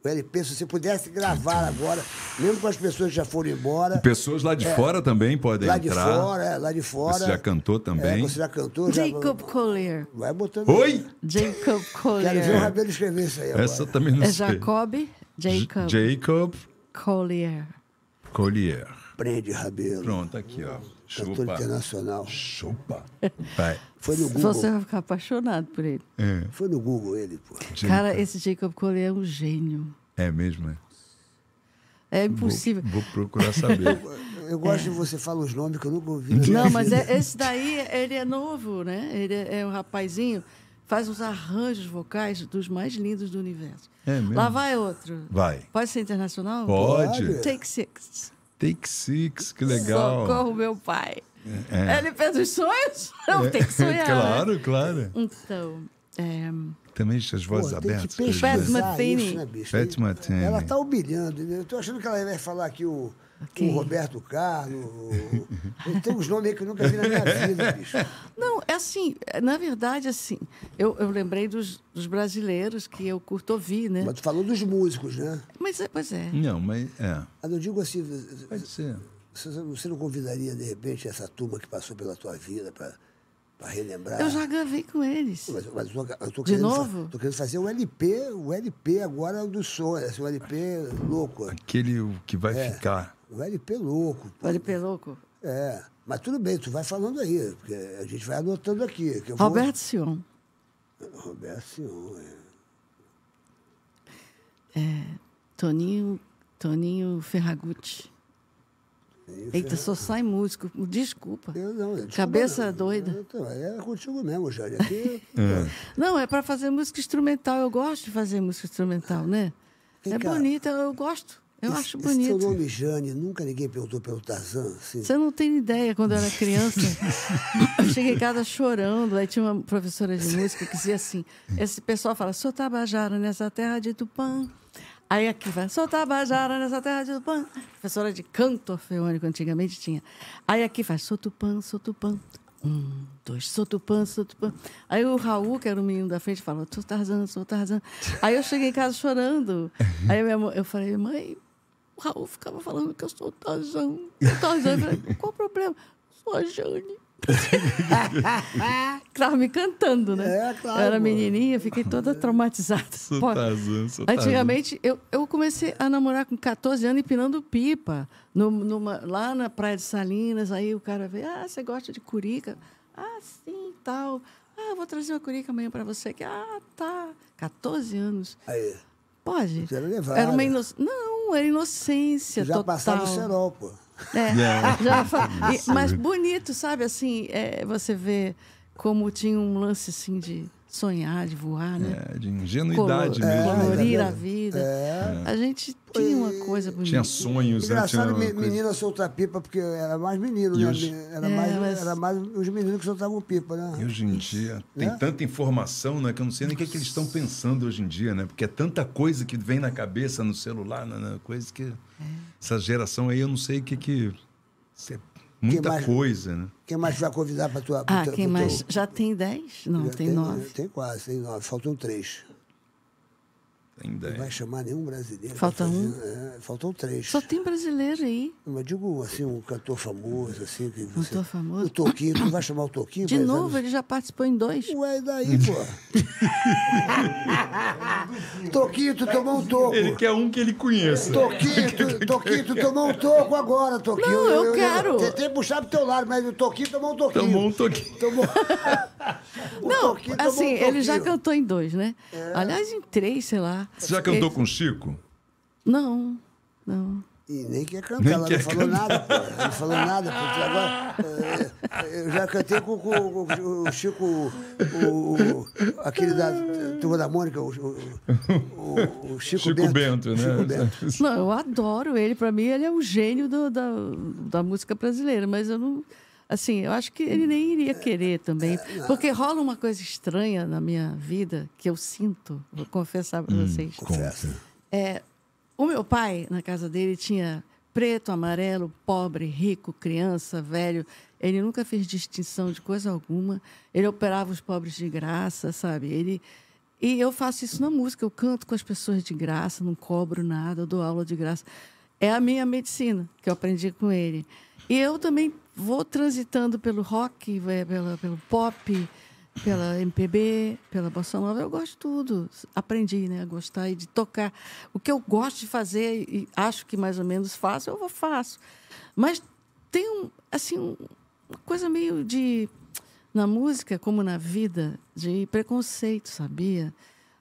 [SPEAKER 4] O LP, se você pudesse gravar agora, mesmo com as pessoas que já foram embora.
[SPEAKER 3] Pessoas lá de fora também podem
[SPEAKER 4] é. Lá de
[SPEAKER 3] entrar.
[SPEAKER 4] fora, é, lá de fora.
[SPEAKER 3] Você já cantou
[SPEAKER 4] É,
[SPEAKER 3] também?
[SPEAKER 4] você já cantou? Já,
[SPEAKER 5] Jacob Collier.
[SPEAKER 4] vai botando.
[SPEAKER 3] Oi?
[SPEAKER 4] *laughs* Quero
[SPEAKER 5] Jacob
[SPEAKER 4] ver o
[SPEAKER 5] Collier.
[SPEAKER 4] Rabelo escrever isso aí agora.
[SPEAKER 3] Essa eu também não
[SPEAKER 5] É
[SPEAKER 3] sei.
[SPEAKER 5] Jacob
[SPEAKER 3] J-
[SPEAKER 5] Jacob
[SPEAKER 3] Jacob
[SPEAKER 5] Collier.
[SPEAKER 3] Collier.
[SPEAKER 4] Prende, Rabelo.
[SPEAKER 3] Pronto, aqui, ó.
[SPEAKER 4] Cantor
[SPEAKER 3] Chupa.
[SPEAKER 4] internacional.
[SPEAKER 5] *laughs*
[SPEAKER 3] Chupa. Vai.
[SPEAKER 4] Foi no Google.
[SPEAKER 5] Você vai ficar apaixonado por ele.
[SPEAKER 3] É,
[SPEAKER 4] Foi no Google ele, pô.
[SPEAKER 3] Tipo,
[SPEAKER 5] Cara, esse Jacob Collier é um gênio.
[SPEAKER 3] é mesmo, é?
[SPEAKER 5] É
[SPEAKER 3] Vou-
[SPEAKER 5] impossível.
[SPEAKER 3] Vou,
[SPEAKER 4] *laughs*
[SPEAKER 3] procurar saber.
[SPEAKER 4] Eu gosto de você falar os nomes que eu nunca ouvi.
[SPEAKER 5] É. Não,
[SPEAKER 3] *laughs*
[SPEAKER 5] mas é- esse daí, ele é novo, né? Ele é, é um rapazinho, faz uns arranjos vocais dos mais lindos do universo.
[SPEAKER 3] É mesmo?
[SPEAKER 5] Lá vai outro.
[SPEAKER 3] Vai.
[SPEAKER 5] Pode ser internacional?
[SPEAKER 3] Pode.
[SPEAKER 5] Take Six.
[SPEAKER 3] Take Six, que legal.
[SPEAKER 5] Socorro, meu pai.
[SPEAKER 3] É. *laughs*
[SPEAKER 5] *laughs* Ele fez os sonhos? Não, tem que sonhar. né?
[SPEAKER 3] claro, claro.
[SPEAKER 5] Então, é,
[SPEAKER 3] Também as vozes
[SPEAKER 4] Pô, tem
[SPEAKER 3] abertas.
[SPEAKER 4] que
[SPEAKER 3] que às
[SPEAKER 4] pesquisar
[SPEAKER 5] Pat
[SPEAKER 3] vezes-
[SPEAKER 5] Metheny.
[SPEAKER 4] isso, né, bicho?
[SPEAKER 3] Pat
[SPEAKER 4] Tem-
[SPEAKER 3] Metheny.
[SPEAKER 4] Ela tá humilhando. né? Eu tô achando que ela vai falar aqui o,
[SPEAKER 5] Ok.
[SPEAKER 4] o Roberto Carlos. o- o- tem uns nomes aí que eu nunca vi na minha vida,
[SPEAKER 5] *laughs*
[SPEAKER 4] bicho.
[SPEAKER 5] Não, é assim, é, na verdade, assim, eu, eu lembrei dos, dos brasileiros que eu curto ouvir, né?
[SPEAKER 4] Mas tu falou dos músicos, né?
[SPEAKER 5] Mas, é, pois é.
[SPEAKER 3] Não, mas é.
[SPEAKER 4] Mas eu digo assim,
[SPEAKER 3] Pode ser.
[SPEAKER 4] você você não convidaria, de repente, essa turma que passou pela tua vida para relembrar?
[SPEAKER 5] Eu já gravei com eles.
[SPEAKER 4] Mas, mas eu tô- eu tô
[SPEAKER 5] De
[SPEAKER 4] querendo, fa-
[SPEAKER 5] novo?
[SPEAKER 4] Tô querendo fazer o LP, o LP agora do som, esse o LP louco.
[SPEAKER 3] Aquele o que vai
[SPEAKER 4] É.
[SPEAKER 3] ficar.
[SPEAKER 4] O LP louco. pô.
[SPEAKER 5] Olha, Peloco.
[SPEAKER 4] É. Mas tudo bem, tu vai falando aí, porque a gente vai anotando aqui. Que eu vou-
[SPEAKER 5] Roberto Sion.
[SPEAKER 4] Roberto Sion, é.
[SPEAKER 5] Toninho, Toninho Ferragutti. Eita, só sai músico. Desculpa.
[SPEAKER 4] Eu não, eu-
[SPEAKER 5] Cabeça
[SPEAKER 4] não,
[SPEAKER 5] doida.
[SPEAKER 4] eu tô- É contigo mesmo, Jorge.
[SPEAKER 5] *laughs*
[SPEAKER 4] Aqui,
[SPEAKER 5] Não, é para fazer música instrumental. Eu gosto de fazer música instrumental, né?
[SPEAKER 4] Vem
[SPEAKER 5] é
[SPEAKER 4] cá.
[SPEAKER 5] bonita, eu gosto. Eu
[SPEAKER 4] esse-
[SPEAKER 5] acho
[SPEAKER 4] Esse teu
[SPEAKER 5] bonito.
[SPEAKER 4] nome, Jane, nunca ninguém perguntou pelo Tarzan, assim.
[SPEAKER 5] Você não tem ideia, quando eu era criança, eu cheguei em casa chorando. Aí tinha uma professora de música que dizia assim: esse pessoal fala, sou tabajara nessa terra de Tupã. Aí aqui vai, sou tabajara nessa terra de Tupã. Professora de canto orfeônico, antigamente tinha. Aí aqui faz, sou Tupã, sou Tupã. Um, dois, sou Tupã, sou Tupã. Aí o Raul, que era o menino da frente, falou, sou Tarzan, sou Tarzan. Aí eu cheguei em casa chorando. Aí minha mãe- eu falei, mãe, o Raul ficava falando que eu sou o Tarzan. O Tarzan, eu falei, qual o problema? Sou a Jane. que *laughs* tava me cantando, né?
[SPEAKER 4] É, claro,
[SPEAKER 5] Eu era
[SPEAKER 4] pô.
[SPEAKER 5] menininha, fiquei toda traumatizada.
[SPEAKER 3] Sou
[SPEAKER 5] Pô,
[SPEAKER 3] Tarzan, sou Tarzan.
[SPEAKER 5] Antigamente, eu, eu comecei a namorar com 14 anos empinando pipa. no- numa- lá na Praia de Salinas, aí o cara veio, ah, você gosta de curica? Ah, sim, tal. Ah, vou trazer uma curica amanhã para você. Que, ah, tá. 14 anos.
[SPEAKER 4] Aí,
[SPEAKER 5] é Pode.
[SPEAKER 4] Você era levada.
[SPEAKER 5] Era uma inoc... Não, era inocência
[SPEAKER 4] tu já
[SPEAKER 5] total.
[SPEAKER 4] passava o cerol, pô.
[SPEAKER 5] É,
[SPEAKER 3] *laughs* Yeah.
[SPEAKER 5] já fa- e- mas bonito, sabe? Assim, é, você vê como tinha um lance assim de sonhar, de voar, né?
[SPEAKER 3] É, de ingenuidade
[SPEAKER 5] Colo-
[SPEAKER 3] mesmo. né?
[SPEAKER 4] É.
[SPEAKER 5] Colorir
[SPEAKER 4] É.
[SPEAKER 5] a vida. A gente tinha uma coisa bonita.
[SPEAKER 3] Tinha sonhos, né? Tinha
[SPEAKER 4] Engraçado,
[SPEAKER 3] uma
[SPEAKER 4] me-
[SPEAKER 3] coisa-
[SPEAKER 4] menina soltar pipa, porque era mais menino,
[SPEAKER 3] E
[SPEAKER 4] né?
[SPEAKER 3] os-
[SPEAKER 4] Era,
[SPEAKER 5] É,
[SPEAKER 4] mais,
[SPEAKER 5] mas-
[SPEAKER 4] era mais os meninos que soltavam pipa, né?
[SPEAKER 3] E hoje em dia tem
[SPEAKER 4] Né?
[SPEAKER 3] tanta informação, né, que eu não sei nem o que, é que eles estão pensando hoje em dia, né? Porque é tanta coisa que vem na cabeça, no celular, na, na coisa que
[SPEAKER 5] É.
[SPEAKER 3] essa geração aí eu não sei o que que se é muita
[SPEAKER 4] mais-
[SPEAKER 3] coisa, né?
[SPEAKER 4] Quem mais vai convidar para tua pro
[SPEAKER 5] Ah,
[SPEAKER 4] teu-
[SPEAKER 5] quem
[SPEAKER 4] pro teu-
[SPEAKER 5] mais? Já tem 10? Não,
[SPEAKER 4] Já
[SPEAKER 5] tem 9.
[SPEAKER 4] Tem quase, tem nove. Faltam três.
[SPEAKER 3] Ainda
[SPEAKER 4] Não vai
[SPEAKER 3] é.
[SPEAKER 4] chamar nenhum brasileiro.
[SPEAKER 5] Falta
[SPEAKER 4] pra fazer-
[SPEAKER 5] um?
[SPEAKER 4] É, faltam três.
[SPEAKER 5] Só tem brasileiro aí.
[SPEAKER 4] Mas digo assim, um cantor famoso, assim. Que você...
[SPEAKER 5] Um Cantor famoso.
[SPEAKER 4] O Toquinho, tu não vai chamar o Toquinho?
[SPEAKER 5] De
[SPEAKER 4] mas-
[SPEAKER 5] novo, ele já participou em dois.
[SPEAKER 4] Ué, e daí,
[SPEAKER 3] *laughs*
[SPEAKER 4] pô? Toquinho, tu tomou um toco.
[SPEAKER 3] Ele quer um que ele conheça.
[SPEAKER 4] Toquinho, tu, Toquinho, tu tomou um toco agora, Toquinho.
[SPEAKER 5] Não, eu quero.
[SPEAKER 4] Tentei puxar pro teu lado, mas o Toquinho tomou um toquinho.
[SPEAKER 3] Tomou um toquinho.
[SPEAKER 5] *laughs*
[SPEAKER 4] Tomou... O
[SPEAKER 5] Não,
[SPEAKER 4] Toquinho tomou
[SPEAKER 5] assim,
[SPEAKER 4] um
[SPEAKER 5] ele já
[SPEAKER 4] toquinho.
[SPEAKER 5] cantou em dois, né? Aliás, em três, sei lá.
[SPEAKER 3] Você já
[SPEAKER 5] Ele-
[SPEAKER 3] cantou com o Chico?
[SPEAKER 5] Não, não.
[SPEAKER 4] E nem quer cantar,
[SPEAKER 3] Nem
[SPEAKER 4] ela
[SPEAKER 3] quer
[SPEAKER 4] não falou nada, pô. Ela Não falou nada, porque agora. eh, Eu já cantei com, com- com o Chico, o, o- aquele da turma da Mônica, o, o- o- o Chico,
[SPEAKER 3] Chico Bento, né?
[SPEAKER 4] Chico Bento.
[SPEAKER 5] Não, eu adoro ele. Para mim, ele é o gênio do- da, da música brasileira. Mas eu não. Assim, eu acho que ele nem iria querer também. Porque rola uma coisa estranha na minha vida que eu sinto, vou confessar para vocês.
[SPEAKER 4] Confessa.
[SPEAKER 5] É, o meu pai, na casa dele, tinha preto, amarelo, pobre, rico, criança, velho. Ele nunca fez distinção de coisa alguma. Ele operava os pobres de graça, sabe? Ele e eu faço isso na música. Eu canto com as pessoas de graça, não cobro nada, eu dou aula de graça. É a minha medicina que eu aprendi com ele. E eu também vou transitando pelo rock, eh, pela, pelo pop, pela MPB, pela bossa nova, eu gosto de tudo. Aprendi, né, a gostar e de tocar. O que eu gosto de fazer e acho que mais ou menos faço, eu vou faço. Mas tem um, assim, um- uma coisa meio de na música como na vida de preconceito, sabia?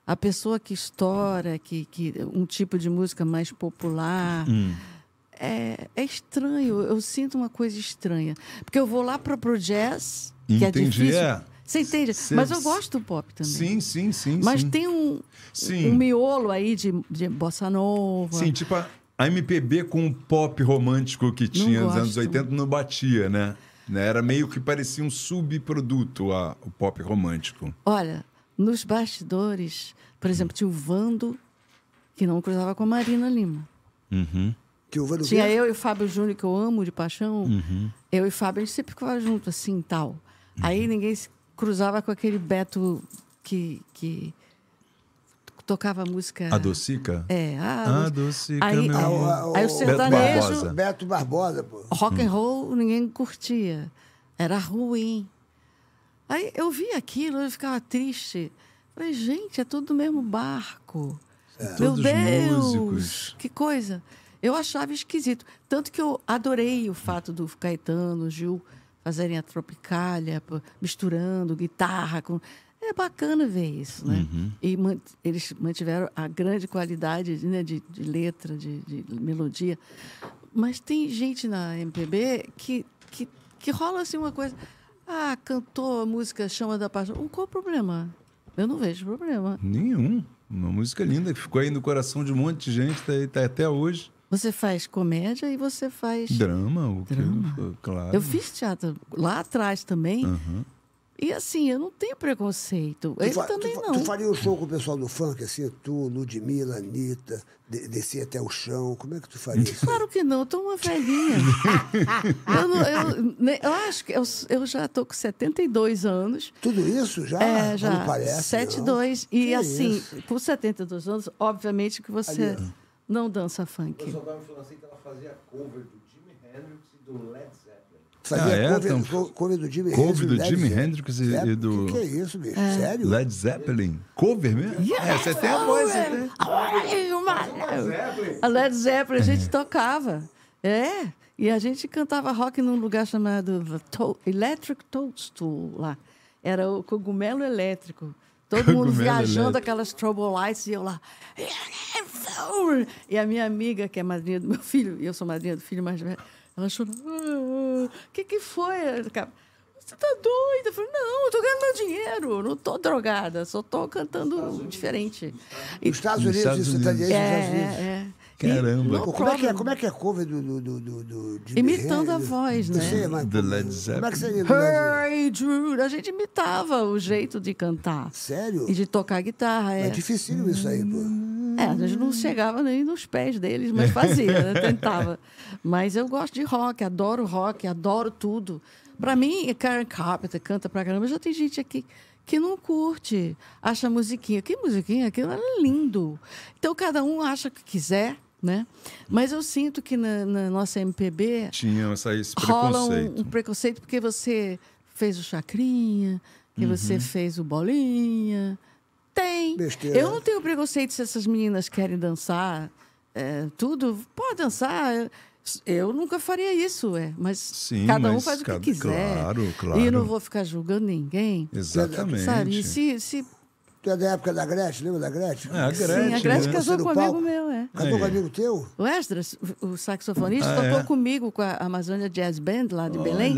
[SPEAKER 5] A pessoa que estoura, que, que um tipo de música mais popular,
[SPEAKER 3] Hum.
[SPEAKER 5] é, é estranho. Eu sinto uma coisa estranha, porque eu vou lá para pro jazz, que é
[SPEAKER 3] Entendi,
[SPEAKER 5] difícil.
[SPEAKER 3] é.
[SPEAKER 5] Você entende?
[SPEAKER 3] Cê-
[SPEAKER 5] Mas eu gosto do pop também.
[SPEAKER 3] Sim, sim, sim.
[SPEAKER 5] Mas
[SPEAKER 3] sim.
[SPEAKER 5] tem um,
[SPEAKER 3] Sim.
[SPEAKER 5] um miolo aí de, de bossa nova.
[SPEAKER 3] Sim, tipo a, a MPB com o pop romântico que tinha nos anos
[SPEAKER 5] gosto.
[SPEAKER 3] 80 não batia, né? Né? Era meio que parecia um subproduto a, o pop romântico.
[SPEAKER 5] Olha, nos bastidores, por exemplo, tinha o Vando, que não cruzava com a Marina Lima.
[SPEAKER 4] Que o Vando
[SPEAKER 5] Tinha
[SPEAKER 4] Verde-
[SPEAKER 5] eu e o Fábio Júnior, que eu amo de paixão.
[SPEAKER 3] Uhum.
[SPEAKER 5] Eu e o Fábio, a gente sempre ficava junto, assim, tal. Aí ninguém se cruzava com aquele Beto que, que tocava música...
[SPEAKER 3] A docica?
[SPEAKER 5] É,
[SPEAKER 3] A
[SPEAKER 5] ah,
[SPEAKER 3] docica,
[SPEAKER 5] aí-
[SPEAKER 3] meu
[SPEAKER 5] Ah,
[SPEAKER 3] amor.
[SPEAKER 4] Ah,
[SPEAKER 5] Aí o
[SPEAKER 4] Beto
[SPEAKER 5] sertanejo,
[SPEAKER 3] Barbosa.
[SPEAKER 4] Beto Barbosa, pô.
[SPEAKER 5] rock and roll, ninguém curtia. Era ruim. Aí eu via aquilo, eu ficava triste. Falei, gente, é tudo do mesmo barco. Meu
[SPEAKER 3] É, Todos
[SPEAKER 5] Deus,
[SPEAKER 3] músicos.
[SPEAKER 5] que coisa. Eu achava esquisito. Tanto que eu adorei o fato do Caetano, Gil fazerem a Tropicália, pô, misturando guitarra com... É bacana ver isso, né? E man- eles mantiveram a grande qualidade né, de, de letra, de, de melodia. Mas tem gente na MPB que, que, que rola assim uma coisa... Ah, cantou a música Chama da Paixão. Qual o problema? Eu não vejo problema.
[SPEAKER 3] Nenhum. Uma música linda que ficou aí no coração de um monte de gente, tá, aí- tá até hoje.
[SPEAKER 5] Você faz comédia e você faz.
[SPEAKER 3] Drama, o que
[SPEAKER 5] Drama.
[SPEAKER 3] claro.
[SPEAKER 5] Eu fiz teatro lá atrás também. E assim, eu não tenho preconceito. Ele
[SPEAKER 4] fa-
[SPEAKER 5] também
[SPEAKER 4] Uhum. tu, fa-
[SPEAKER 5] não.
[SPEAKER 4] tu faria um show com o pessoal do funk, assim, tu, Ludmilla, Anitta, de- descer até o chão, como é que tu faria isso?
[SPEAKER 5] Claro que não, eu tô
[SPEAKER 4] *laughs*
[SPEAKER 5] uma velhinha. eu, não- eu- né, eu acho que eu, eu já tô com 72 anos.
[SPEAKER 4] Tudo isso já?
[SPEAKER 5] É, já.
[SPEAKER 4] Ah, Não parece, não.
[SPEAKER 5] 7-2. E
[SPEAKER 4] Que
[SPEAKER 5] assim,
[SPEAKER 4] isso?
[SPEAKER 5] com 72 anos, obviamente que você
[SPEAKER 4] Ali, ó.
[SPEAKER 5] não dança funk.
[SPEAKER 10] Eu tava me falando assim que ela fazia cover do Jimi Hendrix e do Led Zeppelin.
[SPEAKER 4] Fazia
[SPEAKER 3] Ah, é?
[SPEAKER 4] cover,
[SPEAKER 3] Então,
[SPEAKER 4] co- cover do Jimi
[SPEAKER 3] cover
[SPEAKER 4] Hendrix.
[SPEAKER 3] do
[SPEAKER 4] Led
[SPEAKER 3] Jimi
[SPEAKER 4] Zeppelin.
[SPEAKER 3] Hendrix e-
[SPEAKER 4] Sério?
[SPEAKER 3] e do-
[SPEAKER 4] Que, que é isso, bicho? Sério?
[SPEAKER 3] Led Zeppelin. Cover mesmo? É, você tem
[SPEAKER 5] Oh,
[SPEAKER 3] a voz. né? você tem.
[SPEAKER 5] A Led Zeppelin, a gente tocava. É. E a gente cantava rock num lugar chamado To- Electric Toadstool lá. Era o cogumelo elétrico. Todo mundo
[SPEAKER 3] Cogumelo
[SPEAKER 5] viajando
[SPEAKER 3] elétrico.
[SPEAKER 5] aquelas trouble lights e eu lá. E a minha amiga, que é madrinha do meu filho, e eu sou madrinha do filho mais velho, ela chorou. O que, que foi? cara? Você tá doida? Eu falei, não, eu tô ganhando meu dinheiro, não tô drogada, só tô cantando diferente. E-
[SPEAKER 4] Nos Estados Unidos,
[SPEAKER 3] Estados
[SPEAKER 4] isso,
[SPEAKER 3] Unidos.
[SPEAKER 4] italiano,
[SPEAKER 5] é,
[SPEAKER 4] nos Estados Unidos.
[SPEAKER 5] é.
[SPEAKER 3] Caramba.
[SPEAKER 5] E-
[SPEAKER 3] Pô,
[SPEAKER 4] Pô,
[SPEAKER 5] no
[SPEAKER 4] como, é que é,
[SPEAKER 5] problem.
[SPEAKER 4] como é que é cover do, do, do, do, do Jimi
[SPEAKER 5] Imitando a
[SPEAKER 4] Hendrix?
[SPEAKER 5] voz,
[SPEAKER 4] Não
[SPEAKER 5] né?
[SPEAKER 4] sei, mas
[SPEAKER 3] Do Led
[SPEAKER 4] Como é
[SPEAKER 3] Zeppelin.
[SPEAKER 4] que seria do Led
[SPEAKER 5] Hey, Jude! A gente imitava o jeito de cantar.
[SPEAKER 4] Sério?
[SPEAKER 5] E de tocar guitarra. É,
[SPEAKER 4] É dificílimo isso aí, pô.
[SPEAKER 5] É, a gente não chegava nem nos pés deles, mas fazia, né? tentava. Mas eu gosto de rock, adoro rock, adoro tudo. Pra mim, Karen Carpenter canta pra caramba. Já tem gente aqui que não curte, acha musiquinha. Que musiquinha? Aquilo era lindo. Então, cada um acha o que quiser, né? Mas eu sinto que na, na nossa MPB
[SPEAKER 3] Tinha essa, esse
[SPEAKER 5] rola um,
[SPEAKER 3] preconceito.
[SPEAKER 5] um preconceito porque você fez o chacrinha, que
[SPEAKER 3] Uhum.
[SPEAKER 5] você fez o bolinha. Tem.
[SPEAKER 4] Besteira.
[SPEAKER 5] Eu não tenho preconceito se essas meninas querem dançar, é, tudo. Pode dançar. Eu nunca faria isso, é. Mas
[SPEAKER 3] Sim,
[SPEAKER 5] cada um
[SPEAKER 3] mas
[SPEAKER 5] faz o que
[SPEAKER 3] cada-
[SPEAKER 5] quiser.
[SPEAKER 3] claro,
[SPEAKER 5] E
[SPEAKER 3] claro.
[SPEAKER 5] não vou ficar julgando ninguém.
[SPEAKER 3] Exatamente.
[SPEAKER 5] Sabe? E se, se,
[SPEAKER 4] Tu é da época da Gretchen, lembra da Gretchen?
[SPEAKER 3] É, a Gretchen,
[SPEAKER 5] sim, a Gretchen
[SPEAKER 3] né?
[SPEAKER 5] casou
[SPEAKER 4] Você
[SPEAKER 5] com um
[SPEAKER 4] no
[SPEAKER 5] amigo
[SPEAKER 4] palco?
[SPEAKER 5] meu, é.
[SPEAKER 4] Cadê o
[SPEAKER 3] Aí.
[SPEAKER 4] amigo teu?
[SPEAKER 5] O Esdras, o saxofonista,
[SPEAKER 3] Ah,
[SPEAKER 5] tocou
[SPEAKER 3] é?
[SPEAKER 5] comigo com a Amazônia Jazz Band lá de
[SPEAKER 3] Olha.
[SPEAKER 5] Belém.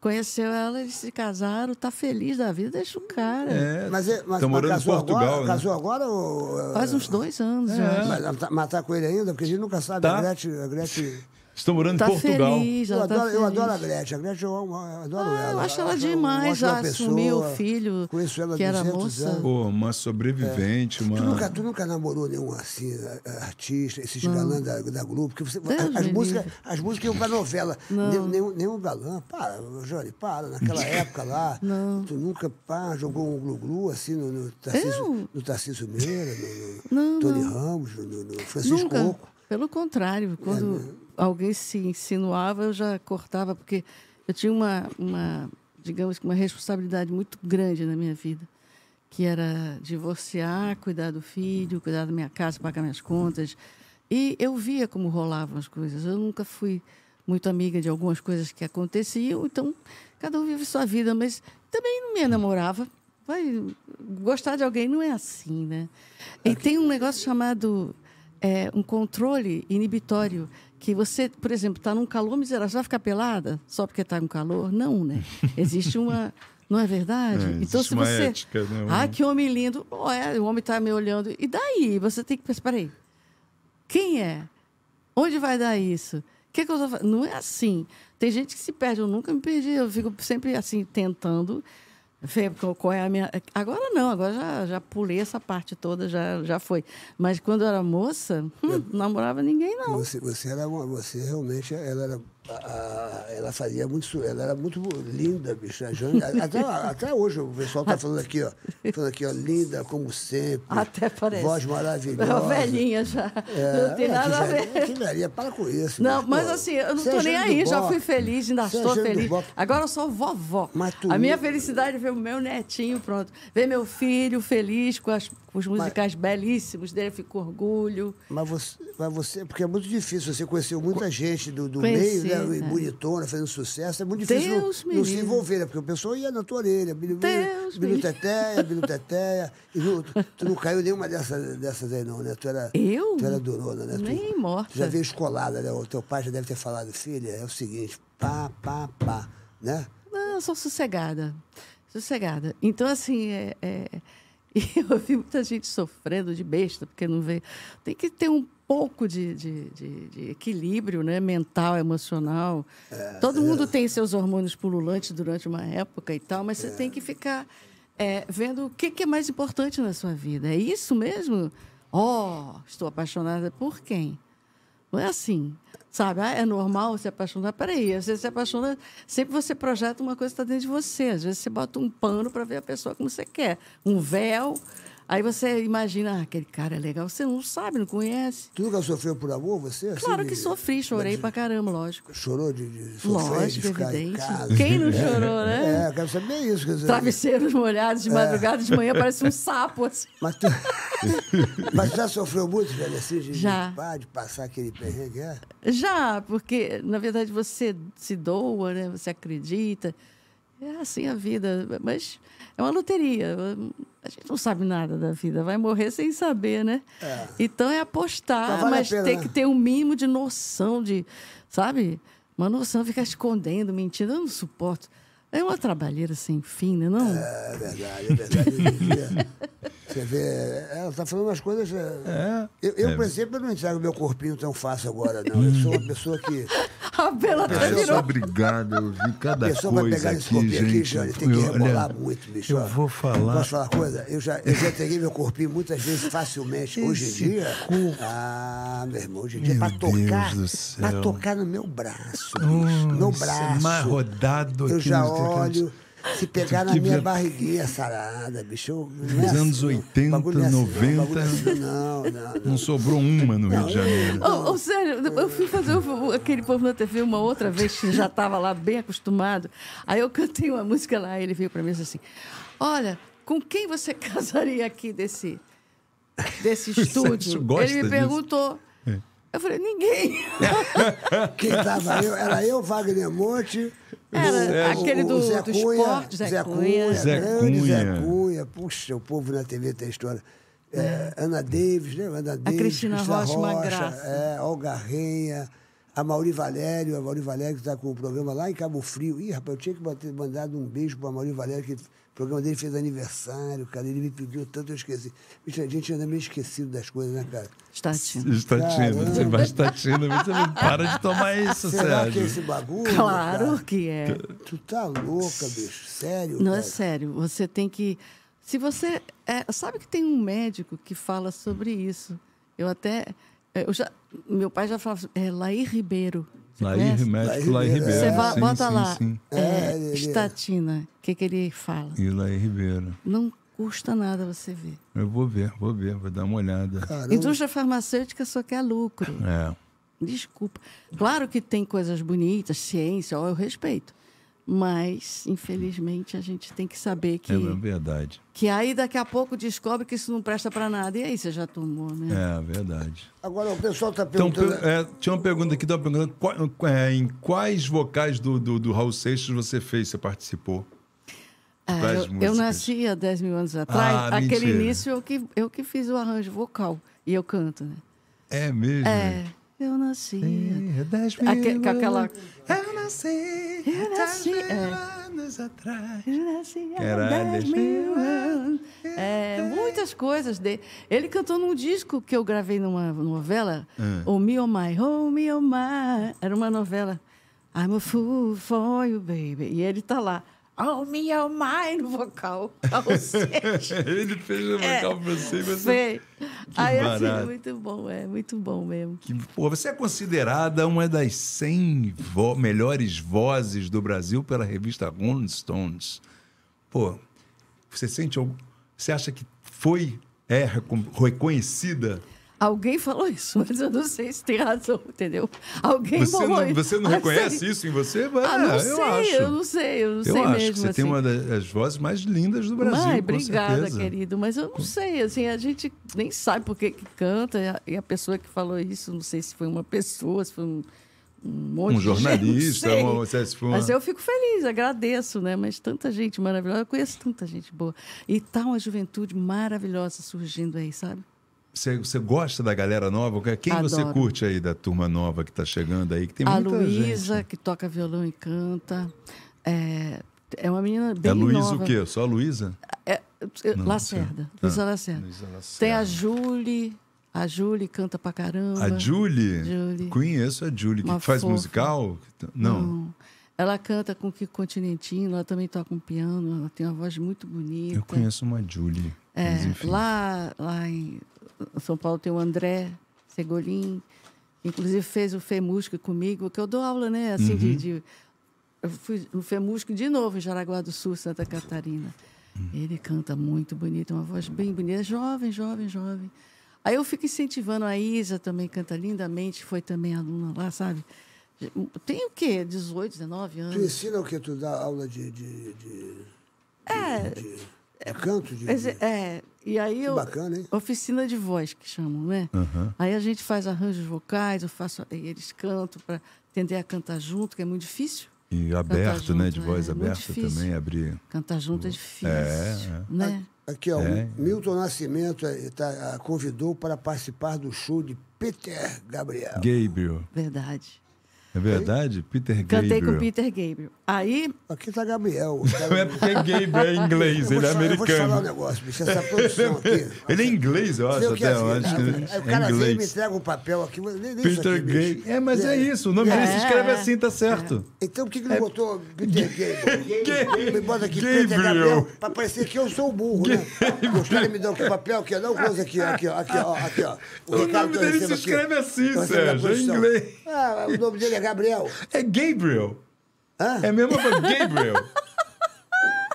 [SPEAKER 5] Conheceu ela, eles se casaram, tá feliz da vida, deixa o cara.
[SPEAKER 3] É,
[SPEAKER 4] Mas, é- mas,
[SPEAKER 3] Tá
[SPEAKER 4] mas
[SPEAKER 3] morando em
[SPEAKER 4] casou
[SPEAKER 3] Portugal,
[SPEAKER 4] agora?
[SPEAKER 3] né?
[SPEAKER 4] Casou agora ou...
[SPEAKER 5] Faz uns dois anos
[SPEAKER 3] É,
[SPEAKER 5] já.
[SPEAKER 4] Mas tá- mas tá com ele ainda? Porque a gente nunca sabe.
[SPEAKER 3] Tá.
[SPEAKER 4] A Gretchen... A Gretchen...
[SPEAKER 3] Estou morando
[SPEAKER 5] Tá
[SPEAKER 3] em Portugal.
[SPEAKER 5] feliz,
[SPEAKER 4] Eu
[SPEAKER 5] ela tá
[SPEAKER 4] adoro, eu
[SPEAKER 5] feliz.
[SPEAKER 4] adoro a Gretchen. A Gretchen eu amo, eu adoro
[SPEAKER 5] Ah,
[SPEAKER 4] ela. é
[SPEAKER 5] eu acho ela
[SPEAKER 4] uma
[SPEAKER 5] demais.
[SPEAKER 4] ótima
[SPEAKER 5] Já
[SPEAKER 4] pessoa.
[SPEAKER 5] assumiu o filho,
[SPEAKER 4] Conheço ela há
[SPEAKER 5] que era
[SPEAKER 4] 200
[SPEAKER 5] moça.
[SPEAKER 4] anos.
[SPEAKER 3] Pô, uma sobrevivente, uma.
[SPEAKER 4] É. Tu nunca, tu nunca namorou nenhum assim, a- a- artista, esses galãs da, da Globo? Porque você,
[SPEAKER 5] Deus
[SPEAKER 4] as,
[SPEAKER 5] me
[SPEAKER 4] músicas,
[SPEAKER 5] livre.
[SPEAKER 4] as músicas iam pra novela. Nenhum, nenhum, nenhum galã. Para, Jori, para.
[SPEAKER 5] *laughs*
[SPEAKER 4] Naquela época lá, tu nunca pá, jogou um glu-glu assim no, no Tarcísio,
[SPEAKER 5] Eu?
[SPEAKER 4] no Tarcísio Meira, no, no
[SPEAKER 5] Não,
[SPEAKER 4] Tony Ramos, no, no- no Francisco
[SPEAKER 5] Nunca.
[SPEAKER 4] Oco.
[SPEAKER 5] Pelo contrário, quando alguém se insinuava, eu já cortava, porque eu tinha uma, uma, digamos que uma responsabilidade muito grande na minha vida, que era divorciar, cuidar do filho, cuidar da minha casa, pagar minhas contas. E eu via como rolavam as coisas. Eu nunca fui muito amiga de algumas coisas que aconteciam, então cada um vive sua vida, mas também não me enamorava. Vai gostar de alguém não é assim, né? E tem um negócio chamado é, um controle inibitório. Que você, por exemplo, está num calor miserável, você vai ficar pelada só porque está com calor? Não, né?
[SPEAKER 3] *laughs*
[SPEAKER 5] Existe uma. Não é verdade?
[SPEAKER 3] É,
[SPEAKER 5] então,
[SPEAKER 3] existe
[SPEAKER 5] se
[SPEAKER 3] uma
[SPEAKER 5] você.
[SPEAKER 3] ética, né?
[SPEAKER 5] Ah, que homem lindo. Pô, é, o homem está me olhando. E daí? Você tem que pensar: peraí, quem é? Onde vai dar isso? O que, que eu tô fazendo? Não é assim. Tem gente que se perde. Eu nunca me perdi. Eu fico sempre assim, tentando. Fê, qual- qual é a minha. Agora não, agora já, já pulei essa parte toda, já, já foi. Mas quando eu era moça, hum, não namorava ninguém, não.
[SPEAKER 4] Você, você, era uma- você realmente ela era. a- a- ela fazia muito. su- Ela era muito linda, bicho. A Jane- a- até, até hoje o pessoal tá falando aqui, ó. Falando aqui, ó, linda como sempre.
[SPEAKER 5] Até parece.
[SPEAKER 4] Voz maravilhosa.
[SPEAKER 5] Eu velhinha já.
[SPEAKER 4] É,
[SPEAKER 5] não tem
[SPEAKER 4] é,
[SPEAKER 5] nada a
[SPEAKER 4] velha-
[SPEAKER 5] ver.
[SPEAKER 4] Que velhinha, para com isso.
[SPEAKER 5] Não,
[SPEAKER 4] bicho,
[SPEAKER 5] mas
[SPEAKER 4] pô.
[SPEAKER 5] assim, eu não
[SPEAKER 4] Você é
[SPEAKER 5] tô nem
[SPEAKER 4] Jane
[SPEAKER 5] aí,
[SPEAKER 4] do
[SPEAKER 5] já
[SPEAKER 4] Bope.
[SPEAKER 5] fui feliz, ainda
[SPEAKER 4] Você é
[SPEAKER 5] estou
[SPEAKER 4] Jane do
[SPEAKER 5] feliz.
[SPEAKER 4] Bope.
[SPEAKER 5] Agora eu sou vovó.
[SPEAKER 4] Mas tu
[SPEAKER 5] A minha
[SPEAKER 4] nunca-
[SPEAKER 5] felicidade é ver o meu netinho, pronto. Ver meu filho feliz com, as- com os musicais belíssimos dele, eu fico com orgulho.
[SPEAKER 4] Mas você, mas você, porque é muito difícil, você conheceu muita gente do, do
[SPEAKER 5] Conheci,
[SPEAKER 4] meio, né? E
[SPEAKER 5] né?
[SPEAKER 4] bonitona, fazendo sucesso, é muito difícil não-
[SPEAKER 5] Deus me
[SPEAKER 4] não, se
[SPEAKER 5] livre.
[SPEAKER 4] envolver, né? Porque o pessoal ia na tua orelha, bilu,
[SPEAKER 5] Deus
[SPEAKER 4] bilu,
[SPEAKER 5] me
[SPEAKER 4] bilu
[SPEAKER 5] livre.
[SPEAKER 4] teteia,
[SPEAKER 5] *laughs*
[SPEAKER 4] bilu teteia, e não- tu, tu não caiu nenhuma dessas, dessas aí não, né? Tu era,
[SPEAKER 5] Eu?
[SPEAKER 4] Tu era durona, né? Tu-
[SPEAKER 5] Nem
[SPEAKER 4] tu
[SPEAKER 5] morta.
[SPEAKER 4] já veio escolada, né? O teu pai já deve ter falado, filha, é o seguinte, pá, pá, pá, né?
[SPEAKER 5] Não, eu sou sossegada. Sossegada. Então, assim, é, é- *laughs* e eu vi muita gente sofrendo de besta, porque não vê. Tem que ter um pouco de, de- de- de equilíbrio né? mental, emocional. Todo mundo tem seus hormônios pululantes durante uma época e tal, mas você tem que ficar é, vendo o que, que é mais importante na sua vida. É isso mesmo? Oh, estou apaixonada por quem? Não é assim. Sabe? Ah, é normal se apaixonar. Peraí, às vezes se apaixona. Sempre você projeta uma coisa que está dentro de você. Às vezes você bota um pano para ver a pessoa como você quer. Um véu. Aí você imagina, ah, aquele cara é legal. Você não sabe, não conhece.
[SPEAKER 4] Tu nunca sofreu por amor, você? assim,
[SPEAKER 5] Claro
[SPEAKER 4] de-
[SPEAKER 5] que sofri, chorei pra caramba, lógico.
[SPEAKER 4] Chorou de, de sofrer, de
[SPEAKER 5] Lógico,
[SPEAKER 4] ficar em
[SPEAKER 5] evidente.
[SPEAKER 4] casa? *laughs*
[SPEAKER 5] Quem não chorou, né?
[SPEAKER 4] É, eu quero saber isso. Quer dizer,
[SPEAKER 5] Travesseiros molhados de madrugada, de manhã, parece um sapo. Assim.
[SPEAKER 4] Mas tu, *laughs* mas tu já sofreu muito, velho, assim, de,
[SPEAKER 5] Já.
[SPEAKER 4] de, pá, de passar aquele perrengue, é?
[SPEAKER 5] Já, porque na verdade você se doa, né? Você acredita. É assim a vida, mas é uma loteria. A gente não sabe nada da vida, vai morrer sem saber, né? Então é apostar,
[SPEAKER 4] Mas
[SPEAKER 5] mas,
[SPEAKER 4] vale a pena,
[SPEAKER 5] tem
[SPEAKER 4] né?
[SPEAKER 5] que ter um mínimo de noção de, sabe? Uma noção, ficar escondendo, mentindo, eu não suporto. É uma trabalheira sem fim, né? Não?
[SPEAKER 4] É verdade, é verdade. Você vê, ela tá falando umas coisas... É. Eu, eu, por exemplo, eu não entrego meu corpinho tão fácil agora, não. Eu sou uma pessoa que...
[SPEAKER 5] *laughs* A Bela até
[SPEAKER 3] Eu sou
[SPEAKER 5] virou.
[SPEAKER 3] obrigado, eu vi cada
[SPEAKER 4] pessoa vai
[SPEAKER 3] coisa
[SPEAKER 4] pegar esse
[SPEAKER 3] aqui,
[SPEAKER 4] corpinho
[SPEAKER 3] gente.
[SPEAKER 4] aqui, Jane, tem que
[SPEAKER 3] Eu- olha,
[SPEAKER 4] rebolar muito, bicho. ó.
[SPEAKER 3] Eu vou falar.
[SPEAKER 4] Posso falar uma coisa? Eu já, eu já entreguei meu corpinho muitas vezes facilmente. Hoje em dia. Ah, meu irmão, hoje em dia.
[SPEAKER 3] Meu
[SPEAKER 4] Pra tocar.
[SPEAKER 3] Deus do céu.
[SPEAKER 4] Pra tocar no meu braço, bicho. no
[SPEAKER 3] isso é
[SPEAKER 4] braço.
[SPEAKER 3] mais rodado
[SPEAKER 4] Eu
[SPEAKER 3] aqui
[SPEAKER 4] já
[SPEAKER 3] nos teclados.
[SPEAKER 4] olho. Se pegar na
[SPEAKER 3] Que
[SPEAKER 4] minha
[SPEAKER 3] ver-
[SPEAKER 4] barriguinha sarada, bicho. eu- não é
[SPEAKER 3] Nos
[SPEAKER 4] assim,
[SPEAKER 3] anos
[SPEAKER 4] não.
[SPEAKER 3] 80,
[SPEAKER 4] Bagulho não é assim, não.
[SPEAKER 3] 90.
[SPEAKER 4] Bagulho é assim, Não, não, não.
[SPEAKER 3] Não sobrou uma no Rio de Janeiro.
[SPEAKER 5] Ô, ô, sério, eu fui fazer o- o- aquele povo na TV uma outra vez, que já estava lá bem acostumado. Aí eu cantei uma música lá, ele veio para mim e disse assim: Olha, com quem você *laughs* casaria aqui desse, desse estúdio?
[SPEAKER 3] gosta
[SPEAKER 5] Ele me
[SPEAKER 3] disso? É.
[SPEAKER 5] perguntou. Eu
[SPEAKER 3] *laughs*
[SPEAKER 5] falei: Ninguém.
[SPEAKER 4] Quem tava eu? Era eu, Wagner Monte.
[SPEAKER 5] Era
[SPEAKER 4] o-
[SPEAKER 5] aquele
[SPEAKER 4] o
[SPEAKER 5] do-
[SPEAKER 4] Zé
[SPEAKER 5] do
[SPEAKER 4] Cunha,
[SPEAKER 5] esporte, Zé
[SPEAKER 4] Zé
[SPEAKER 5] Cunha.
[SPEAKER 4] Cunha.
[SPEAKER 3] Zé
[SPEAKER 4] grande Zé
[SPEAKER 3] Cunha.
[SPEAKER 4] Cunha. Puxa, o povo na TV tem história. É, Ana Davis, né? Ana Davis,
[SPEAKER 5] Cristina Rocha, uma graça.
[SPEAKER 4] É, Olga Renha, a Mauri Valério, a Mauri Valério que está com o programa lá em Cabo Frio. Ih, rapaz, eu tinha que bater- mandado um beijo para Mauri Valério, que o programa dele fez aniversário, cara. Ele me pediu tanto, eu esqueci. Bicho, a gente anda meio esquecido das coisas, né, cara?
[SPEAKER 5] Estatinho.
[SPEAKER 3] Estatina, você vai estatina, você não para de tomar isso,
[SPEAKER 4] é. Será que é
[SPEAKER 3] Sérgio.
[SPEAKER 4] esse bagulho? cara?
[SPEAKER 5] Claro que é.
[SPEAKER 4] Tu tá louca, bicho. Sério?
[SPEAKER 5] Não, é
[SPEAKER 4] cara?
[SPEAKER 5] sério. Você tem que. Se você. é, sabe que tem um médico que fala sobre isso. Eu até. é, eu já, meu pai já falava. É Laí Ribeiro. Você
[SPEAKER 3] Laí,
[SPEAKER 5] conhece?
[SPEAKER 3] médico, Laí Ribeiro.
[SPEAKER 5] É. Você va-
[SPEAKER 3] É, sim,
[SPEAKER 5] bota
[SPEAKER 3] sim,
[SPEAKER 5] lá.
[SPEAKER 3] Sim.
[SPEAKER 5] é,
[SPEAKER 4] É, ele-
[SPEAKER 5] estatina. O que, que ele fala?
[SPEAKER 3] E Laí Ribeiro.
[SPEAKER 5] Não custa nada você ver.
[SPEAKER 3] Eu vou ver, vou ver, vou dar uma olhada.
[SPEAKER 4] Ah,
[SPEAKER 5] Indústria farmacêutica só quer lucro.
[SPEAKER 3] É.
[SPEAKER 5] Desculpa. Claro que tem coisas bonitas, ciência, ó, eu respeito. Mas, infelizmente, a gente tem que saber que.
[SPEAKER 3] É verdade.
[SPEAKER 5] Que aí daqui a pouco descobre que isso não presta pra nada. E aí você já tomou, né?
[SPEAKER 3] É verdade.
[SPEAKER 4] Agora, o pessoal tá
[SPEAKER 3] Então,
[SPEAKER 4] perguntando...
[SPEAKER 3] pe- é, tinha uma pergunta aqui, estava perguntando qual- é, em quais vocais do, do, do Raul Seixas você fez, você participou?
[SPEAKER 5] Ah,
[SPEAKER 3] Das
[SPEAKER 5] eu- eu,
[SPEAKER 3] músicas.
[SPEAKER 5] nasci há 10 mil anos atrás.
[SPEAKER 3] É, Ah,
[SPEAKER 5] Aquele
[SPEAKER 3] mentira.
[SPEAKER 5] início eu que, eu que fiz o arranjo vocal. E eu canto, né?
[SPEAKER 3] É mesmo?
[SPEAKER 5] É. Eu nasci.
[SPEAKER 3] É, dez
[SPEAKER 5] Aque-
[SPEAKER 3] mil
[SPEAKER 5] com aquela-
[SPEAKER 3] anos. Eu nasci,
[SPEAKER 5] Eu nasci,
[SPEAKER 3] dez mil
[SPEAKER 5] é.
[SPEAKER 3] anos atrás. *laughs*
[SPEAKER 5] Eu nasci há
[SPEAKER 3] Caralho.
[SPEAKER 5] 10 mil anos. É, muitas coisas dele. Ele cantou num disco que eu gravei numa novela,
[SPEAKER 3] Ah.
[SPEAKER 5] O Me Oh My, Oh Me Oh My. Era uma novela. I'm a fool for you, baby. E ele tá lá. All me, all mine, no vocal. *laughs* Ou seja,
[SPEAKER 3] Ele fez o *laughs*
[SPEAKER 5] É.
[SPEAKER 3] vocal pra você e você.
[SPEAKER 5] Fê. Aí, assim,
[SPEAKER 3] barato.
[SPEAKER 5] muito bom, é, muito bom mesmo.
[SPEAKER 3] Que, pô, você é considerada uma das 100 vo- melhores vozes do Brasil pela revista Rolling Stones. Pô, você sente algum... Você acha que foi é, recon- reconhecida?
[SPEAKER 5] Alguém falou isso, *laughs* mas eu não sei se tem razão, entendeu? Alguém
[SPEAKER 3] Você
[SPEAKER 5] falou
[SPEAKER 3] não,
[SPEAKER 5] isso.
[SPEAKER 3] você não
[SPEAKER 5] Ah,
[SPEAKER 3] reconhece
[SPEAKER 5] sei.
[SPEAKER 3] isso em você?
[SPEAKER 5] Ah, não
[SPEAKER 3] É,
[SPEAKER 5] sei,
[SPEAKER 3] eu acho.
[SPEAKER 5] eu não sei, eu não
[SPEAKER 3] Eu
[SPEAKER 5] sei
[SPEAKER 3] acho
[SPEAKER 5] mesmo.
[SPEAKER 3] que você tem
[SPEAKER 5] assim.
[SPEAKER 3] uma da- das vozes mais lindas do Brasil,
[SPEAKER 5] Ai,
[SPEAKER 3] com
[SPEAKER 5] obrigada,
[SPEAKER 3] certeza.
[SPEAKER 5] querido. Mas eu não sei, assim, a gente nem sabe por que, que canta. e a- E a pessoa que falou isso, não sei se foi uma pessoa, se foi um, um monte
[SPEAKER 3] Um
[SPEAKER 5] de gente, não
[SPEAKER 3] jornalista,
[SPEAKER 5] sei.
[SPEAKER 3] uma- se foi uma-
[SPEAKER 5] Mas eu fico feliz, agradeço, né? Mas tanta gente maravilhosa, eu conheço tanta gente boa. E tá uma juventude maravilhosa surgindo aí, sabe?
[SPEAKER 3] Você, você gosta da galera nova? Quem você
[SPEAKER 5] Adoro.
[SPEAKER 3] curte aí da turma nova que está chegando aí? Que tem
[SPEAKER 5] a
[SPEAKER 3] muita
[SPEAKER 5] Luísa,
[SPEAKER 3] gente.
[SPEAKER 5] que toca violão e canta. É, é uma menina bem
[SPEAKER 3] É Luísa
[SPEAKER 5] nova.
[SPEAKER 3] o quê? Só a Luísa?
[SPEAKER 5] É, é,
[SPEAKER 3] Não,
[SPEAKER 5] Lacerda.
[SPEAKER 3] tá.
[SPEAKER 5] Luísa Lacerda.
[SPEAKER 3] Luísa Lacerda.
[SPEAKER 5] Tem a Julie. A Julie canta pra caramba.
[SPEAKER 3] A Julie?
[SPEAKER 5] Julie.
[SPEAKER 3] Conheço a Julie,
[SPEAKER 5] Uma
[SPEAKER 3] que faz
[SPEAKER 5] fofa.
[SPEAKER 3] musical? Não.
[SPEAKER 5] Ela canta com o Kiko Continentino, ela também toca um piano, ela tem uma voz muito bonita.
[SPEAKER 3] Eu conheço uma Julie.
[SPEAKER 5] É,
[SPEAKER 3] mas enfim.
[SPEAKER 5] lá, lá em São Paulo tem o André Segolin, que inclusive fez o FEMUSC comigo, que eu dou aula, né? Assim,
[SPEAKER 3] Uhum.
[SPEAKER 5] de, de- eu fui no FEMUSC de novo, em Jaraguá do Sul, Santa Catarina.
[SPEAKER 3] Uhum.
[SPEAKER 5] Ele canta muito bonito, uma voz bem bonita, é jovem, jovem, jovem. Aí eu fico incentivando a Isa também, canta lindamente, foi também aluna lá, sabe? Tem o quê? 18, 19 anos?
[SPEAKER 4] Tu ensina o que? Tu dá aula de. de, de, é. De, de- de canto? De,
[SPEAKER 5] Mas,
[SPEAKER 4] de-
[SPEAKER 5] é, e aí eu.
[SPEAKER 4] bacana, hein?
[SPEAKER 5] Oficina de voz que chamam, né? Aí a gente faz arranjos vocais, eu faço, e eles cantam para tender a cantar junto, que é muito difícil.
[SPEAKER 3] E aberto,
[SPEAKER 5] junto,
[SPEAKER 3] né? De
[SPEAKER 5] é,
[SPEAKER 3] voz
[SPEAKER 5] muito
[SPEAKER 3] aberta
[SPEAKER 5] difícil.
[SPEAKER 3] também, abrir.
[SPEAKER 5] Cantar junto é
[SPEAKER 3] Hum,
[SPEAKER 5] difícil, né?
[SPEAKER 4] Aqui, ó.
[SPEAKER 3] É.
[SPEAKER 4] Milton Nascimento eh, tá, a convidou para participar do show de Peter Gabriel.
[SPEAKER 3] Gabriel.
[SPEAKER 5] Verdade.
[SPEAKER 3] É verdade? Peter
[SPEAKER 5] Cantei
[SPEAKER 3] Gabriel.
[SPEAKER 5] com Peter Gabriel. Aí,
[SPEAKER 4] Aqui tá Gabriel.
[SPEAKER 3] *laughs* Não é porque é Gabriel é inglês, ele é
[SPEAKER 4] Eu vou te falar um
[SPEAKER 3] americano. É
[SPEAKER 4] negócio, bicho.
[SPEAKER 3] *laughs*
[SPEAKER 4] Essa produção aqui.
[SPEAKER 3] Ele é inglês, eu
[SPEAKER 4] Vê
[SPEAKER 3] acho,
[SPEAKER 4] o que
[SPEAKER 3] até.
[SPEAKER 4] é
[SPEAKER 3] eu
[SPEAKER 4] assim,
[SPEAKER 3] acho
[SPEAKER 4] né?
[SPEAKER 3] que
[SPEAKER 4] Aí o
[SPEAKER 3] é
[SPEAKER 4] cara vem e me
[SPEAKER 3] inglês.
[SPEAKER 4] entrega um papel aqui. mas nem- nem isso
[SPEAKER 3] Peter
[SPEAKER 4] aqui, bicho.
[SPEAKER 3] Gabriel. É, mas é isso. O nome dele se escreve assim, tá certo.
[SPEAKER 4] Então por que, que
[SPEAKER 3] É
[SPEAKER 4] não botou Peter Gabriel? Me bota aqui Peter Gabriel
[SPEAKER 3] Gabriel.
[SPEAKER 4] pra parecer que eu sou o burro, né? Os caras me dão que papel, que não coisa aqui, ó, aqui, ó, aqui, ó, aqui, ó.
[SPEAKER 3] O
[SPEAKER 4] recado
[SPEAKER 3] nome
[SPEAKER 4] que eu
[SPEAKER 3] dele
[SPEAKER 4] recebo
[SPEAKER 3] se escreve assim,
[SPEAKER 4] eu recebo da
[SPEAKER 3] Sérgio, é
[SPEAKER 4] produção.
[SPEAKER 3] inglês.
[SPEAKER 4] Ah, o nome dele é Gabriel.
[SPEAKER 3] É Gabriel.
[SPEAKER 4] Hã?
[SPEAKER 3] É a mesma coisa,
[SPEAKER 5] *laughs*
[SPEAKER 3] Gabriel.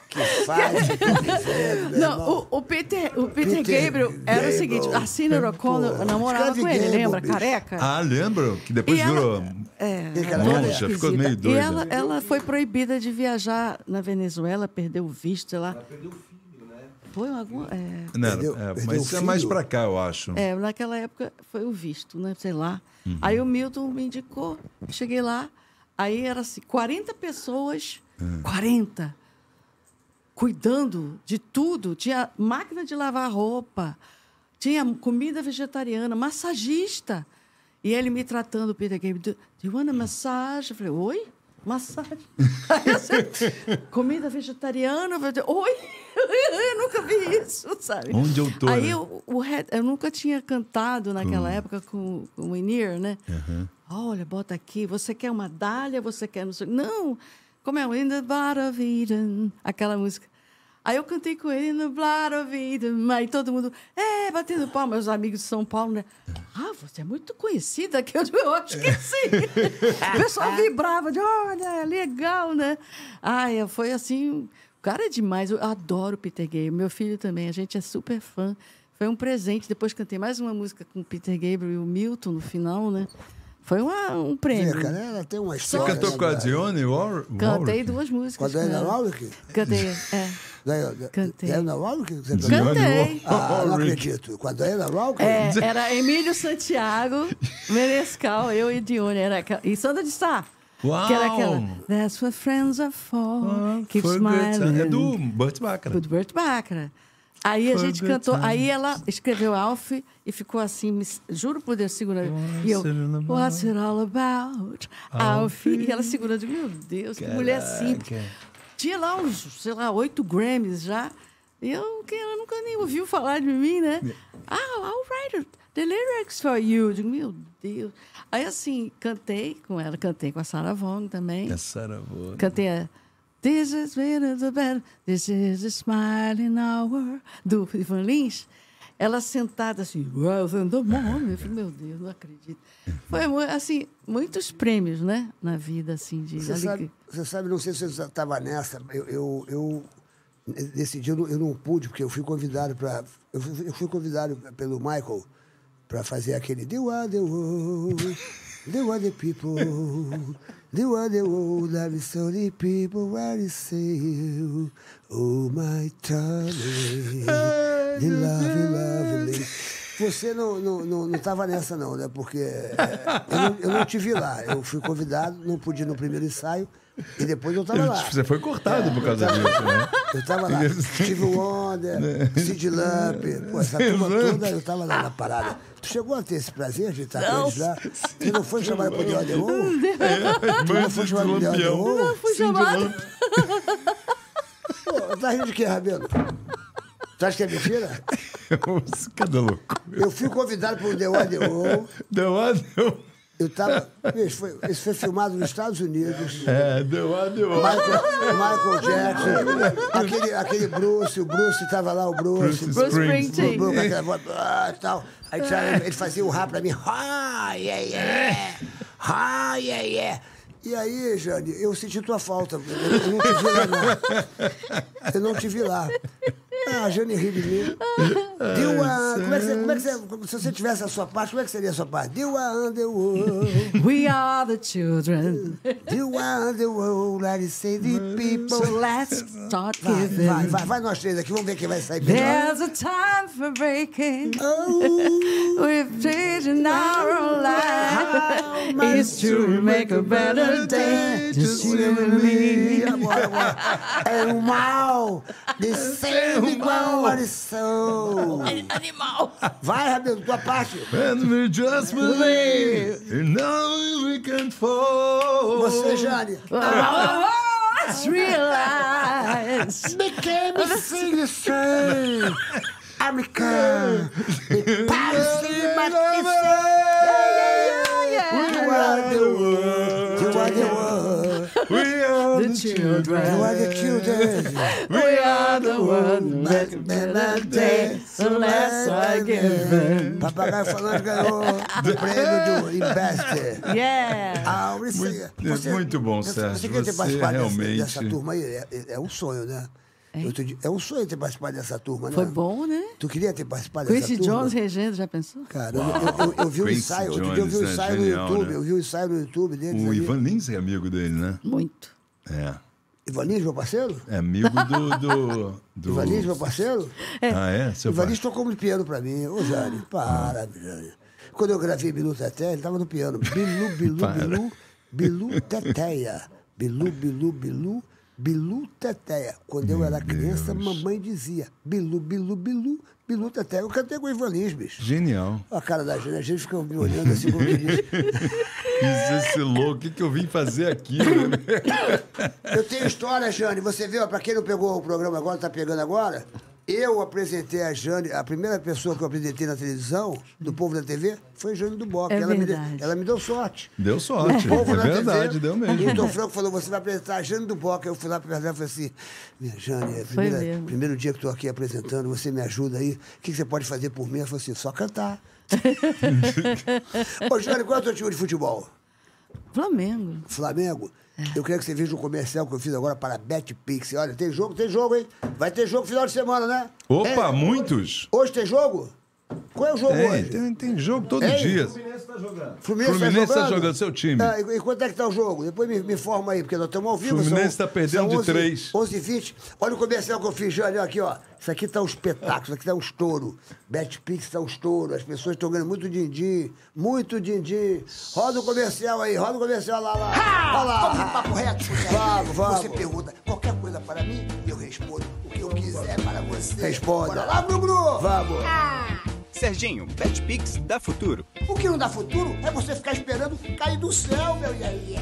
[SPEAKER 4] Que faz, que inferno, meu É, irmão.
[SPEAKER 5] não, o, o Peter, o Peter,
[SPEAKER 4] Peter
[SPEAKER 5] Gabriel era o
[SPEAKER 4] Gabriel.
[SPEAKER 5] seguinte, a Cine O'Connor
[SPEAKER 4] Pô,
[SPEAKER 5] namorava
[SPEAKER 4] escreve
[SPEAKER 5] com ele,
[SPEAKER 4] Gabriel,
[SPEAKER 5] lembra?
[SPEAKER 4] bicho.
[SPEAKER 5] Careca.
[SPEAKER 3] Ah, lembro que depois
[SPEAKER 5] E
[SPEAKER 3] virou.
[SPEAKER 5] ela- É,
[SPEAKER 4] Que
[SPEAKER 5] ela
[SPEAKER 4] cara
[SPEAKER 5] era
[SPEAKER 3] Monja, ficou
[SPEAKER 5] esquisita.
[SPEAKER 3] meio doida.
[SPEAKER 5] E ela, ela foi proibida de viajar na Venezuela, perdeu o visto, sei lá. Ela perdeu o filho, né? Foi algum. É,
[SPEAKER 3] Não,
[SPEAKER 4] Perdeu-
[SPEAKER 3] é,
[SPEAKER 4] perdeu
[SPEAKER 3] mas
[SPEAKER 4] o
[SPEAKER 3] isso é mais
[SPEAKER 4] filho.
[SPEAKER 3] pra cá, eu acho. Uhum.
[SPEAKER 5] é, naquela época foi o visto, né? Sei lá. Aí o Milton me indicou, cheguei lá, aí era assim, 40 pessoas,
[SPEAKER 3] É.
[SPEAKER 5] 40, cuidando de tudo. Tinha máquina de lavar roupa, tinha comida vegetariana, massagista. E ele me tratando, o Peter Gabriel, do do you want a massage? Eu falei, oi? Massagem. *laughs* Aí eu sentei, comida vegetariana? Eu falei, oi? *laughs* Eu nunca vi isso, sabe?
[SPEAKER 3] Onde eu tô,
[SPEAKER 5] Aí
[SPEAKER 3] né?
[SPEAKER 5] eu, o Red- eu nunca tinha cantado naquela época com, com o Enir, né? Olha, bota aqui, você quer uma dália, você quer não sei... Não! Como é? o In the Blood of Eden, aquela música. Aí eu cantei com ele, In the Blood of Eden, aí todo mundo, é, batendo palma, meus amigos de São Paulo, né? Ah, você é muito conhecida, que eu, *laughs* eu acho que sim. o pessoal vibrava, de, olha, é legal, né? Ai, foi assim... O cara é demais, eu adoro o Peter Gabriel, meu filho também, a gente é super fã. Foi um presente, depois cantei mais uma música com o Peter Gabriel e o Milton no final, né? Foi uma- um prêmio.
[SPEAKER 4] Vê, né, cara, ela tem uma
[SPEAKER 3] Você
[SPEAKER 4] história.
[SPEAKER 3] cantou
[SPEAKER 4] né,
[SPEAKER 3] com a
[SPEAKER 4] cara?
[SPEAKER 3] Dione Warwick?
[SPEAKER 5] Cantei duas músicas.
[SPEAKER 4] Com é a Diana
[SPEAKER 5] com ela.
[SPEAKER 4] Warwick?
[SPEAKER 5] Cantei, é.
[SPEAKER 4] Da- da-
[SPEAKER 5] Cantei.
[SPEAKER 4] Diana Warwick? que Você
[SPEAKER 3] Diane
[SPEAKER 4] cantou?
[SPEAKER 5] Cantei.
[SPEAKER 4] Ah, não
[SPEAKER 3] Warwick.
[SPEAKER 4] acredito. Com a Diana Warwick?
[SPEAKER 3] *laughs*
[SPEAKER 5] É, era Emílio Santiago, Menescal, eu e Dione. Era aquela, e Sandra de Sá.
[SPEAKER 3] Uau!
[SPEAKER 5] Que era aquela. That's what friends are for.
[SPEAKER 3] Ah,
[SPEAKER 5] Keep
[SPEAKER 3] foi o Burt-
[SPEAKER 5] smiling.
[SPEAKER 3] É do Burt Bacharach.
[SPEAKER 5] Do Burt Bacharach. Aí a
[SPEAKER 3] For
[SPEAKER 5] gente
[SPEAKER 3] good
[SPEAKER 5] cantou,
[SPEAKER 3] times.
[SPEAKER 5] aí ela escreveu Alf e ficou assim, me- juro por Deus, segurando. E eu,
[SPEAKER 3] What's it all about?
[SPEAKER 5] What's it all about, Alf? E ela segurando, meu Deus, que mulher simples. Tinha lá uns, sei lá, oito Grammys já. E eu, que ela nunca nem ouviu falar de mim, né? Ah, I'll write the lyrics for you. Eu digo, meu Deus. Aí assim, cantei com ela, cantei com a Sarah Vaughan também.
[SPEAKER 3] É Sarah Vaughan.
[SPEAKER 5] Cantei a This is better, the better. This is a smiling hour. Do Ivan Lins. Ela sentada assim, "Well, in the morning." Eu falei, meu Deus, não acredito. Foi mu- assim, muitos prêmios, né? Na vida, assim, de
[SPEAKER 4] Você
[SPEAKER 5] alegria.
[SPEAKER 4] sabe, você sabe, não sei se você estava nessa, eu, eu, eu nesse dia eu não, eu não pude, porque eu fui convidado para. Eu, fui- eu fui convidado pelo Michael para fazer aquele The One the World, The One the People, The One the World, I'm so the people, where is you? Oh my darling, the lovely, lovely. Você não estava não, não tava nessa, não, né? Porque é, eu não, eu não te vi lá. Eu fui convidado, não pude ir no primeiro ensaio, e depois eu estava lá.
[SPEAKER 3] Você foi cortado por
[SPEAKER 5] É.
[SPEAKER 3] causa disso,
[SPEAKER 5] *laughs*
[SPEAKER 3] né?
[SPEAKER 4] Eu tava lá. Steve Wonder, Sid Lamp, pô, essa turma toda, eu tava lá na parada. Tu chegou a ter esse prazer de estar com eles lá? Tu não foi chamado pro The Other Wall? Tu
[SPEAKER 3] um
[SPEAKER 4] não foi chamado pro The Other Wall?
[SPEAKER 5] Fui chamada.
[SPEAKER 4] Pô, tá rindo de quê, Rabelo? Tu acha que é mentira?
[SPEAKER 3] *laughs* Cada louco.
[SPEAKER 4] Eu fui convidado pro The Other Wall,
[SPEAKER 3] Deu a deu.
[SPEAKER 4] eu tava... Isso foi, isso foi filmado nos Estados Unidos.
[SPEAKER 3] É, deu a deu.
[SPEAKER 4] Michael, Michael Jackson, aquele, aquele Bruce, o Bruce tava lá, o Bruce.
[SPEAKER 3] Bruce
[SPEAKER 5] Bruce
[SPEAKER 3] Springsteen.
[SPEAKER 5] Springsteen.
[SPEAKER 4] Blue, com aquela voz, ah, tal. Aí sabe, ele fazia o rap pra mim. Ah, yeah, yeah. Ah, yeah, yeah. E aí, Jane, eu senti tua falta. Eu, eu não te vi lá, não. Eu não te vi lá. Ah, a Jane ri de mim. Deu a. Como é que você, como é que você- como- se você tivesse a sua parte, como é que seria a sua parte? Deu a underworld.
[SPEAKER 5] We are the children.
[SPEAKER 4] Deu a underworld. Let's say the people.
[SPEAKER 5] Let's start
[SPEAKER 4] Vai, vai,
[SPEAKER 5] giving.
[SPEAKER 4] vai, vai nós três aqui, vamos ver quem vai sair melhor.
[SPEAKER 5] There's a time for breaking.
[SPEAKER 4] Oh.
[SPEAKER 5] We've changed our life. It's to make a better day. Just you and me.
[SPEAKER 4] Agora, agora. *laughs* É o mal descendo igual ao sol. Animal. Vai, Rabelo, tua parte.
[SPEAKER 3] And we just believe, and now we can fall.
[SPEAKER 4] Você, Jane.
[SPEAKER 5] Oh, let's realize.
[SPEAKER 4] Became citizen. American. Paris, Matisse.
[SPEAKER 5] Oh,
[SPEAKER 4] You are the world. You are the world.
[SPEAKER 3] We are
[SPEAKER 5] The children.
[SPEAKER 4] You are the children.
[SPEAKER 5] We are the one
[SPEAKER 4] Back
[SPEAKER 5] that
[SPEAKER 4] in
[SPEAKER 5] better
[SPEAKER 4] the
[SPEAKER 5] day. So let's I give in.
[SPEAKER 4] Papagaio falando ganhou o prêmio do Investor.
[SPEAKER 5] Yeah.
[SPEAKER 4] Ah, Maurício,
[SPEAKER 3] Muito- é muito bom,
[SPEAKER 4] você,
[SPEAKER 3] Sérgio.
[SPEAKER 4] Você quer ter
[SPEAKER 3] Você
[SPEAKER 4] participado dessa-
[SPEAKER 3] realmente-
[SPEAKER 4] dessa, turma aí? É, é- é um sonho, né? Outro dia- é um sonho ter participado dessa turma, né?
[SPEAKER 5] Foi bom, né?
[SPEAKER 4] Tu queria ter participado dessa
[SPEAKER 5] Chrissy
[SPEAKER 4] turma?
[SPEAKER 5] Jones regendo, já pensou?
[SPEAKER 4] Cara, eu, eu- eu- eu vi o
[SPEAKER 3] Quincy
[SPEAKER 4] ensaio, outro dia eu vi o
[SPEAKER 3] Jones, né?
[SPEAKER 4] ensaio no
[SPEAKER 3] Genial,
[SPEAKER 4] YouTube,
[SPEAKER 3] né?
[SPEAKER 4] eu vi o ensaio no YouTube deles.
[SPEAKER 3] O
[SPEAKER 4] ali.
[SPEAKER 3] Ivan Lins é amigo dele, né?
[SPEAKER 5] Muito.
[SPEAKER 3] É.
[SPEAKER 4] Ivanis, meu parceiro?
[SPEAKER 3] É amigo
[SPEAKER 4] *laughs*
[SPEAKER 3] do. do, do...
[SPEAKER 4] Ivanis, meu parceiro?
[SPEAKER 3] Ah, é? Seu
[SPEAKER 4] Ivanis
[SPEAKER 3] pai. Ah.
[SPEAKER 4] tocou no piano pra mim. Ô, Jane, para, Jane. Quando eu gravei Bilu Teteia, ele tava no piano. Bilu,
[SPEAKER 3] *laughs*
[SPEAKER 4] Bilu, Bilu, Bilu Teteia. Bilu, Bilu, Bilu, Bilu Teteia. Quando eu era criança, mamãe dizia Bilu, Bilu, Bilu, Bilu Teteia. Eu cantei com o Ivanis, bicho.
[SPEAKER 3] Genial.
[SPEAKER 4] A cara da Jane, a gente fica me olhando assim como que diz.
[SPEAKER 3] Fiz esse louco, o que, que eu vim fazer aqui? né?
[SPEAKER 4] *laughs* Eu tenho história, Jane. Você viu, pra quem não pegou o programa agora, tá pegando agora. Eu apresentei a Jane, a primeira pessoa que eu apresentei na televisão, do povo da TV, foi Jane do Boca.
[SPEAKER 5] É
[SPEAKER 4] ela, me deu,
[SPEAKER 5] verdade.
[SPEAKER 4] ela me deu sorte.
[SPEAKER 3] Deu sorte. É
[SPEAKER 4] na TV,
[SPEAKER 3] verdade, deu
[SPEAKER 4] O doutor
[SPEAKER 3] mesmo.
[SPEAKER 4] Franco falou: você vai apresentar a Jane do Boca. Eu fui lá pra ela e falei assim: minha Jane, é a primeira-
[SPEAKER 5] mesmo.
[SPEAKER 4] primeiro dia que estou aqui apresentando, você me ajuda aí. O que, que você pode fazer por mim? Ela falou assim: só cantar. *laughs* Ô, Jane, qual é o teu time de futebol?
[SPEAKER 5] Flamengo.
[SPEAKER 4] Flamengo, eu queria que você veja um comercial que eu fiz agora para a BetPix. Olha, tem jogo, tem jogo, hein? Vai ter jogo final de semana, né?
[SPEAKER 3] Opa,
[SPEAKER 4] Tem?
[SPEAKER 3] muitos?
[SPEAKER 4] Hoje tem jogo? Qual é o jogo
[SPEAKER 3] Tem,
[SPEAKER 4] hoje?
[SPEAKER 3] tem, tem jogo todo
[SPEAKER 4] Ei.
[SPEAKER 3] dia.
[SPEAKER 4] Fluminense,
[SPEAKER 3] Fluminense tá jogando seu time.
[SPEAKER 4] Ah, e, e quanto é que tá o jogo? Depois me, me informa aí, porque nós estamos ao vivo.
[SPEAKER 3] Fluminense
[SPEAKER 4] são-
[SPEAKER 3] tá perdendo
[SPEAKER 4] são
[SPEAKER 3] de
[SPEAKER 4] 11,
[SPEAKER 3] três.
[SPEAKER 4] 11 e 20. Olha o comercial que eu fiz, olha aqui, ó. Isso aqui tá um espetáculo, isso aqui tá um estouro. Betpix tá um estouro. As pessoas estão ganhando muito din-din, muito din-din. Roda o comercial aí, roda o comercial lá, lá. Olha lá. papo reto. Vamos, vamos. Você pergunta qualquer coisa para mim, eu respondo o que eu quiser para você. Responda. Bora lá, Bruno. Vamos.
[SPEAKER 11] Serginho, BetPix dá futuro.
[SPEAKER 4] O que não dá futuro é você ficar esperando cair do céu, meu iê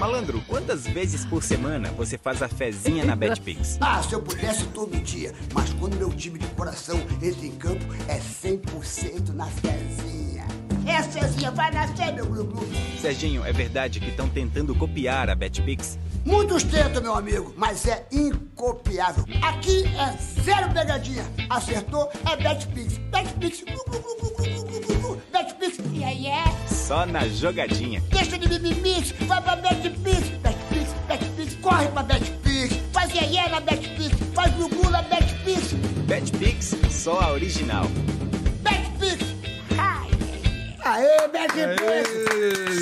[SPEAKER 11] Malandro, quantas vezes por semana você faz a fezinha na BetPix?
[SPEAKER 4] Ah, se eu pudesse todo dia, mas quando meu time de coração entra em campo, é 100% na fezinha.
[SPEAKER 9] É, Cezinha, vai nascer, meu glu-glu.
[SPEAKER 11] Serginho, é verdade que estão tentando copiar a Betpix?
[SPEAKER 9] Muitos tentam, meu amigo, mas é incopiável. Aqui é zero pegadinha. Acertou, é Betpix. Betpix, glu, glu, glu, glu, glu, glu, glu, glu. Betpix, e aí é?
[SPEAKER 11] Só na jogadinha.
[SPEAKER 9] Deixa de mimimix, vai pra Betpix. Betpix, Betpix, corre pra Betpix. Faz e aí é na Betpix, faz glu-glu na Betpix.
[SPEAKER 11] Betpix, só a original.
[SPEAKER 9] Betpix, ai,
[SPEAKER 4] Aê, Betpix!
[SPEAKER 3] Aê,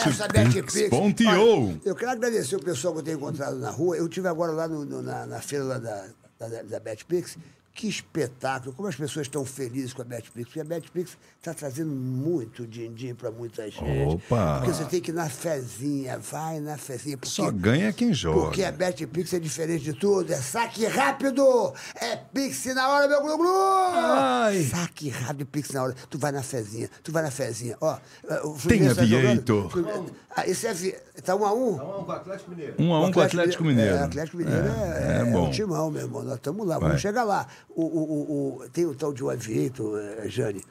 [SPEAKER 4] Sucesso, a
[SPEAKER 3] Betpix.
[SPEAKER 4] Betpix.
[SPEAKER 3] Ponteou.
[SPEAKER 4] Olha, Eu quero agradecer o pessoal que eu tenho encontrado na rua. Eu tive agora lá no- no- na, na feira lá da, da, da Betpix. Que espetáculo! Como as pessoas estão felizes com a Betpix. Porque a Betpix está trazendo muito din-din para muita gente.
[SPEAKER 3] Opa!
[SPEAKER 4] Porque você tem que ir na fezinha, vai na fezinha. Porque
[SPEAKER 3] Só ganha quem joga.
[SPEAKER 4] porque a BetPix é diferente de tudo. É saque rápido. É Pix na hora, meu glu-glu.
[SPEAKER 3] Ai.
[SPEAKER 4] Saque rápido, Pix na hora. Tu vai na fezinha. Tu vai na fezinha. Ó, o Fluminense
[SPEAKER 3] Tenha
[SPEAKER 4] tá jogando.
[SPEAKER 3] direito.
[SPEAKER 4] Fluminense- Ah, esse é... vi- Tá um a um?
[SPEAKER 10] Vamos com o Atlético Mineiro.
[SPEAKER 3] Um a um com o Atlético Mineiro.
[SPEAKER 4] É, Atlético Mineiro é,
[SPEAKER 3] é,
[SPEAKER 4] é
[SPEAKER 3] bom.
[SPEAKER 4] um timão, meu irmão. Nós estamos lá,
[SPEAKER 3] Vai.
[SPEAKER 4] vamos chegar lá. O, o- o- o- tem o tal de Oavito, eh, Jane,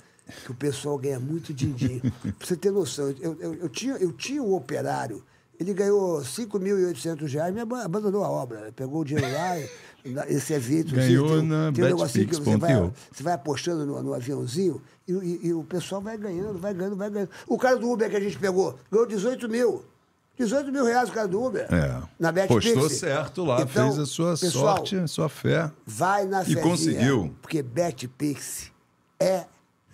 [SPEAKER 4] que o pessoal ganha muito din-din.
[SPEAKER 3] *laughs*
[SPEAKER 4] pra você ter noção, eu, eu, eu tinha, eu tinha um operário, ele ganhou 5.800 reais, me aban- abandonou a obra. né? Pegou o dinheiro lá, *laughs* e- na- esse Avito.
[SPEAKER 3] Ganhou
[SPEAKER 4] tem um-
[SPEAKER 3] na
[SPEAKER 4] tem um negocinho que você vai,
[SPEAKER 3] betpix.io.
[SPEAKER 4] você vai apostando no, no aviãozinho e, e- e o pessoal vai ganhando, vai ganhando, vai ganhando. O cara do Uber que a gente pegou ganhou 18 mil. 18 mil reais o cara do Uber.
[SPEAKER 3] É.
[SPEAKER 4] Na BetPix.
[SPEAKER 3] Postou certo lá,
[SPEAKER 4] Então,
[SPEAKER 3] fez a sua
[SPEAKER 4] pessoal,
[SPEAKER 3] sorte, a sua fé.
[SPEAKER 4] Vai na
[SPEAKER 3] E
[SPEAKER 4] fezinha,
[SPEAKER 3] conseguiu.
[SPEAKER 4] Porque BetPix é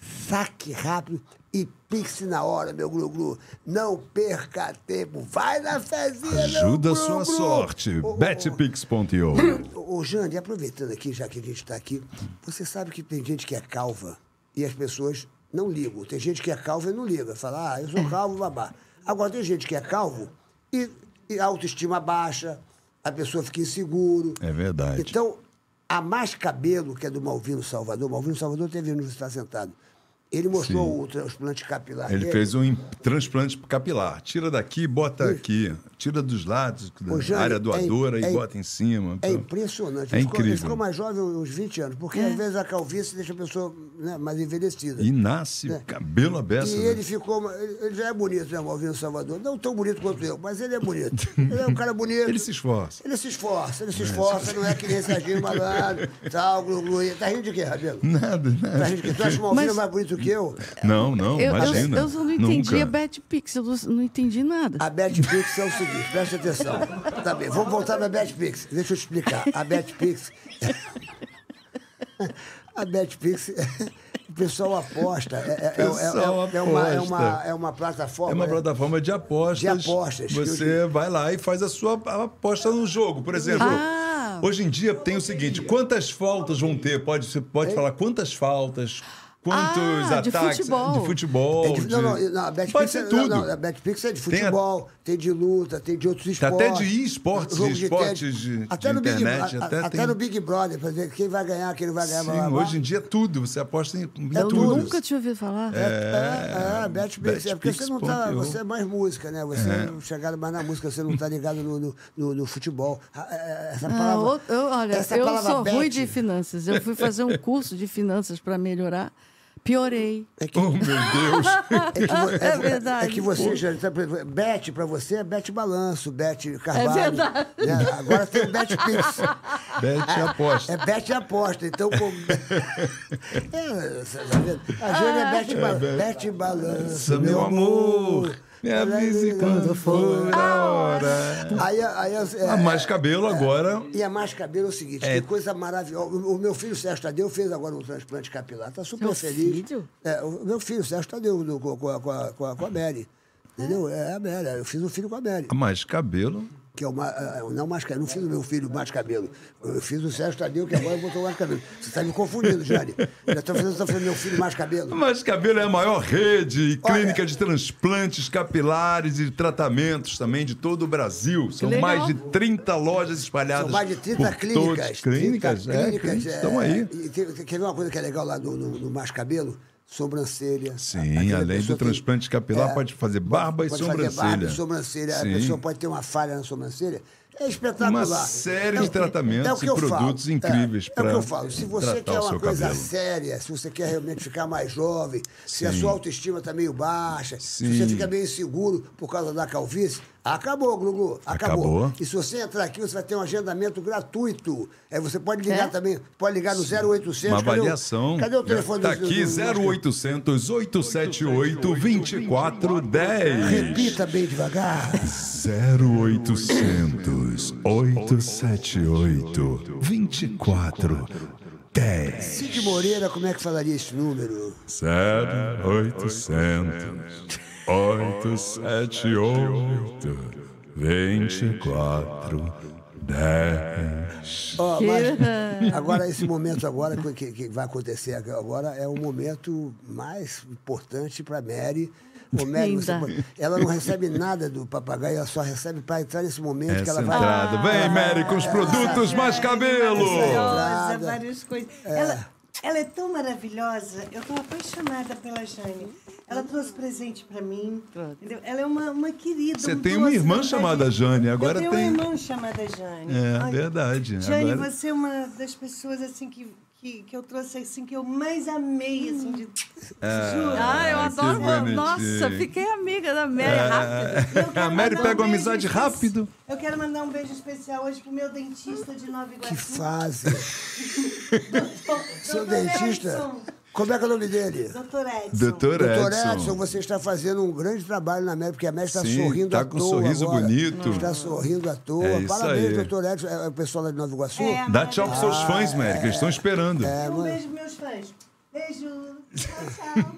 [SPEAKER 4] saque rápido e pix na hora, meu glu-glu. Não perca tempo. Vai na fezinha,
[SPEAKER 3] Ajuda
[SPEAKER 4] é meu
[SPEAKER 3] a sua
[SPEAKER 4] glu-glu.
[SPEAKER 3] sorte.
[SPEAKER 4] Ô, ô, ô,
[SPEAKER 3] Betpix.io.
[SPEAKER 4] Ô, ô, Jane, aproveitando aqui, já que a gente está aqui, você sabe que tem gente que é calva e as pessoas não ligam. Tem gente que é calva e não liga. Fala, ah, eu sou calvo, babá. Agora, tem gente que é calvo e, e a autoestima baixa, a pessoa fica inseguro.
[SPEAKER 3] É verdade.
[SPEAKER 4] Então, a Mais Cabelo, que é do Malvino Salvador, Malvino Salvador teve no Está Sentado. Ele mostrou
[SPEAKER 3] Sim.
[SPEAKER 4] o transplante capilar.
[SPEAKER 3] Ele
[SPEAKER 4] dele.
[SPEAKER 3] fez um im- transplante capilar. Tira daqui, bota aqui. Tira dos lados, da
[SPEAKER 4] Ô, Jânio,
[SPEAKER 3] área doadora
[SPEAKER 4] é- é-
[SPEAKER 3] e bota em cima.
[SPEAKER 4] É impressionante.
[SPEAKER 3] É
[SPEAKER 4] ele, ficou, ele
[SPEAKER 3] incrível.
[SPEAKER 4] ficou mais jovem uns 20 anos, porque às vezes a calvície deixa a pessoa né, mais envelhecida.
[SPEAKER 3] E nasce
[SPEAKER 4] É.
[SPEAKER 3] o cabelo né? aberto.
[SPEAKER 4] E ele ficou. Ele ele já é bonito, né, Malvino Salvador? Não tão bonito quanto eu, mas ele é
[SPEAKER 3] *laughs*
[SPEAKER 4] bonito. Ele é um cara bonito.
[SPEAKER 3] Ele se esforça. *laughs*
[SPEAKER 4] Ele se esforça, ele se esforça, não é que nem Serginho
[SPEAKER 3] *laughs*
[SPEAKER 4] Malandro, tal, glu, glu. Tá rindo de quê, Rabelo?
[SPEAKER 3] Nada,
[SPEAKER 4] Tá
[SPEAKER 3] nada.
[SPEAKER 4] rindo de quê? Tu acha o Malvino
[SPEAKER 5] Mas-
[SPEAKER 4] mais bonito que eu?
[SPEAKER 3] Não, não,
[SPEAKER 5] Eu, eu,
[SPEAKER 3] imagina.
[SPEAKER 5] eu só não entendi
[SPEAKER 3] Nunca.
[SPEAKER 5] a Betpix, eu não, não entendi nada.
[SPEAKER 4] A BetPix é o seguinte, presta atenção. Tá bem, vamos voltar na BetPix. Deixa eu te explicar. A BetPix. *laughs* A BetPix. *laughs* O pessoal aposta. É, é- é- é-
[SPEAKER 3] Pessoal
[SPEAKER 4] é uma, é, uma,
[SPEAKER 3] aposta.
[SPEAKER 4] é uma plataforma.
[SPEAKER 3] É uma
[SPEAKER 4] né?
[SPEAKER 3] plataforma de apostas.
[SPEAKER 4] De apostas, que
[SPEAKER 3] Você vai lá e faz a sua aposta no jogo. Por exemplo,
[SPEAKER 5] Ah.
[SPEAKER 3] hoje em dia tem o seguinte: quantas faltas vão ter? Pode, você pode falar quantas faltas, quantos
[SPEAKER 5] Ah, de
[SPEAKER 3] ataques
[SPEAKER 5] futebol.
[SPEAKER 3] de futebol,
[SPEAKER 4] É de- não, não,
[SPEAKER 3] de-
[SPEAKER 4] não, a BetPix
[SPEAKER 3] pode ser
[SPEAKER 4] é,
[SPEAKER 3] tudo.
[SPEAKER 4] Não, não, a BetPix é de
[SPEAKER 3] Tem a-
[SPEAKER 4] futebol, tem, de luta, tem de outros
[SPEAKER 3] Tá
[SPEAKER 4] esportes.
[SPEAKER 3] até de esportes,
[SPEAKER 4] jogo de
[SPEAKER 3] esportes
[SPEAKER 4] ténis.
[SPEAKER 3] de-
[SPEAKER 4] até
[SPEAKER 3] de
[SPEAKER 4] no Big,
[SPEAKER 3] internet,
[SPEAKER 4] a- a-
[SPEAKER 3] até
[SPEAKER 4] até
[SPEAKER 3] tem-
[SPEAKER 4] no Big Brother, pra dizer quem vai ganhar, quem não vai ganhar. blá,
[SPEAKER 3] Sim,
[SPEAKER 4] blá, blá.
[SPEAKER 3] hoje em dia é tudo. Você aposta em, em
[SPEAKER 5] eu
[SPEAKER 3] tudo. Oh,
[SPEAKER 5] nunca tinha ouvido falar.
[SPEAKER 4] É, é, Betpix. é porque você não tá.
[SPEAKER 3] betpix.io.
[SPEAKER 4] Você é mais música, né? Você
[SPEAKER 3] é.
[SPEAKER 4] não chegado mais na música, você não tá ligado no, no, no- no futebol. Ah, é, Essa
[SPEAKER 5] Ah,
[SPEAKER 4] palavra.
[SPEAKER 5] ou- eu, olha,
[SPEAKER 4] essa
[SPEAKER 5] eu
[SPEAKER 4] palavra
[SPEAKER 5] sou
[SPEAKER 4] bet,
[SPEAKER 5] ruim de finanças. Eu fui fazer um curso de finanças para melhorar, piorei.
[SPEAKER 4] É que,
[SPEAKER 3] Oh, meu
[SPEAKER 5] *laughs*
[SPEAKER 3] Deus.
[SPEAKER 4] é que vo- é-
[SPEAKER 5] É verdade.
[SPEAKER 4] é que você já. Tá, bet pra você é Bet Balanço, Bet Carvalho.
[SPEAKER 5] É verdade.
[SPEAKER 4] né? Agora tem o Bet Pix.
[SPEAKER 3] Bet aposta.
[SPEAKER 4] É bet e aposta, então.
[SPEAKER 3] *laughs*
[SPEAKER 4] Pô, é, você tá vendo? A Jane é bet, ba bet balança, meu amor. Ah!
[SPEAKER 3] Me avise quando for a
[SPEAKER 5] Ah.
[SPEAKER 3] hora.
[SPEAKER 4] Aí, a- aí, as- é,
[SPEAKER 3] A mais cabelo agora.
[SPEAKER 4] E a mais cabelo é o seguinte,
[SPEAKER 3] É.
[SPEAKER 4] que coisa maravilhosa. O o meu filho Sérgio Tadeu fez agora um transplante capilar, tá super
[SPEAKER 5] Seu
[SPEAKER 4] feliz.
[SPEAKER 5] filho?
[SPEAKER 4] É, o meu filho Sérgio Tadeu do- com, com, a- com, a- com, a- com a Mary. Entendeu? É a Mary. Eu fiz um filho com a Mary.
[SPEAKER 3] A mais cabelo.
[SPEAKER 4] Que é o ma- é, não mais cabelo. Não fiz o meu filho mais cabelo. Eu fiz o Sérgio Tadeu, que agora botou mais cabelo. Você está me confundindo, Jane. Já estou fazendo, tô fazendo meu filho mais cabelo.
[SPEAKER 3] Mas Cabelo é a maior rede e
[SPEAKER 4] Olha-
[SPEAKER 3] clínica de transplantes capilares e tratamentos também de todo o Brasil. São
[SPEAKER 5] legal.
[SPEAKER 3] mais de 30 lojas espalhadas.
[SPEAKER 4] São mais de 30
[SPEAKER 3] por
[SPEAKER 4] clínicas.
[SPEAKER 3] todos- Clínicas,
[SPEAKER 4] 30
[SPEAKER 3] é,
[SPEAKER 4] clínicas,
[SPEAKER 3] clínicas
[SPEAKER 4] é,
[SPEAKER 3] estão aí.
[SPEAKER 4] E tem, quer ver uma coisa que é legal lá no, no, no Mais Cabelo? Sobrancelha.
[SPEAKER 3] Sim,
[SPEAKER 4] Aquela
[SPEAKER 3] além
[SPEAKER 4] pessoa
[SPEAKER 3] do
[SPEAKER 4] que-
[SPEAKER 3] transplante capilar,
[SPEAKER 4] é,
[SPEAKER 3] pode fazer barba e
[SPEAKER 4] pode fazer
[SPEAKER 3] sobrancelha.
[SPEAKER 4] barba e sobrancelha. A
[SPEAKER 3] Sim.
[SPEAKER 4] pessoa pode ter uma falha na sobrancelha. É espetacular. É
[SPEAKER 3] Uma série de tratamentos
[SPEAKER 4] o que
[SPEAKER 3] e
[SPEAKER 4] eu
[SPEAKER 3] produtos
[SPEAKER 4] falo.
[SPEAKER 3] incríveis
[SPEAKER 4] É, É o
[SPEAKER 3] pra
[SPEAKER 4] que eu falo. Se você
[SPEAKER 3] tratar
[SPEAKER 4] quer
[SPEAKER 3] o
[SPEAKER 4] uma
[SPEAKER 3] seu
[SPEAKER 4] coisa
[SPEAKER 3] cabelo.
[SPEAKER 4] séria, se você quer realmente ficar mais jovem, se a
[SPEAKER 3] Sim.
[SPEAKER 4] sua autoestima está meio baixa, se
[SPEAKER 3] Sim.
[SPEAKER 4] você fica meio inseguro por causa da calvície, acabou, Glugu. Acabou.
[SPEAKER 3] Acabou.
[SPEAKER 4] E se você entrar aqui, você vai ter um agendamento gratuito. Aí você pode ligar
[SPEAKER 5] É?
[SPEAKER 4] também, pode ligar no 0800.
[SPEAKER 3] Uma
[SPEAKER 4] cadê o-
[SPEAKER 3] avaliação.
[SPEAKER 4] Cadê o telefone
[SPEAKER 3] Tá
[SPEAKER 4] do- do-
[SPEAKER 3] aqui
[SPEAKER 4] do-
[SPEAKER 3] 0800 878 2410.
[SPEAKER 4] Repita bem devagar.
[SPEAKER 3] 0800 878 2410.
[SPEAKER 4] Cid Moreira, como é que falaria esse número?
[SPEAKER 3] 0800 878 2410.
[SPEAKER 4] Ó, mas agora, esse momento agora, que- que, que vai acontecer agora, é o momento mais importante para Mary. Ô, Mary, você
[SPEAKER 5] Linda.
[SPEAKER 4] pode- ela não recebe nada do papagaio, ela só recebe para entrar nesse momento que
[SPEAKER 3] Essa
[SPEAKER 4] ela vai. Ah,
[SPEAKER 3] entrada. Vem, Mary, com os produtos mais cabelo.
[SPEAKER 12] Maravilhosa,
[SPEAKER 4] Nada.
[SPEAKER 12] várias coisas. Ela, ela é tão maravilhosa. Eu tô apaixonada pela Jane. Ela trouxe presente pra mim. entendeu? Ela é uma, uma querida.
[SPEAKER 3] Você
[SPEAKER 12] um
[SPEAKER 3] tem uma
[SPEAKER 12] doce,
[SPEAKER 3] irmã
[SPEAKER 12] verdade.
[SPEAKER 3] chamada Jane, agora
[SPEAKER 12] eu
[SPEAKER 3] tem-
[SPEAKER 12] tenho uma irmã chamada Jane.
[SPEAKER 3] É, verdade.
[SPEAKER 12] Jane,
[SPEAKER 3] Agora-
[SPEAKER 12] você é uma das pessoas assim que, que, que eu trouxe assim que eu mais amei, assim, de...
[SPEAKER 3] É.
[SPEAKER 12] Juro.
[SPEAKER 5] Ah, eu
[SPEAKER 3] que
[SPEAKER 5] adoro.
[SPEAKER 3] bonitinho. É.
[SPEAKER 5] Nossa, fiquei amiga da Mary rápido.
[SPEAKER 12] E eu quero
[SPEAKER 3] A Mary
[SPEAKER 12] mandar um
[SPEAKER 3] pega uma
[SPEAKER 12] beijo
[SPEAKER 3] amizade
[SPEAKER 12] especial-
[SPEAKER 3] rápido.
[SPEAKER 12] Eu quero mandar um beijo especial hoje pro meu dentista de Nova
[SPEAKER 4] Que
[SPEAKER 12] Iguaçu.
[SPEAKER 4] fase. Seu
[SPEAKER 12] Doutor
[SPEAKER 4] dentista.
[SPEAKER 12] Edson.
[SPEAKER 4] Como é que é o nome dele?
[SPEAKER 12] Doutor Edson.
[SPEAKER 3] Doutor
[SPEAKER 4] Doutor Edson,
[SPEAKER 3] Edson.
[SPEAKER 4] você está fazendo um grande trabalho na América, porque a América está
[SPEAKER 3] Sim,
[SPEAKER 4] sorrindo
[SPEAKER 3] tá
[SPEAKER 4] à
[SPEAKER 3] com um
[SPEAKER 4] toa.
[SPEAKER 3] sorriso
[SPEAKER 4] agora.
[SPEAKER 3] bonito.
[SPEAKER 4] Está sorrindo à toa.
[SPEAKER 3] É isso
[SPEAKER 4] Parabéns,
[SPEAKER 3] aí.
[SPEAKER 4] doutor Edson. É é o pessoal lá de Nova Iguaçu?
[SPEAKER 12] É,
[SPEAKER 3] Dá tchau pros seus fãs, Mary, que eles estão esperando.
[SPEAKER 4] É,
[SPEAKER 12] Um beijo pros meus fãs. Beijo.
[SPEAKER 4] *laughs*
[SPEAKER 12] Tchau, tchau.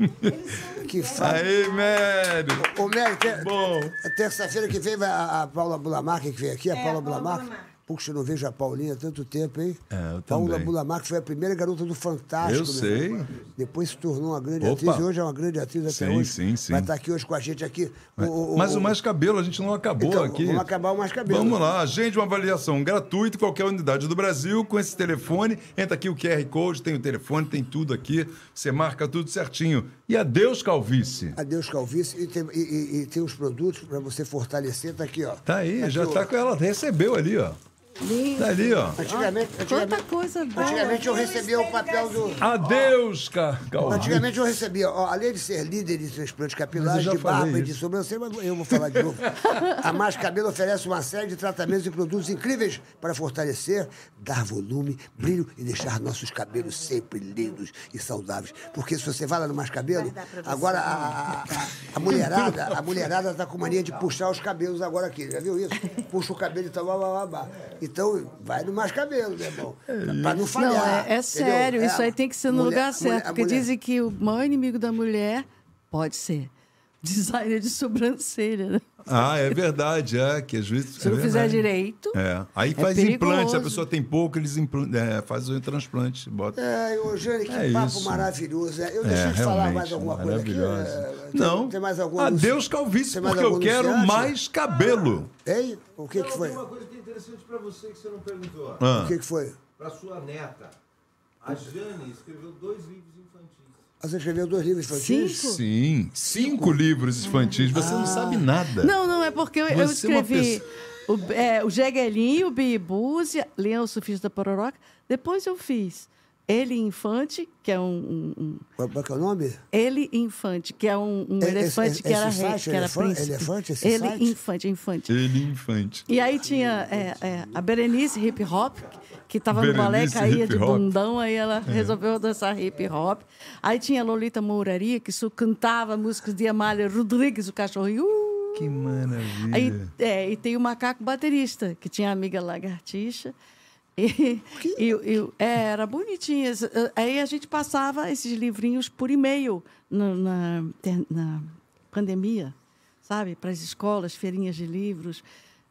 [SPEAKER 12] Eles são
[SPEAKER 4] Que
[SPEAKER 12] velhos.
[SPEAKER 4] fase.
[SPEAKER 3] Aí, Mary.
[SPEAKER 4] Ô, Mary, ter-
[SPEAKER 3] Bom.
[SPEAKER 4] terça-feira que vem vai a, a Paula Bulamarca que veio aqui, a
[SPEAKER 12] É,
[SPEAKER 4] Paula
[SPEAKER 12] a Paula
[SPEAKER 4] Bulamarca.
[SPEAKER 12] Bulamarca.
[SPEAKER 4] Puxa, eu não vejo a Paulinha há tanto tempo, hein?
[SPEAKER 3] É, eu
[SPEAKER 4] Paula
[SPEAKER 3] também.
[SPEAKER 4] Bulamarca foi a primeira garota do Fantástico. meu
[SPEAKER 3] Eu sei.
[SPEAKER 4] irmão. Depois se tornou uma grande
[SPEAKER 3] Opa.
[SPEAKER 4] atriz e hoje é uma grande atriz até
[SPEAKER 3] Sim,
[SPEAKER 4] hoje.
[SPEAKER 3] sim, sim.
[SPEAKER 4] Vai estar aqui hoje com a gente aqui. O-
[SPEAKER 3] Mas o Mais Cabelo, a gente não acabou
[SPEAKER 4] Então,
[SPEAKER 3] aqui.
[SPEAKER 4] vamos acabar o Mais Cabelo.
[SPEAKER 3] Vamos lá, agende uma avaliação gratuita em qualquer unidade do Brasil com esse telefone. Entra aqui o QR Code, tem o telefone, tem tudo aqui. Você marca tudo certinho. E adeus, Calvície.
[SPEAKER 4] Adeus Calvície é e tem, e- e- e tem os produtos para você fortalecer, tá aqui, ó.
[SPEAKER 3] Tá aí, já
[SPEAKER 4] aqui,
[SPEAKER 3] tá
[SPEAKER 4] ó.
[SPEAKER 3] com ela. Recebeu ali, ó. Tá ali, ó.
[SPEAKER 4] Antigamente,
[SPEAKER 5] Quanta
[SPEAKER 4] antigamente,
[SPEAKER 5] coisa boa.
[SPEAKER 4] antigamente eu recebia o papel do.
[SPEAKER 3] Adeus, Ca- Calvície.
[SPEAKER 4] Antigamente eu recebia, ó, além de ser líder de transplantes
[SPEAKER 3] Mas
[SPEAKER 4] capilares,
[SPEAKER 3] eu já
[SPEAKER 4] de barba
[SPEAKER 3] falei
[SPEAKER 4] e de
[SPEAKER 3] isso.
[SPEAKER 4] sobrancelha, mas eu vou falar de novo. A Mais Cabelo oferece uma série de tratamentos e produtos incríveis para fortalecer, dar volume, brilho e deixar nossos cabelos sempre lindos e saudáveis. Porque se você vai lá no Mais Cabelo, agora a, a- a- a mulherada, a mulherada tá com mania de puxar os cabelos agora aqui, já viu isso? Puxa o cabelo e tal, blá, blá, blá, blá. Então, vai no Mais Cabelo, meu irmão, para não falhar.
[SPEAKER 5] Não, é, é
[SPEAKER 4] entendeu?
[SPEAKER 5] sério. Isso
[SPEAKER 4] É.
[SPEAKER 5] aí tem que ser no
[SPEAKER 4] Mulher-
[SPEAKER 5] lugar certo.
[SPEAKER 4] mulher- a
[SPEAKER 5] porque
[SPEAKER 4] mulher-
[SPEAKER 5] dizem que o maior inimigo da mulher pode ser designer de sobrancelha. né?
[SPEAKER 3] Ah, é verdade, é. Que às vezes.
[SPEAKER 5] Se
[SPEAKER 3] é
[SPEAKER 5] não fizer
[SPEAKER 3] verdade.
[SPEAKER 5] direito.
[SPEAKER 3] É. Aí faz implante, se a pessoa tem pouco, eles implan- é, fazem o transplante. Bota.
[SPEAKER 4] É, ô, Jane, que
[SPEAKER 3] É
[SPEAKER 4] papo
[SPEAKER 3] isso.
[SPEAKER 4] maravilhoso. né? Eu deixei de falar mais alguma coisa aqui.
[SPEAKER 3] maravilhosa.
[SPEAKER 4] eh, tem-
[SPEAKER 3] Não. Ah,
[SPEAKER 4] Tem mais algum
[SPEAKER 3] Adeus,
[SPEAKER 4] anúncio?
[SPEAKER 3] Calvície,
[SPEAKER 4] Tem mais
[SPEAKER 3] é porque eu
[SPEAKER 4] algum
[SPEAKER 3] quero
[SPEAKER 4] anunciante?
[SPEAKER 3] mais cabelo.
[SPEAKER 4] Ei, o que, que
[SPEAKER 10] Não,
[SPEAKER 4] foi?
[SPEAKER 10] Tem uma coisa que é interessante pra você que você não perguntou.
[SPEAKER 3] Ah.
[SPEAKER 4] O Ah. que, que foi?
[SPEAKER 10] Pra sua neta. A Jane escreveu dois livros infantis.
[SPEAKER 4] Ah, Você escreveu dois livros infantis?
[SPEAKER 5] Cinco?
[SPEAKER 3] Sim, cinco livros infantis. Você não
[SPEAKER 4] Ah.
[SPEAKER 3] sabe nada.
[SPEAKER 5] Não, não, é porque eu, eu
[SPEAKER 3] Você é uma
[SPEAKER 5] escrevi o, é, o Jeguelinho, o Biibúzia, Leão Sufista da Pororoca. Depois eu fiz Ele Infante, que é um- um- um
[SPEAKER 4] Qual, qual que é o nome?
[SPEAKER 5] Ele Infante, que é um, um
[SPEAKER 4] É-
[SPEAKER 5] elefante
[SPEAKER 4] esse-
[SPEAKER 5] que era
[SPEAKER 4] esse
[SPEAKER 5] rei,
[SPEAKER 4] site,
[SPEAKER 5] que era
[SPEAKER 4] elefan-
[SPEAKER 5] príncipe.
[SPEAKER 4] elefante, esse
[SPEAKER 5] Ele
[SPEAKER 4] site?
[SPEAKER 5] Infante, Infante.
[SPEAKER 3] Ele infante.
[SPEAKER 5] E aí tinha é, é, a Berenice Hip Hop, que estava no balé,
[SPEAKER 3] Berenice
[SPEAKER 5] caía
[SPEAKER 3] Hip
[SPEAKER 5] de
[SPEAKER 3] Hop. É.
[SPEAKER 5] bundão, aí ela resolveu dançar hip hop. Aí tinha a Lolita Mouraria, que só cantava músicas de Amália Rodrigues, o cachorrinho. uh!
[SPEAKER 3] Que maravilha.
[SPEAKER 5] Aí, é, e tem o macaco baterista, que tinha a amiga lagartixa. E, e- e- é, era bonitinha. Essa- Aí a gente passava esses livrinhos por e-mail na, na, ter- na pandemia, sabe? Para as escolas, feirinhas de livros.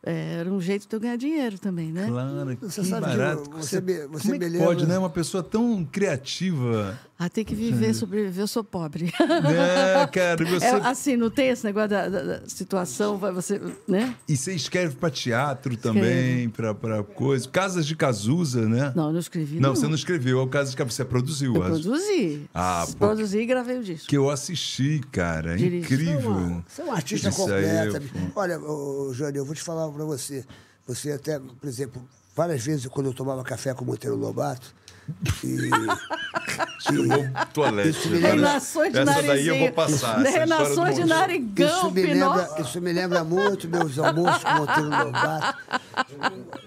[SPEAKER 5] É, era um jeito de eu ganhar dinheiro também, né?
[SPEAKER 3] Claro,
[SPEAKER 4] Você
[SPEAKER 3] que
[SPEAKER 4] sabe que
[SPEAKER 3] barato.
[SPEAKER 4] eu- você me- você
[SPEAKER 3] como é
[SPEAKER 4] me
[SPEAKER 3] que
[SPEAKER 4] lembra-
[SPEAKER 3] pode, né? Uma pessoa tão criativa.
[SPEAKER 5] Ah, tem que viver, sobreviver, eu sou pobre.
[SPEAKER 3] É, cara, e você-
[SPEAKER 5] *laughs* É, assim, não tem esse negócio da, da- da situação, vai você, né?
[SPEAKER 3] E você escreve pra teatro também, pra pra coisa. Casas de Cazuza, né?
[SPEAKER 5] Não, eu não escrevi,
[SPEAKER 3] Não,
[SPEAKER 5] não.
[SPEAKER 3] você não escreveu. É o Casas de Cazuza. Você produziu.
[SPEAKER 5] Eu
[SPEAKER 3] acho.
[SPEAKER 5] produzi.
[SPEAKER 3] Ah, pô.
[SPEAKER 5] produzi e gravei o disco.
[SPEAKER 3] Que eu assisti, cara. É
[SPEAKER 5] Dirigi.
[SPEAKER 3] Incrível.
[SPEAKER 4] Você é um artista
[SPEAKER 3] Isso aí,
[SPEAKER 4] completo.
[SPEAKER 3] eu-
[SPEAKER 4] Olha, ô, ô, Jane, eu vou te falar pra você. Você até, por exemplo, várias vezes quando eu tomava café com o Monteiro Lobato. E,
[SPEAKER 3] *laughs* Tomou toalete.
[SPEAKER 4] me lembra-
[SPEAKER 5] Renações de
[SPEAKER 3] Essa
[SPEAKER 5] narizinho.
[SPEAKER 3] daí eu vou passar. essa história do
[SPEAKER 5] Renações de
[SPEAKER 3] monstro.
[SPEAKER 5] narigão,
[SPEAKER 4] isso, me
[SPEAKER 5] Pinó.
[SPEAKER 4] lembra, isso me lembra muito meus almoços com o Monteiro Lobato.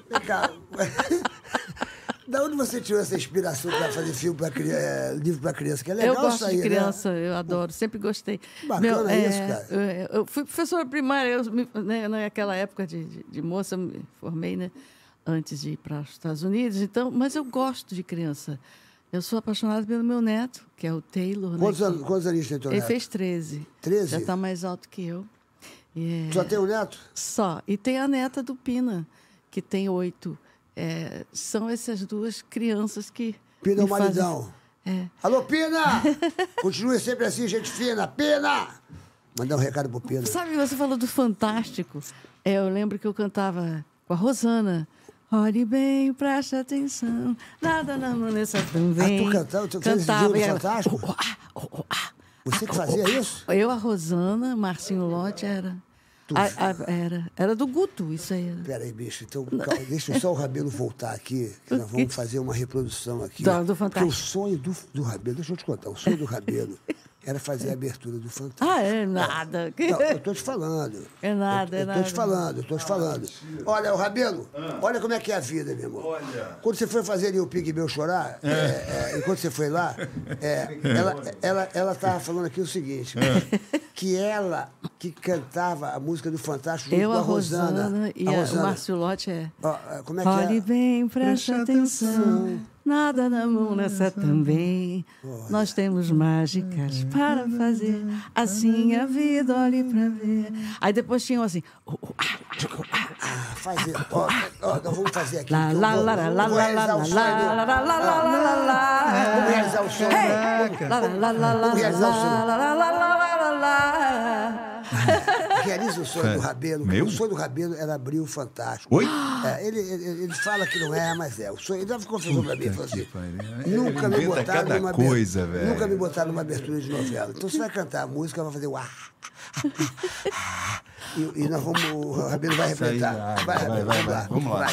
[SPEAKER 4] Vem cá. Da onde você tirou essa inspiração para fazer filme pra criança, eh, livro para criança? Que é legal
[SPEAKER 5] eu gosto
[SPEAKER 4] isso aí,
[SPEAKER 5] de
[SPEAKER 4] né?
[SPEAKER 5] criança, eu adoro, sempre gostei.
[SPEAKER 4] Bacana isso,
[SPEAKER 5] é,
[SPEAKER 4] cara.
[SPEAKER 5] Eu, eu fui professora primária, eu, me- né, naquela época de, de, de moça, eu me formei, né? Antes de ir para os Estados Unidos, então, mas eu gosto de criança. Eu sou apaixonada pelo meu neto, que é o Taylor. né,
[SPEAKER 4] Quantos,
[SPEAKER 5] que-
[SPEAKER 4] anos, quantos anos tem teu
[SPEAKER 5] Ele
[SPEAKER 4] neto?
[SPEAKER 5] fez 13.
[SPEAKER 4] 13?
[SPEAKER 5] Já está mais alto que eu. E é-
[SPEAKER 4] Só tem um neto?
[SPEAKER 5] Só. E tem a neta do Pina, que tem oito. É, são essas duas crianças que.
[SPEAKER 4] Pina é o
[SPEAKER 5] me fazem-
[SPEAKER 4] maridão.
[SPEAKER 5] É.
[SPEAKER 4] Alô,
[SPEAKER 5] *laughs*
[SPEAKER 4] Pina! Continue sempre assim, gente fina. Pina! Mandar um recado pro Pina.
[SPEAKER 5] Sabe, você falou do Fantástico. É, eu lembro que eu cantava com a Rosana. Olhe bem, preste atenção. Nada na amanheça também.
[SPEAKER 4] Ah, tu cantava? Tu fez esse jogo do
[SPEAKER 5] e ela,
[SPEAKER 4] Fantástico?
[SPEAKER 5] "Oh, ah, oh, oh, ah,
[SPEAKER 4] Você que
[SPEAKER 5] ah, oh,
[SPEAKER 4] fazia
[SPEAKER 5] ah".
[SPEAKER 4] isso?
[SPEAKER 5] Eu, a Rosana, Marcinho Lote era. A- a- era. Era do Guto, isso aí. Era.
[SPEAKER 4] Peraí, bicho, então calma, deixa só o Rabelo voltar aqui, que nós vamos fazer uma reprodução aqui.
[SPEAKER 5] Tá, Do- do
[SPEAKER 4] Porque
[SPEAKER 5] Fantástico.
[SPEAKER 4] o sonho do, do Rabelo, deixa eu te contar, o sonho do
[SPEAKER 5] *laughs*
[SPEAKER 4] Rabelo era fazer a abertura do Fantástico.
[SPEAKER 5] Ah, é nada.
[SPEAKER 4] Não, eu tô te falando.
[SPEAKER 5] *laughs* É nada,
[SPEAKER 4] eu,
[SPEAKER 5] é
[SPEAKER 4] eu
[SPEAKER 5] nada.
[SPEAKER 4] tô te falando, eu tô te falando. Olha, o Rabelo, olha como é que é a vida, meu irmão. Olha. Quando você foi fazer ali o Pigmeu chorar, é, é, enquanto você foi lá, *laughs* é, ela, ela, ela tava falando aqui o seguinte, que ela que cantava a música do Fantástico junto
[SPEAKER 5] Eu,
[SPEAKER 4] com
[SPEAKER 5] a
[SPEAKER 4] a Rosana.
[SPEAKER 5] Rosana e
[SPEAKER 4] a
[SPEAKER 5] a-
[SPEAKER 4] Rosana.
[SPEAKER 5] o Márcio Lote é.
[SPEAKER 4] Ó, ó, como é que
[SPEAKER 5] Olhe
[SPEAKER 4] é?
[SPEAKER 5] bem, preste atenção. Nada na mão nessa também. Nós temos mágicas para fazer. Assim a vida, olhe pra ver. Aí depois tinham assim. "Oh, oh, ah, ah, ah, ah."
[SPEAKER 4] Fazer. Ó, ó, nós vamos fazer aqui.
[SPEAKER 5] Lá,
[SPEAKER 4] que eu
[SPEAKER 5] lá,
[SPEAKER 4] vou-
[SPEAKER 5] lá, lá, lá,
[SPEAKER 4] vamos
[SPEAKER 5] lá, lá,
[SPEAKER 4] realizar
[SPEAKER 5] lá,
[SPEAKER 4] o sonho
[SPEAKER 5] lá,
[SPEAKER 4] do-
[SPEAKER 5] lá, É. lá, lá, lá, lá.
[SPEAKER 4] Vamos realizar o sonho.
[SPEAKER 5] Hey! Lá, lá, lá, lá, lá,
[SPEAKER 4] Vamos realizar o
[SPEAKER 5] lá,
[SPEAKER 4] sonho.
[SPEAKER 5] lá, lá, lá, lá, lá.
[SPEAKER 4] Realiza o sonho do Rabelo.
[SPEAKER 3] É. Meu?
[SPEAKER 4] O sonho do Rabelo era abrir o Fantástico.
[SPEAKER 3] Oi?
[SPEAKER 4] É, ele, ele, ele fala que não é, mas é. O sonho, ele dava confusão pra mim. ele falou assim,
[SPEAKER 3] Puta que pariu. né? Ele
[SPEAKER 4] nunca me
[SPEAKER 3] inventa
[SPEAKER 4] botaram
[SPEAKER 3] cada
[SPEAKER 4] numa
[SPEAKER 3] coisa,
[SPEAKER 4] abertura-
[SPEAKER 3] velho.
[SPEAKER 4] Nunca me botaram numa abertura de novela. Então você vai cantar a música, vai fazer o ah. E, e nós vamos. O Rabelo vai
[SPEAKER 3] Isso aí,
[SPEAKER 4] arrebentar.
[SPEAKER 3] vai, vai, vai, vai. Vamos lá.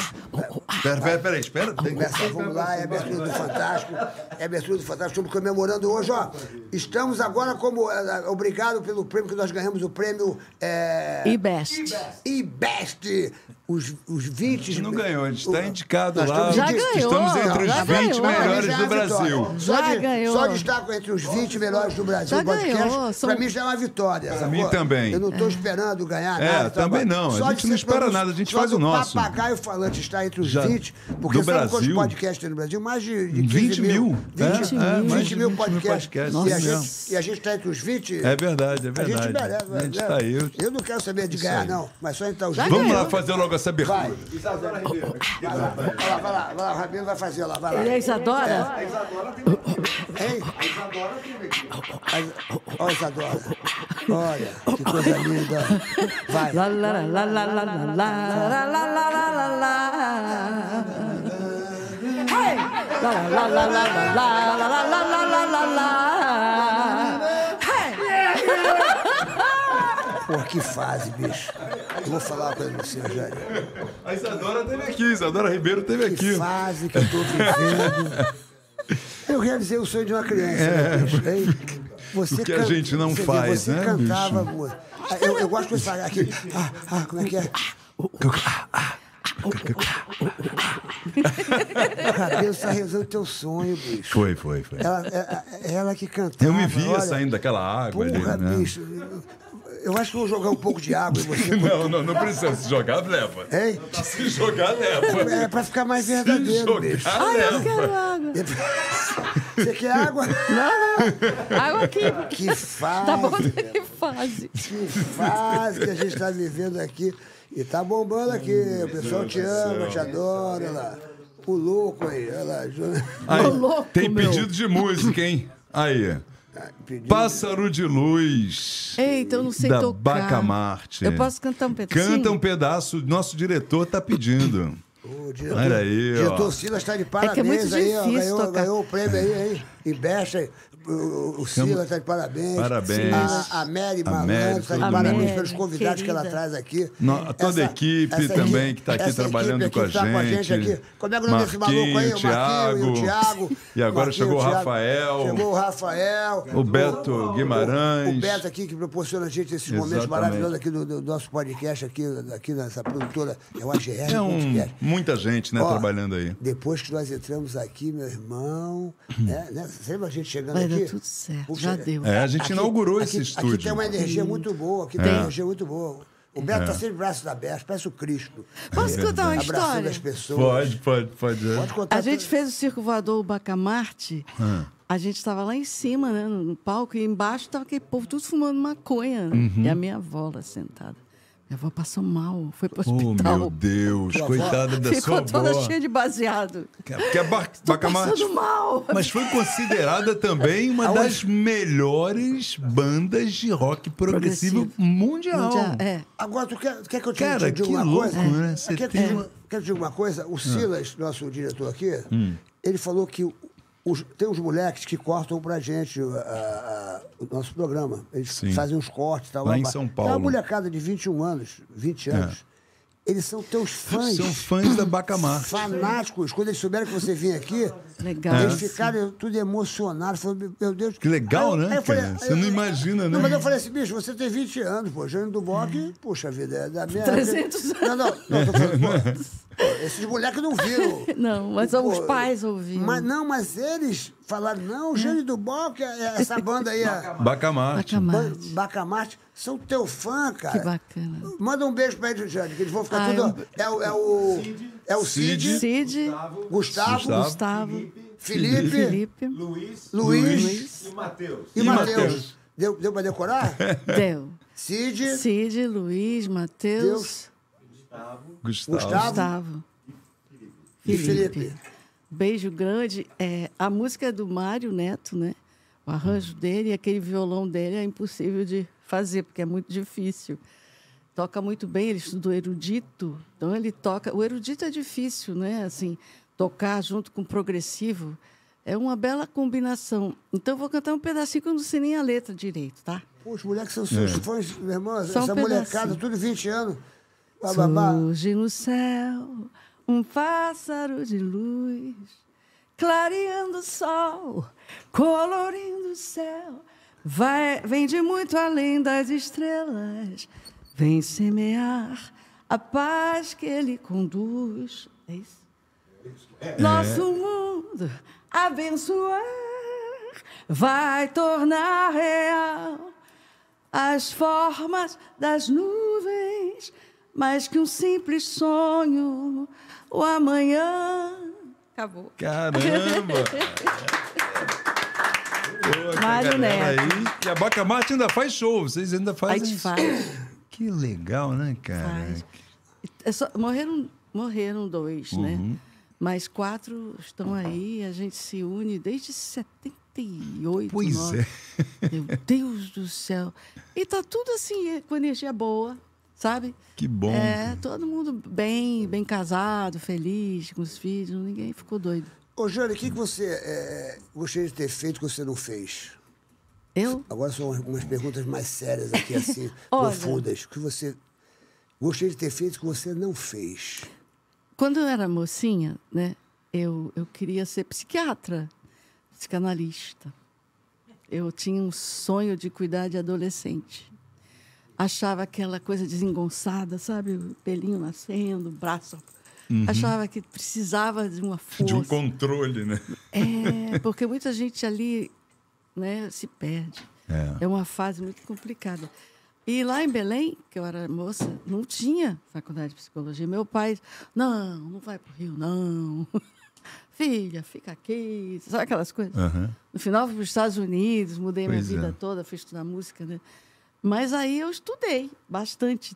[SPEAKER 3] Pera, pera, pera, aí, espera. Tem que
[SPEAKER 4] Começa, vamos lá, é abertura do Fantástico. É abertura do Fantástico. Estamos comemorando hoje, ó. Estamos agora como. eh, Obrigado pelo prêmio que nós ganhamos, o prêmio. eh,
[SPEAKER 5] E best.
[SPEAKER 4] e best. Os, os 20.
[SPEAKER 3] Não ganhou, a gente está indicado
[SPEAKER 4] Nós
[SPEAKER 3] lá.
[SPEAKER 5] Já
[SPEAKER 4] estamos
[SPEAKER 5] ganhou,
[SPEAKER 3] Estamos entre os
[SPEAKER 5] já
[SPEAKER 3] 20
[SPEAKER 5] ganhou.
[SPEAKER 3] melhores do Brasil.
[SPEAKER 4] Só,
[SPEAKER 5] Já
[SPEAKER 4] de,
[SPEAKER 5] ganhou.
[SPEAKER 4] só destaco entre os 20 melhores do Brasil.
[SPEAKER 5] Já
[SPEAKER 4] podcast.
[SPEAKER 5] ganhou, são-
[SPEAKER 4] Pra mim já é uma vitória. Pra
[SPEAKER 3] mim também.
[SPEAKER 4] Eu não estou esperando ganhar
[SPEAKER 3] É,
[SPEAKER 4] nada. tá
[SPEAKER 3] também
[SPEAKER 4] bom?
[SPEAKER 3] não, a
[SPEAKER 4] Só
[SPEAKER 3] gente
[SPEAKER 4] de
[SPEAKER 3] não
[SPEAKER 4] ser
[SPEAKER 3] espera
[SPEAKER 4] produ-
[SPEAKER 3] nada, a gente
[SPEAKER 4] só
[SPEAKER 3] faz
[SPEAKER 4] do
[SPEAKER 3] o nosso.
[SPEAKER 4] papagaio falante está entre os
[SPEAKER 3] Já-
[SPEAKER 4] 20. Porque
[SPEAKER 3] do
[SPEAKER 4] sabe quantos
[SPEAKER 3] Brasil?
[SPEAKER 4] podcasts tem no Brasil? Mais de, de 15
[SPEAKER 3] 20 mil. É,
[SPEAKER 4] 20, 20
[SPEAKER 3] é, mais de
[SPEAKER 4] mil
[SPEAKER 3] 20 mil
[SPEAKER 4] podcasts.
[SPEAKER 3] podcasts,
[SPEAKER 4] E a
[SPEAKER 3] isso
[SPEAKER 4] gente-
[SPEAKER 3] mesmo.
[SPEAKER 4] E a gente está entre os 20.
[SPEAKER 3] É verdade, é
[SPEAKER 4] A gente
[SPEAKER 3] verdade.
[SPEAKER 4] merece.
[SPEAKER 3] A gente
[SPEAKER 4] né?
[SPEAKER 3] está aí.
[SPEAKER 4] Eu não quero saber de
[SPEAKER 3] Isso
[SPEAKER 4] ganhar,
[SPEAKER 3] aí.
[SPEAKER 4] não. Mas só entrar os 20.
[SPEAKER 3] Vamos lá fazer logo essa
[SPEAKER 4] Vai.
[SPEAKER 3] abertura.
[SPEAKER 4] Isadora Ribeiro. Vai lá, vai lá, vai lá, vai lá, o Rabino vai fazer lá, vai lá.
[SPEAKER 5] E é a Isadora?
[SPEAKER 4] Hein? Ó, Isadora. Olha, que coisa linda. Vai.
[SPEAKER 5] Lá, lá, lá, lá, lá, lá, lá, lá, lá, lá, lá, lá, lá, lá. Hey! Lá, lá, lá, lá, lá, lá, lá, lá, lá, lá, lá, lá, lá.
[SPEAKER 4] Pô, que fase, bicho. Eu vou falar uma coisa pra você, Rogério.
[SPEAKER 3] A Isadora teve aqui, Isadora Ribeiro teve
[SPEAKER 4] Que
[SPEAKER 3] aqui.
[SPEAKER 4] fase que eu tô vivendo. Eu realizei o sonho de uma criança, né, bicho? Hein? Você
[SPEAKER 3] É, o que a gente não
[SPEAKER 4] você vê,
[SPEAKER 3] faz,
[SPEAKER 4] você
[SPEAKER 3] né,
[SPEAKER 4] cantava, mo- Ah, Eu, eu gosto de falar aqui. Ah, ah, como é que é? O cabelo está tá realizando o teu sonho, bicho.
[SPEAKER 3] Foi, foi, foi.
[SPEAKER 4] Ela, ela, ela que cantava.
[SPEAKER 3] Eu me via
[SPEAKER 4] olha,
[SPEAKER 3] saindo daquela água ali,
[SPEAKER 4] Porra,
[SPEAKER 3] né?
[SPEAKER 4] bicho. Eu acho que eu vou jogar um pouco de água em você.
[SPEAKER 3] *laughs* Não, não, não precisa. Se jogar, leva.
[SPEAKER 4] Hein?
[SPEAKER 3] Se jogar, leva.
[SPEAKER 4] É pra ficar mais
[SPEAKER 3] Se
[SPEAKER 4] verdadeiro, bicho.
[SPEAKER 3] jogar, leva.
[SPEAKER 4] Você quer água?
[SPEAKER 5] Água aqui.
[SPEAKER 4] Que fase.
[SPEAKER 5] Tá bom, que fase.
[SPEAKER 4] Que fase que a gente está vivendo aqui. E tá bombando aqui. O pessoal te ama, te adora. Lá. O louco aí. Olha lá. Ju-
[SPEAKER 3] Aí,
[SPEAKER 5] louco,
[SPEAKER 3] tem
[SPEAKER 5] meu.
[SPEAKER 3] pedido de música, hein? Aí.
[SPEAKER 4] Pediu.
[SPEAKER 3] Pássaro de Luz.
[SPEAKER 5] Eita, então eu não sei
[SPEAKER 3] da
[SPEAKER 5] tocar.
[SPEAKER 3] Bacamarte.
[SPEAKER 5] Eu posso cantar um pedacinho?
[SPEAKER 3] Canta um pedaço, nosso diretor tá pedindo.
[SPEAKER 4] O diretor,
[SPEAKER 3] Olha aí, ó.
[SPEAKER 4] diretor Silas está de
[SPEAKER 5] É que é muito
[SPEAKER 4] parabéns aí, ó.
[SPEAKER 5] difícil
[SPEAKER 4] Ganhou,
[SPEAKER 5] tocar.
[SPEAKER 4] ganhou o prêmio aí, hein? E Becha, o, o Sila está de parabéns.
[SPEAKER 3] Parabéns.
[SPEAKER 4] A, a Mary
[SPEAKER 3] A
[SPEAKER 4] Malandro
[SPEAKER 3] Mary,
[SPEAKER 4] está de
[SPEAKER 3] todo
[SPEAKER 4] parabéns
[SPEAKER 3] mundo.
[SPEAKER 4] pelos convidados que ela
[SPEAKER 5] Querida.
[SPEAKER 4] traz aqui.
[SPEAKER 3] No- toda a
[SPEAKER 4] Essa-
[SPEAKER 3] equipe
[SPEAKER 4] essa
[SPEAKER 3] também que está aqui
[SPEAKER 4] essa
[SPEAKER 3] trabalhando
[SPEAKER 4] equipe
[SPEAKER 3] com a
[SPEAKER 4] aqui que tá
[SPEAKER 3] gente.
[SPEAKER 4] aqui. Como é que o nome desse maluco aí? O Marquinho e o
[SPEAKER 3] Marquinho,
[SPEAKER 4] Thiago.
[SPEAKER 3] E agora
[SPEAKER 4] Marquinho,
[SPEAKER 3] chegou o
[SPEAKER 4] Thiago.
[SPEAKER 3] Rafael.
[SPEAKER 4] Chegou o Rafael.
[SPEAKER 3] O Beto
[SPEAKER 4] O,
[SPEAKER 3] Guimarães.
[SPEAKER 4] o Beto aqui que proporciona a gente esses momentos
[SPEAKER 3] Exatamente.
[SPEAKER 4] maravilhosos aqui do, do nosso podcast, aqui, aqui nessa produtora, é o AGR
[SPEAKER 3] É um,
[SPEAKER 4] Podcast.
[SPEAKER 3] muita gente né,
[SPEAKER 4] Ó,
[SPEAKER 3] trabalhando aí. Hum.
[SPEAKER 4] Depois que nós entramos aqui, meu irmão, né? né? Você lembra a gente chegando
[SPEAKER 5] Vai dar
[SPEAKER 4] aqui?
[SPEAKER 5] tudo certo, já deu.
[SPEAKER 3] É, a gente inaugurou esse estúdio. É.
[SPEAKER 4] Aqui tem uma energia muito boa, aqui tem uma energia muito boa. O Beto está sempre braços abertos, parece o Cristo.
[SPEAKER 5] Posso contar uma
[SPEAKER 4] Abraçando
[SPEAKER 5] história?
[SPEAKER 4] as pessoas.
[SPEAKER 3] É Pode, pode, pode. é.
[SPEAKER 4] Pode contar.
[SPEAKER 5] A gente fez o circo voador Bacamarte.
[SPEAKER 3] Ah.
[SPEAKER 5] A gente estava lá em cima, né, no no palco, e embaixo estava aquele povo tudo fumando maconha. né?
[SPEAKER 3] Uhum.
[SPEAKER 5] E a minha avó lá sentada. Minha avó passou mal, foi para o
[SPEAKER 3] Oh,
[SPEAKER 5] hospital.
[SPEAKER 3] meu Deus, coitada da
[SPEAKER 5] *laughs* Ficou
[SPEAKER 3] sua
[SPEAKER 5] toda
[SPEAKER 3] avó.
[SPEAKER 5] cheia de baseado.
[SPEAKER 3] Porque a Bar-
[SPEAKER 5] Tô
[SPEAKER 3] Bacamarte
[SPEAKER 5] passando mal.
[SPEAKER 3] Mas foi considerada também uma
[SPEAKER 4] Aonde?
[SPEAKER 3] das melhores bandas de rock progressivo,
[SPEAKER 5] Progressivo.
[SPEAKER 3] mundial.
[SPEAKER 5] Já- é.
[SPEAKER 4] Agora, tu quer, tu quer que eu te,
[SPEAKER 3] Cara,
[SPEAKER 4] te diga
[SPEAKER 3] que
[SPEAKER 4] uma
[SPEAKER 3] louco,
[SPEAKER 4] coisa?
[SPEAKER 3] né?
[SPEAKER 4] Eu
[SPEAKER 3] Você
[SPEAKER 4] Quero,
[SPEAKER 3] tem- Ah.
[SPEAKER 4] te diga- quero te digo uma coisa. O Silas, nosso diretor aqui,
[SPEAKER 3] Hum.
[SPEAKER 4] ele falou que os- tem uns moleques que cortam pra gente ah, ah, o nosso programa. Eles
[SPEAKER 3] Sim.
[SPEAKER 4] fazem uns cortes e tal.
[SPEAKER 3] Lá
[SPEAKER 4] blá,
[SPEAKER 3] em
[SPEAKER 4] blá.
[SPEAKER 3] São
[SPEAKER 4] É uma
[SPEAKER 3] Paulo. É.
[SPEAKER 4] molecada de 21 anos, 20 anos. Eles são teus fãs.
[SPEAKER 3] São fãs da Bacamarte.
[SPEAKER 4] Fanáticos, quando eles souberam que você vinha aqui,
[SPEAKER 5] Legal.
[SPEAKER 4] eles ficaram tudo emocionados. Falaram, meu Deus,
[SPEAKER 3] É. Que legal,
[SPEAKER 4] Aí eu-
[SPEAKER 3] né,
[SPEAKER 4] aí eu falei-
[SPEAKER 3] cara?
[SPEAKER 4] aí
[SPEAKER 3] Você
[SPEAKER 4] eu-
[SPEAKER 3] não imagina, né? Hum.
[SPEAKER 4] Não, mas eu falei assim, bicho, você tem 20 anos, pô. Jânio do Bock, puxa vida, é da minha.
[SPEAKER 5] 300
[SPEAKER 4] Não, não, não, tô falando,
[SPEAKER 3] *laughs*
[SPEAKER 4] pô, pô, esses moleques não viram.
[SPEAKER 5] Não, *laughs* mas
[SPEAKER 4] Pô,
[SPEAKER 5] os pais ouviram. Hum.
[SPEAKER 4] Mas, não, mas eles falaram, não, Jânio do Bock, é- é essa banda aí, a
[SPEAKER 3] Bacamarte.
[SPEAKER 4] Ban-
[SPEAKER 5] Bacamarte.
[SPEAKER 4] Bacamarte, são teu fã, cara.
[SPEAKER 5] Que bacana.
[SPEAKER 4] Manda um beijo pra eles, Jânio, que eles vão ficar
[SPEAKER 5] Ah,
[SPEAKER 4] tudo. É, o- é o. É o Cid,
[SPEAKER 5] Cid,
[SPEAKER 4] Gustavo,
[SPEAKER 3] Gustavo,
[SPEAKER 5] Gustavo,
[SPEAKER 4] Felipe,
[SPEAKER 5] Felipe,
[SPEAKER 10] Luiz
[SPEAKER 4] Luiz,
[SPEAKER 5] Luiz,
[SPEAKER 10] e Matheus.
[SPEAKER 4] e Matheus. Deu, deu pra decorar?
[SPEAKER 5] Del.
[SPEAKER 4] Cid,
[SPEAKER 5] Cid, Luiz, Matheus,
[SPEAKER 4] Deus,
[SPEAKER 3] Gustavo.
[SPEAKER 4] Gustavo.
[SPEAKER 5] Gustavo.
[SPEAKER 4] e Felipe.
[SPEAKER 5] Beijo grande. É, a música é do Mário Neto, né? O arranjo dele e aquele violão dele é impossível de fazer, porque é muito difícil. Toca muito bem, ele estudou erudito. Então ele toca. O erudito é difícil, né? Assim, tocar junto com o progressivo é uma bela combinação. Então eu vou cantar um pedacinho que eu não sei nem a letra direito, tá?
[SPEAKER 4] Pô, os moleques são seus fãs, meu irmão.
[SPEAKER 5] Só um
[SPEAKER 4] essa
[SPEAKER 5] pedacinho.
[SPEAKER 4] molecada, tudo 20 anos. Bababá.
[SPEAKER 5] Surge no céu um pássaro de luz, clareando o sol, colorindo o céu. Vai, vem de muito além das estrelas, vem semear a paz que ele conduz. É isso? Nosso mundo abençoar vai tornar real as formas das nuvens, mais que um simples sonho, o amanhã. Acabou.
[SPEAKER 3] Caramba! Pô,
[SPEAKER 5] Mário
[SPEAKER 3] essa galera
[SPEAKER 5] Neto.
[SPEAKER 3] aí. E a Bacamarte ainda faz show, vocês ainda
[SPEAKER 5] Aí
[SPEAKER 3] fazem.
[SPEAKER 5] te
[SPEAKER 3] isso?
[SPEAKER 5] faz,
[SPEAKER 3] Que legal, né, cara?
[SPEAKER 5] faz. É só- morreram, morreram dois,
[SPEAKER 3] Uhum.
[SPEAKER 5] né? Mas quatro estão aí, a gente se une desde 78.
[SPEAKER 3] Pois
[SPEAKER 5] nove.
[SPEAKER 3] é.
[SPEAKER 5] Meu Deus do céu. E tá tudo assim, é, com energia boa, sabe?
[SPEAKER 3] Que bom.
[SPEAKER 5] É, todo mundo bem, bem casado, feliz, com os filhos, ninguém ficou doido.
[SPEAKER 4] Ô, Jânio, o que, que você é, gostaria de ter feito que você não fez?
[SPEAKER 5] Eu?
[SPEAKER 4] Agora são algumas perguntas mais sérias
[SPEAKER 5] *laughs*
[SPEAKER 4] aqui, assim,
[SPEAKER 5] Olha.
[SPEAKER 4] profundas. O que você gostaria de ter feito que você não fez?
[SPEAKER 5] Quando eu era mocinha, né, eu, eu queria ser psiquiatra, psicanalista. Eu tinha um sonho de cuidar de adolescente. Achava aquela coisa desengonçada, sabe? O pelinho nascendo, o braço. Achava que precisava de uma força.
[SPEAKER 3] Uhum. De um controle, né?
[SPEAKER 5] É, porque muita gente ali né, se perde.
[SPEAKER 3] É.
[SPEAKER 5] É. uma fase muito complicada. E lá em Belém, que eu era moça, não tinha faculdade de psicologia. Meu pai, não, não vai para o Rio, não. *laughs* Filha, fica aqui. Sabe aquelas coisas?
[SPEAKER 3] Aham.
[SPEAKER 5] No final, fui para os Estados Unidos, mudei
[SPEAKER 3] Pois
[SPEAKER 5] minha vida
[SPEAKER 3] é.
[SPEAKER 5] toda, fui estudar música, né? Mas aí eu estudei bastante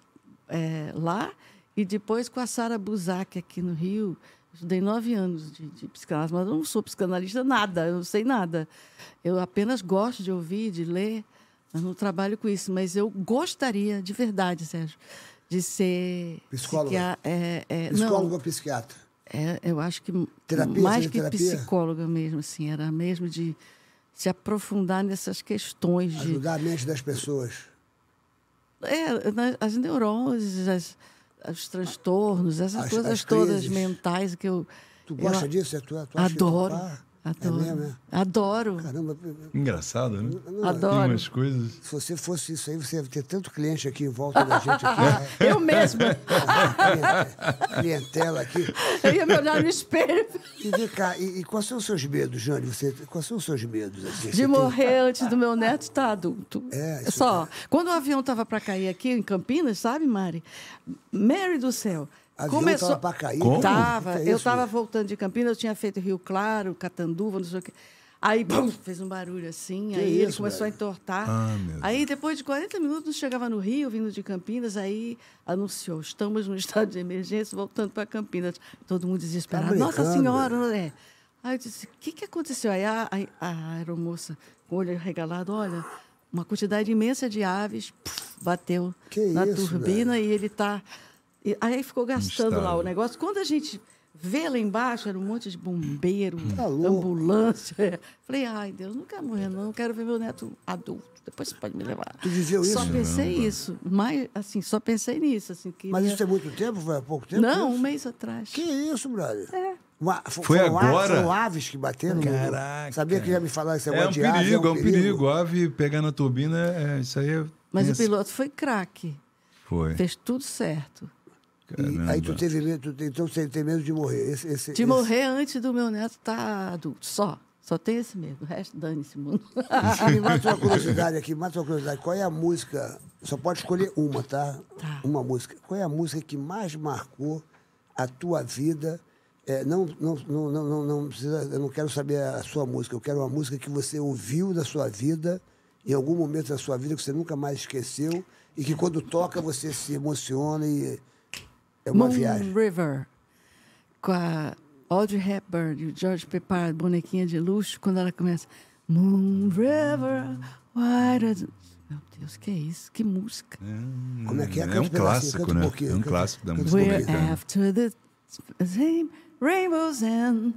[SPEAKER 5] eh, lá e depois com a Sara Buzac aqui no Rio, estudei nove anos de, de psicanálise, mas eu não sou psicanalista nada, eu não sei nada. Eu apenas gosto de ouvir, de ler, mas não trabalho com isso. Mas eu gostaria, de verdade, Sérgio, de ser...
[SPEAKER 4] Psicóloga.
[SPEAKER 5] psiquia- eh, eh,
[SPEAKER 4] Psicólogo
[SPEAKER 5] não,
[SPEAKER 4] ou psiquiatra?
[SPEAKER 5] é, eu acho que m-
[SPEAKER 4] Terapia,
[SPEAKER 5] mais
[SPEAKER 4] seja
[SPEAKER 5] que
[SPEAKER 4] terapia?
[SPEAKER 5] psicóloga mesmo, assim, era mesmo de se aprofundar nessas questões de
[SPEAKER 4] Ajudar a mente das pessoas.
[SPEAKER 5] é, na- as neuroses, as, os transtornos, essas
[SPEAKER 4] As-
[SPEAKER 5] coisas
[SPEAKER 4] as
[SPEAKER 5] todas
[SPEAKER 4] crises.
[SPEAKER 5] mentais que eu.
[SPEAKER 4] Tu gosta
[SPEAKER 5] eu
[SPEAKER 4] disso? É tua, tua
[SPEAKER 5] Adoro.
[SPEAKER 4] É
[SPEAKER 5] Adoro.
[SPEAKER 4] mesmo, é?
[SPEAKER 5] Adoro.
[SPEAKER 4] Caramba,
[SPEAKER 3] Engraçado, né?
[SPEAKER 4] Não,
[SPEAKER 5] Adoro.
[SPEAKER 3] Tem umas coisas.
[SPEAKER 4] se você fosse isso aí, você ia ter tanto cliente aqui em volta da gente. Aqui,
[SPEAKER 5] *laughs* Eu mesma.
[SPEAKER 3] *laughs*
[SPEAKER 4] Cliente- clientela aqui.
[SPEAKER 5] Eu ia me olhar no espelho
[SPEAKER 4] E vem cá, e, e quais são os seus medos, Jane? Você, quais são os seus medos? assim? Você
[SPEAKER 5] de
[SPEAKER 4] tem-
[SPEAKER 5] morrer antes do meu neto estar adulto.
[SPEAKER 4] É, isso
[SPEAKER 5] Só. Quando o avião estava para cair aqui em Campinas, sabe, Mari? Mary do céu.
[SPEAKER 4] Avião tava pra cair? Como?
[SPEAKER 5] Tava.
[SPEAKER 4] Que que é
[SPEAKER 5] eu
[SPEAKER 4] isso,
[SPEAKER 5] estava
[SPEAKER 4] gente?
[SPEAKER 5] voltando de Campinas, eu tinha feito Rio Claro, Catanduva, não sei o quê. Aí, *laughs* bum, fez um barulho assim,
[SPEAKER 4] Que
[SPEAKER 5] aí ele
[SPEAKER 4] isso,
[SPEAKER 5] começou
[SPEAKER 4] velho?
[SPEAKER 5] a entortar.
[SPEAKER 3] Ah, meu
[SPEAKER 5] aí, depois de 40 minutos, chegava no Rio, vindo de Campinas, aí anunciou, estamos no estado de emergência, voltando para Campinas. Todo mundo desesperado. Tá Nossa
[SPEAKER 4] Tá brincando,
[SPEAKER 5] Senhora, André. Aí eu disse, o que, que aconteceu? Aí a, a, a aeromoça, com o olho regalado, olha, uma quantidade imensa de aves puf, bateu
[SPEAKER 4] Que
[SPEAKER 5] na
[SPEAKER 4] isso,
[SPEAKER 5] turbina e ele está... Aí ficou gastando lá
[SPEAKER 3] Instável.
[SPEAKER 5] o negócio. Quando a gente vê lá embaixo, era um monte de bombeiro,
[SPEAKER 4] Tá louco.
[SPEAKER 5] ambulância. É. Falei, ai, Deus, não quero morrer, não. Quero ver meu neto adulto. Depois você pode me levar.
[SPEAKER 4] Tu viveu
[SPEAKER 5] Só
[SPEAKER 4] isso?
[SPEAKER 5] pensei isso. Mas, assim, só pensei nisso. Assim, que
[SPEAKER 4] Mas isso tem muito tempo? Foi há pouco tempo?
[SPEAKER 5] Não, um
[SPEAKER 4] isso?
[SPEAKER 5] mês atrás.
[SPEAKER 4] Que isso, brother? É. Uma, fo-
[SPEAKER 3] Foi
[SPEAKER 4] foram aves-
[SPEAKER 3] agora?
[SPEAKER 4] Foram aves que bateram?
[SPEAKER 3] Caraca.
[SPEAKER 4] Sabia que já me falaram esse
[SPEAKER 3] É
[SPEAKER 4] negócio
[SPEAKER 3] um
[SPEAKER 4] de ave?
[SPEAKER 3] perigo, é um perigo. Ave pegar na turbina, é, isso aí é.
[SPEAKER 5] Mas
[SPEAKER 3] tem
[SPEAKER 5] o
[SPEAKER 3] esse-
[SPEAKER 5] piloto foi craque.
[SPEAKER 4] É.
[SPEAKER 3] Foi.
[SPEAKER 5] Fez tudo certo.
[SPEAKER 4] E aí tu
[SPEAKER 3] Caramba.
[SPEAKER 4] teve medo, tu, te- então você tem medo de morrer. Esse, esse,
[SPEAKER 5] De
[SPEAKER 4] esse-
[SPEAKER 5] morrer antes do meu neto estar adulto. Só. Só tem esse medo. O resto dane-se, mundo. *laughs* Tá.
[SPEAKER 4] Me mata uma curiosidade aqui, mata uma curiosidade. Qual é a música? Só pode escolher uma, tá?
[SPEAKER 5] Tá.
[SPEAKER 4] Uma música. Qual é a música que mais marcou a tua vida? É, não, não, não, não, não, não precisa, eu não quero saber a sua música, eu quero uma música que você ouviu da sua vida, em algum momento da sua vida, que você nunca mais esqueceu, e que quando toca você se emociona e é *laughs* uma
[SPEAKER 5] Moon
[SPEAKER 4] viagem.
[SPEAKER 5] River. Com a Audrey Hepburn e o George Peppard, bonequinha de luxo, quando ela começa. Moon River, why does... Meu Deus, que é isso? Que música.
[SPEAKER 4] Como é que é?
[SPEAKER 3] É
[SPEAKER 4] Canta
[SPEAKER 3] um
[SPEAKER 4] pedacinho,
[SPEAKER 3] clássico,
[SPEAKER 4] canta um
[SPEAKER 3] né?
[SPEAKER 4] pouquinho,
[SPEAKER 3] É um
[SPEAKER 4] canta-
[SPEAKER 3] clássico da
[SPEAKER 4] canta um
[SPEAKER 3] música
[SPEAKER 4] pouquinho.
[SPEAKER 5] We're
[SPEAKER 3] americana.
[SPEAKER 5] after the same rainbows and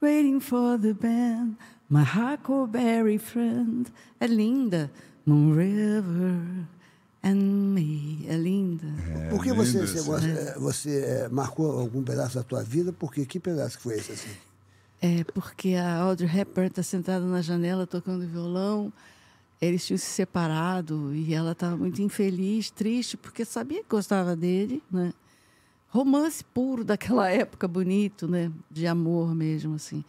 [SPEAKER 5] waiting for the band, my huckleberry friend. É linda. Moon River and me. É linda.
[SPEAKER 4] Por que
[SPEAKER 3] É,
[SPEAKER 4] você,
[SPEAKER 3] lindo
[SPEAKER 4] você,
[SPEAKER 3] isso.
[SPEAKER 4] gosta- eh, você, eh, marcou algum pedaço da tua vida? Porque que pedaço que foi esse? Assim?
[SPEAKER 5] É porque a Audrey Hepburn está sentada na janela tocando violão. Eles tinham se separado e ela estava muito infeliz, triste, porque sabia que gostava dele, né? Romance puro daquela *laughs* época, bonito, né? De amor mesmo, assim.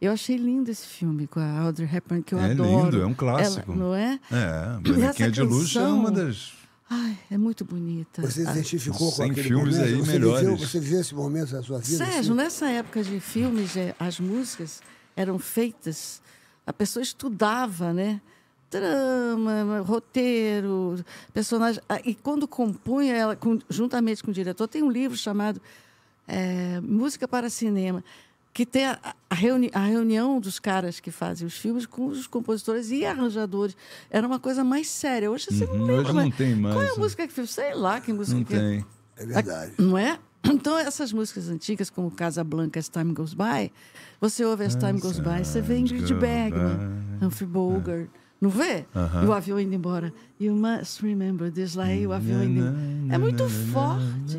[SPEAKER 5] Eu achei lindo esse filme com a Audrey Hepburn, que eu
[SPEAKER 3] É
[SPEAKER 5] adoro.
[SPEAKER 3] lindo, é um
[SPEAKER 5] Ela-
[SPEAKER 3] clássico.
[SPEAKER 5] não é?
[SPEAKER 3] É,
[SPEAKER 5] E
[SPEAKER 3] Bonequinha
[SPEAKER 5] essa
[SPEAKER 3] de Luxo é
[SPEAKER 5] canção-
[SPEAKER 3] uma das.
[SPEAKER 5] Ai, é muito bonita.
[SPEAKER 4] Você se
[SPEAKER 5] Ah,
[SPEAKER 4] identificou com
[SPEAKER 3] Sem
[SPEAKER 4] aquele
[SPEAKER 3] filmes
[SPEAKER 4] momento?
[SPEAKER 3] aí
[SPEAKER 4] você
[SPEAKER 3] melhores.
[SPEAKER 4] Viveu, você viveu esse momento da sua vida?
[SPEAKER 5] Sérgio,
[SPEAKER 4] assim?
[SPEAKER 5] nessa época de filmes, eh, as músicas eram feitas, a pessoa estudava, né? Trama, roteiro, personagem. Ah, E quando compunha, ela, com- juntamente com o diretor, tem um livro chamado eh, Música para Cinema, que tem a, a reuni- a reunião dos caras que fazem os filmes com os compositores e arranjadores. Era uma coisa mais séria. Hoje você
[SPEAKER 3] Uhum,
[SPEAKER 5] não lembra.
[SPEAKER 3] hoje
[SPEAKER 5] né?
[SPEAKER 3] não tem
[SPEAKER 5] Qual é
[SPEAKER 3] mais,
[SPEAKER 5] a
[SPEAKER 3] né?
[SPEAKER 5] música que fez? Sei lá que música
[SPEAKER 3] Não
[SPEAKER 5] que é.
[SPEAKER 3] tem.
[SPEAKER 4] É verdade.
[SPEAKER 5] Não é? *clears throat* Então, essas músicas antigas, como Casa Blanca, As Time Goes By, você ouve As Time Goes By, você vê Ingrid
[SPEAKER 3] Goes
[SPEAKER 5] Bergman, Humphrey Bogart, não vê? E o avião indo embora. You must remember this, lá e o avião indo embora. É muito forte.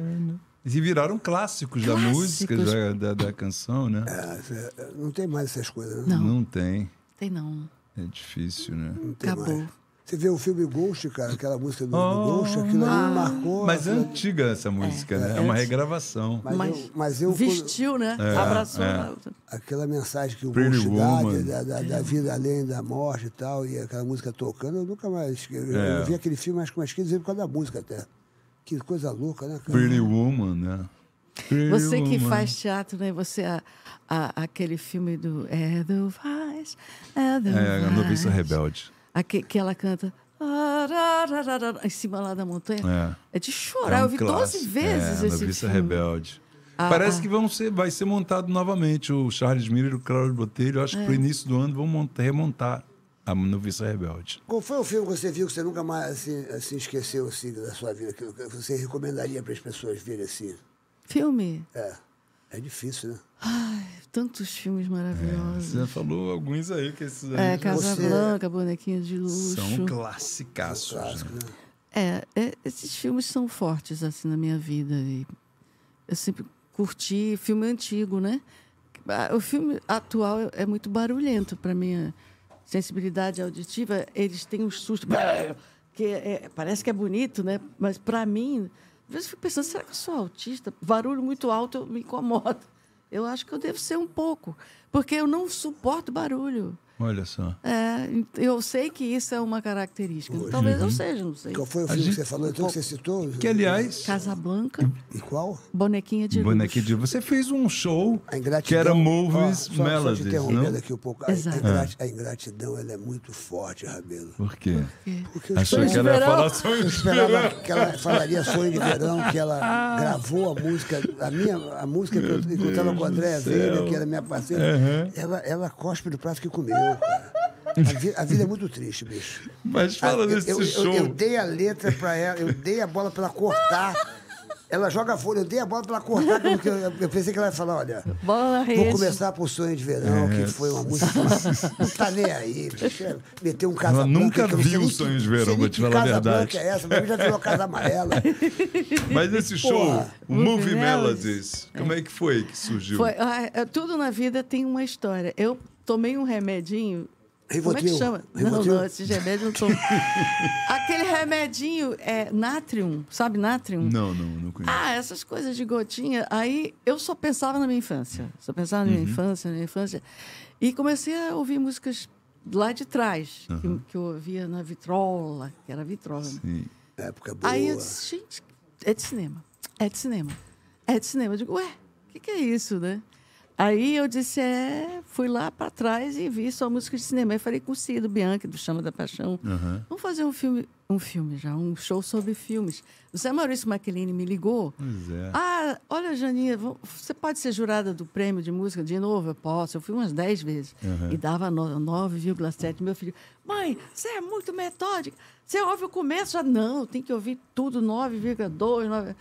[SPEAKER 3] E viraram clássicos, da
[SPEAKER 5] Clássicos.
[SPEAKER 3] música, já- da, da canção, né?
[SPEAKER 4] É, Não tem mais essas coisas, né?
[SPEAKER 5] Não.
[SPEAKER 3] Não tem.
[SPEAKER 5] Tem não.
[SPEAKER 3] É difícil, né?
[SPEAKER 4] Tem mais.
[SPEAKER 5] Acabou.
[SPEAKER 4] Você vê o filme Ghost, cara, aquela música do, do Ghost, aquilo ali me marcou.
[SPEAKER 3] Oh, Mas é
[SPEAKER 4] assim,
[SPEAKER 3] antiga essa música, né? É uma regravação.
[SPEAKER 4] mas,
[SPEAKER 5] mas
[SPEAKER 4] eu, mas eu quando-
[SPEAKER 5] Vestiu, né? Abraçou.
[SPEAKER 3] é.
[SPEAKER 4] aquela mensagem que o
[SPEAKER 3] Pretty
[SPEAKER 4] Ghost dá,
[SPEAKER 3] Woman.
[SPEAKER 4] de- da, da, da vida além da morte e tal, e aquela música tocando, eu nunca mais esqueci. Eu,
[SPEAKER 3] É.
[SPEAKER 4] eu vi aquele filme acho que umas 15 vezes por causa da música até. Que coisa louca, né, cara?
[SPEAKER 3] Pretty Woman, né? Pretty
[SPEAKER 5] Você que
[SPEAKER 3] Woman.
[SPEAKER 5] faz teatro, né? Você, a- a- aquele filme do Edelweiss, Edelweiss.
[SPEAKER 3] É, a Noviça Rebelde.
[SPEAKER 5] Aque- que ela canta "Ararararara", em cima lá da montanha. É, de chorar.
[SPEAKER 3] É um
[SPEAKER 5] Eu vi 12
[SPEAKER 3] clássico.
[SPEAKER 5] vezes
[SPEAKER 3] é,
[SPEAKER 5] esse
[SPEAKER 3] Noviça
[SPEAKER 5] filme. Ah.
[SPEAKER 3] Rebelde. Parece que vão ser, vai ser montado novamente o Charles Miller e o Cláudio Botelho. eu
[SPEAKER 5] É.
[SPEAKER 3] Acho que para o início do ano vão monta- remontar a Noviça Rebelde.
[SPEAKER 4] Qual foi o filme que você viu que você nunca mais assim, assim, esqueceu assim, da sua vida? Que que você recomendaria para as pessoas verem assim?
[SPEAKER 5] Filme.
[SPEAKER 4] É. É difícil, né?
[SPEAKER 5] Ai, tantos filmes maravilhosos.
[SPEAKER 3] Você falou alguns aí que esses aí.
[SPEAKER 5] Hum. É,
[SPEAKER 3] já-
[SPEAKER 5] Casa Blanca, Bonequinha de Luxo.
[SPEAKER 3] São classicaços. né?
[SPEAKER 5] É, é, esses filmes são fortes assim na minha vida. E eu sempre curti filme antigo, né? Ah, O filme atual é- é muito barulhento para minha sensibilidade auditiva. Eles têm um susto *laughs* que é- é- parece que é bonito, né? Mas para mim, às vezes eu fico pensando, será que eu sou autista? Barulho muito alto eu me incomoda. Eu acho que eu devo ser um pouco, porque eu não suporto barulho.
[SPEAKER 3] Olha só.
[SPEAKER 5] É, eu sei que isso é uma característica. Talvez eu
[SPEAKER 3] Uhum.
[SPEAKER 5] seja, não sei.
[SPEAKER 4] Qual foi o
[SPEAKER 3] A
[SPEAKER 4] filme
[SPEAKER 3] gente-
[SPEAKER 4] que você falou, então, que você citou?
[SPEAKER 3] Que, aliás-
[SPEAKER 5] Casablanca,
[SPEAKER 4] E qual?
[SPEAKER 5] bonequinha de Bonequinha.
[SPEAKER 3] Bonequinho de... Você fez um show
[SPEAKER 4] A ingratidão.
[SPEAKER 3] que era
[SPEAKER 4] Ó,
[SPEAKER 3] Movies
[SPEAKER 4] só, só te
[SPEAKER 3] Melodies,
[SPEAKER 4] interrompendo
[SPEAKER 3] não?
[SPEAKER 4] aqui um pouco. A, a
[SPEAKER 5] Exato.
[SPEAKER 4] ingrat- a ingratidão ela é muito forte, Rabelo.
[SPEAKER 3] Por quê?
[SPEAKER 4] Porque eu
[SPEAKER 3] Achou
[SPEAKER 4] esperava-
[SPEAKER 3] que ela ia
[SPEAKER 5] verão.
[SPEAKER 3] falar sonho
[SPEAKER 4] Eu
[SPEAKER 3] de
[SPEAKER 4] esperava
[SPEAKER 3] verão.
[SPEAKER 4] que ela falaria Sonho de Verão, que
[SPEAKER 3] Ah.
[SPEAKER 4] ela gravou a música, a minha a música que eu encontrei ela com a Andréa Veiga, que era minha parceira. Ela, ela cospe do prato que comeu, cara. A, vi- a vida é muito triste, bicho.
[SPEAKER 3] Mas
[SPEAKER 4] A-
[SPEAKER 3] *laughs* fala
[SPEAKER 4] Ah, eu-
[SPEAKER 3] desse
[SPEAKER 4] eu, eu-
[SPEAKER 3] show.
[SPEAKER 4] Eu, dei a letra pra ela, eu dei a bola pra ela cortar. Ela joga fora, eu dei a bola pra ela cortar, porque eu, eu pensei que ela ia falar, olha.
[SPEAKER 5] Bola na
[SPEAKER 4] Vou
[SPEAKER 5] rede.
[SPEAKER 4] começar por Sonho de Verão, que foi uma música. Não tá nem aí, bicho. É, Meteu um casa
[SPEAKER 3] Ela
[SPEAKER 4] branca
[SPEAKER 3] nunca
[SPEAKER 4] que eu não sei
[SPEAKER 3] viu
[SPEAKER 4] nem que-
[SPEAKER 3] Sonho de Verão,
[SPEAKER 4] sei nem
[SPEAKER 3] vou te
[SPEAKER 4] que
[SPEAKER 3] falar a
[SPEAKER 4] casa
[SPEAKER 3] verdade.
[SPEAKER 4] branca é essa, mas já virou casa amarela.
[SPEAKER 3] Mas esse show,
[SPEAKER 4] Porra.
[SPEAKER 3] o Movie
[SPEAKER 5] Movie
[SPEAKER 3] Melodies, como é que foi que surgiu?
[SPEAKER 5] Foi, ah, é, tudo na vida tem uma história. Eu tomei um remedinho. Como é que
[SPEAKER 4] Rivotril.
[SPEAKER 5] chama?
[SPEAKER 4] Rivotril.
[SPEAKER 5] Não, não, esses remédios não
[SPEAKER 4] *laughs*
[SPEAKER 5] tomo. Aquele remedinho é natrium, sabe natrium?
[SPEAKER 3] Não, não, não conheço.
[SPEAKER 5] Ah, essas coisas de gotinha. Aí eu só pensava na minha infância. Só pensava na minha infância, na minha infância. E comecei a ouvir músicas lá de trás, que, que eu ouvia na vitrola, que era vitrola. né?
[SPEAKER 3] Sim.
[SPEAKER 4] Época boa.
[SPEAKER 5] Aí eu disse, gente, é de cinema. É de cinema. É de cinema. Eu digo, ué, o que, que é isso, né? Aí eu disse, é, fui lá para trás e vi só música de cinema. Eu falei com o Cido Bianchi, do Chama da Paixão. Vamos fazer um filme, um filme já, um show sobre filmes. O Zé Maurício Maquilini me ligou.
[SPEAKER 3] Pois é.
[SPEAKER 5] Ah, olha, Janinha, vo- você pode ser jurada do prêmio de música de novo? Eu posso. Eu fui umas 10 vezes. E dava no- 9,7. Meu filho, mãe, você é muito metódica. Você ouve o começo? Ah, não, tem que ouvir tudo 9,2. 9...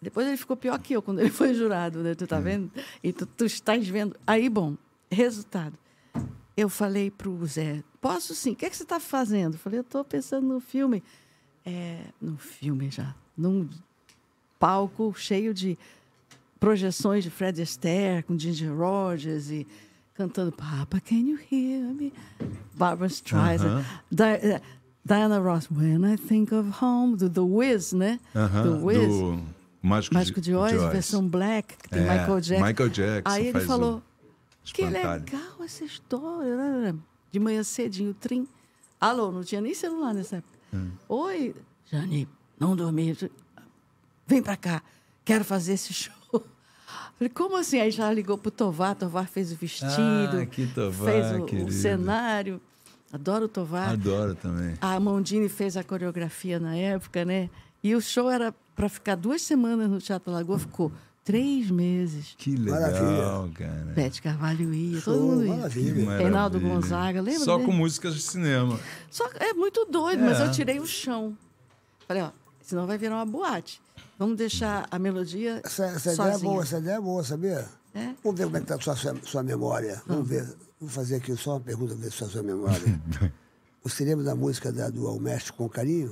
[SPEAKER 5] Depois ele ficou pior que eu quando ele foi jurado, né? Tu tá vendo? E tu, tu estás vendo. Aí, bom, resultado. Eu falei pro Zé, posso sim, o que, é que você está fazendo? Eu falei, eu estou pensando no filme. É, num filme já, num palco cheio de projeções de Fred Astaire com Ginger Rogers e cantando Papa, can you hear me? Barbara Streisand, Di- eh, Diana Ross, When I Think of Home, do The Wiz, né?
[SPEAKER 3] Aham,
[SPEAKER 5] The Wiz.
[SPEAKER 3] do Mágico,
[SPEAKER 5] Mágico de Oz, versão black, que tem
[SPEAKER 3] É,
[SPEAKER 5] Michael Jackson.
[SPEAKER 3] Michael Jackson
[SPEAKER 5] Aí ele
[SPEAKER 3] faz o
[SPEAKER 5] falou, que
[SPEAKER 3] espantalho.
[SPEAKER 5] legal essa história. né? De manhã cedinho, trim. Alô, não tinha nem celular nessa época.
[SPEAKER 3] Hum.
[SPEAKER 5] Oi, Jane, não dormi. Vem pra cá, quero fazer esse *laughs* show. Falei, como assim? Aí já ligou pro Tovar, Tovar fez o vestido.
[SPEAKER 3] Ah, que Tovar,
[SPEAKER 5] Fez o- o,
[SPEAKER 3] querido.
[SPEAKER 5] cenário. Adoro o Tovar.
[SPEAKER 3] Adoro também.
[SPEAKER 5] A Mondini fez a coreografia na época, né? E o show era para ficar duas semanas no Teatro Lagoa, ficou três meses.
[SPEAKER 3] Que legal,
[SPEAKER 4] Maravilha.
[SPEAKER 3] cara.
[SPEAKER 5] Beth Carvalho ia, todo
[SPEAKER 4] Show,
[SPEAKER 5] mundo ia.
[SPEAKER 4] maravilha.
[SPEAKER 3] Que maravilha.
[SPEAKER 5] Reinaldo Gonzaga, lembra
[SPEAKER 3] Só
[SPEAKER 5] dele?
[SPEAKER 3] com músicas de cinema.
[SPEAKER 5] Só que é muito doido, mas eu tirei o chão. Falei, ó, senão vai virar uma boate. Vamos deixar a melodia
[SPEAKER 4] Essa, essa ideia é
[SPEAKER 5] sozinha.
[SPEAKER 4] boa, essa ideia é boa, sabia?
[SPEAKER 5] É?
[SPEAKER 4] Vamos ver como é que tá a sua, sua, sua memória. Vamos ver. Vou fazer aqui só uma pergunta ver se a sua memória. Você lembra da música da, do Almestre com carinho?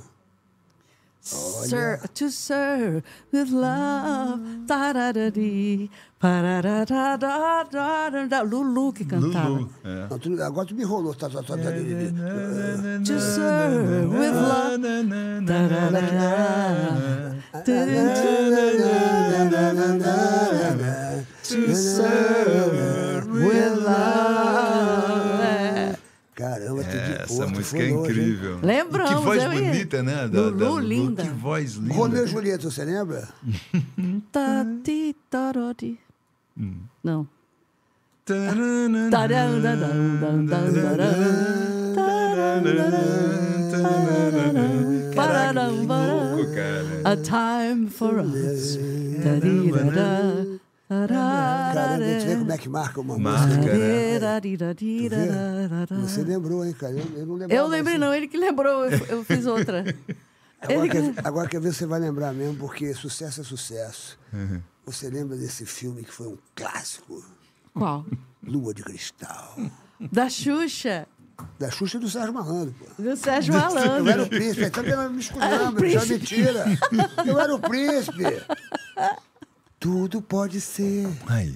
[SPEAKER 5] Sir, to serve with love. Tararari, parararararara. Lulu que cantava.
[SPEAKER 3] Lulu. É.
[SPEAKER 4] Não, tu- agora tu me enrolou. Tá, tá, tá, tá,
[SPEAKER 5] To serve with love. É.
[SPEAKER 4] Caramba, tu de
[SPEAKER 3] Essa
[SPEAKER 4] Porto,
[SPEAKER 3] música é
[SPEAKER 4] foi longe, hein?
[SPEAKER 3] incrível.
[SPEAKER 5] Lembramos,
[SPEAKER 3] E Que voz
[SPEAKER 5] eu ia.
[SPEAKER 3] bonita, né?
[SPEAKER 5] Lulu, linda.
[SPEAKER 3] Que voz linda.
[SPEAKER 4] Romeu e Julieta, você lembra?
[SPEAKER 5] Tati, tarori.
[SPEAKER 4] Hum.
[SPEAKER 5] Não.
[SPEAKER 3] Taranã,
[SPEAKER 5] Taran, dan, dan, dan, dan, dan. Taran, dan, dan, dan. Pararam, pararam.
[SPEAKER 3] Louco, cara.
[SPEAKER 5] A time for us. Tarirará,
[SPEAKER 4] Caramba, tu vê como
[SPEAKER 5] tararará,
[SPEAKER 4] é que marca uma
[SPEAKER 3] Marca,
[SPEAKER 4] música.
[SPEAKER 3] né?
[SPEAKER 5] tarirarirarararará.
[SPEAKER 4] Você lembrou, hein, cara? Eu, eu não lembrava.
[SPEAKER 5] Eu lembrei, não, ele que lembrou, eu, eu fiz outra.
[SPEAKER 4] Agora
[SPEAKER 5] Ele que-
[SPEAKER 4] quer, agora quer ver se você vai lembrar
[SPEAKER 3] Uhum.
[SPEAKER 4] mesmo, porque sucesso é sucesso. Você lembra desse filme que foi um clássico?
[SPEAKER 5] Qual?
[SPEAKER 4] Lua de Cristal.
[SPEAKER 5] Da Xuxa.
[SPEAKER 4] Da Xuxa e *laughs* do Sérgio Malandro, pô.
[SPEAKER 5] Do Sérgio
[SPEAKER 4] Eu era o
[SPEAKER 5] Malandro.
[SPEAKER 4] príncipe, então aí também ela me
[SPEAKER 5] Era o
[SPEAKER 4] escutando, já
[SPEAKER 5] príncipe.
[SPEAKER 4] mentira. Eu era o príncipe. Tudo pode ser,
[SPEAKER 3] Aí.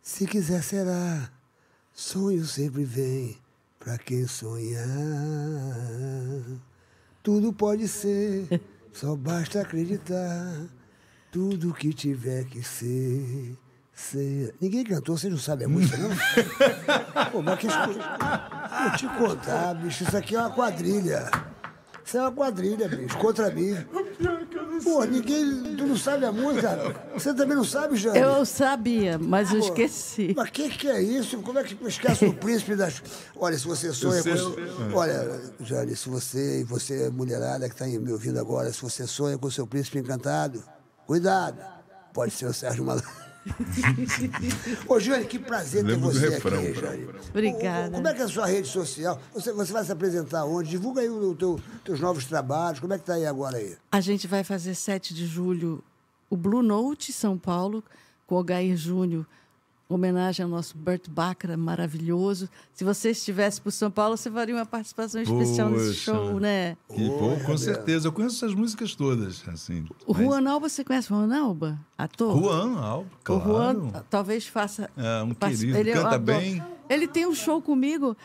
[SPEAKER 4] se quiser será. Sonho sempre vem pra quem sonhar. Tudo pode ser, só basta acreditar. Tudo que tiver que ser, ser. Ninguém cantou, vocês não sabem a música, não? Pô, mas que escuta. Vou te contar, bicho, isso aqui é uma quadrilha. Isso é uma quadrilha, bicho, contra mim. Pô, ninguém. Tu não sabe a música? Você também não sabe, Jane?
[SPEAKER 5] Eu sabia, mas eu
[SPEAKER 4] Pô,
[SPEAKER 5] esqueci.
[SPEAKER 4] Mas o que, que é isso? Como é que esquece o príncipe das. Olha, se você sonha com.
[SPEAKER 3] sei,
[SPEAKER 4] seu- Olha, Jane, se você, e você, mulherada que está me ouvindo agora, se você sonha com seu príncipe encantado, cuidado. Pode ser o Sérgio
[SPEAKER 3] *laughs*
[SPEAKER 4] Malandro. Ô, Jane, que prazer ter
[SPEAKER 3] Lembro do
[SPEAKER 4] você
[SPEAKER 3] refrão,
[SPEAKER 4] aqui,
[SPEAKER 3] refrão,
[SPEAKER 4] Jane.
[SPEAKER 5] Obrigada.
[SPEAKER 4] O- o- Como é que é a sua rede social? Você, você vai se apresentar onde? Divulga aí os teu, teus novos trabalhos. Como é que tá aí agora aí?
[SPEAKER 5] A gente vai fazer 7 de julho o Blue Note São Paulo, com o Gair Júnior, homenagem ao nosso Bert Bacra, maravilhoso. Se você estivesse por São Paulo, você faria uma participação especial nesse
[SPEAKER 3] Poxa.
[SPEAKER 5] show, né?
[SPEAKER 3] E, pô, com certeza, eu conheço essas músicas todas, assim.
[SPEAKER 5] O
[SPEAKER 3] mas-
[SPEAKER 5] Juan Alba, você conhece o Juan Alba? Ator?
[SPEAKER 3] Juan Alba, claro.
[SPEAKER 5] O Juan ah, talvez faça.
[SPEAKER 3] É, um
[SPEAKER 5] parce-
[SPEAKER 3] querido,
[SPEAKER 5] eu
[SPEAKER 3] canta
[SPEAKER 5] adoro.
[SPEAKER 3] bem.
[SPEAKER 5] Ele tem um show comigo,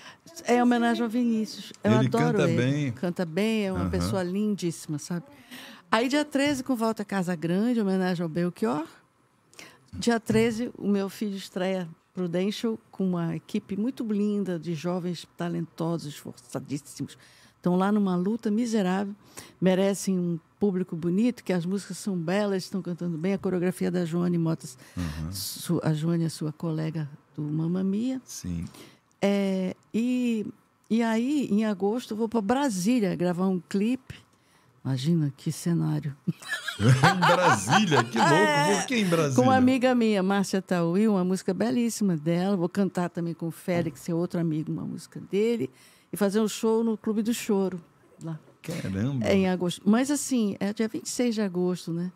[SPEAKER 5] é em homenagem ao Vinícius. Eu
[SPEAKER 3] Ele
[SPEAKER 5] adoro
[SPEAKER 3] canta
[SPEAKER 5] ele.
[SPEAKER 3] bem.
[SPEAKER 5] Canta bem, é uma
[SPEAKER 3] Aham.
[SPEAKER 5] pessoa lindíssima, sabe? Aí, dia 13, com Volta Casa Grande, homenagem ao Belchior. Dia 13, o meu filho estreia Prudential com uma equipe muito linda de jovens talentosos, esforçadíssimos. Estão lá numa luta miserável, merecem um público bonito, que as músicas são belas, estão cantando bem. A coreografia da Joane Motas, su- a Joane é sua colega do Mamma Mia.
[SPEAKER 3] Sim.
[SPEAKER 5] É, e, e aí, em agosto, eu vou para Brasília gravar um clipe. Imagina que cenário.
[SPEAKER 3] em Brasília,
[SPEAKER 5] *laughs*
[SPEAKER 3] que louco. Por que em Brasília?
[SPEAKER 5] É. Com um uma amiga minha, Márcia Tauí, uma música belíssima dela. Vou cantar também com o Félix, seu outro amigo, uma música dele. E fazer um show no Clube do Choro, lá
[SPEAKER 3] Caramba.
[SPEAKER 5] é, em agosto. Mas assim, é dia 26 de agosto, né?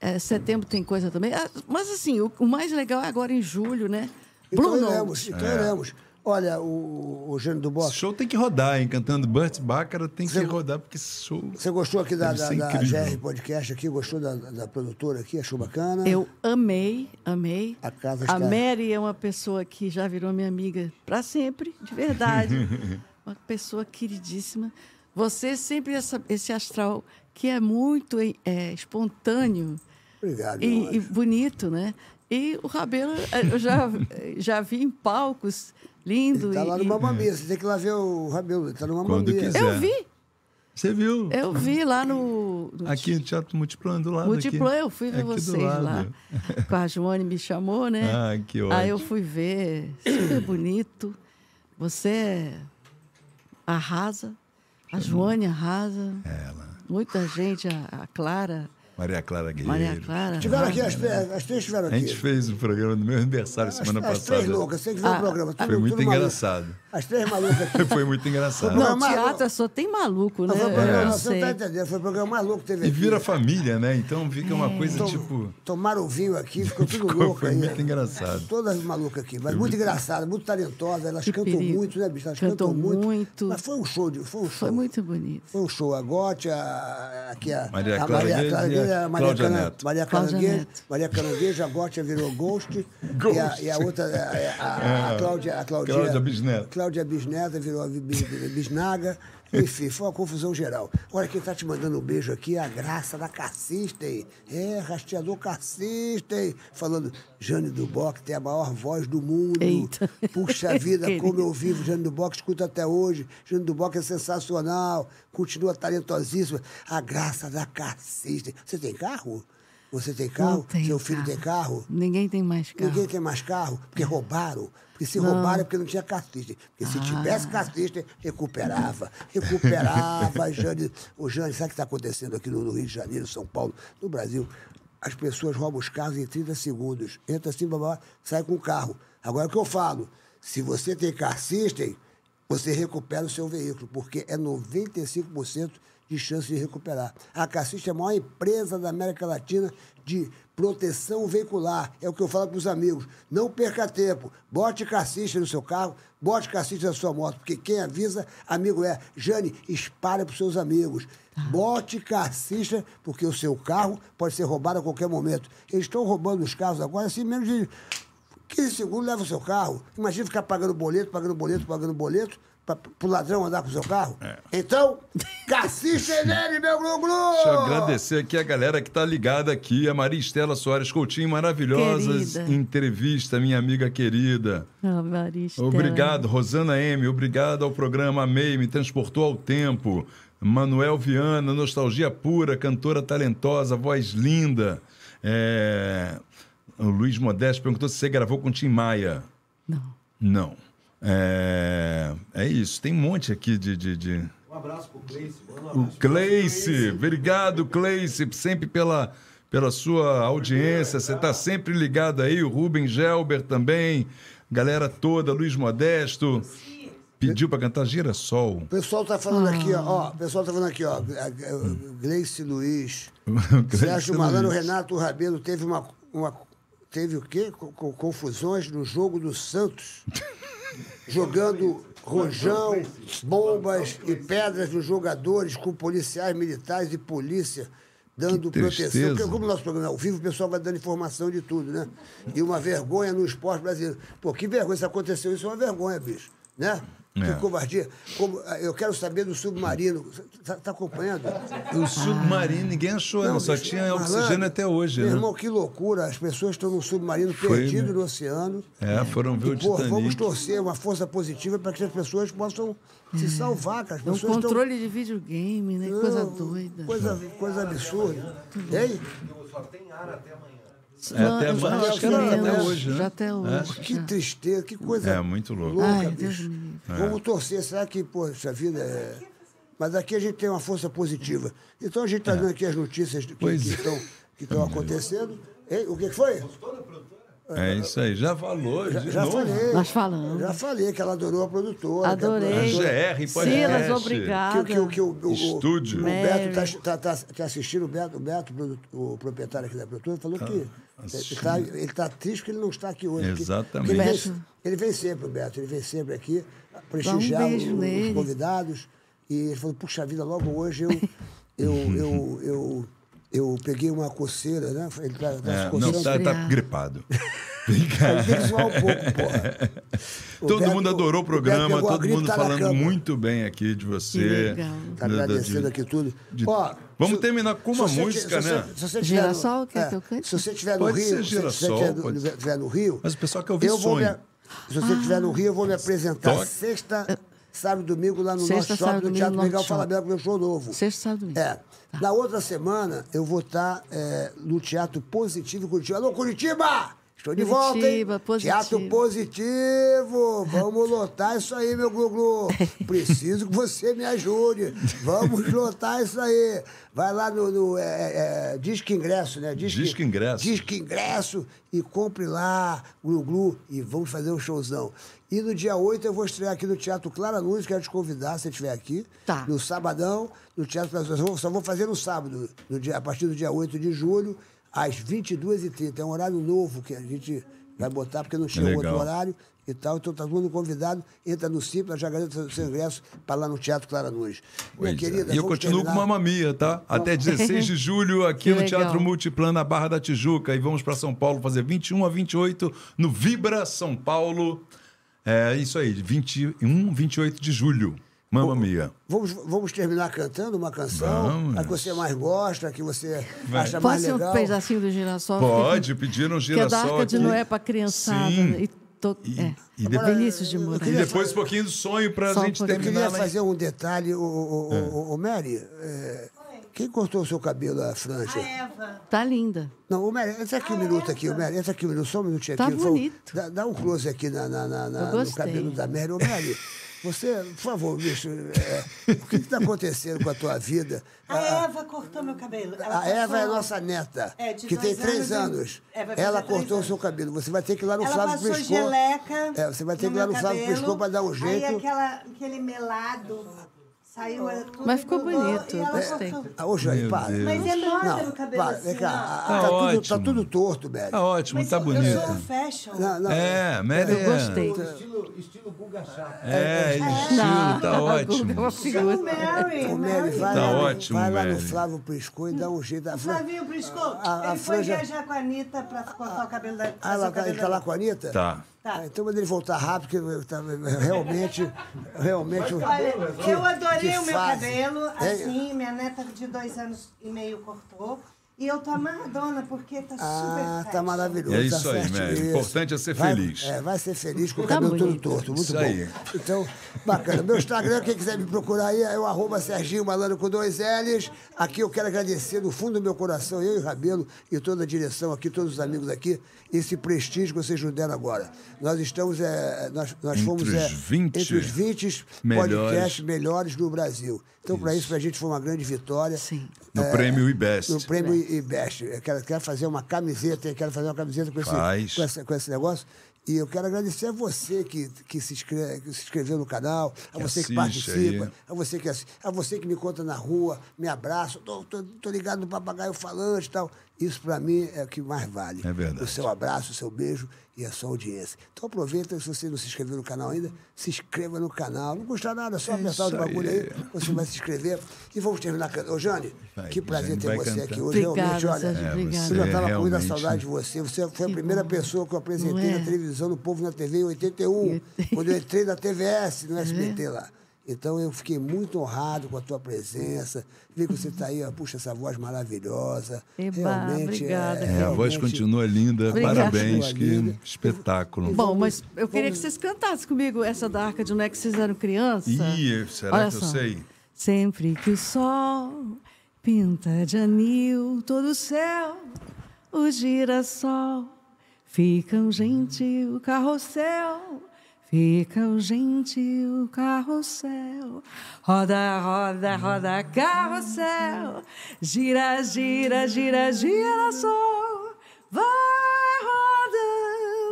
[SPEAKER 5] É, setembro tem coisa também. Ah, Mas assim, o, o mais legal é agora em julho, né?
[SPEAKER 4] Então
[SPEAKER 5] Blue
[SPEAKER 4] iremos,
[SPEAKER 5] Note.
[SPEAKER 4] então
[SPEAKER 3] É.
[SPEAKER 4] iremos. Olha, o, o Jânio do
[SPEAKER 3] Esse
[SPEAKER 4] Bosque,
[SPEAKER 3] show tem que rodar, hein? Cantando Burt Baccara tem que rodar, porque esse show...
[SPEAKER 4] você gostou aqui da,
[SPEAKER 3] Deve
[SPEAKER 4] da,
[SPEAKER 3] ser
[SPEAKER 4] da
[SPEAKER 3] incrível.
[SPEAKER 4] GR Podcast aqui? Gostou da, da produtora aqui? Achou bacana?
[SPEAKER 5] Eu amei, amei.
[SPEAKER 4] Ah. A casa
[SPEAKER 5] A
[SPEAKER 4] está...
[SPEAKER 5] Mary é uma pessoa que já virou minha amiga para sempre, de
[SPEAKER 4] *laughs*
[SPEAKER 5] verdade. uma pessoa queridíssima. Você sempre essa- esse astral que é muito é, espontâneo
[SPEAKER 4] Obrigado, meu
[SPEAKER 5] e, e
[SPEAKER 4] anjo.
[SPEAKER 5] bonito, né? E o Rabelo, eh,
[SPEAKER 4] *laughs*
[SPEAKER 5] eu já, eh, já vi em palcos lindo.
[SPEAKER 4] Ele tá lá
[SPEAKER 5] e-
[SPEAKER 4] no Mamma Mia. Você tem que ir lá ver o Rabelo. Ele tá no Mamma
[SPEAKER 3] Quando
[SPEAKER 4] Mia.
[SPEAKER 3] quiser.
[SPEAKER 5] Eu vi,
[SPEAKER 3] Você viu?
[SPEAKER 5] eu vi lá no, no
[SPEAKER 3] Aqui no Teatro Multiplan, do lado
[SPEAKER 5] Multiplan,
[SPEAKER 3] aqui.
[SPEAKER 5] eu fui ver
[SPEAKER 3] Aqui do
[SPEAKER 5] vocês
[SPEAKER 3] lado. *laughs*
[SPEAKER 5] lá. Com a Joane me chamou, né?
[SPEAKER 3] Ah, que
[SPEAKER 5] Aí eu
[SPEAKER 3] ótimo.
[SPEAKER 5] fui ver, super bonito. Você é arrasa, a Joane arrasa.
[SPEAKER 3] Ela,
[SPEAKER 5] Muita gente, a, a Clara,
[SPEAKER 3] Maria Clara Guerreiro.
[SPEAKER 5] Maria Clara.
[SPEAKER 4] Tiveram aqui,
[SPEAKER 5] arrasa.
[SPEAKER 4] as, as três estiveram
[SPEAKER 3] A
[SPEAKER 4] aqui.
[SPEAKER 3] gente fez o programa do meu aniversário
[SPEAKER 4] as,
[SPEAKER 3] semana
[SPEAKER 4] Ah, as
[SPEAKER 3] passada.
[SPEAKER 4] três loucas. Você tem que ver o
[SPEAKER 5] Ah,
[SPEAKER 4] programa. Tudo,
[SPEAKER 3] Foi muito
[SPEAKER 4] tudo maluco.
[SPEAKER 3] engraçado.
[SPEAKER 4] As três malucas aqui.
[SPEAKER 3] *laughs* Foi muito engraçado.
[SPEAKER 5] Não,
[SPEAKER 4] Mas-
[SPEAKER 5] teatro só tem maluco, né?
[SPEAKER 4] Foi o
[SPEAKER 5] Eu
[SPEAKER 4] programa,
[SPEAKER 5] não
[SPEAKER 4] você não
[SPEAKER 5] sei.
[SPEAKER 4] tá entendendo? Foi o programa mais louco que teve
[SPEAKER 3] E
[SPEAKER 4] aqui.
[SPEAKER 3] vira família, né? Então fica
[SPEAKER 5] É.
[SPEAKER 3] uma coisa tipo.
[SPEAKER 4] Tomaram o vinho aqui, ficou tudo
[SPEAKER 3] *laughs* Ficou,
[SPEAKER 4] louco
[SPEAKER 3] foi
[SPEAKER 4] aí.
[SPEAKER 3] muito engraçado.
[SPEAKER 4] Todas malucas aqui, mas muito engraçadas, muito talentosas. Elas
[SPEAKER 5] Que
[SPEAKER 4] cantam
[SPEAKER 5] perigo.
[SPEAKER 4] muito, né, bicho? Elas
[SPEAKER 5] Cantam
[SPEAKER 4] cantam, muito.
[SPEAKER 5] muito.
[SPEAKER 4] Mas foi um show, de, foi um show.
[SPEAKER 5] Foi muito bonito.
[SPEAKER 4] Foi um show. A Gotti, a, aqui a,
[SPEAKER 3] Maria
[SPEAKER 4] a
[SPEAKER 3] Clara Guedes e a
[SPEAKER 4] Guedes, a Maria
[SPEAKER 3] Cláudia
[SPEAKER 4] Cana-
[SPEAKER 3] Neto.
[SPEAKER 4] Maria
[SPEAKER 5] Cláudia
[SPEAKER 4] Caranguejo,
[SPEAKER 5] Neto.
[SPEAKER 4] Maria Caranguejo, a Gotti virou Ghost. E a,
[SPEAKER 3] *laughs* Ghost. Ah,
[SPEAKER 4] e a outra, a, a, a, a Cláudia, a Claudinha-
[SPEAKER 3] Cláudia Bisneto.
[SPEAKER 4] Cláudia Bisneta virou a Bi- Bi- Bi- Bisnaga. Enfim, foi uma confusão geral. Olha, quem está te mandando um beijo aqui é a graça da Cassistem. É, rasteador Cassistem. Falando, Jane Duboc tem a maior voz do mundo.
[SPEAKER 5] Eita.
[SPEAKER 4] Puxa vida, como
[SPEAKER 5] *laughs* Querido.
[SPEAKER 4] eu vivo, Jane Duboc, escuta até hoje. Jane Duboc é sensacional, continua talentosíssima. A graça da Cassistem. Você tem carro? Você tem carro?
[SPEAKER 5] Não tem
[SPEAKER 4] Seu filho tem carro?
[SPEAKER 5] Ninguém tem mais carro.
[SPEAKER 4] Ninguém tem mais carro, porque roubaram. Porque se roubaram é porque não tinha cassista. Porque se tivesse cassista, recuperava. Recuperava. Jane, o Jane, sabe o que está acontecendo aqui no Rio de Janeiro, São Paulo, no Brasil? As pessoas roubam os carros em 30 segundos. Entra assim, babá, sai com o carro. Agora o que eu falo? Se você tem car system, você recupera o seu veículo, porque é 95% de chance de recuperar. A Cassista é a maior empresa da América Latina de proteção veicular. É o que eu falo para os amigos. Não perca tempo. Bote Cassista no seu carro, bote Cassista na sua moto, porque quem avisa, amigo é. Jane, espalha para os seus amigos. Bote Cassista, porque o seu carro pode ser roubado a qualquer momento. Eles estão roubando os carros agora, assim, menos de 15 segundos leva o seu carro. Imagina ficar pagando boleto, pagando boleto, pagando boleto, para o ladrão andar com o seu carro.
[SPEAKER 3] É.
[SPEAKER 4] Então,
[SPEAKER 3] *laughs*
[SPEAKER 4] cassista nele, meu glu-glu!
[SPEAKER 3] Deixa eu agradecer aqui a galera que está ligada aqui. A Maria Estela Soares Coutinho, maravilhosas
[SPEAKER 5] Querida.
[SPEAKER 3] entrevista, minha amiga querida.
[SPEAKER 5] Ah, Marista.
[SPEAKER 3] Obrigado, Rosana M. Obrigado ao programa Amei, me transportou ao tempo. Manuel Viana, nostalgia pura, cantora talentosa, voz linda. É, O Luiz Modesto perguntou se você gravou com Tim Maia. Não. Não. É, é isso, tem um monte aqui de- de- de...
[SPEAKER 10] Um abraço pro Cleice, manda um
[SPEAKER 3] O Cleice, obrigado, Cleice, sempre pela, pela sua audiência. Você está sempre ligado aí, o Rubem Gelber também, galera toda, Luiz Modesto. Pediu para cantar Girassol.
[SPEAKER 4] O pessoal tá falando aqui, ó,
[SPEAKER 3] Hum.
[SPEAKER 4] ó. O pessoal tá falando aqui, ó. a- a- o Gleice Luiz. *laughs* Sérgio Malandro, Renato Rabelo teve uma. uma- teve o quê? Co- co- confusões no jogo do Santos. Jogando rojão, bombas e pedras nos jogadores, com policiais militares e polícia dando
[SPEAKER 3] Que
[SPEAKER 4] proteção.
[SPEAKER 3] tristeza.
[SPEAKER 4] Porque como o nosso programa é ao vivo, o pessoal vai dando informação de tudo, né? E uma vergonha no esporte brasileiro. Pô, que vergonha, se aconteceu isso, é uma vergonha, bicho. Né?
[SPEAKER 3] É.
[SPEAKER 4] Que covardia. Como, ah, eu quero saber do submarino. Tá, tá acompanhando?
[SPEAKER 3] O submarino, ninguém achou, não, só
[SPEAKER 4] bicho,
[SPEAKER 3] tinha
[SPEAKER 4] malandro.
[SPEAKER 3] É oxigênio até hoje.
[SPEAKER 4] Meu
[SPEAKER 3] né?
[SPEAKER 4] irmão, que loucura. As pessoas estão num submarino
[SPEAKER 3] Foi,
[SPEAKER 4] perdido
[SPEAKER 3] né?
[SPEAKER 4] no oceano.
[SPEAKER 3] É, foram ver o
[SPEAKER 4] E, pô, vamos
[SPEAKER 3] Titanic.
[SPEAKER 4] torcer uma força positiva para que as pessoas possam se salvar. Que as
[SPEAKER 5] É um
[SPEAKER 4] pessoas
[SPEAKER 5] controle de videogame, né? Que Coisa doida.
[SPEAKER 4] Tão... Coisa, coisa absurda. Ei?
[SPEAKER 3] É, até
[SPEAKER 5] Não,
[SPEAKER 3] amanhã,
[SPEAKER 5] já
[SPEAKER 3] acho que era
[SPEAKER 5] até
[SPEAKER 3] até
[SPEAKER 5] hoje,
[SPEAKER 3] hoje, né?
[SPEAKER 5] já até hoje,
[SPEAKER 4] Que
[SPEAKER 5] já.
[SPEAKER 4] tristeza, que coisa.
[SPEAKER 3] É, muito louco. É.
[SPEAKER 4] louca,
[SPEAKER 5] é. Ai, Deus
[SPEAKER 4] bicho.
[SPEAKER 5] me livre.
[SPEAKER 4] Vamos torcer, será que, poxa vida, é... Mas aqui a gente tem uma força positiva. Então a gente está dando aqui as notícias que
[SPEAKER 3] É. Pois é.
[SPEAKER 4] estão que estão acontecendo. Ei, o que que foi?
[SPEAKER 3] É isso aí, já falou, de
[SPEAKER 4] Já
[SPEAKER 3] novo.
[SPEAKER 4] falei.
[SPEAKER 5] Nós falamos.
[SPEAKER 4] Já falei que ela adorou a produtora. que a
[SPEAKER 5] Adorei.
[SPEAKER 4] produtora-
[SPEAKER 3] GR,
[SPEAKER 5] Silas,
[SPEAKER 3] podcast.
[SPEAKER 5] obrigada.
[SPEAKER 4] que, o- que, o- que o, o,
[SPEAKER 3] Estúdio.
[SPEAKER 4] O
[SPEAKER 5] Mary.
[SPEAKER 4] Beto está tá, tá, tá assistindo, o Beto, o, Beto produ- o proprietário aqui da produtora, falou
[SPEAKER 3] Tá.
[SPEAKER 4] que ele
[SPEAKER 3] assistindo.
[SPEAKER 4] tá- ele está triste que ele não está aqui hoje. porque-
[SPEAKER 3] Exatamente.
[SPEAKER 4] porque ele,
[SPEAKER 5] Beto.
[SPEAKER 4] vem, ele vem sempre, o Beto, ele vem sempre aqui prestigiar
[SPEAKER 5] Dá um beijo
[SPEAKER 4] o- os,
[SPEAKER 5] nele.
[SPEAKER 4] convidados. E ele falou, puxa vida, logo
[SPEAKER 3] *laughs*
[SPEAKER 4] hoje eu, eu, eu, eu, eu, peguei uma coceira, né? Ele tá, tá se
[SPEAKER 3] É,
[SPEAKER 4] coçando.
[SPEAKER 3] não, tá, tá
[SPEAKER 5] Obrigada.
[SPEAKER 3] gripado.
[SPEAKER 4] Ele tem que zoar um pouco, porra. O
[SPEAKER 3] *laughs* Todo
[SPEAKER 4] Beto-
[SPEAKER 3] mundo adorou o programa,
[SPEAKER 4] Beto pegou a
[SPEAKER 3] todo
[SPEAKER 4] gripe,
[SPEAKER 3] mundo
[SPEAKER 4] tá na
[SPEAKER 3] falando
[SPEAKER 4] cama.
[SPEAKER 3] muito bem aqui de
[SPEAKER 5] Que
[SPEAKER 3] você.
[SPEAKER 5] legal.
[SPEAKER 4] Tá
[SPEAKER 3] Da- da-
[SPEAKER 4] agradecendo
[SPEAKER 3] de-
[SPEAKER 4] aqui tudo.
[SPEAKER 3] de-
[SPEAKER 4] Ó,
[SPEAKER 3] Vamos
[SPEAKER 4] se-
[SPEAKER 3] terminar com uma
[SPEAKER 4] se você-
[SPEAKER 3] música,
[SPEAKER 4] se
[SPEAKER 3] né?
[SPEAKER 4] você- se você tiver no- É,
[SPEAKER 5] Girassol, quer que eu cante?
[SPEAKER 4] Se você estiver no
[SPEAKER 3] Pode
[SPEAKER 4] Rio,
[SPEAKER 3] ser
[SPEAKER 4] se- se você
[SPEAKER 3] girassol,
[SPEAKER 4] estiver no,
[SPEAKER 3] pode ser.
[SPEAKER 4] estiver no Rio...
[SPEAKER 3] Mas o pessoal quer ouvir
[SPEAKER 4] eu vou
[SPEAKER 3] sonho.
[SPEAKER 4] me- Se você estiver no Rio, eu vou me apresentar
[SPEAKER 3] Toque.
[SPEAKER 4] sexta, sábado e domingo lá no
[SPEAKER 5] Ah. Sexta,
[SPEAKER 4] nosso shopping
[SPEAKER 5] sábado e
[SPEAKER 4] do
[SPEAKER 5] domingo,
[SPEAKER 4] Teatro
[SPEAKER 5] Norte
[SPEAKER 4] Miguel
[SPEAKER 5] Shopping.
[SPEAKER 4] Falabella, com meu show novo.
[SPEAKER 5] Sexta, sábado e domingo.
[SPEAKER 4] É. Na outra semana, eu vou estar é, no Teatro Positivo Curitiba. Alô, Curitiba! Estou de volta, hein?
[SPEAKER 5] Curitiba, positivo.
[SPEAKER 4] Teatro Positivo! Vamos lotar isso aí, meu
[SPEAKER 5] *laughs*
[SPEAKER 4] Glu-Glu! Preciso que você me ajude. Vamos lotar isso aí. Vai lá no, no é, é, é, Disque Ingresso, né?
[SPEAKER 3] Disque Ingresso.
[SPEAKER 4] Disque Ingresso e compre lá, Glu-Glu, e vamos fazer um showzão. E no dia 8 eu vou estrear aqui no Teatro Clara Luz, quero te convidar, se você estiver aqui.
[SPEAKER 5] Tá.
[SPEAKER 4] No sabadão, no Teatro Clara Luz. Eu vou- Só vou fazer no sábado, no dia, a partir do dia 8 de julho, às 22h30. É um horário novo que a gente vai botar, porque não tinha
[SPEAKER 3] Legal.
[SPEAKER 4] outro horário e tal. Então tá todo mundo convidado. Entra no Simpla, já garante o seu ingresso para lá no Teatro Clara Luz.
[SPEAKER 3] Pois
[SPEAKER 4] Minha
[SPEAKER 3] é.
[SPEAKER 4] querida,
[SPEAKER 3] e eu
[SPEAKER 4] vamos
[SPEAKER 3] continuo
[SPEAKER 4] terminar.
[SPEAKER 3] com Mamma Mia, tá? Até 16 de
[SPEAKER 5] *laughs*
[SPEAKER 3] julho aqui
[SPEAKER 5] Que
[SPEAKER 3] no
[SPEAKER 5] legal.
[SPEAKER 3] Teatro Multiplan, na Barra da Tijuca. E vamos para São Paulo fazer 21 a 28 no Vibra São Paulo. É isso aí, 21, 28 de julho. Mamma Mia.
[SPEAKER 4] Vamos, vamos terminar cantando uma canção,
[SPEAKER 3] Vamos.
[SPEAKER 4] a que você mais gosta, a que você
[SPEAKER 3] Vai.
[SPEAKER 4] acha Tá mais
[SPEAKER 5] Pode ser
[SPEAKER 4] legal.
[SPEAKER 5] um pedacinho do girassol?
[SPEAKER 3] Pode, pediram
[SPEAKER 5] Que é da
[SPEAKER 3] girassol
[SPEAKER 5] Arca de
[SPEAKER 3] aqui.
[SPEAKER 5] Noé para criançada.
[SPEAKER 3] Sim.
[SPEAKER 5] E, to...
[SPEAKER 3] E-
[SPEAKER 5] é.
[SPEAKER 3] e depois-
[SPEAKER 5] Vinícius de Moraes.
[SPEAKER 3] E depois um pouquinho do sonho pra
[SPEAKER 5] Só um
[SPEAKER 3] gente
[SPEAKER 5] pouquinho.
[SPEAKER 4] Eu queria
[SPEAKER 3] terminar. lá em-
[SPEAKER 4] fazer um detalhe, o, o, o- o- o Mary. é, quem cortou o seu cabelo, a franja?
[SPEAKER 12] A Eva.
[SPEAKER 5] Tá linda.
[SPEAKER 4] Não, o Mary, entra
[SPEAKER 12] Ah, é
[SPEAKER 4] aqui um minuto aqui, o Mary, entra aqui um minuto, só um minutinho
[SPEAKER 5] Tá
[SPEAKER 4] aqui. por favor.
[SPEAKER 5] bonito.
[SPEAKER 4] Dá, dá um close aqui na, na- na- na-
[SPEAKER 5] Eu
[SPEAKER 4] no
[SPEAKER 5] gostei.
[SPEAKER 4] cabelo da Mary. Ô,
[SPEAKER 5] *laughs*
[SPEAKER 4] Mary, você, por favor, bicho, é, o que está acontecendo com a tua vida?
[SPEAKER 12] A Eva cortou meu cabelo. Ela
[SPEAKER 4] Ah, A Eva
[SPEAKER 12] passou-
[SPEAKER 4] é nossa neta,
[SPEAKER 12] É, de
[SPEAKER 4] que tem
[SPEAKER 12] dois
[SPEAKER 4] três anos.
[SPEAKER 12] anos e- É, vai fazer
[SPEAKER 4] Ela
[SPEAKER 12] três
[SPEAKER 4] cortou o
[SPEAKER 12] anos.
[SPEAKER 4] seu cabelo. Você vai ter que ir lá no
[SPEAKER 12] Ela
[SPEAKER 4] Flávio
[SPEAKER 12] passou
[SPEAKER 4] Priscou.
[SPEAKER 12] geleca.
[SPEAKER 4] É, você vai ter
[SPEAKER 12] no
[SPEAKER 4] que ir lá
[SPEAKER 12] meu
[SPEAKER 4] no Flávio
[SPEAKER 12] cabelo.
[SPEAKER 4] Priscou para dar um jeito.
[SPEAKER 12] Aí aquela, aquele melado. Saiu, ela
[SPEAKER 5] Mas ficou
[SPEAKER 12] configurou
[SPEAKER 5] bonito,
[SPEAKER 12] e ela
[SPEAKER 5] gostei.
[SPEAKER 12] cortou.
[SPEAKER 4] Ah, Ô, Jair,
[SPEAKER 3] Meu
[SPEAKER 4] para.
[SPEAKER 3] Deus.
[SPEAKER 12] Mas é nóis o cabelo
[SPEAKER 4] para,
[SPEAKER 12] assim,
[SPEAKER 4] vem cá.
[SPEAKER 12] ó.
[SPEAKER 4] Ah,
[SPEAKER 3] Tá
[SPEAKER 4] tá, tudo, tá
[SPEAKER 3] ótimo.
[SPEAKER 4] tudo torto, Mary.
[SPEAKER 3] Tá ótimo,
[SPEAKER 12] Mas
[SPEAKER 3] tá
[SPEAKER 12] eu-
[SPEAKER 3] bonito.
[SPEAKER 12] Eu sou um fashion.
[SPEAKER 4] Não, não,
[SPEAKER 3] É, Mary é.
[SPEAKER 5] Eu gostei.
[SPEAKER 12] Tá
[SPEAKER 10] Estilo, estilo Guga Chakra.
[SPEAKER 3] É, ele
[SPEAKER 5] Não,
[SPEAKER 3] estilo, tá
[SPEAKER 5] *laughs* É uma
[SPEAKER 3] ótimo.
[SPEAKER 5] figura.
[SPEAKER 12] Chama o um Mary,
[SPEAKER 4] Ô,
[SPEAKER 12] Mary.
[SPEAKER 4] Mary, vai,
[SPEAKER 3] Tá
[SPEAKER 4] lá, no-
[SPEAKER 3] ótimo,
[SPEAKER 4] vai lá no
[SPEAKER 3] Mary.
[SPEAKER 4] Flávio Priscou e dá um jeito. A Flá-
[SPEAKER 12] Flavinho Prisco,
[SPEAKER 4] a- a
[SPEAKER 12] ele foi
[SPEAKER 4] franja-
[SPEAKER 12] viajar com a Anitta pra cortar o cabelo da
[SPEAKER 4] Ah, ela
[SPEAKER 12] seu
[SPEAKER 4] tá,
[SPEAKER 12] cabelo é-
[SPEAKER 4] ele tá
[SPEAKER 12] da-
[SPEAKER 4] lá com a Anitta?
[SPEAKER 3] Tá.
[SPEAKER 12] Tá.
[SPEAKER 4] Ah, então manda ele voltar rápido, porque eu tava- realmente, realmente...
[SPEAKER 12] Olha,
[SPEAKER 4] que-
[SPEAKER 12] eu adorei
[SPEAKER 4] que
[SPEAKER 12] o meu
[SPEAKER 4] fase.
[SPEAKER 12] cabelo,
[SPEAKER 4] É,
[SPEAKER 12] assim, minha neta de dois anos e meio cortou. E eu tô amarradona, porque tá super
[SPEAKER 4] Ah, tá
[SPEAKER 12] fashion.
[SPEAKER 4] maravilhoso.
[SPEAKER 3] É
[SPEAKER 4] tá
[SPEAKER 3] isso aí,
[SPEAKER 4] certo
[SPEAKER 3] Mary.
[SPEAKER 4] isso.
[SPEAKER 3] Importante é ser
[SPEAKER 4] Vai-
[SPEAKER 3] feliz.
[SPEAKER 4] É, vai ser feliz com o
[SPEAKER 5] Tá
[SPEAKER 4] cabelo todo
[SPEAKER 5] bonito.
[SPEAKER 4] torto. Muito
[SPEAKER 3] Isso
[SPEAKER 4] bom.
[SPEAKER 3] aí.
[SPEAKER 4] Então, bacana. Meu Instagram, quem quiser me procurar aí, é o arroba Serginho Malandro com dois L's. Aqui eu quero agradecer do fundo do meu coração, eu e o Rabelo e toda a direção aqui, todos os amigos aqui, esse prestígio que vocês nos deram agora. Nós estamos, é, nós, nós
[SPEAKER 3] Entre
[SPEAKER 4] fomos
[SPEAKER 3] os
[SPEAKER 4] é,
[SPEAKER 3] 20
[SPEAKER 4] entre os 20
[SPEAKER 3] melhores.
[SPEAKER 4] podcasts melhores do Brasil. Então, para isso, para a gente foi uma grande vitória.
[SPEAKER 5] Sim.
[SPEAKER 3] No prêmio e best.
[SPEAKER 4] No prêmio IBEST. Eu quero, quero fazer uma camiseta, eu quero fazer uma camiseta com esse,
[SPEAKER 3] Faz.
[SPEAKER 4] com essa- com esse negócio. E eu quero agradecer a você que, que, se, inscreve, que se inscreveu no canal, a
[SPEAKER 3] Que
[SPEAKER 4] você que
[SPEAKER 3] assiste
[SPEAKER 4] participa,
[SPEAKER 3] aí.
[SPEAKER 4] a você que, assi- a você que me conta na rua, me abraça, tô, tô- tô ligado no papagaio falante e tal. Isso para mim é o que mais vale.
[SPEAKER 3] É verdade.
[SPEAKER 4] O seu abraço, o seu beijo e a sua audiência. Então aproveita, se você não se inscreveu no canal ainda, se inscreva no canal. Não custa nada, é só apertar os
[SPEAKER 3] isso
[SPEAKER 4] bagulho aí.
[SPEAKER 3] aí.
[SPEAKER 4] você vai se inscrever. E vamos terminar cantando. Ô, Jane,
[SPEAKER 3] Vai,
[SPEAKER 4] que prazer
[SPEAKER 3] Jane
[SPEAKER 4] ter
[SPEAKER 3] vai
[SPEAKER 4] você
[SPEAKER 3] cantar.
[SPEAKER 4] aqui hoje.
[SPEAKER 5] Obrigada,
[SPEAKER 4] realmente, olha,
[SPEAKER 5] Sérgio.
[SPEAKER 3] É,
[SPEAKER 5] Obrigada.
[SPEAKER 3] você-
[SPEAKER 4] eu já estava com muita
[SPEAKER 3] realmente,
[SPEAKER 4] saudade
[SPEAKER 3] né?
[SPEAKER 4] de você. Você foi a
[SPEAKER 5] Que
[SPEAKER 4] primeira
[SPEAKER 5] bom.
[SPEAKER 4] pessoa que eu apresentei
[SPEAKER 5] Não é?
[SPEAKER 4] na televisão do Povo na TV em 81, quando eu entrei na TVS,
[SPEAKER 5] é?
[SPEAKER 4] no SBT lá. Então eu fiquei muito honrado com a tua presença. Ver que você está aí, ó, puxa essa voz maravilhosa.
[SPEAKER 5] Eba,
[SPEAKER 4] realmente
[SPEAKER 5] obrigada,
[SPEAKER 4] é,
[SPEAKER 3] É, a voz
[SPEAKER 4] realmente-
[SPEAKER 3] continua linda.
[SPEAKER 5] Obrigada.
[SPEAKER 3] Parabéns, que
[SPEAKER 4] Continua linda.
[SPEAKER 3] espetáculo.
[SPEAKER 5] Bom, mas eu queria que vocês cantassem comigo essa da Arca de Noé que vocês eram criança.
[SPEAKER 3] Ih, será
[SPEAKER 5] Olha
[SPEAKER 3] que eu
[SPEAKER 5] só.
[SPEAKER 3] sei?
[SPEAKER 5] Sempre que o sol pinta de anil todo o céu, o girassol fica um gentil carrossel, fica um gentil carrossel. Roda, roda, roda, carrossel, gira, gira, gira, girassol, vai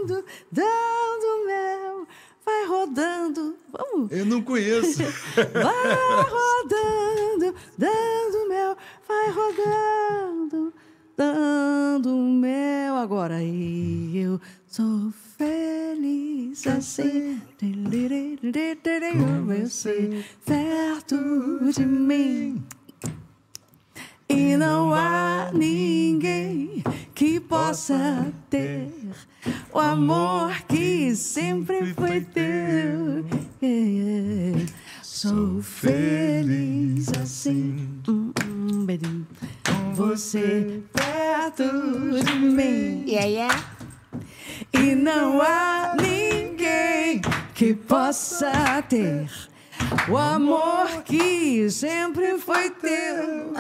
[SPEAKER 5] rodando, dando mel, vai rodando. Vamos!
[SPEAKER 3] Eu não conheço.
[SPEAKER 5] Vai rodando, dando mel, vai rodando, dando mel. Agora e eu sou feliz assim. Eu sei perto de mim. E não há ninguém que possa ter o amor que sempre foi teu. Yeah, yeah. Sou feliz assim. Hum, hum, bedim. Você perto de mim. Yeah, yeah. E não há ninguém que possa ter o amor que sempre foi teu.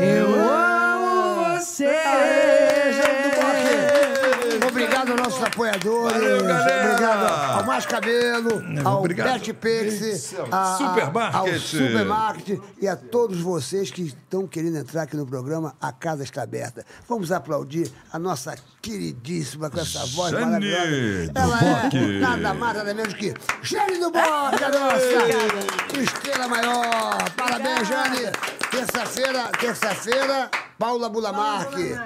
[SPEAKER 5] Eu amo você.
[SPEAKER 4] Aê, gente do Boque! Obrigado aos nossos apoiadores.
[SPEAKER 3] Valeu, galera! É,
[SPEAKER 4] Obrigado ao Mais Cabelo, ao
[SPEAKER 3] obrigado.
[SPEAKER 4] Betpix,
[SPEAKER 3] Esse é o
[SPEAKER 4] a- a-
[SPEAKER 3] Supermarket.
[SPEAKER 4] ao Supermarket e a todos vocês que estão querendo entrar aqui no programa A Casa Está Aberta. Vamos aplaudir a nossa queridíssima com essa voz
[SPEAKER 3] Jane
[SPEAKER 4] maravilhosa.
[SPEAKER 3] do
[SPEAKER 4] Ela é
[SPEAKER 3] Boque.
[SPEAKER 4] nada mais, nada menos que né, Jane do Boque, a nossa estrela maior. Parabéns, Jane. Terça-feira, terça-feira, Paula Bulamarque.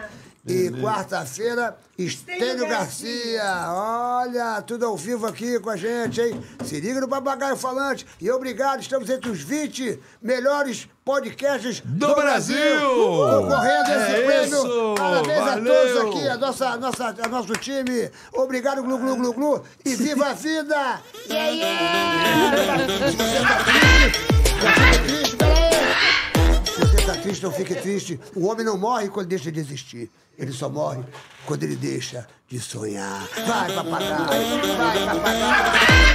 [SPEAKER 4] E quarta-feira, Estênio
[SPEAKER 12] Estênio
[SPEAKER 4] Garcia. Olha, tudo ao vivo aqui com a gente, hein? Se liga no Papagaio Falante. E obrigado, estamos entre os 20 melhores podcasts do,
[SPEAKER 3] Brasil!
[SPEAKER 4] Concorrendo a esse
[SPEAKER 3] É
[SPEAKER 4] prêmio.
[SPEAKER 3] isso!
[SPEAKER 4] Parabéns
[SPEAKER 3] Valeu!
[SPEAKER 4] a todos aqui, a nossa, a nossa, a nosso time. Obrigado, Glu Glu Glu Glu. E viva a vida! Yeah, yeah! Se você tá triste, já fica triste, peraí. Se você está triste, não fique triste. O homem não morre quando deixa de existir. Ele só morre quando ele deixa de sonhar. Vai, papagaio! Vai, papagaio!